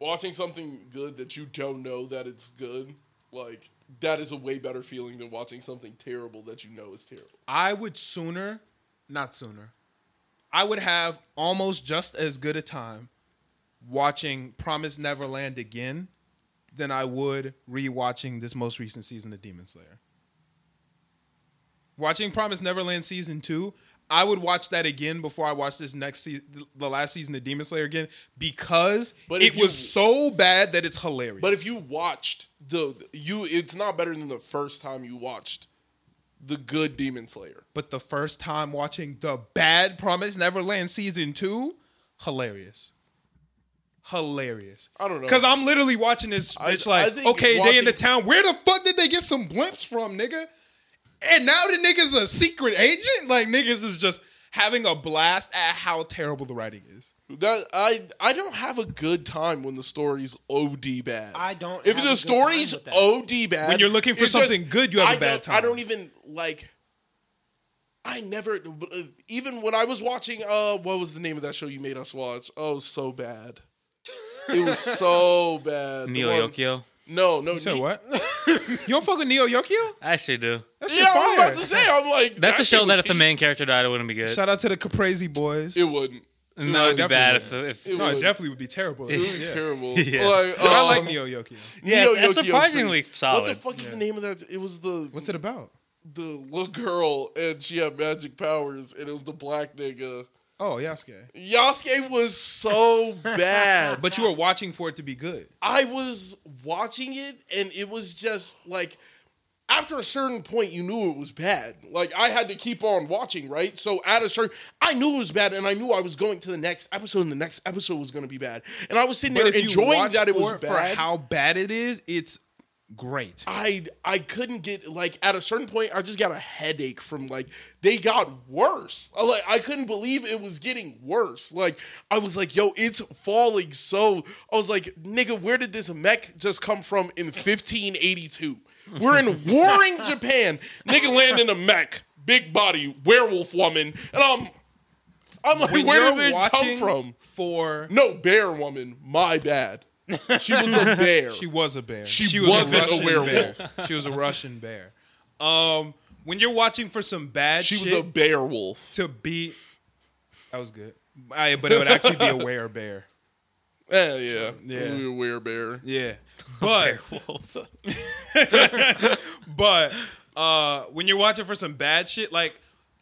D: Watching something good that you don't know that it's good, like that is a way better feeling than watching something terrible that you know is terrible.
A: I would sooner, not sooner. I would have almost just as good a time watching Promise Neverland again than I would rewatching this most recent season of Demon Slayer. Watching Promise Neverland season 2, I would watch that again before I watch this next se- the last season of Demon Slayer again because
D: But
A: it
D: if you-
A: was so bad that it's hilarious.
D: But if you watched the you, it's not better than the first time you watched the good Demon Slayer.
A: but the first time watching the bad Promise Neverland season two, hilarious. Hilarious.
D: I don't know.
A: Because I'm literally watching this
D: I-
A: bitch
D: I
A: like,
D: think
A: okay, they in the
D: watching-
A: town. Where the fuck did they get some blimps from, nigga? And now the nigga's a secret agent? Like, niggas is just having a blast at how terrible the writing is.
D: That I I don't have a good time when the story's OD bad.
E: I don't
D: If
E: have a
D: the
E: good
D: story's
E: time with that.
D: OD bad,
A: When you're looking for
D: it's just-
A: something good, you have a
D: I
A: bad
D: don't-
A: time.
D: I don't even like. I never even when I was watching uh what was the name of that show you made us watch? Oh, so bad. It was so bad. The
C: Neo
D: one-
C: Yokio.
D: No, no.
A: You said
D: Ne-
A: what? you don't fuck with Neo Yokio?
C: I actually do.
A: That shit
D: Yeah, I was
A: fire.
D: about to say. I'm like
C: That's a show
D: shit was
C: that if the
D: heat.
C: main character died, it wouldn't be good.
A: Shout out to the Caprese boys.
D: it wouldn't.
C: no,
A: No,
C: it'd be
A: definitely
C: bad
A: not.
C: if, the, if
D: It
A: no, it
D: would.
A: definitely would be terrible.
D: It was
A: Yeah.
D: terrible.
C: Yeah.
D: Like,
A: But I like
D: um,
A: Neo Yokio.
C: Yeah,
D: Neo
C: that's
D: Yokio's pretty-
C: surprisingly
D: What the
C: solid.
D: fuck is
A: Yeah.
D: the name of that? It was the
A: What's it about?
D: the little girl and she had magic powers and it was the black nigga.
A: Oh, Yasuke.
D: Yasuke was so bad.
A: But you were watching for it to be good.
D: I was watching it and it was just like after a certain point you knew it was bad. Like I had to keep on watching, right? So at a certain I knew it was bad and I knew I was going to the next episode and the next episode was gonna be bad. And I was sitting there enjoying
A: watch
D: that it was
A: for,
D: bad.
A: for how bad it is, it's great.
D: I I couldn't get like at a certain point I just got a headache from like they got worse. I, Like I couldn't believe it was getting worse. Like I was like, yo, it's falling so I was like, nigga, where did this mech just come from in 1582? We're in warring Japan. Nigga land in a mech, big body, werewolf woman, and I'm I'm like,
A: When
D: where
A: you're
D: did they come
A: watching
D: from?
A: For
D: No, bear woman, my bad. She was a bear.
A: she was a bear.
D: She
A: was
D: wasn't a
A: Russian
D: werewolf.
A: bear. She was a Russian bear. Um, when you're watching for some bad
D: she was
A: shit
D: a bear wolf.
A: to be, that was good. I, but it would actually be a were bear.
D: Eh, yeah,
A: Yeah.
D: We were bear.
A: Yeah, but but uh, when you're watching for some bad shit, like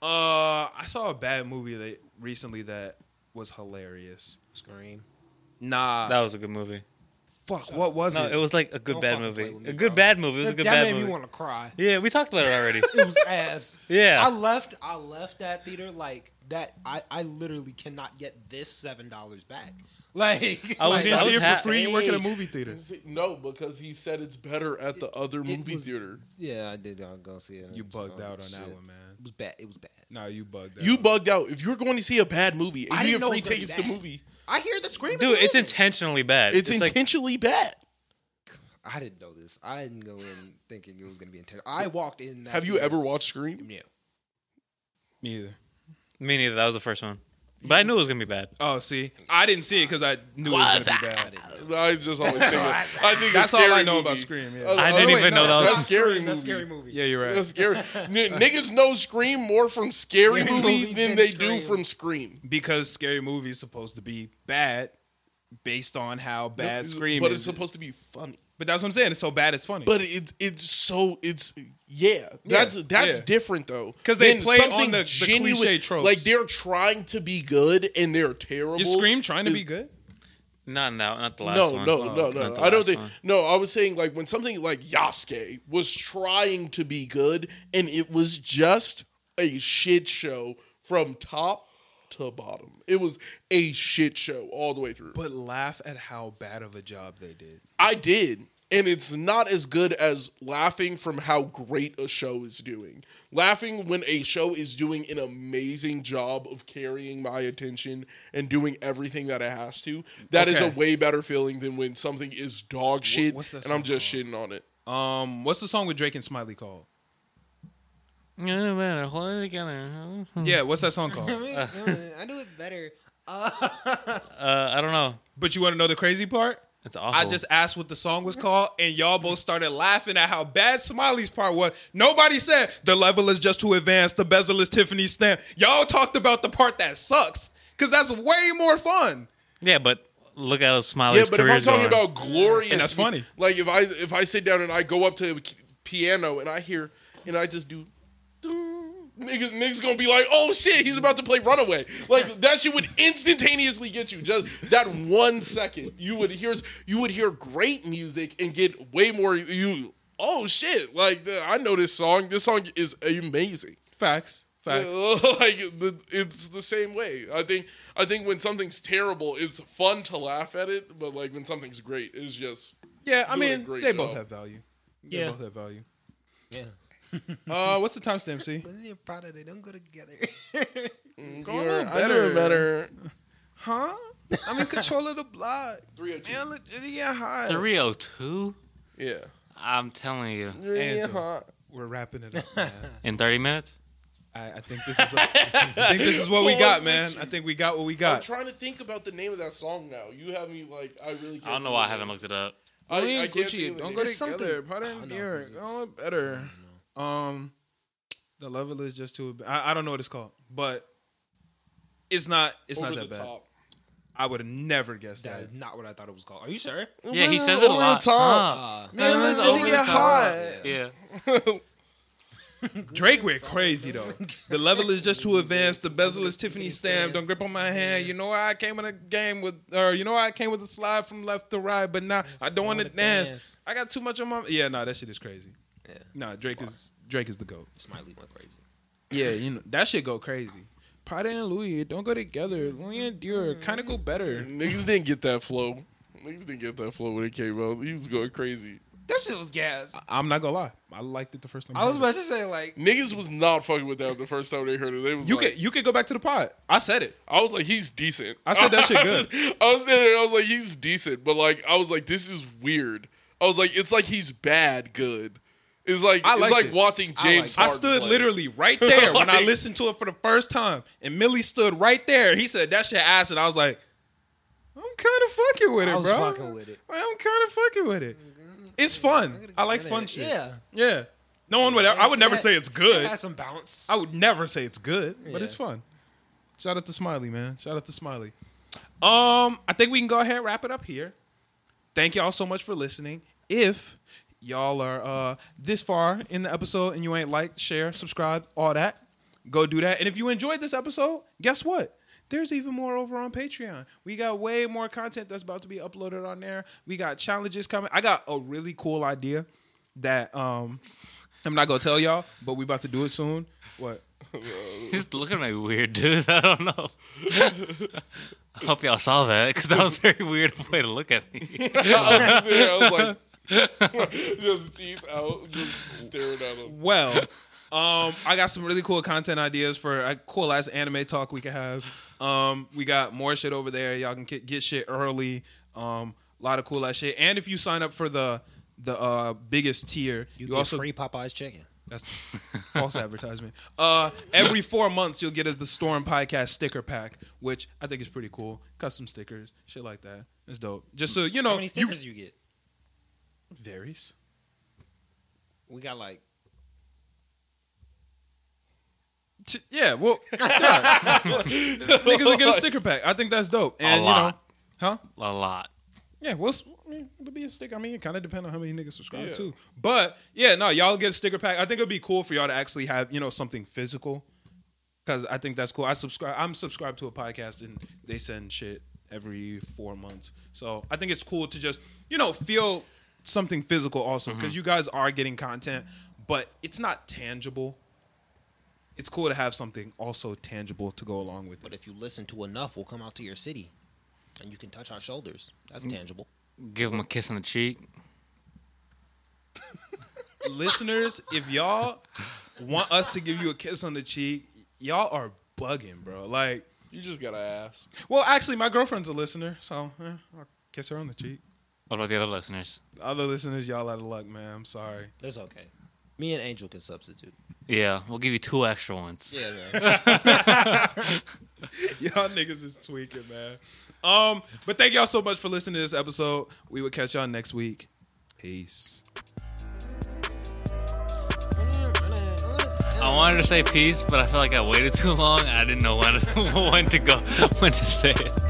A: uh, I saw a bad movie that recently that was hilarious.
E: Scream.
A: Nah,
C: that was a good movie.
F: fuck, what was
C: No,
F: it?
C: it was like a good
B: Don't
C: bad
B: fucking play
C: movie.
B: with me,
C: A good
B: bro.
C: bad movie. It was a
B: That,
C: good
B: that
C: bad
B: made me
C: movie.
B: want to cry.
C: Yeah, we talked about it already.
B: It was ass.
C: Yeah.
B: I left. I left that theater like that. I, I literally cannot get this seven dollars back. Like
C: I was-
B: like,
A: didn't
C: I
A: see it
C: ha-
A: for free. You work at a
D: Hey.
A: movie theater.
D: No, because he said it's better at the other
B: it
D: movie
B: was-
D: theater.
B: Yeah, I did uh, go see it.
A: You bugged
B: Oh,
A: out on that
B: shit.
A: one, man.
B: It was bad. It was bad.
A: No, you bugged out.
D: You bugged out. If you're going to see a bad movie
B: I
D: and
B: didn't
D: you have
B: know
D: free
B: it was gonna be
D: tickets to the
B: bad.
D: movie,
B: I hear the scream.
C: Dude, it's
B: intense.
C: intentionally bad.
D: it's,
C: like-
D: intentionally bad.
B: I didn't know this. I didn't go in thinking it was gonna be intense. I walked in. That
D: Have you
B: theater-
D: ever watched Scream?
B: Yeah.
A: me either.
C: me neither. That was the first one, but I knew it was gonna be bad.
A: Oh, see, I didn't see it because I knew it was gonna be bad.
D: I just always think. Of, I think
A: That's
D: a scary
A: all I know
D: movie.
A: about Scream. Yeah,
D: Uh,
C: I
D: oh,
C: didn't
D: wait,
C: even
D: no,
C: know that
D: that's
C: was.
D: a scary
B: That's
D: movie.
B: scary movie.
A: yeah, you're right.
D: That's scary. N- niggas know Scream more from Scary
B: Scary
D: Movie
B: movie
D: than
B: than
D: they do
B: Scream.
D: from Scream.
A: because scary movie is supposed to be bad based on how bad Scream
D: but
A: is.
D: it's supposed to be funny.
A: but that's what I'm saying. It's so bad it's funny.
D: But it, it's so it's yeah. That's that's
A: yeah.
D: different though
A: 'Cause they
D: Than
A: play on
D: something
A: the- the cliche tropes.
D: Like they're trying to be good and they're terrible.
A: is Scream trying to be
D: Is-
A: good?
C: Not now, not the last
D: No,
C: one.
A: Oh,
D: no, no, no.
C: Not the
D: I don't
C: last
D: think.
C: one.
D: No, I was saying like when something like Yasuke was trying to be good and it was just a shit show from top to bottom. It was a shit show all the way through.
A: But laugh at how bad of a job they did.
D: I did. And it's not as good as laughing from how great a show is doing. Laughing when a show is doing an amazing job of carrying my attention and doing everything that it has to. That is
A: Okay.
D: a way better feeling than when something is dog shit
A: what's that
D: and I'm
A: song
D: just shitting on it.
A: Um, what's the song with Drake and Smiley called?
C: Yeah, no matter. Hold it together.
A: Yeah, what's that song
B: I,
A: called?
B: mean, uh, I knew it better. Uh,
C: Uh, I don't know.
A: but you want to know the crazy part?
C: It's awful.
A: I just asked what the song was called, and y'all both started laughing at how bad Smiley's part was. Nobody said the level is just too advanced, the bezel is Tiffany stamp. Y'all talked about the part that sucks because that's way more fun.
C: yeah, but look at Smiley's
D: yeah, but if I'm
C: career's
D: talking
C: going.
D: about glorious,
A: And that's funny.
D: Like if I if I sit down and I go up to a k- piano and I hear and I just do, dun, niggas, niggas gonna be like, oh shit, he's about to play Runaway. Like that shit would instantaneously get you just that one second. You would hear you would hear great music and get way more you. Oh shit! Like I know this song. This song is amazing.
A: Facts. Facts.
D: like the, it's the same way. I think I think when something's terrible, it's fun to laugh at it, but like when something's great, it's just
A: Yeah, I
D: doing a
A: mean,
D: great
A: they both
D: job.
A: have value. They
B: Yeah.
A: both have value.
B: yeah.
A: Uh, what's the timestamp, C?
B: They're proud of they don't go together.
A: on
D: you're
A: better.
D: under mm, better.
A: Huh? I'm in control of the block.
D: 302.
A: Man, look, yeah, hi.
C: 302.
D: Yeah.
C: I'm telling you,
A: Angela. We're wrapping it up, man.
C: in 30 minutes.
A: I, I think this is. I think this is what we
D: Well,
A: got,
D: what's
A: man.
D: with
A: I think we got what we
D: I'm
A: got.
D: trying to think about the name of that song now. You have me like I really. Can't
C: I don't know why I haven't looked it up.
D: I,
A: Lean,
D: I can't
A: Gucci,
D: think of
A: don't
D: it.
A: go
B: It's
A: together.
B: something- I
A: Pardon
B: don't know,
A: me, Eric.
B: 'cause it's-
A: Oh, better. Um, the level is just too. I, I don't know what it's called, but it's not. It's
D: Over
A: not
D: the
A: that bad.
D: top.
A: I would have never guessed
B: That
A: that.
B: is not what I thought it was called. Are you sure?
C: Yeah, he says it a
D: Over
C: lot.
D: the top.
B: Uh,
D: Man,
C: Over
D: let's
C: the
D: just get
C: top.
D: high.
C: Yeah.
A: Drake went crazy though. The level is just too advanced. The bezel is Tiffany stamp. Don't grip on my hand. You know why I came in a game with, or you know why I came with a slide from left to right, but now I don't want to
B: wanna
A: dance.
B: dance.
A: I got too much on my. Yeah, nah, that shit is crazy.
B: Yeah.
A: Nah, Drake is Drake is the goat.
B: Smiley went crazy.
A: Yeah, you know that shit go crazy. Prada and Louis it don't go together. Louis and Dior kind of go better.
D: Niggas didn't get that flow. Niggas didn't get that flow when it came out. He was going crazy.
B: That shit was gas.
A: I'm not gonna lie, I liked it the first time.
B: I was
A: heard it.
B: about to say like
D: Niggas was not fucking with that the first time they heard it. They was
A: You
D: like,
A: could you could go back to the pod. I said it.
D: I was like, he's decent.
A: I said that shit
D: I
A: good.
D: was- I was there. I was like, he's decent, but like, I was like, this is weird. I was like, it's like he's bad good. It's like
A: I
D: it's
A: liked
D: like
A: it.
D: watching James.
A: I
D: Harden
A: stood
D: play.
A: literally right there when I
D: Like-
A: listened to it for the first time, and Millie stood right there. He said that shit ass, and I was like, I'm kind of fucking with it,
B: I was
A: bro.
B: fucking with it.
A: I'm kind of fucking with it. It's fun. I like fun shit.
B: Yeah.
A: yeah. No one would. I would never
B: It had-
A: say it's
B: It
A: good.
B: had some bounce.
A: I would never say it's good, but
B: Yeah.
A: it's fun. Shout out to Smiley, man. Shout out to Smiley. Um, I think we can go ahead and wrap it up here. Thank y'all so much for listening. If y'all are uh this far in the episode and you ain't like, share, subscribe, all that, go do that. And if you enjoyed this episode, guess what? There's even more over on Patreon. We got way more content that's about to be uploaded on there. We got challenges coming. I got a really cool idea that um I'm not gonna tell y'all, but we about to do it soon. What?
C: He's looking at me weird, dude. I don't know. I hope y'all saw that because that was a very weird way to look at me.
D: I was, there, I was like, just teeth out, just staring at him.
A: Well, um, I got some really cool content ideas for a cool ass anime talk we can have. Um, we got more shit over there. Y'all can get, get shit early. Um, a lot of cool ass shit. And if you sign up for the the uh, biggest tier, you,
B: You, get
A: also
B: free Popeye's chicken.
A: that's false advertisement. Uh, every four months, you'll get a, the Storm Podcast sticker pack, which I think is pretty cool. Custom stickers, shit like that. It's dope. Just so you know,
E: How many
A: you
E: stickers you, get?
A: varies.
E: We got like
A: T- Yeah, well, yeah. niggas will get a sticker pack. I think that's dope. And you know,
C: lot.
A: huh?
C: A lot.
A: Yeah, well, s- I mean, it'll be a sticker. I mean, it kind of depends on how many niggas subscribe
D: Yeah.
A: too. But yeah, no, y'all get a sticker pack. I think it'd be cool for y'all to actually have you know something physical, because I think that's cool. I subscribe. I'm subscribed to a podcast and they send shit every four months, so I think it's cool to just you know feel something physical also because you guys are getting content, but it's not tangible. It's cool to have something also tangible to go along with
B: But
A: it.
B: if you listen to enough, we'll come out to your city, and you can touch our shoulders. That's tangible.
C: Give him a kiss on the cheek.
A: listeners, if y'all want us to give you a kiss on the cheek, y'all are bugging, bro. Like,
D: You just gotta ask.
A: well, actually, my girlfriend's a listener, so eh, I'll kiss her on the cheek.
C: What about the other listeners?
A: Other listeners, y'all out of luck, man. I'm sorry.
B: It's okay. Me and Angel can substitute.
C: Yeah, we'll give you two extra ones.
B: Yeah,
A: y'all niggas is tweaking, man. Um, but thank y'all so much for listening to this episode. We will catch y'all next week. Peace.
C: I wanted to say peace, but I felt like I waited too long. I didn't know when, when to go, when to say it.